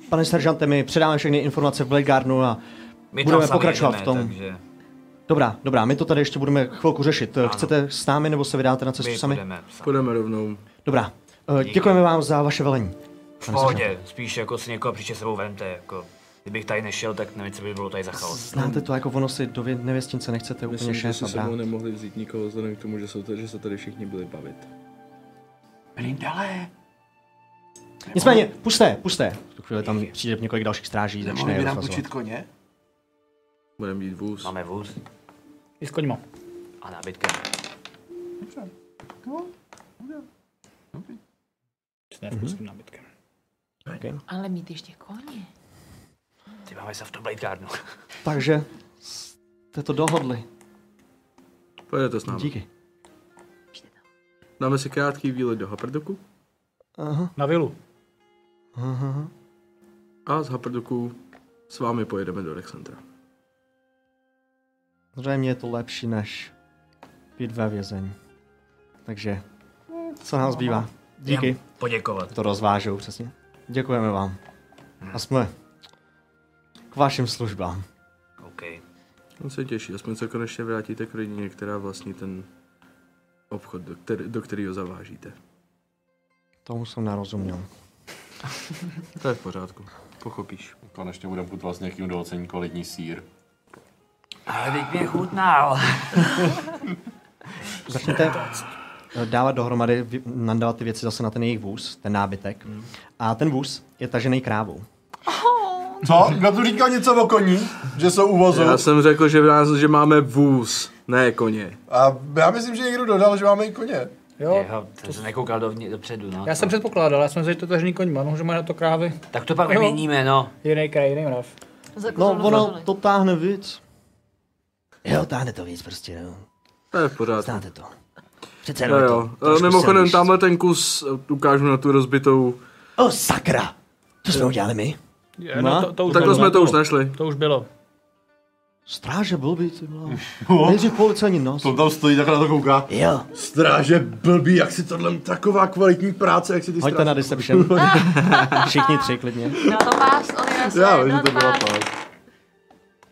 pane seržante, my předáme všechny informace v Bladegarnu a
my
Budeme
tam sami
pokračovat
jedeme,
v tom.
Takže
dobrá, dobrá, my to tady ještě budeme chvilku řešit. Eh, Chcete s námi nebo se vydáte na cestu
my
sami?
budeme sami.
Půjdeme rovnou.
Dobrá, Eh, děkujeme vám za vaše velení.
V pohodě, spíš jako si někoho příště sebou vemte, jako kdybych tady nešel, tak nevím, co by bylo tady za chaos.
Znáte to jako ono si do vě- nevěstince nechcete úplně
Myslím, že
šéfa
si
brát.
sebou nemohli vzít nikoho vzhledem k tomu, že, jsou to, že se tady všichni byli bavit.
Brindale,
Nicméně, pusté, pusté. V tu chvíli tam přijde několik dalších stráží, začne je rozvazovat.
koně?
Budeme mít vůz.
máme vůz
I s koňma.
a nábytkem.
S nevkusným nábytkem.
Ale mít ještě koně.
Ty máme se v tom Blade Gardenu.
Takže jste to dohodli.
Pojedete s námi.
Díky.
Dáme si krátký výlet do Haprdoku
Aha,
Na vilu.
aha.
a z Haprdoku s vámi pojedeme do Rexcentra.
Zřejmě je to lepší než být ve vězení. Takže, co nám zbývá? Díky.
Jdem Poděkovat.
To rozvážou, přesně. Děkujeme vám. A jsme k vašim službám.
OK.
On se těší, aspoň se konečně vrátíte k rodině, která vlastní ten obchod, do, který, do kterého zavážíte.
Tomu jsem nerozuměl.
To je v pořádku, pochopíš.
Konečně budeme putovat s někým, kdo ocení kvalitní sír.
Ale teď mě chutnal.
Začnete eh, dávat dohromady, vy- nandávat ty věci zase na ten jejich vůz, ten nábytek. A ten vůz je tažený krávou.
Co? Kdo tu říkal něco o koní? Že jsou uvozu?
Já jsem řekl, že, v nás, že máme vůz, ne koně.
A já myslím, že někdo dodal, že máme i koně.
Jo,
Jo, to jsem nekoukal dovně, dopředu, no.
já jsem předpokládal, já jsem vzal to tažený koňma, no, že má na to krávy.
Tak to pak
Jo.
vyměníme, no.
Jiný kraj, jiný mrav.
No, ono to táhne víc. Jo, táhne to víc prostě, no.
To je v pořádku.
Znáte to. Přece
Jo,
jenom je to. prostě
jo.
trošku
E, Mimochodem,
silnější.
tamhle ten kus e, ukážu na tu rozbitou.
O, sakra! To jsme udělali my?
Je,
No,
No, to, to už
Takhle
bylo,
jsme to
bylo.
už našli.
To už bylo.
Stráže blbý, ty vole. Nejdřív policajní nos.
To tam stojí, takhle na to kouká.
Jo.
Stráže blbý, jak si tohle taková kvalitní práce, jak si ty
Hoďte na deception. Všichni tři klidně.
Na to pás, Oliver,
Já vím, že to byla fakt.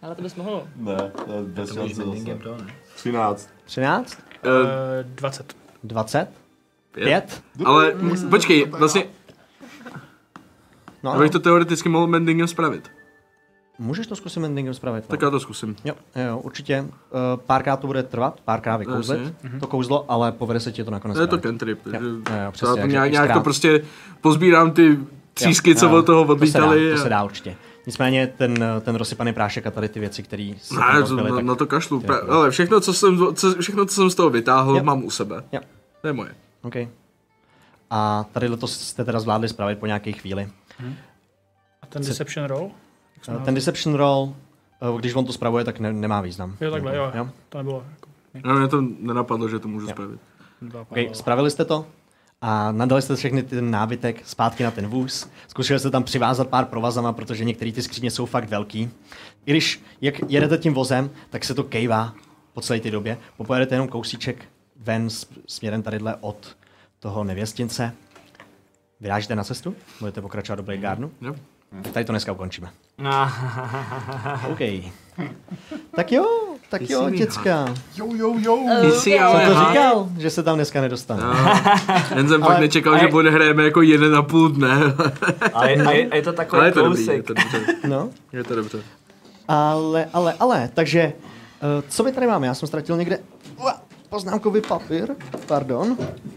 Ale to bys mohl.
Ne, to je bez šance zase. 13.
13,
E,
Eh, 20.
20, 5.
Ale m, počkej, vlastně,
No,
já
ano.
bych to teoreticky mohl mendingem spravit.
Můžeš to zkusit mendingem spravit.
Tak
no.
já to zkusím.
Jo, jo, určitě. Eh, Párkrát to bude trvat, párkrát vykouzlit to kouzlo, ale povede se ti to nakonec.
To je to
spravit.
cantrip, takže
Jo, jo, jo,
já
přesně,
to
takže
nějak, nějak to
xkrát.
prostě pozbírám ty třísky,
Jo,
co
jo,
od toho odlítaly.
To se dá, to se
a-
dá určitě. Nicméně ten, eh, ten rozsypaný prášek a tady ty věci, které se tam
Ne, to,
rozbily,
na,
tak-
na to kašlu. Pra,
jako-
ale všechno co, jsem, co, všechno, co jsem z toho vytáhl,
Jo.
mám u sebe.
Jo.
To je moje.
OK. A tady to jste teda zvládli spravit po nějaké chvíli.
A ten deception roll? Jak jsme
Eh,
ho-
Ten deception roll, eh, když on to spravuje, tak ne, nemá význam.
Jo, takhle, jo.
jo?
To nebylo jako...
Já mě to nenapadlo, že to můžu spravit.
Dva,
Okay, spravili jste to a nadali jste všechny ten nábytek zpátky na ten vůz. Zkusili jste tam přivázat pár provazama, protože některé ty skříně jsou fakt velký. I když jak jedete tím vozem, tak se to kejvá po celé té době. Popojedete jenom kousíček ven s- směrem tadyhle od toho nevěstince. Vyrážíte na cestu? Budete pokračovat do Blade Gardenu?
Jo.
Tady to dneska ukončíme.
No,
OK. Tak jo, tak
Ty
jo,
jsi mi
děcka.
Jo, jo, jo.
Ty si ale
To
há-
říkal, že se tam dneska nedostane.
No. Jen jsem
Ale-
fakt nečekal, že bude hrajeme jako jeden a půl dne.
ale, a je, a je to takový
Ale je to dobrý, je
kousek.
to dobře.
No,
Je to dobře.
ale, ale, ale, takže, eh, co my tady máme? Já jsem ztratil někde Ua, poznámkový papír, pardon,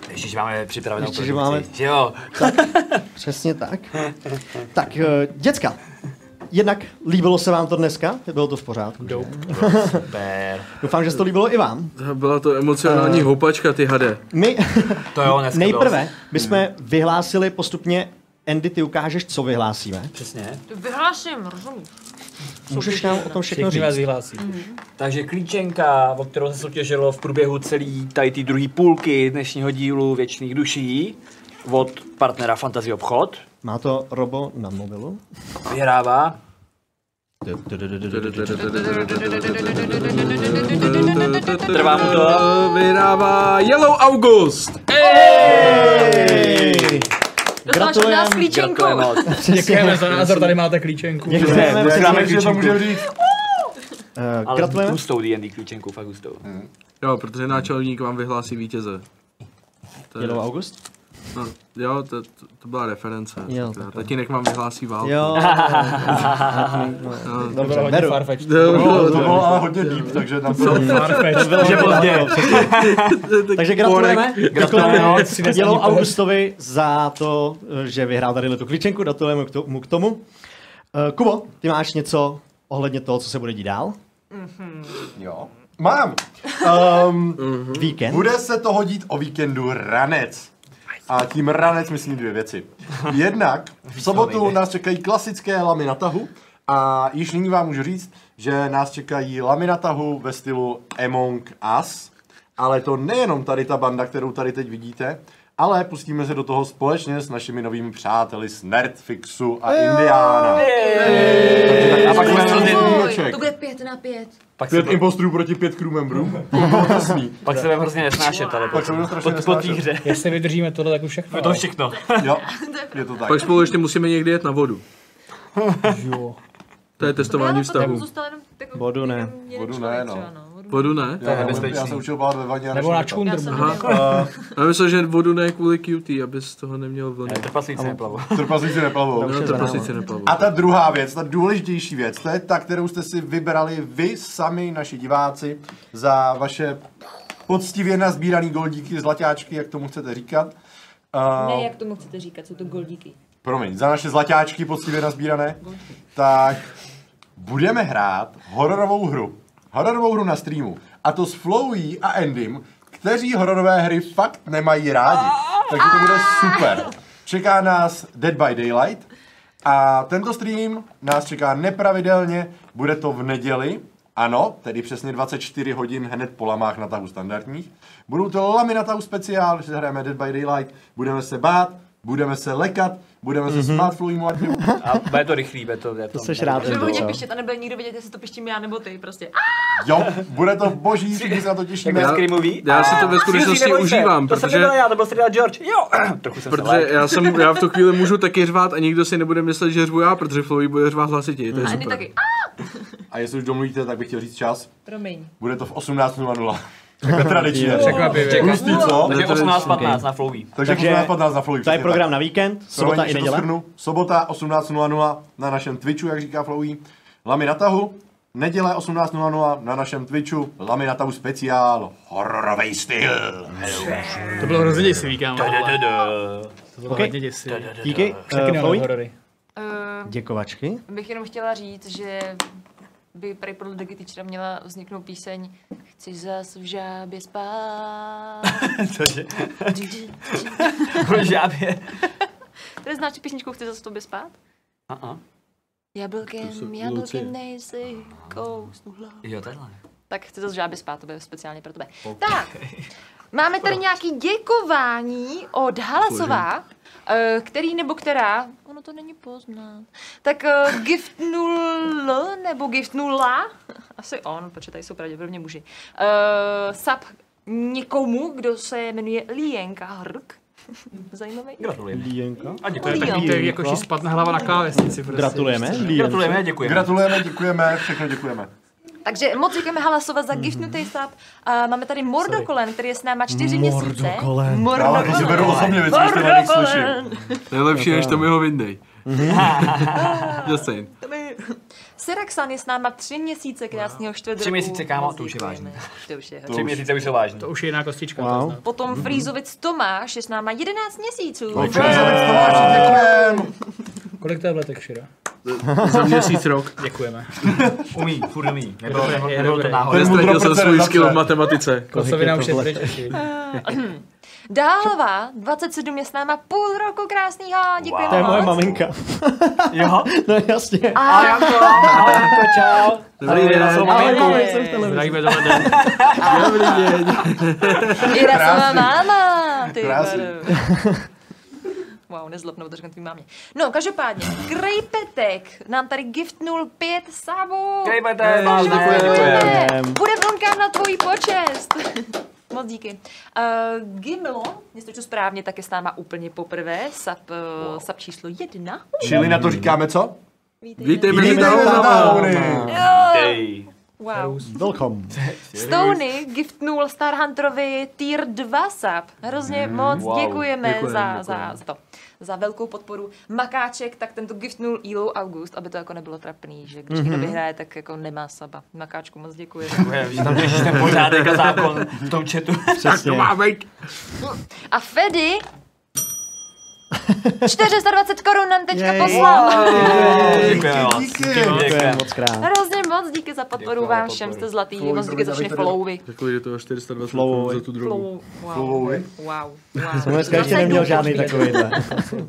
Ježiš, máme připravenou
Ještě, že
produkci.
máme-
Že jo,
přesně tak. Tak, eh, děcka, jednak líbilo se vám to dneska? Bylo to v pořádku? že?
super.
Doufám, že se to líbilo i vám.
To Byla to emocionální houpačka, ty hade.
My
To jo, dneska
nejprve bychom vyhlásili postupně Andy, ty ukážeš, co vyhlásíme.
Bylo, přesně.
Vyhlásím, rozumím.
Můžeš nám o tom všechno
Všechny vás
říct.
vyhlásí.
Takže klíčenka, o kterou se soutěžilo v průběhu celý tady té druhé půlky dnešního dílu Věčných duší od partnera Fantasy Obchod,
Má to Robo na mobilu?
vyhrává Trvá mu to.
Vydává Yellow August.
Dostáš od nás klíčenku.
Gratulujeme moc.
Děkujeme za názor, tady máte klíčenku.
Děkujeme.
Ne,
Děkujeme.
ne, že to můžeme říct.
Eh,
Ale
Gratulujeme.
hustou D&D klíčenku, fakt hustou.
Jo, protože náčelník vám vyhlásí vítěze. To je,
Dělo August?
no, jo, to, to, to byla reference.
Jo,
Sakra.
tak jo.
Tatínek vám vyhlásí válku.
Jo. No,
To bylo
Dobře,
hodně
beru.
farfetch.
Jo, jo,
To
jo.
bylo ale hodně deep, takže tam to...
Takže pozdě.
Takže gratulujeme. Gratulujeme
Konec.
Dělo Augustovi za to, že vyhrál tady tu klíčenku. Gratulujeme k to- mu k tomu. Eh, Kubo, ty máš něco ohledně toho, co se bude dít dál?
Jo. Mám. Um,
Víkend.
Bude se to hodit o víkendu ranec. A tím ranec myslím dvě věci. Jednak v sobotu nás čekají klasické lamy na tahu a již nyní vám můžu říct, že nás čekají lamy na tahu ve stylu Among Us, ale to nejenom tady ta banda, kterou tady teď vidíte, ale pustíme se do toho společně s našimi novými přáteli z Nerdfixu a Indiana.
A pak jsme
Pět
To
jedniček.
bude pět na pět.
Pak se,
Pět impostrů proti pět crew memberů.
pak se budeme hrozně nesnášet, ale po,
Pak se budeme strašně
po, po té
nesnášet.
hře.
Jestli vydržíme tohle, tak už všechno.
To všechno.
Jo, je to tak.
Pak spolu ještě musíme někdy jet na vodu.
Jo.
To je testování
Ale potom
vztahu.
zůstal jenom tak- jako
Vodu ne.
jenom jeden
Vodu
člověk
ne, no.
třeba, Vodu-
Vodu ne?
Já, nevím, já jsem učil bát ve vaně. a
Nebo
nešlo
na
mi to.
čkundr.
Já jsem
Aha.
neměla.
Já myslel, že vodu ne kvůli cutie, aby z toho neměl vlny.
Trpaslíci neplavou.
Trpaslíci neplavou.
No, to prostě si neplavou.
A ta druhá věc, ta důležitější věc, to je ta, kterou jste si vybrali vy sami, naši diváci, za vaše poctivě nazbíraný goldíky, zlatáčky, jak tomu chcete říkat.
Ne,
Uh,
jak tomu chcete říkat, jsou to goldíky.
promiň, za naše zlatáčky poctivě nazbírané. Tak budeme hrát hororovou hru. Hororovou hru na streamu. A to s Flowey a Endym, kteří hororové hry fakt nemají rádi. Takže to bude super. Čeká nás Dead by Daylight. A tento stream nás čeká nepravidelně, bude to v neděli, ano, tedy přesně 24 hodin hned po lamách na tahu standardních. Budou to lamy na tahu speciál, že hrajeme Dead by Daylight, budeme se bát, budeme se lekat, budeme se mm-hmm. smát Floweymu Artemu.
A bude to rychlý, bude to... bude
To seš rád.
Že
Endym,
mi hodně
jo.
pištět a nebude nikdo vědět, jestli to pištím já nebo ty prostě.
Jo, bude to boží, všichni se na to těšíme.
Jako scary movie.
já si to ve
A-
skutečnosti
Suzy, neboj se,
užívám,
To jsem
protože-
nebyla já, to byl seriál George. Jo, trochu jsem se
Protože já, jsem, já v tu chvíli můžu taky řvát a nikdo si nebude myslet, že řvu já, protože Flowey bude řvát hlasitěji, to je
A Andy
super.
taky, a
A jestli už domluvíte, tak bych chtěl říct čas.
promiň.
Bude to v 18.00. Takhle tradičně.
Překvapivě.
Hustý, co?
Takže
Ne, to je-
18.15 na Flowey.
Takže,
Takže
Takže 18.15 na Flowey.
To je
přesně
program
tak.
na víkend,
Promiň,
sobota i
že to
neděle.
shrnu. Sobota 18.00 na našem Twitchu, jak říká Flowey. Lamy na tahu. Neděle 18.00 na našem Twitchu. Lamy na tahu speciál. Hororový styl.
To bylo hrozně děsivý, kámo. ale To bylo
Okej.
hodně děsivý.
Díky.
Taky
eh, Chloe.
horory.
Eh,
Děkovačky.
bych jenom chtěla říct, že by prý podle Digi Teachera měla vzniknout píseň Chci zas v žábě spát.
Cože?
Dži, dži, dži.
Žábě.
Tady znáš tu písničku Chci zas v tobě spát?
Aha.
Jablkem, jablkem nejsi, kousnu hlavu.
Jo, takhle.
Tak chci zas v žábě spát, to bude speciálně pro tebe. Tak, Máme tady nějaký děkování od Halasová, eh, který nebo která, ono to není poznat, tak eh, giftnul nebo giftnula, asi on, protože tady jsou pravděpodobně muži, eh, sap někomu, kdo se jmenuje Lienka Hrk. Zajímavý.
Gratulujeme.
Líjenka.
A děkujeme.
Líjenko.
To je jako, že spadne hlava na klávesnici. Prostě.
Gratulujeme. Líjenko.
Gratulujeme a děkujeme.
Gratulujeme, děkujeme, všechno děkujeme.
Takže moc děkujeme Halasova za giftnutý sap. A máme tady Mordokolen, který je s náma čtyři měsíce.
Mordokolen.
Ale to si beru osobně věci, když to na nich slyším.
Mordokolen.
To je lepší, než to mi ho vyndej. Just saying.
Syraxan je s náma tři měsíce krásného čtvrt
Tři
roku.
měsíce, kámo,
Moc
to už je
děkujeme. To už je hodně.
Tři měsíce už jsou vážní.
To už je jiná kostička.
Wow.
Wow. To
Potom Frýzovic Tomáš je s náma 11 měsíců.
Děkujeme.
Kolik tabletek šira?
Za měsíc rok.
Děkujeme.
Umí, furt umí. Nebylo,
dobré, je
nebylo to
dobré.
náhodou.
Ten ztratil jsem
Mudroprce
svůj
redakce.
skill v matematice.
Kosovina už je pryč.
Dálová, 27 je s náma půl roku krásného. Děkujeme
To je moje
moc.
maminka.
Jo,
No jasně.
a Janko, ahoj Janko, čau.
Dobrý den.
na svou maminku.
jsem v televizi.
Zdravíme dobrý den.
Irasová máma. Ty
Krásný.
vado. Wow, nezlobnou, to řeknu tvým mámě. No, každopádně, Krejpetek nám tady giftnul pět sabů.
Krejpetek,
Takže moc
děkujeme.
děkujeme.
Děkujeme.
Bude vlnka na tvoji počest. Moc díky. Uh, Gimlo, jestli to správně, tak je s náma úplně poprvé. Sap, uh, sap číslo jedna.
Čili na to říkáme co?
Vítejte.
Vítej, mezi
Vítejte na Downy.
Dej.
Wow.
Welcome.
Stony giftnul Star Hunterovi tier 2 sub. Hrozně
Mhm.
moc
Wow,
děkujeme,
děkujeme,
za,
děkujeme.
Za, to, za velkou podporu. Makáček, tak tento giftnul Ilou August, aby to jako nebylo trapný, že když mm-hmm.
Mhm.
někdo vyhraje, tak jako nemá saba. Makáčku moc děkujeme.
Že tam řešíš ten pořádek a zákon v tom chatu.
Přesně.
A Fedy 420 korun nám teďka
Jej.
poslal.
Děkujeme moc.
Děkujeme
Děkujeme.
moc krát.
Hrozně moc díky za podporu
Děkujeme,
vám
podporu.
všem, jste zlatý. Moc díky za všechny followy.
Řekli, že to je 420
Flow.
korun za tu drogu.
Flow, wow, wow, wow.
Jsem dneska ještě
Zase
neměl
jdu,
žádný
počkej.
takovýhle.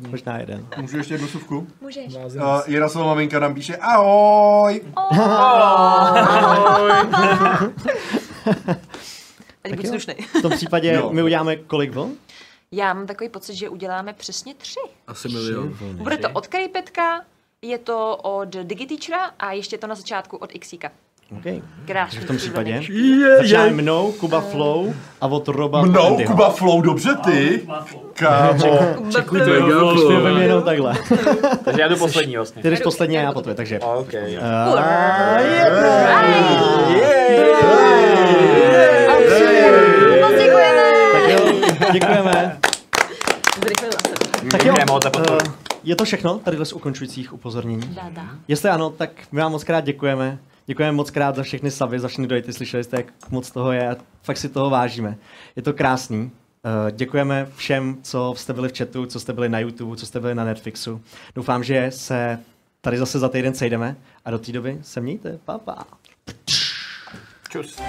Možná jeden.
Můžu ještě jednu suvku?
Můžeš.
Uh, Jirasova maminka nám píše ahoj.
Ať buď
jo.
slušnej.
V tom případě
Jo.
my uděláme kolik vln?
Já mám takový pocit, že uděláme přesně tři.
Asi milion.
Bude to od Krejpetka, je to od Digiteachera a ještě je to na začátku od Xíka.
Okay.
Krásný
V tom případě
Je,
začínáme mnou, Kuba Flow a od Roba
Mnou,
Brandyho.
Kuba Flow, No, dobře ty? Kámo.
To je
Ty
gaflo.
vem jenom takhle.
Takže já jdu poslední vlastně.
Ty jdeš poslední a já po tvé, takže.
OK.
A Tak jo, děkujeme. Tak jo,
Děkujeme moc za podporu.
eh, je to všechno tady z ukončujících upozornění?
Dá, dá.
Jestli ano, tak my vám moc krát děkujeme. Děkujeme moc krát za všechny savy, za všechny dojty, slyšeli jste, jak moc toho je a fakt si toho vážíme. Je to krásný. Eh, Děkujeme všem, co jste byli v chatu, co jste byli na YouTube, co jste byli na Netflixu. Doufám, že se tady zase za týden sejdeme a do té doby se mějte. Pa, pa.
Čus.